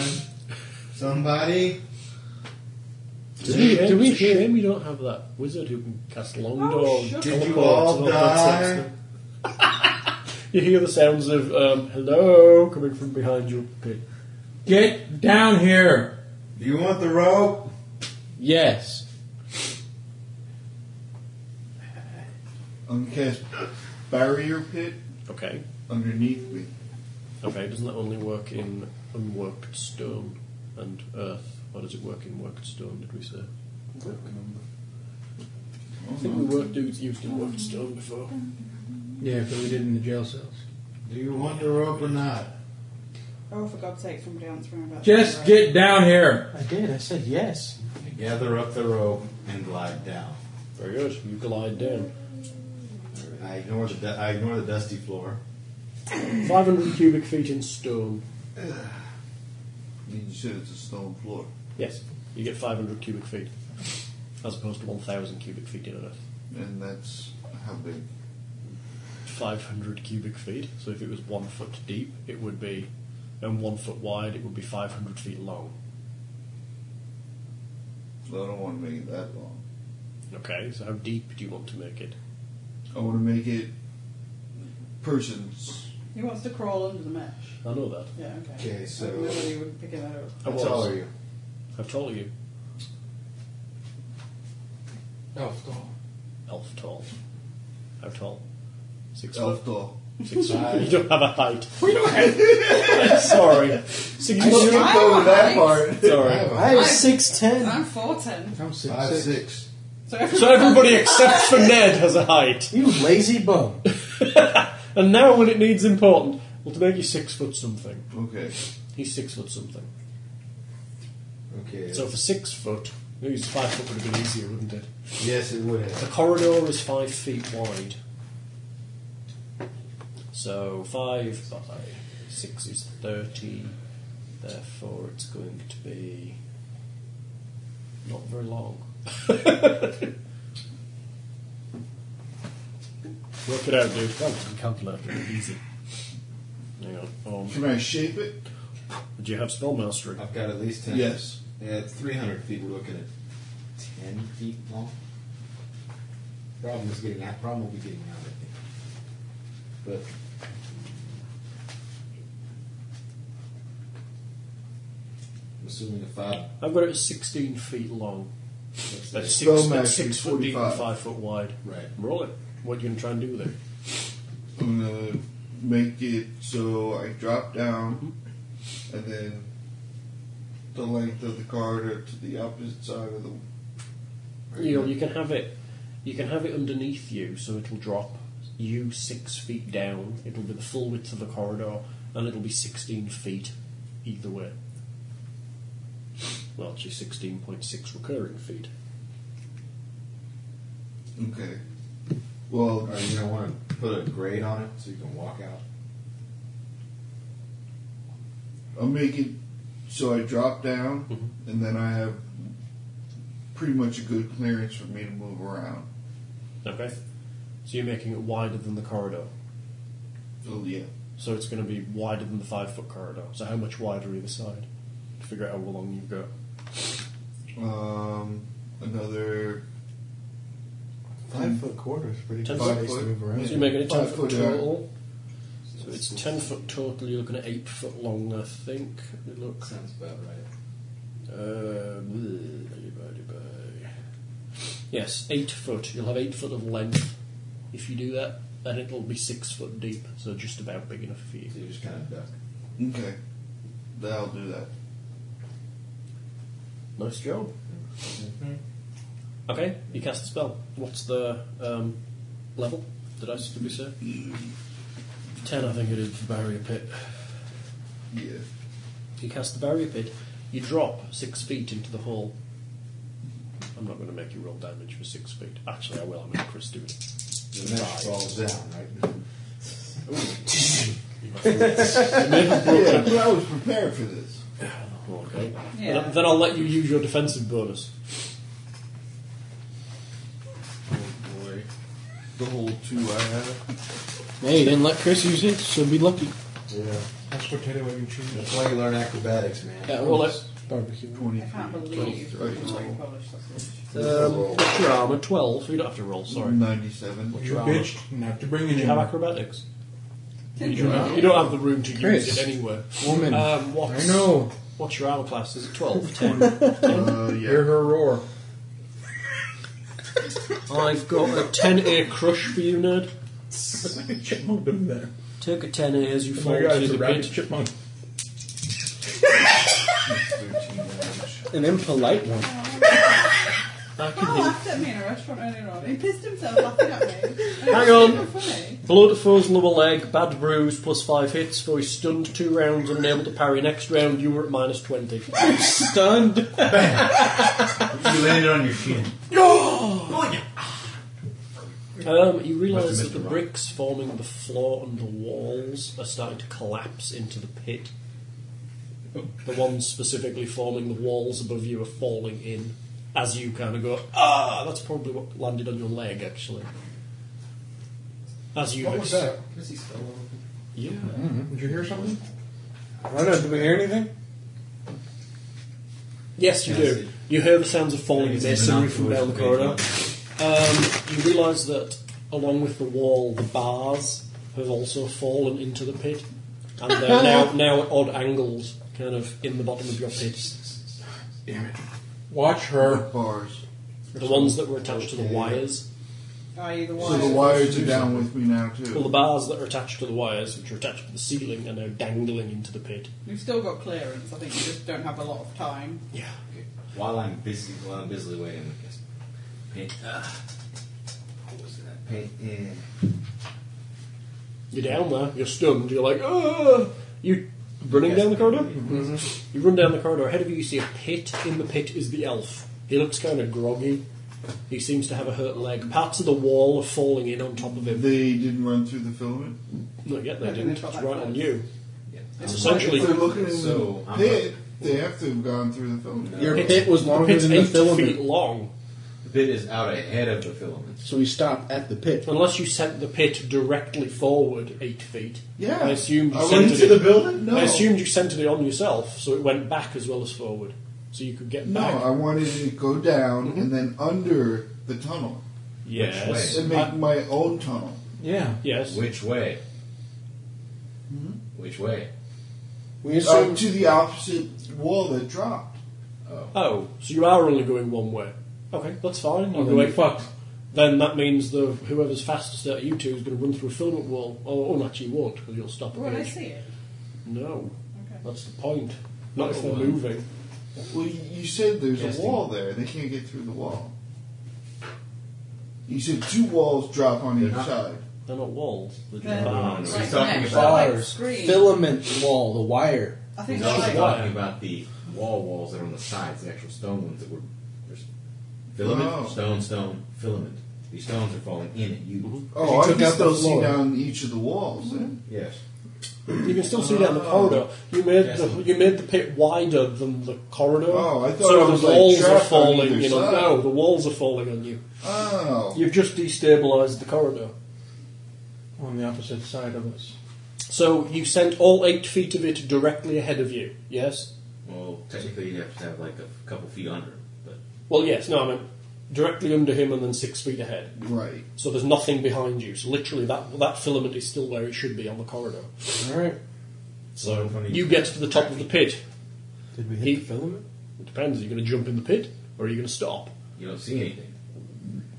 [SPEAKER 7] Somebody.
[SPEAKER 1] Do we, do we hear him? We don't have that wizard who can cast long
[SPEAKER 2] Oh,
[SPEAKER 1] doors.
[SPEAKER 2] sure.
[SPEAKER 7] Did you
[SPEAKER 1] teleports,
[SPEAKER 7] all
[SPEAKER 1] and that sort of
[SPEAKER 7] die?
[SPEAKER 1] stuff. you hear the sounds of um, hello coming from behind you. Okay.
[SPEAKER 6] Get down here.
[SPEAKER 7] Do you want the rope?
[SPEAKER 6] Yes.
[SPEAKER 4] I'm gonna cast barrier pit
[SPEAKER 1] Okay.
[SPEAKER 4] underneath me.
[SPEAKER 1] Okay, doesn't that only work in unworked stone and earth, or does it work in worked stone, did we say? I think we worked dudes used in worked stone before.
[SPEAKER 16] Yeah, because we did in the jail cells.
[SPEAKER 7] Do you want the rope or not?
[SPEAKER 2] Oh, for God's sake, somebody else around about
[SPEAKER 16] Just
[SPEAKER 2] that,
[SPEAKER 16] get down here.
[SPEAKER 6] I did. I said yes.
[SPEAKER 7] Gather up the rope and glide down.
[SPEAKER 1] Very good. You glide down.
[SPEAKER 7] I ignore the du- I ignore the dusty floor.
[SPEAKER 1] Five hundred cubic feet in stone.
[SPEAKER 4] You said it's a stone floor.
[SPEAKER 1] Yes, you get 500 cubic feet as opposed to 1,000 cubic feet in Earth.
[SPEAKER 4] And that's how big?
[SPEAKER 1] 500 cubic feet, so if it was one foot deep, it would be, and one foot wide, it would be 500 feet long.
[SPEAKER 4] Well, I don't want to make it that long.
[SPEAKER 1] Okay, so how deep do you want to make it?
[SPEAKER 4] I want to make it persons.
[SPEAKER 2] He wants to crawl under the mesh.
[SPEAKER 1] I know that.
[SPEAKER 2] Yeah, okay.
[SPEAKER 7] Okay, so-
[SPEAKER 2] I literally would pick that up.
[SPEAKER 1] I
[SPEAKER 7] How tall
[SPEAKER 1] was.
[SPEAKER 7] are you?
[SPEAKER 1] How tall are you?
[SPEAKER 6] Elf doll.
[SPEAKER 1] Elf tall. How tall? Six
[SPEAKER 4] Elf
[SPEAKER 1] foot.
[SPEAKER 4] tall.
[SPEAKER 1] Six foot. You don't have a height. We don't have. Sorry. Six
[SPEAKER 4] You
[SPEAKER 1] foot.
[SPEAKER 4] should go with that part.
[SPEAKER 1] Sorry.
[SPEAKER 5] I have six ten.
[SPEAKER 2] I'm 4'10.
[SPEAKER 6] I'm six,
[SPEAKER 4] Five,
[SPEAKER 6] six.
[SPEAKER 4] six.
[SPEAKER 2] So every
[SPEAKER 1] So everybody except for Ned has a height.
[SPEAKER 5] You lazy bum.
[SPEAKER 1] And now when it needs important, well, to make you six foot something.
[SPEAKER 4] Okay.
[SPEAKER 1] He's six foot something.
[SPEAKER 7] Okay.
[SPEAKER 1] So for six foot, maybe it's five foot would have been easier, wouldn't it?
[SPEAKER 7] yes, it would have.
[SPEAKER 1] The corridor is five feet wide. So five by six is thirty. Therefore, it's going to be not very long. Work it out, dude. Come on, calculator, easy. Hang on. Um,
[SPEAKER 4] Can I shape it?
[SPEAKER 1] do you have spell mastery?
[SPEAKER 7] I've got at least ten.
[SPEAKER 4] Yes.
[SPEAKER 7] Yeah, it's 300 feet. We're looking at 10 feet long. Problem is getting out. Problem will be getting out. I think. But I'm assuming a five.
[SPEAKER 1] I've got it at sixteen feet long.
[SPEAKER 7] Looks like,
[SPEAKER 1] That's
[SPEAKER 4] Spell
[SPEAKER 1] six, that's
[SPEAKER 4] mastery,
[SPEAKER 1] six foot deep and
[SPEAKER 4] 45.
[SPEAKER 1] five foot wide.
[SPEAKER 7] right.
[SPEAKER 1] Roll it. What are you going to try and do there?
[SPEAKER 4] I'm going to make it so I drop down
[SPEAKER 1] Mm-hmm.
[SPEAKER 4] and then the length of the corridor to the opposite side of the.
[SPEAKER 1] You know, you can have it. You can have it underneath you, so it'll drop you six feet down. It'll be the full width of the corridor, and it'll be sixteen feet either way. Well, actually, sixteen point six recurring feet.
[SPEAKER 4] Okay. Well,
[SPEAKER 7] Are you gonna want to put a grade on it so you can walk out?
[SPEAKER 4] I'll make it so I drop down
[SPEAKER 1] Mm-hmm.
[SPEAKER 4] and then I have pretty much a good clearance for me to move around.
[SPEAKER 1] Okay. So you're making it wider than the corridor.
[SPEAKER 4] So, Oh, yeah.
[SPEAKER 1] So it's going to be wider than the five foot corridor. So how much wider either side? To figure out how long you've got.
[SPEAKER 4] Um, another
[SPEAKER 6] Five foot quarter is pretty
[SPEAKER 1] Ten
[SPEAKER 6] good
[SPEAKER 1] foot.
[SPEAKER 6] space to move around.
[SPEAKER 1] So you're making it ten
[SPEAKER 4] Five
[SPEAKER 1] foot
[SPEAKER 4] foot, yeah.
[SPEAKER 1] total. So it's ten foot total. You're looking at eight foot long, I think. Let me Look.
[SPEAKER 7] Sounds about right.
[SPEAKER 1] Uh, bleh, divided by- Yes, eight foot. You'll have eight foot of length if you do that, and it'll be six foot deep, so just about big enough for you.
[SPEAKER 7] So you just kind of duck.
[SPEAKER 4] Okay. That'll do that.
[SPEAKER 1] Nice job. Okay, you cast the spell. What's the um, level? Did I did we say? Ten, I think it is. for Barrier pit.
[SPEAKER 4] Yeah.
[SPEAKER 1] You cast the barrier pit. You drop six feet into the hole. I'm not going to make you roll damage for six feet. Actually, I will. I'm going to Chris do it.
[SPEAKER 7] The mesh falls down, right?
[SPEAKER 4] yeah, but I was prepared for this.
[SPEAKER 1] Okay.
[SPEAKER 2] Yeah.
[SPEAKER 1] Then- Then I'll let you use your defensive bonus.
[SPEAKER 4] Boy. The whole two I have.
[SPEAKER 5] Hey, you didn't let Chris use it. She'll be lucky.
[SPEAKER 7] Yeah.
[SPEAKER 6] That's potato egg and cheese.
[SPEAKER 7] That's why you learn acrobatics, man.
[SPEAKER 1] Yeah, roll it.
[SPEAKER 5] Barbecue.
[SPEAKER 2] I can't believe we
[SPEAKER 4] Right.
[SPEAKER 2] like Polish sausage.
[SPEAKER 1] Um, what's your armor? 12. You don't have to roll, sorry.
[SPEAKER 4] 97.
[SPEAKER 6] You bitched not to bring
[SPEAKER 1] Do
[SPEAKER 6] it
[SPEAKER 1] you
[SPEAKER 6] in.
[SPEAKER 1] have acrobatics?
[SPEAKER 2] You
[SPEAKER 1] don't have, you don't have the room to use
[SPEAKER 5] Chris.
[SPEAKER 1] it anywhere.
[SPEAKER 5] Woman.
[SPEAKER 6] Uh,
[SPEAKER 1] Um, what's,
[SPEAKER 5] I know.
[SPEAKER 1] What's your armor class? Is it 12? 10?
[SPEAKER 4] Uh,
[SPEAKER 5] Hear
[SPEAKER 4] yeah.
[SPEAKER 5] her roar.
[SPEAKER 1] I've got a 10A crush for you, Ned.
[SPEAKER 6] chipmunk over there.
[SPEAKER 1] Take a 10A as you
[SPEAKER 6] Oh
[SPEAKER 1] fall
[SPEAKER 6] my god,
[SPEAKER 1] through
[SPEAKER 6] it's a
[SPEAKER 1] the
[SPEAKER 6] rabbit
[SPEAKER 1] pit.
[SPEAKER 6] chipmunk.
[SPEAKER 4] 13 damage.
[SPEAKER 5] An impolite one.
[SPEAKER 1] I can
[SPEAKER 2] Carl
[SPEAKER 1] hit
[SPEAKER 2] laughed at me in a restaurant earlier on. He pissed himself laughing at me.
[SPEAKER 1] Hang
[SPEAKER 2] It was
[SPEAKER 1] on.
[SPEAKER 2] super funny.
[SPEAKER 1] Blood falls lower leg, bad bruise, plus five hits, for he's stunned two rounds and unable to parry. Next round, you were at minus 20.
[SPEAKER 5] Stunned.
[SPEAKER 7] You landed on your shin.
[SPEAKER 1] Um, you realise
[SPEAKER 7] Must
[SPEAKER 1] that
[SPEAKER 7] have
[SPEAKER 1] the
[SPEAKER 7] missed a rock.
[SPEAKER 1] bricks forming the floor and the walls are starting to collapse into the pit. The ones specifically forming the walls above you are falling in as you kind of go, ah, that's probably what landed on your leg, actually. As you
[SPEAKER 6] What was that?
[SPEAKER 1] Yeah.
[SPEAKER 6] Did you hear something?
[SPEAKER 5] I don't know. Did we hear anything?
[SPEAKER 1] Yes, you
[SPEAKER 7] Yeah, I
[SPEAKER 1] do.
[SPEAKER 7] see.
[SPEAKER 1] You hear the sounds of falling
[SPEAKER 7] It's
[SPEAKER 1] masonry
[SPEAKER 7] monotonous
[SPEAKER 1] from down the
[SPEAKER 7] debate.
[SPEAKER 1] corridor. Um, you realise that along with the wall, the bars have also fallen into the pit, and they're now now at odd angles, kind of in the bottom of your pit.
[SPEAKER 6] Watch her.
[SPEAKER 4] Bars.
[SPEAKER 1] The ones that were attached to the wires,
[SPEAKER 2] i.e. the
[SPEAKER 4] So
[SPEAKER 2] wires.
[SPEAKER 4] the wires are down with me now
[SPEAKER 1] well, the
[SPEAKER 4] too.
[SPEAKER 1] bars that are attached to the wires, which are attached to the ceiling, are now dangling into the pit.
[SPEAKER 2] We've still got clearance. I think we just don't have a lot of time.
[SPEAKER 1] Yeah.
[SPEAKER 7] While I'm busy, while I'm busily waiting, I guess. Paint. Uh, what was that? Paint in.
[SPEAKER 1] You're down there. You're stunned. You're like, ah! You running
[SPEAKER 7] Yes,
[SPEAKER 1] down the corridor?
[SPEAKER 7] paint
[SPEAKER 1] You run down the corridor. Ahead of you, you see a pit. In the pit is the elf. He looks kind of groggy. He seems to have a hurt leg. Parts of the wall are falling in on top of him.
[SPEAKER 4] They didn't run through the filament.
[SPEAKER 1] Not yet, they
[SPEAKER 2] Yeah,
[SPEAKER 1] didn't.
[SPEAKER 2] they've
[SPEAKER 1] It's
[SPEAKER 2] got
[SPEAKER 1] right
[SPEAKER 2] that
[SPEAKER 1] on
[SPEAKER 2] close.
[SPEAKER 1] you.
[SPEAKER 7] Yeah.
[SPEAKER 1] It's
[SPEAKER 7] Um,
[SPEAKER 1] essentially
[SPEAKER 4] If they're looking in
[SPEAKER 7] So,
[SPEAKER 4] the
[SPEAKER 7] I'm
[SPEAKER 4] pit, they have to have gone through the filament.
[SPEAKER 5] Your
[SPEAKER 1] It-
[SPEAKER 5] pit was
[SPEAKER 1] the
[SPEAKER 5] longer
[SPEAKER 1] pit's
[SPEAKER 5] than the
[SPEAKER 1] eight
[SPEAKER 5] filament,
[SPEAKER 1] feet long.
[SPEAKER 7] the bit is out ahead of the filament.
[SPEAKER 5] so we stopped at the pit.
[SPEAKER 1] Unless you sent the pit directly forward eight feet.
[SPEAKER 4] Yeah.
[SPEAKER 1] I assumed you
[SPEAKER 4] I went
[SPEAKER 1] centered
[SPEAKER 4] into
[SPEAKER 1] it.
[SPEAKER 4] the building? No.
[SPEAKER 1] I assumed you centered it on yourself, so it went back as well as forward, so you could get
[SPEAKER 4] No,
[SPEAKER 1] back.
[SPEAKER 4] I wanted it to go down and then under the tunnel
[SPEAKER 1] yes,
[SPEAKER 4] and make
[SPEAKER 1] Uh,
[SPEAKER 4] my own tunnel.
[SPEAKER 5] Yeah.
[SPEAKER 1] yes.
[SPEAKER 7] Which way? Which way?
[SPEAKER 5] We
[SPEAKER 4] So
[SPEAKER 5] assumed
[SPEAKER 4] Uh, to the opposite wall that dropped.
[SPEAKER 1] Oh, so you are only going one way. Okay, that's fine. You go eight
[SPEAKER 6] fucked.
[SPEAKER 1] then that means the whoever's fastest out of you two is going to run through a filament wall. Or, or actually, you won't because you'll stop at
[SPEAKER 2] Well,
[SPEAKER 1] the
[SPEAKER 2] I
[SPEAKER 1] edge.
[SPEAKER 2] see it.
[SPEAKER 1] No,
[SPEAKER 2] Okay.
[SPEAKER 1] that's the point. Not if they're
[SPEAKER 7] Well,
[SPEAKER 1] moving.
[SPEAKER 4] Well, you you said there's a
[SPEAKER 7] Casting.
[SPEAKER 4] wall there. They can't get through the wall. You said two walls drop on each
[SPEAKER 7] not-
[SPEAKER 4] side.
[SPEAKER 1] They're not walls. They're just
[SPEAKER 2] They're
[SPEAKER 7] Um,
[SPEAKER 1] bars.
[SPEAKER 7] He's
[SPEAKER 2] Right
[SPEAKER 7] talking
[SPEAKER 2] next.
[SPEAKER 7] about.
[SPEAKER 2] Like
[SPEAKER 5] bars,
[SPEAKER 2] screen.
[SPEAKER 5] filament wall, the wire.
[SPEAKER 2] I think
[SPEAKER 7] He's
[SPEAKER 2] they're
[SPEAKER 7] also
[SPEAKER 2] like,
[SPEAKER 7] talking about the wall walls that are on the sides, the actual stone ones that were. There's filament,
[SPEAKER 4] Oh.
[SPEAKER 7] stone, stone, filament. These stones are falling in at you.
[SPEAKER 4] Oh, I
[SPEAKER 5] took
[SPEAKER 4] can
[SPEAKER 5] out
[SPEAKER 4] still
[SPEAKER 5] the
[SPEAKER 4] see
[SPEAKER 5] floor.
[SPEAKER 4] down each of the walls. eh? Then.
[SPEAKER 7] Yes.
[SPEAKER 1] You can still see down the corridor. You made the you made the pit wider than the corridor.
[SPEAKER 4] Oh, I thought
[SPEAKER 1] so
[SPEAKER 4] it was
[SPEAKER 1] the
[SPEAKER 4] like
[SPEAKER 1] walls are
[SPEAKER 4] trapped on
[SPEAKER 1] falling.
[SPEAKER 4] either
[SPEAKER 1] You know,
[SPEAKER 4] side.
[SPEAKER 1] no, the walls are falling on you.
[SPEAKER 4] Oh,
[SPEAKER 1] You've just destabilised the corridor.
[SPEAKER 6] On the opposite side of us.
[SPEAKER 1] So you sent all eight feet of it directly ahead of you. Yes.
[SPEAKER 7] Well, technically, you'd have to have like a couple feet under, but
[SPEAKER 1] Well, yes. No, I meant directly under him and then six feet ahead.
[SPEAKER 4] right.
[SPEAKER 1] So there's nothing behind you. So literally, that that filament is still where it should be on the corridor.
[SPEAKER 5] All right.
[SPEAKER 7] so
[SPEAKER 1] You get to the top of the pit.
[SPEAKER 5] Did we hit
[SPEAKER 1] He-
[SPEAKER 5] the filament?
[SPEAKER 1] It depends. Are you going to jump in the pit or are you going to stop?
[SPEAKER 7] you don't see anything.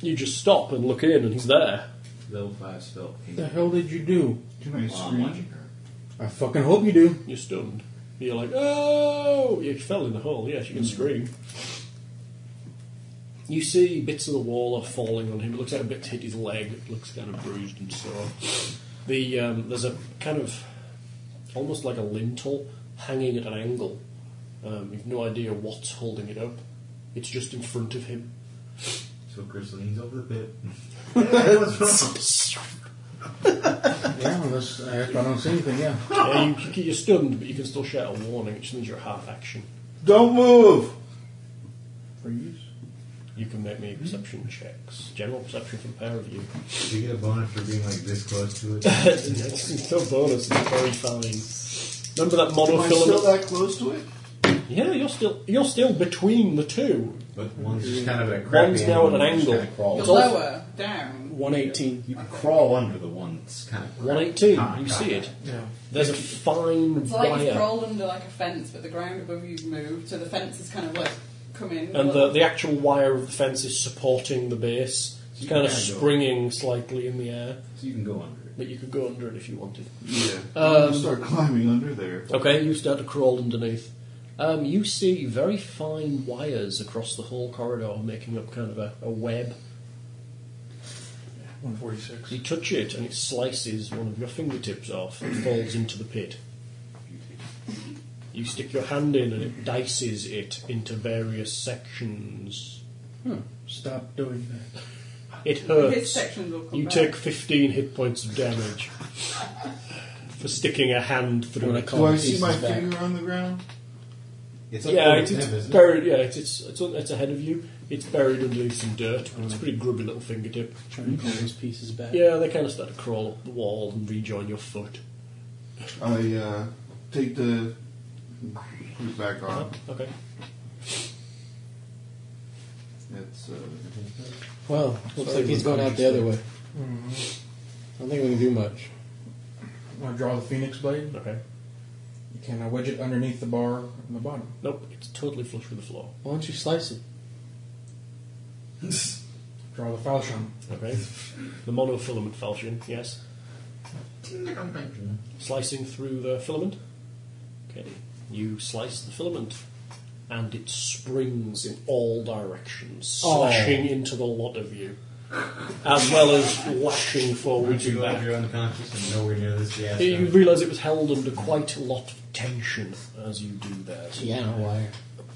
[SPEAKER 1] You just stop and look in, and he's there.
[SPEAKER 7] Level five spell.
[SPEAKER 6] The hell did you do?
[SPEAKER 4] Can I
[SPEAKER 7] While I'm watching
[SPEAKER 4] scream?
[SPEAKER 7] her.
[SPEAKER 6] I fucking hope you do.
[SPEAKER 1] You're stunned. You're like, oh! You fell in the hole. Yes, you can scream. You see bits of the wall are falling on him. It looks like a bit's hit his leg. It looks kind of bruised and sore. The um, there's a kind of almost like a lintel hanging at an angle. Um, you've no idea what's holding it up. It's just in front of him.
[SPEAKER 7] So Chris leans over the bit.
[SPEAKER 6] Yeah, that's, that's why I don't see anything, yeah.
[SPEAKER 1] Yeah, you, you're stunned, but you can still shout a warning, which means you're half action.
[SPEAKER 4] Don't move.
[SPEAKER 1] You can make me perception checks. General perception for the pair of you.
[SPEAKER 7] Do you get a bonus for being like this close to it?
[SPEAKER 1] it's no bonus, it's very fine. Remember that
[SPEAKER 4] Am I still
[SPEAKER 1] monofilament?
[SPEAKER 4] that close to it?
[SPEAKER 1] Yeah, you're still you're still between the two.
[SPEAKER 7] But one's just kind of at a crappy
[SPEAKER 1] Mm-hmm. One's now at an
[SPEAKER 7] and one's
[SPEAKER 1] angle.
[SPEAKER 7] Kind of crawls.
[SPEAKER 2] You're
[SPEAKER 1] It's all-
[SPEAKER 2] lower down.
[SPEAKER 5] One eighteen.
[SPEAKER 7] You can crawl under the one that's kind of
[SPEAKER 1] One eighteen.
[SPEAKER 7] Ah,
[SPEAKER 1] You see it? There's a fine
[SPEAKER 2] It's like you've
[SPEAKER 1] wire,
[SPEAKER 2] crawled under like a fence, but the ground above you've moved, so the fence is kind of like come in.
[SPEAKER 1] and the the actual wire of the fence is supporting the base. It's
[SPEAKER 7] You
[SPEAKER 1] kind of
[SPEAKER 7] can go.
[SPEAKER 1] springing slightly in the air,
[SPEAKER 7] So you can go under it.
[SPEAKER 1] but you could go under it if you wanted.
[SPEAKER 4] Yeah.
[SPEAKER 1] Um,
[SPEAKER 4] I'm gonna start climbing under there.
[SPEAKER 1] Okay, you start to crawl underneath. Um, you see very fine wires across the whole corridor making up kind of a, a web.
[SPEAKER 6] 146.
[SPEAKER 1] You touch it and it slices one of your fingertips off and falls into the pit. You stick your hand in and it dices it into various sections.
[SPEAKER 6] Stop doing that.
[SPEAKER 1] It
[SPEAKER 2] His
[SPEAKER 1] hurts.
[SPEAKER 2] sections will come
[SPEAKER 1] You
[SPEAKER 2] back.
[SPEAKER 1] take 15 hit points of damage for sticking a hand through a
[SPEAKER 4] Do I
[SPEAKER 1] corner.
[SPEAKER 4] see my
[SPEAKER 5] back.
[SPEAKER 4] finger on the ground?
[SPEAKER 7] It's up
[SPEAKER 1] Yeah,
[SPEAKER 7] over
[SPEAKER 1] it's,
[SPEAKER 7] them,
[SPEAKER 1] it's
[SPEAKER 7] isn't it?
[SPEAKER 1] buried. Yeah, it's it's, it's it's ahead of you. It's buried underneath some dirt, but it's a pretty grubby little fingertip.
[SPEAKER 5] Trying to pull those pieces back.
[SPEAKER 1] Yeah, they kind of start to crawl up the wall and rejoin your foot.
[SPEAKER 4] I uh, take the put it back on.
[SPEAKER 1] Okay.
[SPEAKER 4] It's uh,
[SPEAKER 5] Well, looks like he's going out the other way.
[SPEAKER 6] Mm-hmm.
[SPEAKER 5] I don't think we can do much.
[SPEAKER 6] I draw the phoenix blade.
[SPEAKER 1] Okay.
[SPEAKER 6] Can I wedge it underneath the bar on the bottom?
[SPEAKER 1] Nope. It's totally flush with the floor.
[SPEAKER 5] Why don't you slice it?
[SPEAKER 6] Draw the falchion.
[SPEAKER 1] Okay. The monofilament falchion. Yes. Slicing through the filament. Okay. You slice the filament, and it springs in all directions,
[SPEAKER 5] Oh.
[SPEAKER 1] slashing into the lot of you, as well as lashing
[SPEAKER 7] Aren't
[SPEAKER 1] forwards
[SPEAKER 7] you
[SPEAKER 1] and
[SPEAKER 7] glad
[SPEAKER 1] back.
[SPEAKER 7] you're unconscious and nowhere near this gas?
[SPEAKER 1] You realise it was held under quite a lot of tension as you do that.
[SPEAKER 5] Yeah, wire.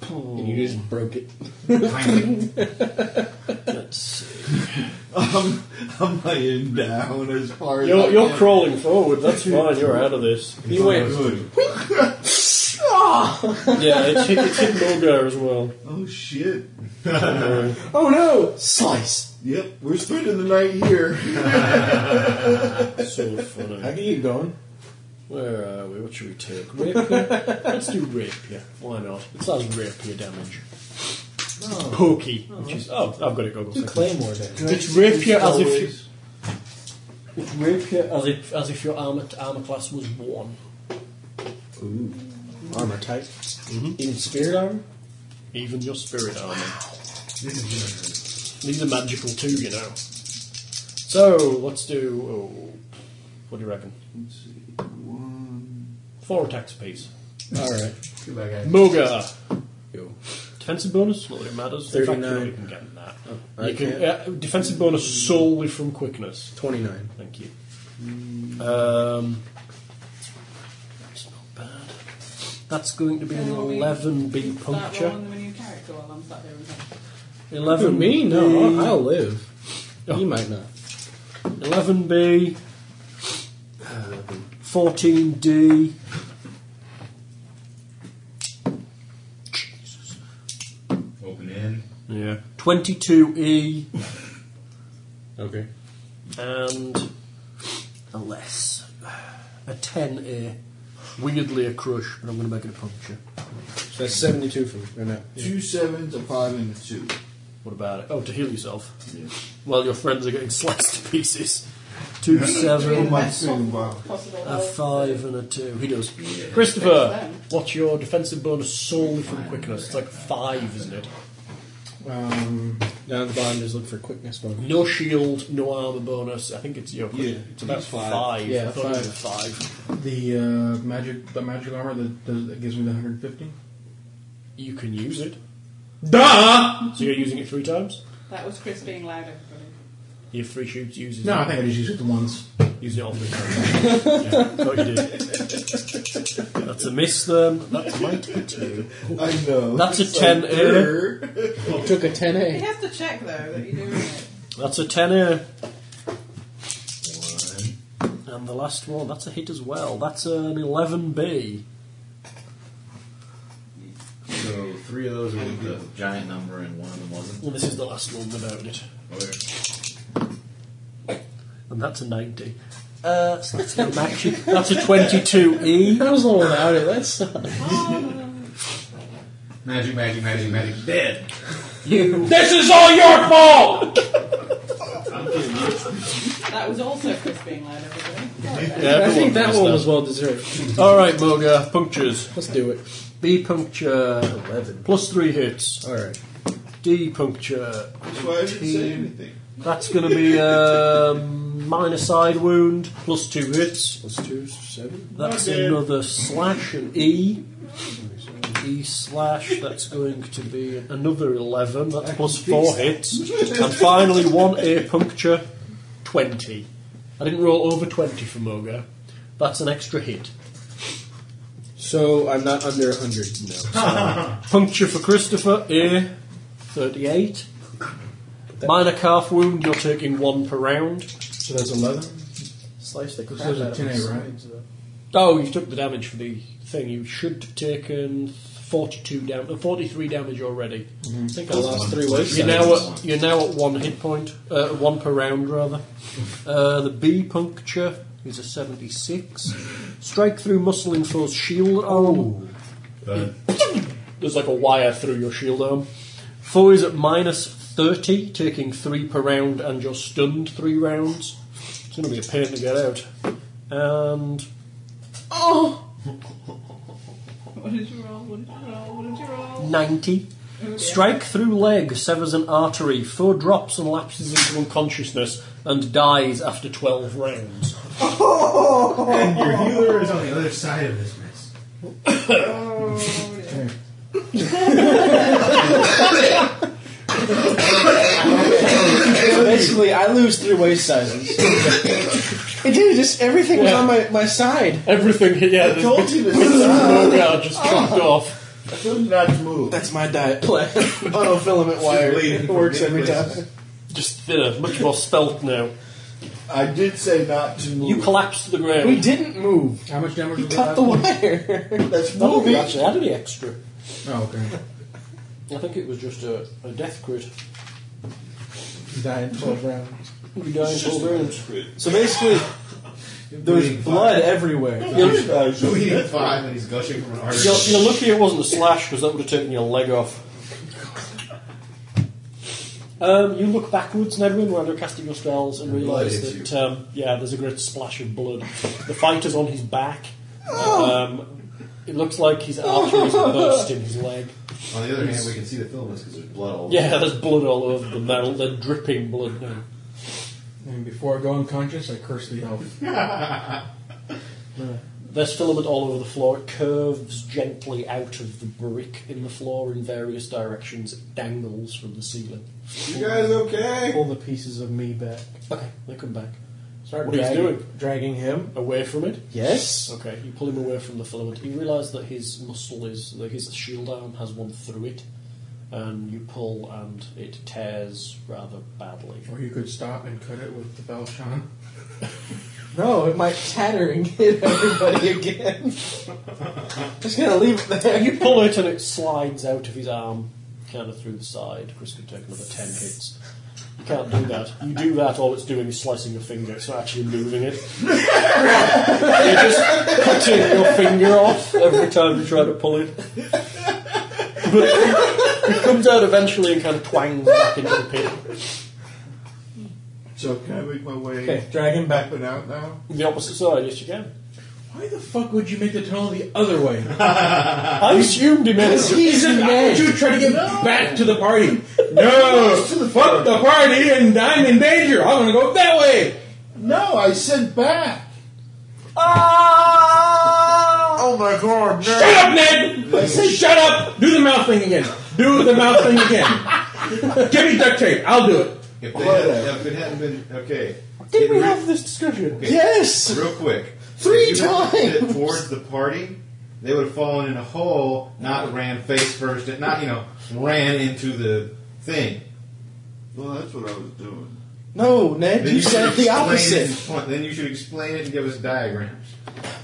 [SPEAKER 5] And you just broke it.
[SPEAKER 1] Let's see.
[SPEAKER 4] I'm, I'm laying down as far as I
[SPEAKER 1] You're, you're
[SPEAKER 4] can.
[SPEAKER 1] crawling forward. That's fine. You're out of this.
[SPEAKER 5] You went.
[SPEAKER 4] Good.
[SPEAKER 1] Yeah, it's hit, it's hit Mulgar as well.
[SPEAKER 4] Oh shit.
[SPEAKER 5] Oh no! Slice.
[SPEAKER 4] Yep, we're spending the night here.
[SPEAKER 1] So funny.
[SPEAKER 5] How can you keep going?
[SPEAKER 1] Where are we? What should we take? Rapier? Let's do rapier. Why not? It's as rapier damage. Pokey, which is oh, I've got it goggles.
[SPEAKER 5] Do claymore damage.
[SPEAKER 1] It's rapier as if
[SPEAKER 4] Always.
[SPEAKER 1] you, it's rapier as if as if your armor armor class was one.
[SPEAKER 5] Armor type. Even spirit armor.
[SPEAKER 1] Even your spirit armor. These are magical too, you know. So let's do. Oh, what do you reckon?
[SPEAKER 4] Let's see. One.
[SPEAKER 1] Four attacks apiece.
[SPEAKER 5] All right.
[SPEAKER 1] Moga.
[SPEAKER 5] Yo.
[SPEAKER 1] Defensive bonus? Not that it matters. In fact, you
[SPEAKER 5] 39.
[SPEAKER 1] already can get that.
[SPEAKER 5] I
[SPEAKER 1] you can, uh, defensive bonus solely from quickness.
[SPEAKER 5] Twenty-nine.
[SPEAKER 1] Thank you. Um, it's not bad. That's going to be an
[SPEAKER 2] Can we
[SPEAKER 1] 11B
[SPEAKER 2] Start
[SPEAKER 1] puncture.
[SPEAKER 2] rolling them a new character while I'm sat here and talking.
[SPEAKER 1] 11
[SPEAKER 5] me? No, I'll, I'll live.
[SPEAKER 1] Oh.
[SPEAKER 5] You might not.
[SPEAKER 1] 11B. 14D.
[SPEAKER 7] Open in.
[SPEAKER 1] Yeah. 22E.
[SPEAKER 5] Okay.
[SPEAKER 1] and a less. A 10 a. Weirdly a crush, but I'm going to make it a puncture.
[SPEAKER 5] So that's seventy-two for me right now.
[SPEAKER 4] Two sevens, a five, and a two.
[SPEAKER 1] What about it? Oh, to heal yourself. While your friends are getting sliced to pieces. Two,
[SPEAKER 4] Oh
[SPEAKER 1] seven,
[SPEAKER 4] my food wow.
[SPEAKER 2] Possible
[SPEAKER 1] a
[SPEAKER 2] health.
[SPEAKER 1] five, and a two. He does. Christopher,
[SPEAKER 2] Thanks,
[SPEAKER 1] what's your defensive bonus solely from quickness? It's like five, isn't it?
[SPEAKER 5] Um, down at the bottom, just look for quickness bonus.
[SPEAKER 1] No shield, no armor bonus. I think it's your.
[SPEAKER 4] Yeah,
[SPEAKER 1] it's about
[SPEAKER 4] it's five.
[SPEAKER 1] five.
[SPEAKER 5] Yeah,
[SPEAKER 1] I thought it was five.
[SPEAKER 6] The uh, magic, the magic armor that, does, that gives me the 150.
[SPEAKER 1] You can use it.
[SPEAKER 6] Duh!
[SPEAKER 1] So you're using it three times?
[SPEAKER 2] That was Chris being loud, everybody.
[SPEAKER 1] Your free shoots uses
[SPEAKER 6] No,
[SPEAKER 1] it.
[SPEAKER 6] I think I just used it the once.
[SPEAKER 1] Use it all three times. yeah, thought you did. That's a miss then. That's my two.
[SPEAKER 4] I know.
[SPEAKER 1] That's a 10 a.
[SPEAKER 5] You took a ten
[SPEAKER 2] He
[SPEAKER 5] A.
[SPEAKER 2] has to check, though, that you're doing it.
[SPEAKER 1] That's a 10 a.
[SPEAKER 7] One.
[SPEAKER 1] And the last one, that's a hit as well. That's an 11b.
[SPEAKER 7] So three of those were with the giant number and one of them wasn't.
[SPEAKER 1] Well, this is the last one without it. And that's a 90. Uh, so that's not matching. That's a E. 22e.
[SPEAKER 5] That was all without it. That sucks.
[SPEAKER 7] Magic, magic, magic, magic. Dead.
[SPEAKER 1] This is all your fault!
[SPEAKER 2] That was also Chris being loud, everybody. Sorry, Ben.
[SPEAKER 1] Yeah,
[SPEAKER 5] I think that one was well deserved.
[SPEAKER 1] Alright, Moga, punctures.
[SPEAKER 5] Let's do it.
[SPEAKER 1] B puncture,
[SPEAKER 5] Eleven.
[SPEAKER 1] plus three hits.
[SPEAKER 5] All right.
[SPEAKER 1] D puncture,
[SPEAKER 4] That's why I didn't say anything.
[SPEAKER 1] That's going to be uh, um, minor side wound plus two hits.
[SPEAKER 5] Plus two, seven.
[SPEAKER 1] That's
[SPEAKER 4] Okay.
[SPEAKER 1] another slash and E. E slash. That's going to be another eleven. That's plus four hits. And finally, one A puncture, twenty. I didn't roll over twenty for Moga. That's an extra hit.
[SPEAKER 5] So I'm not under hundred. No.
[SPEAKER 1] Puncture for Christopher, A, 38. Minor calf wound, you're taking one per round.
[SPEAKER 6] So that's 11.
[SPEAKER 5] Slice the crap
[SPEAKER 6] So there's a
[SPEAKER 5] out of
[SPEAKER 6] 10A,
[SPEAKER 5] it.
[SPEAKER 6] right?
[SPEAKER 1] Oh, you took the damage for the thing. You should have taken 42 dam- uh, 43 damage already.
[SPEAKER 5] I think I lost three weight
[SPEAKER 1] You're now
[SPEAKER 5] sizes.
[SPEAKER 1] at, you're now at one hit point, uh, one per round rather. Uh, the B puncture is a 76. Strike through muscle Info's shield arm.
[SPEAKER 5] Uh,
[SPEAKER 1] There's like a wire through your shield arm. Four is at minus 30, taking three per round, and you're stunned three rounds. It's going to be a pain to get out. And
[SPEAKER 2] What did you roll? What did you roll? What did you roll?
[SPEAKER 1] 90. Strike through leg severs an artery. Four drops and lapses into unconsciousness and dies after 12 rounds.
[SPEAKER 7] And your healer is on the other side of this mess.
[SPEAKER 2] Oh, dear.
[SPEAKER 5] So basically, I lose three waist sizes. it did. Just everything was on my, my side.
[SPEAKER 1] Everything, yeah, there's
[SPEAKER 4] told you this.
[SPEAKER 1] no just chopped off.
[SPEAKER 4] Should not move.
[SPEAKER 5] That's my diet plan. Monofilament wire.
[SPEAKER 7] Bleeding
[SPEAKER 5] It works
[SPEAKER 7] from
[SPEAKER 5] every
[SPEAKER 7] many
[SPEAKER 5] time.
[SPEAKER 7] places.
[SPEAKER 1] Just thinner, much more spelt now.
[SPEAKER 4] I did say not to move.
[SPEAKER 1] You collapse to the ground.
[SPEAKER 5] We didn't move.
[SPEAKER 6] How much damage
[SPEAKER 5] We
[SPEAKER 6] was
[SPEAKER 5] cut
[SPEAKER 6] that?
[SPEAKER 5] the wire.
[SPEAKER 4] That's
[SPEAKER 1] No, we
[SPEAKER 4] moving.
[SPEAKER 1] actually had any extra.
[SPEAKER 6] Oh, okay.
[SPEAKER 1] I think it was just a, a death crit.
[SPEAKER 5] Die in 12 rounds.
[SPEAKER 1] We die in 12 rounds.
[SPEAKER 5] So basically, there was
[SPEAKER 7] Bleeding
[SPEAKER 5] blood everywhere.
[SPEAKER 1] You're,
[SPEAKER 7] So we need five, and he's gushing from an artery.
[SPEAKER 1] you're, you're lucky it wasn't a slash because that would have taken your leg off. Um, you look backwards, Nedwin, while you're casting your spells, and realise
[SPEAKER 7] Blood hits
[SPEAKER 1] that um, yeah, there's a great splash of blood. The fighter's on his back. Um, it looks like his arteries are burst in his leg.
[SPEAKER 7] On the other hand, we can see the filaments because there's blood all over.
[SPEAKER 1] Yeah, there's blood all over them. They're, they're dripping blood now.
[SPEAKER 6] And before I go unconscious, I curse the elf.
[SPEAKER 1] There's filament all over the floor. It curves gently out of the brick in the floor in various directions. It dangles from the ceiling.
[SPEAKER 4] You guys okay?
[SPEAKER 5] Pull the pieces of me back.
[SPEAKER 1] Okay, they come back.
[SPEAKER 5] Start
[SPEAKER 1] What are you
[SPEAKER 5] dragging,
[SPEAKER 1] doing?
[SPEAKER 5] Dragging him.
[SPEAKER 1] Away from it?
[SPEAKER 5] Yes.
[SPEAKER 1] Okay, you pull him away from the filament. You realise that his muscle is, that his shield arm has one through it. And you pull and it tears rather badly.
[SPEAKER 6] Or you could stop and cut it with the Belshon.
[SPEAKER 5] No, it might tatter and hit everybody again. Just gonna leave it there.
[SPEAKER 1] You pull it and it slides out of his arm, kind of through the side. Chris could take another 10 hits. You can't do that. You do that, all it's doing is slicing your finger. It's not actually moving it. You're just cutting your finger off every time you try to pull it. But it comes out eventually and kind of twangs back into the pit.
[SPEAKER 4] So can I make my way
[SPEAKER 5] Okay, drag him back.
[SPEAKER 4] up and out now?
[SPEAKER 1] The opposite side, yes, you can.
[SPEAKER 6] Why the fuck would you make the tunnel the other way?
[SPEAKER 1] I assumed he meant it.
[SPEAKER 5] He's a
[SPEAKER 6] Why
[SPEAKER 5] man.
[SPEAKER 6] don't you try to get back to the party? No! fuck the party and I'm in danger! I'm gonna go that way!
[SPEAKER 4] No, I said back.
[SPEAKER 1] Ah!
[SPEAKER 6] Oh my god, Shut up, Ned! Shut up! Do the mouth thing again. Do the mouth thing again. Give me duct tape. I'll do it.
[SPEAKER 7] If, they had, if it hadn't been okay,
[SPEAKER 5] Did we have this discussion?
[SPEAKER 7] Okay.
[SPEAKER 5] Yes.
[SPEAKER 7] real quick,
[SPEAKER 5] Three
[SPEAKER 7] if you had
[SPEAKER 5] times.
[SPEAKER 7] hit towards the party, they would have fallen in a hole, not ran face first, and not you know ran into the thing.
[SPEAKER 4] Well, that's what I was doing.
[SPEAKER 5] No, Ned, you,
[SPEAKER 7] should
[SPEAKER 5] said the
[SPEAKER 7] explain
[SPEAKER 5] opposite.
[SPEAKER 7] It, and- then you should explain it and give us diagrams.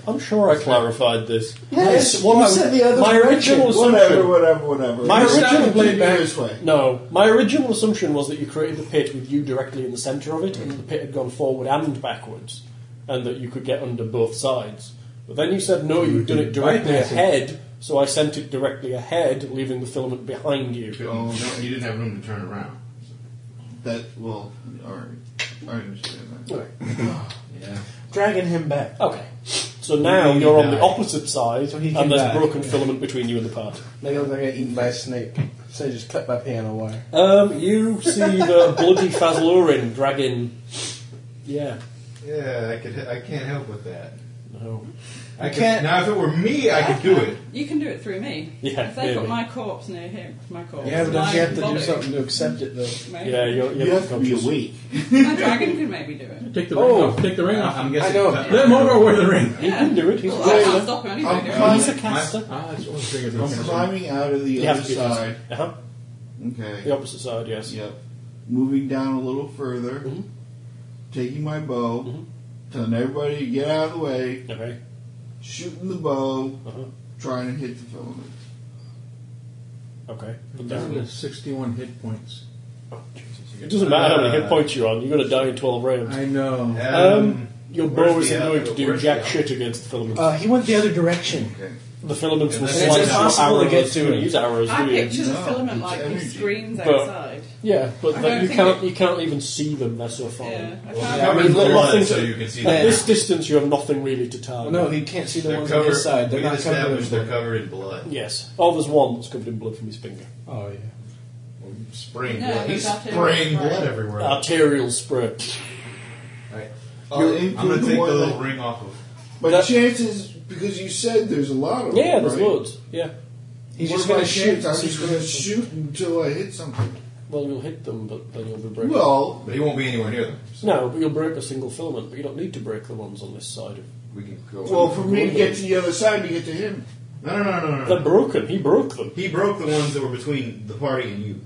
[SPEAKER 1] I'm sure I clarified this.
[SPEAKER 5] Yes,
[SPEAKER 1] Well,
[SPEAKER 5] you
[SPEAKER 1] I-
[SPEAKER 5] said the other
[SPEAKER 1] my
[SPEAKER 5] direction.
[SPEAKER 1] original assumption
[SPEAKER 4] Whatever, whatever, whatever.
[SPEAKER 1] My
[SPEAKER 4] Let's not
[SPEAKER 1] original
[SPEAKER 4] continue
[SPEAKER 6] playback-
[SPEAKER 4] this way.
[SPEAKER 1] No, my original assumption was that you created the pit with you directly in the centre of it, and the pit had gone forward and backwards, and that you could get under both sides. But then you said no, you'd done it directly
[SPEAKER 6] bypass it.
[SPEAKER 1] ahead, so I sent it directly ahead, leaving the filament behind you.
[SPEAKER 7] Oh, no, you didn't have room to turn around.
[SPEAKER 4] That well, all right. I understand that.
[SPEAKER 7] Yeah.
[SPEAKER 5] Dragging him back.
[SPEAKER 1] Okay, so now
[SPEAKER 7] Really
[SPEAKER 1] you're on the
[SPEAKER 7] nice.
[SPEAKER 1] opposite side,
[SPEAKER 5] So he came
[SPEAKER 1] and there's
[SPEAKER 5] back.
[SPEAKER 1] broken filament between you and the part.
[SPEAKER 5] They look like I got eaten by a snake. So I just cut my piano wire.
[SPEAKER 1] Um, you see the bloody Fazlurin dragging. Yeah.
[SPEAKER 7] Yeah, I could. I can't help with that.
[SPEAKER 1] No.
[SPEAKER 7] I could,
[SPEAKER 5] can't-
[SPEAKER 7] Now, if it were me, I could do it.
[SPEAKER 2] You can do it through me.
[SPEAKER 1] Yeah,
[SPEAKER 2] If they
[SPEAKER 1] maybe.
[SPEAKER 2] put my corpse near him, my corpse.
[SPEAKER 5] Yeah, but
[SPEAKER 2] my
[SPEAKER 5] don't you have to do
[SPEAKER 2] body,
[SPEAKER 5] something to accept it, though?
[SPEAKER 2] mate.
[SPEAKER 1] Yeah, you're, you're
[SPEAKER 4] You have to be
[SPEAKER 1] conscious.
[SPEAKER 4] weak.
[SPEAKER 2] My dragon can maybe do it.
[SPEAKER 6] Take the
[SPEAKER 5] Oh.
[SPEAKER 6] ring off. Take the ring off.
[SPEAKER 7] I'm guessing.
[SPEAKER 5] I know.
[SPEAKER 7] that-
[SPEAKER 6] Let Mordor wear the ring.
[SPEAKER 1] He can do it. He's
[SPEAKER 2] Well,
[SPEAKER 1] a
[SPEAKER 2] I
[SPEAKER 1] jailer.
[SPEAKER 2] can't stop him anyway, do
[SPEAKER 4] I'm
[SPEAKER 2] I?
[SPEAKER 4] He's a
[SPEAKER 1] caster.
[SPEAKER 6] Ah, that's always bigger
[SPEAKER 4] I'm climbing out of the
[SPEAKER 1] You
[SPEAKER 4] other
[SPEAKER 1] have to be.
[SPEAKER 4] side.
[SPEAKER 1] Uh-huh. The
[SPEAKER 4] Okay.
[SPEAKER 1] opposite side, yes.
[SPEAKER 4] Yep. Moving down a little further,
[SPEAKER 1] Mhm.
[SPEAKER 4] taking my bow,
[SPEAKER 1] Mhm.
[SPEAKER 4] telling everybody to get out of the way,
[SPEAKER 1] Okay.
[SPEAKER 4] shooting the bow,
[SPEAKER 1] Uh-huh.
[SPEAKER 4] trying to hit the filament.
[SPEAKER 1] Okay.
[SPEAKER 6] Down to 61 hit points.
[SPEAKER 1] It doesn't matter how
[SPEAKER 5] Uh,
[SPEAKER 1] many hit points you're on, you're going to die in 12 rounds.
[SPEAKER 6] I know.
[SPEAKER 1] Um, your bow
[SPEAKER 7] where's the
[SPEAKER 1] isn't going
[SPEAKER 7] other-
[SPEAKER 1] to do
[SPEAKER 7] where's
[SPEAKER 1] jack
[SPEAKER 7] the
[SPEAKER 1] shit against the filaments.
[SPEAKER 5] Uh, he went the other direction.
[SPEAKER 1] the filaments will
[SPEAKER 7] and
[SPEAKER 5] it's
[SPEAKER 1] slice your
[SPEAKER 5] impossible to
[SPEAKER 1] arrows.
[SPEAKER 5] get to
[SPEAKER 1] You don't
[SPEAKER 5] it.
[SPEAKER 1] use arrows,
[SPEAKER 2] I
[SPEAKER 1] do you?
[SPEAKER 2] picture the
[SPEAKER 4] No,
[SPEAKER 2] filament
[SPEAKER 4] it's
[SPEAKER 2] like he
[SPEAKER 4] energy.
[SPEAKER 2] screams
[SPEAKER 1] But-
[SPEAKER 2] outside.
[SPEAKER 1] Yeah, but
[SPEAKER 2] I
[SPEAKER 1] like,
[SPEAKER 2] don't
[SPEAKER 1] you
[SPEAKER 2] think
[SPEAKER 1] can't
[SPEAKER 2] it-
[SPEAKER 1] you can't even see them. They're so far.
[SPEAKER 2] Yeah, I
[SPEAKER 7] Well,
[SPEAKER 2] can't-
[SPEAKER 1] I
[SPEAKER 7] I
[SPEAKER 1] mean,
[SPEAKER 7] mean,
[SPEAKER 1] little
[SPEAKER 7] blood,
[SPEAKER 1] things-
[SPEAKER 7] so you can see
[SPEAKER 1] At
[SPEAKER 5] Yeah.
[SPEAKER 7] them.
[SPEAKER 1] this distance, you have nothing really to
[SPEAKER 5] Oh,
[SPEAKER 1] target.
[SPEAKER 5] no, he can't see the
[SPEAKER 7] They're
[SPEAKER 5] ones
[SPEAKER 7] covered.
[SPEAKER 5] on his side. They're
[SPEAKER 7] we
[SPEAKER 5] not covered.
[SPEAKER 7] established
[SPEAKER 5] in
[SPEAKER 7] they're
[SPEAKER 5] blood.
[SPEAKER 7] covered in blood.
[SPEAKER 1] Yes. Oh, there's one that's covered in blood from his finger.
[SPEAKER 5] Oh yeah.
[SPEAKER 7] Spraying
[SPEAKER 2] No,
[SPEAKER 7] blood.
[SPEAKER 2] we
[SPEAKER 7] He's
[SPEAKER 2] got him.
[SPEAKER 7] spraying
[SPEAKER 2] Right.
[SPEAKER 7] blood everywhere.
[SPEAKER 1] Arterial spray.
[SPEAKER 4] I'll
[SPEAKER 7] I'm
[SPEAKER 4] include
[SPEAKER 7] going to
[SPEAKER 4] the
[SPEAKER 7] take the
[SPEAKER 4] one
[SPEAKER 7] little
[SPEAKER 4] that-
[SPEAKER 7] ring off of
[SPEAKER 4] But
[SPEAKER 1] That-
[SPEAKER 4] chances, because you said there's a lot of them.
[SPEAKER 1] Yeah, there's
[SPEAKER 4] right?
[SPEAKER 1] loads. Yeah.
[SPEAKER 5] He's
[SPEAKER 4] What
[SPEAKER 5] just
[SPEAKER 4] about
[SPEAKER 5] gonna
[SPEAKER 4] chance?
[SPEAKER 5] shoot.
[SPEAKER 4] I'm just going to shoot until I hit something.
[SPEAKER 1] Well, you'll hit them, but then you'll be breaking.
[SPEAKER 4] Well,
[SPEAKER 7] But he won't be anywhere near them. So
[SPEAKER 1] no, but you'll break a single filament, but you don't need to break the ones on this side. of
[SPEAKER 7] we can go.
[SPEAKER 4] well, for me to get to the other side to get to him.
[SPEAKER 7] no, no, no, no, no,
[SPEAKER 1] They're
[SPEAKER 7] no.
[SPEAKER 1] broken. He broke them.
[SPEAKER 7] He broke the ones that were between the party and you.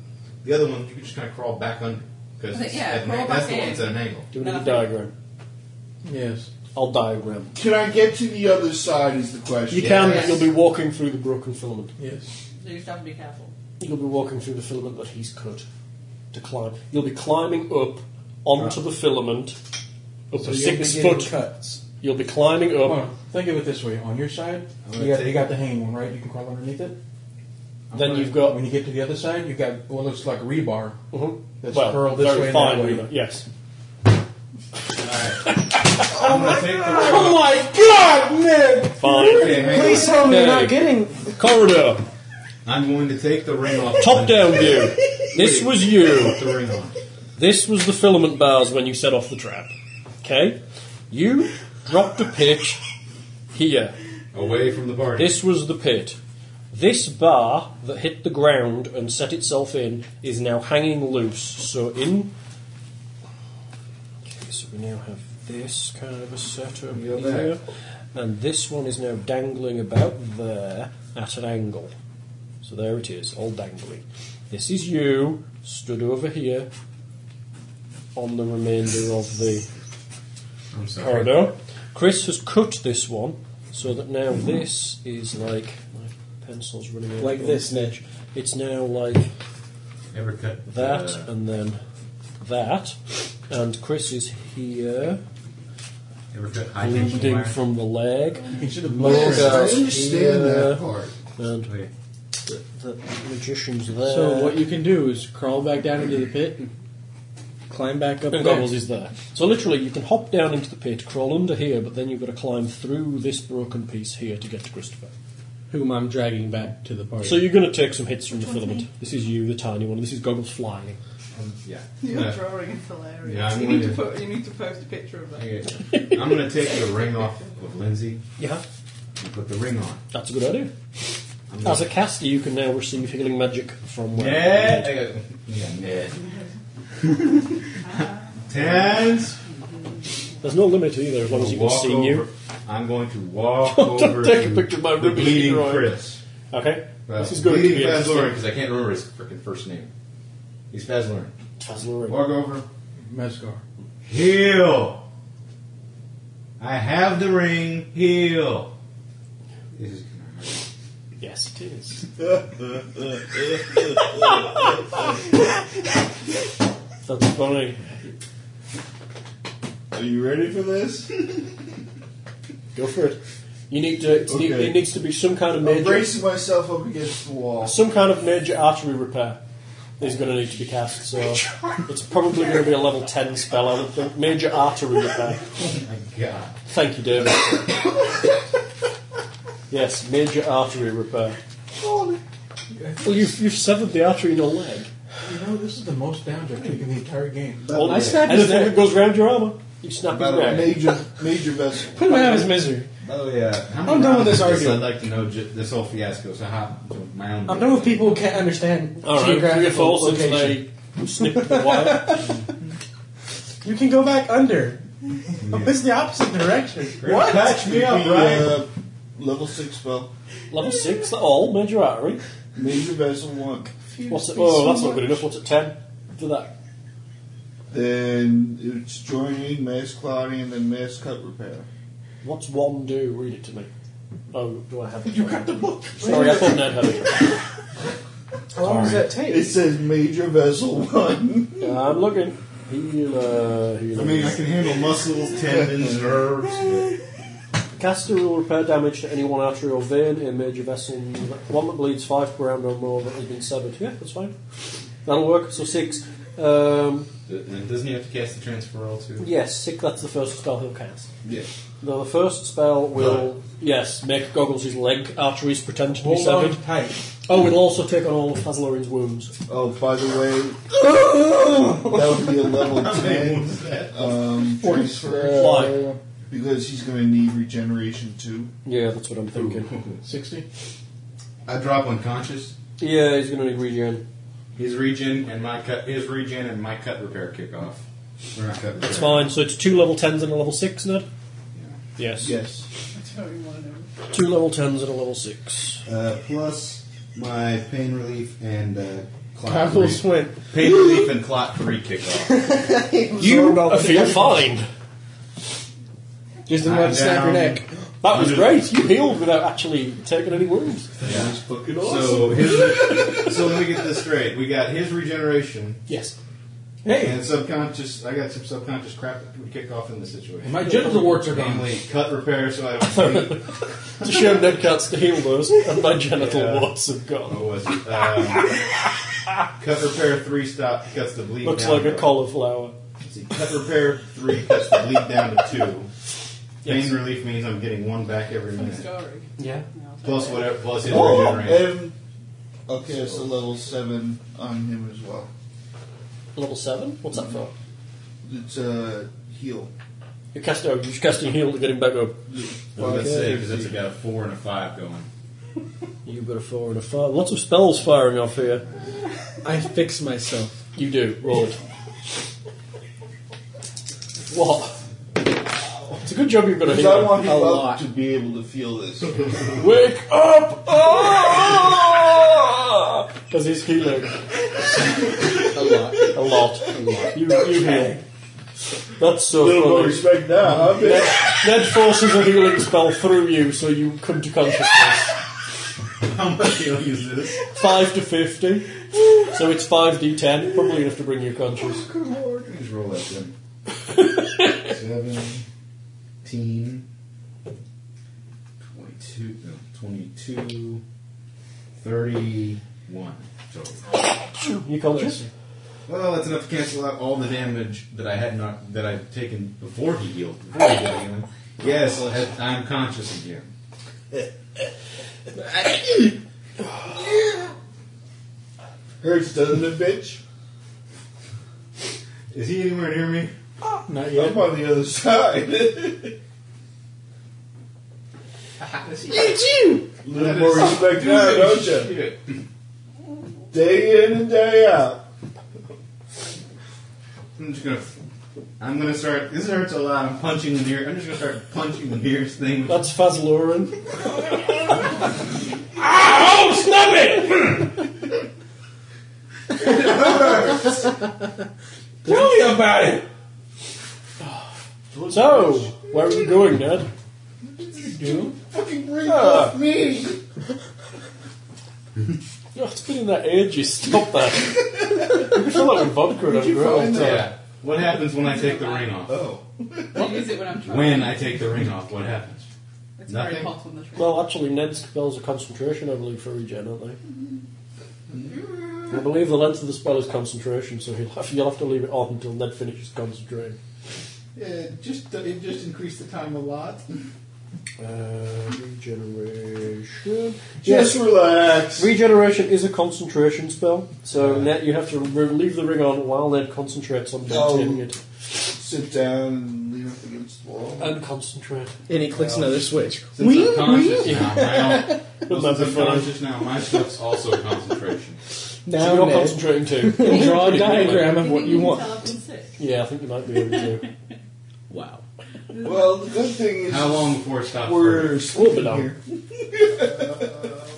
[SPEAKER 7] The other ones you could just kind of crawl back under because
[SPEAKER 2] I think, yeah, crawl
[SPEAKER 7] that's
[SPEAKER 2] back
[SPEAKER 7] the
[SPEAKER 2] in.
[SPEAKER 7] ones at an angle.
[SPEAKER 1] Do we need a
[SPEAKER 2] Nothing.
[SPEAKER 1] diagram?
[SPEAKER 6] Yes.
[SPEAKER 1] I'll diagram.
[SPEAKER 4] Can I get to the other side is the
[SPEAKER 1] You
[SPEAKER 4] question.
[SPEAKER 1] can.
[SPEAKER 2] Yes.
[SPEAKER 1] You'll be walking through the broken filament.
[SPEAKER 6] Yes.
[SPEAKER 2] You just have to be careful.
[SPEAKER 1] You'll be walking through the filament that he's cut to climb. You'll be climbing up onto the filament up a
[SPEAKER 5] So you'll be
[SPEAKER 1] six
[SPEAKER 5] getting
[SPEAKER 1] foot.
[SPEAKER 5] cuts.
[SPEAKER 1] You'll be climbing up.
[SPEAKER 6] Hold on. Think of it this way. On your side,
[SPEAKER 7] I'm
[SPEAKER 6] you
[SPEAKER 7] gonna
[SPEAKER 6] got,
[SPEAKER 7] take-
[SPEAKER 6] you got the hanging one, right? You can crawl underneath it.
[SPEAKER 1] Then
[SPEAKER 6] Okay.
[SPEAKER 1] you've got-
[SPEAKER 6] When you get to the other side, you've got what looks like rebar
[SPEAKER 1] Mhm.
[SPEAKER 6] that's
[SPEAKER 1] well,
[SPEAKER 6] curled this
[SPEAKER 1] very
[SPEAKER 6] way and
[SPEAKER 1] fine,
[SPEAKER 6] that way.
[SPEAKER 1] Rita, Yes.
[SPEAKER 7] I'm going to take the ring.
[SPEAKER 5] Oh my God, Nick!
[SPEAKER 1] Fine.
[SPEAKER 7] Okay, hang
[SPEAKER 5] Please tell me you're
[SPEAKER 1] Okay.
[SPEAKER 5] not getting.
[SPEAKER 1] Corridor.
[SPEAKER 7] on. I'm going to take the ring off.
[SPEAKER 1] Top down view. This was you.
[SPEAKER 7] Put the ring on.
[SPEAKER 1] This was the filament bars when you set off the trap. Okay? You dropped a pitch here.
[SPEAKER 7] Away from the party.
[SPEAKER 1] This was the pit. This bar that hit the ground and set itself in is now hanging loose. So in. Okay, so we now have this kind of a setup
[SPEAKER 7] Go back.
[SPEAKER 1] here, and this one is now dangling about there at an angle. So there it is, all dangling. This is you stood over here on the remainder of the
[SPEAKER 7] I'm sorry.
[SPEAKER 1] corridor. Oh, Chris has cut this one so that now this is like my pencil's running out.
[SPEAKER 5] Like
[SPEAKER 1] of
[SPEAKER 5] this,
[SPEAKER 1] edge. It's now like
[SPEAKER 7] Never cut
[SPEAKER 1] that
[SPEAKER 7] Uh,
[SPEAKER 1] and then that, and Chris is here
[SPEAKER 7] never cut high tension
[SPEAKER 1] bleeding
[SPEAKER 7] wire.
[SPEAKER 1] from the leg,
[SPEAKER 6] You can see the
[SPEAKER 1] Little
[SPEAKER 4] I
[SPEAKER 6] blood.
[SPEAKER 1] guy.
[SPEAKER 6] trail.
[SPEAKER 4] understand
[SPEAKER 1] Yeah.
[SPEAKER 4] that part.
[SPEAKER 1] and
[SPEAKER 7] Wait.
[SPEAKER 1] the, the magician's there.
[SPEAKER 5] So what you can do is crawl back down into the pit and climb back up.
[SPEAKER 1] and
[SPEAKER 5] there.
[SPEAKER 1] Goggles is there. So literally, you can hop down into the pit, crawl under here, but then you've got to climb through this broken piece here to get to Christopher.
[SPEAKER 5] whom I'm dragging back to the party.
[SPEAKER 1] So you're going to take some hits from the filament. This is you, the tiny one. This is Goggles flying.
[SPEAKER 7] Um, yeah.
[SPEAKER 2] Your
[SPEAKER 7] Yeah.
[SPEAKER 2] drawing is hilarious.
[SPEAKER 7] Yeah, I'm
[SPEAKER 2] you, need to
[SPEAKER 7] with you.
[SPEAKER 2] put, you need to post a picture of that.
[SPEAKER 7] Okay. I'm going to take the ring off of Lindsay
[SPEAKER 1] Yeah.
[SPEAKER 7] and put the ring on.
[SPEAKER 1] That's a good idea.
[SPEAKER 7] I'm
[SPEAKER 1] As
[SPEAKER 7] gonna-
[SPEAKER 1] a caster, you can now receive healing magic from where?
[SPEAKER 7] Yeah. I got- Yeah. yeah. Tens.
[SPEAKER 1] There's no limit either, as long as you can
[SPEAKER 7] Walk
[SPEAKER 1] see
[SPEAKER 7] over.
[SPEAKER 1] you.
[SPEAKER 7] I'm going to walk
[SPEAKER 1] Don't
[SPEAKER 7] over
[SPEAKER 1] take a
[SPEAKER 7] to
[SPEAKER 1] picture of my
[SPEAKER 7] the
[SPEAKER 1] rubbing
[SPEAKER 7] bleeding
[SPEAKER 1] drawing.
[SPEAKER 7] Chris.
[SPEAKER 1] Okay.
[SPEAKER 7] Well,
[SPEAKER 1] this is going to
[SPEAKER 7] bleeding
[SPEAKER 1] be interesting.
[SPEAKER 7] because I can't remember his freaking first name. He's Fazlurin.
[SPEAKER 1] Fazlurin.
[SPEAKER 7] Walk over.
[SPEAKER 6] Mesgar.
[SPEAKER 7] Heal. I have the ring. Heal. This is gonna hurt.
[SPEAKER 1] Yes, it is. That's funny.
[SPEAKER 4] Are you ready for this?
[SPEAKER 1] Go for it. You need to. It's need,
[SPEAKER 4] Okay.
[SPEAKER 1] it needs to be some kind of
[SPEAKER 4] I'm
[SPEAKER 1] major,
[SPEAKER 4] bracing myself up against the wall.
[SPEAKER 1] some kind of major artery repair is going to need to be cast. So it's probably going to be a level ten spell. I would think major artery repair.
[SPEAKER 7] My God.
[SPEAKER 1] Thank you, David. yes, major artery repair. Well, you've, you've severed the artery in your leg.
[SPEAKER 6] You know, this is the most damage I've taken the entire game.
[SPEAKER 1] All-
[SPEAKER 5] I snapped his
[SPEAKER 1] anything
[SPEAKER 5] neck.
[SPEAKER 1] that goes round your armor, you snap his
[SPEAKER 7] By the way,
[SPEAKER 1] neck.
[SPEAKER 4] Major, major vessel.
[SPEAKER 5] Put him out of his misery.
[SPEAKER 7] By the way, uh, how many
[SPEAKER 5] I'm done with
[SPEAKER 7] rounds
[SPEAKER 5] this
[SPEAKER 7] is
[SPEAKER 5] argument.
[SPEAKER 7] I'd like to know j- this whole fiasco. So how? My own.
[SPEAKER 5] I'm done with people who can't understand
[SPEAKER 1] All right, three or
[SPEAKER 5] geographical
[SPEAKER 1] four since
[SPEAKER 5] location.
[SPEAKER 1] they snipped the wire.
[SPEAKER 5] You can go back under. But It's the opposite direction. What?
[SPEAKER 7] Patch me up,
[SPEAKER 4] The,
[SPEAKER 7] right?
[SPEAKER 4] uh, level six spell.
[SPEAKER 1] Level six, at all major artery.
[SPEAKER 4] Major vessel one.
[SPEAKER 1] What's it? Oh, that's not good enough. What's it? Ten. Do that.
[SPEAKER 4] Then it's joining mass clouding and then mass cut repair.
[SPEAKER 1] What's one do? Read it to me. Oh, do I have it?
[SPEAKER 6] You got the book.
[SPEAKER 1] Sorry, I thought Ned had it.
[SPEAKER 3] How long does that take?
[SPEAKER 4] It says major vessel one.
[SPEAKER 1] I'm looking. uh, Healer,
[SPEAKER 4] I mean, I can handle muscles, tendons, nerves.
[SPEAKER 1] Caster will repair damage to any one artery or vein in major vessel. One that bleeds five per round or more that has been severed. Yeah, that's fine. That'll work. So six. Um,
[SPEAKER 7] And doesn't he have to cast the transferal too?
[SPEAKER 1] yes, six. That's the first spell he'll cast.
[SPEAKER 4] Yeah.
[SPEAKER 1] Though the first spell will yes make Goggles' leg arteries pretend to be
[SPEAKER 6] Hold on
[SPEAKER 1] severed.
[SPEAKER 6] tight.
[SPEAKER 1] Oh, it'll also take on all of Fazlorin's wounds.
[SPEAKER 4] Oh, by the way, that would be a level ten um, transfer
[SPEAKER 1] Why?
[SPEAKER 4] because he's going to need regeneration too.
[SPEAKER 1] Yeah, that's what I'm thinking.
[SPEAKER 6] 60?
[SPEAKER 17] I drop unconscious.
[SPEAKER 1] Yeah, he's going to need regen.
[SPEAKER 7] His regen and my cut. His regen and my cut repair kickoff.
[SPEAKER 17] We're not cut.
[SPEAKER 1] That's fine. So it's two level tens and a level six, Ned. Yes.
[SPEAKER 4] Yes.
[SPEAKER 2] I totally want to know.
[SPEAKER 1] Two level tens and a level six.
[SPEAKER 17] Uh, plus my pain relief and uh, clot
[SPEAKER 3] Cavill
[SPEAKER 17] three.
[SPEAKER 3] Swint.
[SPEAKER 7] Pain relief and clot three kickoff.
[SPEAKER 3] Absorbed all the
[SPEAKER 1] feel
[SPEAKER 3] damage.
[SPEAKER 1] fine.
[SPEAKER 3] Just didn't want to snap your
[SPEAKER 17] Down.
[SPEAKER 3] neck.
[SPEAKER 1] That was great. You healed without actually taking any wounds.
[SPEAKER 7] So his, so let me get this straight. We got his regeneration
[SPEAKER 1] Yes.
[SPEAKER 7] and subconscious. I got some subconscious crap that would kick off in this situation.
[SPEAKER 6] My genital warts are gone.
[SPEAKER 7] Namely, cut repair so I don't bleed.
[SPEAKER 1] It's a shame Ned can't heal those, and my genital
[SPEAKER 7] Yeah.
[SPEAKER 1] warts have gone.
[SPEAKER 7] What Oh, was it? Um, cut repair three stop cuts the bleed.
[SPEAKER 1] Looks
[SPEAKER 7] down
[SPEAKER 1] like a
[SPEAKER 7] to-
[SPEAKER 1] cauliflower.
[SPEAKER 7] See, cut repair three cuts the bleed down to two. Pain relief means I'm getting one back every
[SPEAKER 2] Funny
[SPEAKER 7] minute.
[SPEAKER 2] story.
[SPEAKER 1] Yeah.
[SPEAKER 2] No, I'll
[SPEAKER 7] Plus
[SPEAKER 2] tell you.
[SPEAKER 7] whatever. Plus his
[SPEAKER 4] Oh,
[SPEAKER 7] regeneration.
[SPEAKER 4] and okay, so level seven on him as well.
[SPEAKER 1] Level seven. What's that for?
[SPEAKER 4] It's uh, heal.
[SPEAKER 1] You're casting. You're casting heal to get him back up.
[SPEAKER 7] Well, let's see, because that's got a four and a five going.
[SPEAKER 1] You've got a four and a five. Lots of spells firing off here.
[SPEAKER 3] I fix myself.
[SPEAKER 1] You do. Roll it. what? It's a good job you've got a
[SPEAKER 4] Because I
[SPEAKER 1] healer.
[SPEAKER 4] want him up
[SPEAKER 3] lot.
[SPEAKER 4] to be able to feel this.
[SPEAKER 1] Wake up! Ah! Because he's healing.
[SPEAKER 3] A lot.
[SPEAKER 1] A lot. A lot. You, you heal. That's so
[SPEAKER 4] Little more
[SPEAKER 1] funny.
[SPEAKER 4] respect now, huh?
[SPEAKER 1] Ned, Ned forces a healing spell through you so you come to consciousness.
[SPEAKER 7] How much heal is this?
[SPEAKER 1] 5 to 50. So it's 5d10. Probably enough to bring you conscious.
[SPEAKER 17] Good lord. Let me just roll that then. Seventeen. Twenty-two. No, Twenty-two. Thirty-one. Total.
[SPEAKER 1] You conscious?
[SPEAKER 7] Well, that's enough to cancel out all the damage that I had not that I'd taken before he healed. Before he got healing. Yes, I had- I'm conscious again.
[SPEAKER 4] Hurts, doesn't it, bitch?
[SPEAKER 7] Is he anywhere near me?
[SPEAKER 3] Not
[SPEAKER 4] I'm on the other side. Little more respect now, don't you?
[SPEAKER 7] Shit.
[SPEAKER 4] Day in and day out.
[SPEAKER 7] I'm just gonna. I'm gonna start. This hurts a lot. I'm punching the near. I'm just gonna start punching the nearest thing.
[SPEAKER 1] That's Fazlorin.
[SPEAKER 6] Tell me about it!
[SPEAKER 1] So, where are you going, Ned? Ah.
[SPEAKER 4] Fucking break off me.
[SPEAKER 1] Oh, it's been in that ages. Stop that. you feel like with vodka and I'm growing.
[SPEAKER 7] Yeah. uh, What happens when I take the ring off?
[SPEAKER 4] Oh.
[SPEAKER 2] I use it when I'm trying.
[SPEAKER 7] When I take the ring off, what happens?
[SPEAKER 2] it's
[SPEAKER 7] nothing.
[SPEAKER 2] very hot on the tree.
[SPEAKER 1] Well, actually, Ned's spells are concentration, I believe, for regen, aren't they? I believe the length of the spell is concentration, so he'll have, you'll have to leave it on until Ned finishes concentrating.
[SPEAKER 17] Yeah, just it just increased the time a lot.
[SPEAKER 1] Uh, regeneration.
[SPEAKER 4] Just relax.
[SPEAKER 1] Regeneration is a concentration spell, so Ned, you have to re- leave the ring on while Ned concentrates on maintaining
[SPEAKER 4] Oh.
[SPEAKER 1] it.
[SPEAKER 4] Sit down and lean up against the wall.
[SPEAKER 1] And concentrate.
[SPEAKER 3] And he clicks another switch.
[SPEAKER 7] Since I'm conscious now, my own,
[SPEAKER 1] That'd
[SPEAKER 7] well,
[SPEAKER 1] be
[SPEAKER 7] since I'm
[SPEAKER 1] funny.
[SPEAKER 7] conscious now, my stuff's also concentration.
[SPEAKER 1] So
[SPEAKER 3] Now
[SPEAKER 1] you're
[SPEAKER 3] Ned,
[SPEAKER 1] concentrating too.
[SPEAKER 3] will draw a diagram of what
[SPEAKER 2] think
[SPEAKER 3] you
[SPEAKER 2] can
[SPEAKER 3] want.
[SPEAKER 2] Tell I've been sick.
[SPEAKER 1] yeah, I think you might be able to.
[SPEAKER 3] Wow.
[SPEAKER 4] Well, the good thing is
[SPEAKER 7] How long before it stops? hurting?
[SPEAKER 4] we're sleeping
[SPEAKER 1] down.
[SPEAKER 4] here.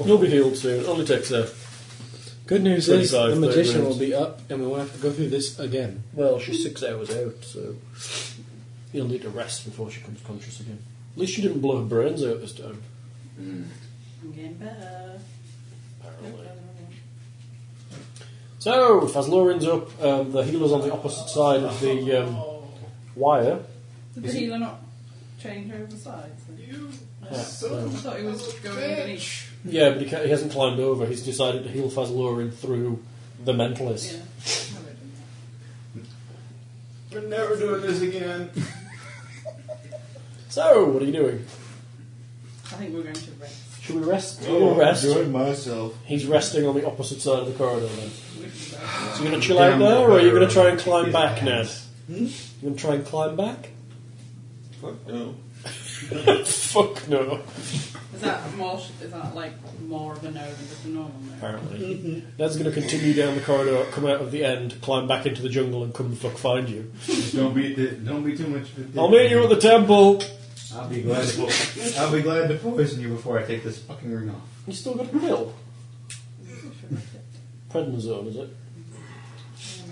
[SPEAKER 1] You'll be healed soon. It only takes a.
[SPEAKER 3] Good news is
[SPEAKER 1] 25,
[SPEAKER 3] the magician
[SPEAKER 1] thirty
[SPEAKER 3] will be up, and we won't have to go through this again.
[SPEAKER 1] Well, she's six hours out, so you'll need to rest before she comes conscious again. At least she didn't blow her brains out this time,
[SPEAKER 2] I'm getting better.
[SPEAKER 1] apparently. So, Fazlorin's up, um, the healer's on the opposite side of the um, wire.
[SPEAKER 2] Did the healer not change over sides? then? I thought he was going underneath.
[SPEAKER 1] Yeah, but he, ca- he hasn't climbed over. He's decided to heal Fazlorin through the
[SPEAKER 2] Yeah.
[SPEAKER 1] mentalist.
[SPEAKER 2] No, it didn't.
[SPEAKER 7] We're never doing this again.
[SPEAKER 1] So, what are you doing?
[SPEAKER 2] I think we're going to rest.
[SPEAKER 1] Should we rest?
[SPEAKER 4] Oh,
[SPEAKER 1] We'll rest.
[SPEAKER 4] enjoying myself.
[SPEAKER 1] He's resting on the opposite side of the corridor then.
[SPEAKER 2] We should rest.
[SPEAKER 1] So you're going to chill out
[SPEAKER 7] Damn
[SPEAKER 1] there, or are you going to
[SPEAKER 7] her.
[SPEAKER 1] try and climb
[SPEAKER 7] His
[SPEAKER 1] back, Ned? Hmm?
[SPEAKER 7] ass.
[SPEAKER 1] You going to try and climb back?
[SPEAKER 4] Fuck no.
[SPEAKER 1] Fuck no.
[SPEAKER 2] Is that more? Is that like more of a no than just a normal no?
[SPEAKER 1] Apparently. Ned's going to continue down the corridor, come out of the end, climb back into the jungle, and come fuck find you.
[SPEAKER 7] Just don't be don't be too much. of a dick.
[SPEAKER 1] I'll meet you at the temple!
[SPEAKER 7] I'll be glad. To, I'll be glad to poison you before I take this fucking ring off.
[SPEAKER 1] You still got a pill? Prednisone, is it?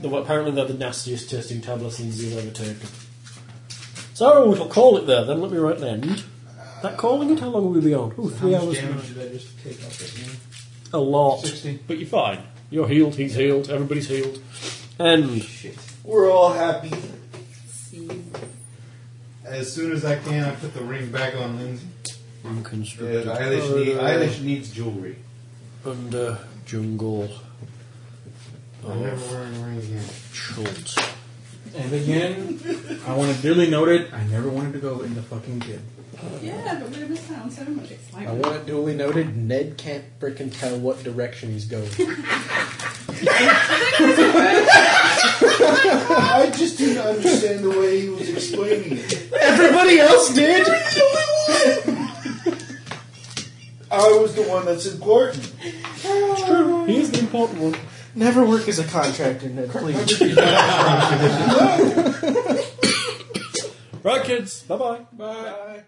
[SPEAKER 1] The, apparently they're the nastiest tasting tablets Lindsay's ever taken. So, we shall call it there then. Let me write an end. That calling it? How long will we be on? Ooh, three
[SPEAKER 7] How much
[SPEAKER 1] hours.
[SPEAKER 7] damage did I just take off it? man?
[SPEAKER 1] A lot.
[SPEAKER 7] 60.
[SPEAKER 1] But you're fine. You're healed, he's healed, everybody's healed. End.
[SPEAKER 7] Shit.
[SPEAKER 4] We're all happy.
[SPEAKER 7] As soon as I can, I put the ring back on Lindsay. Uh,
[SPEAKER 1] Unconstructed.
[SPEAKER 7] Eilish, need, Eilish needs jewelry.
[SPEAKER 1] Under jungle
[SPEAKER 7] I'm never wearing a ring again.
[SPEAKER 1] Schultz.
[SPEAKER 6] And again, I want to duly noted, I never wanted to go in the fucking kid.
[SPEAKER 2] Yeah, but we missed out on so much
[SPEAKER 5] I
[SPEAKER 2] excitement.
[SPEAKER 5] want it duly noted. Ned can't frickin' tell what direction he's going.
[SPEAKER 4] I just didn't understand the way he was explaining it.
[SPEAKER 5] Everybody else did.
[SPEAKER 4] I was the one that's important.
[SPEAKER 1] Here's the important one.
[SPEAKER 5] Never work as a contractor, Ned. Please.
[SPEAKER 1] Right, kids. Bye bye. Bye.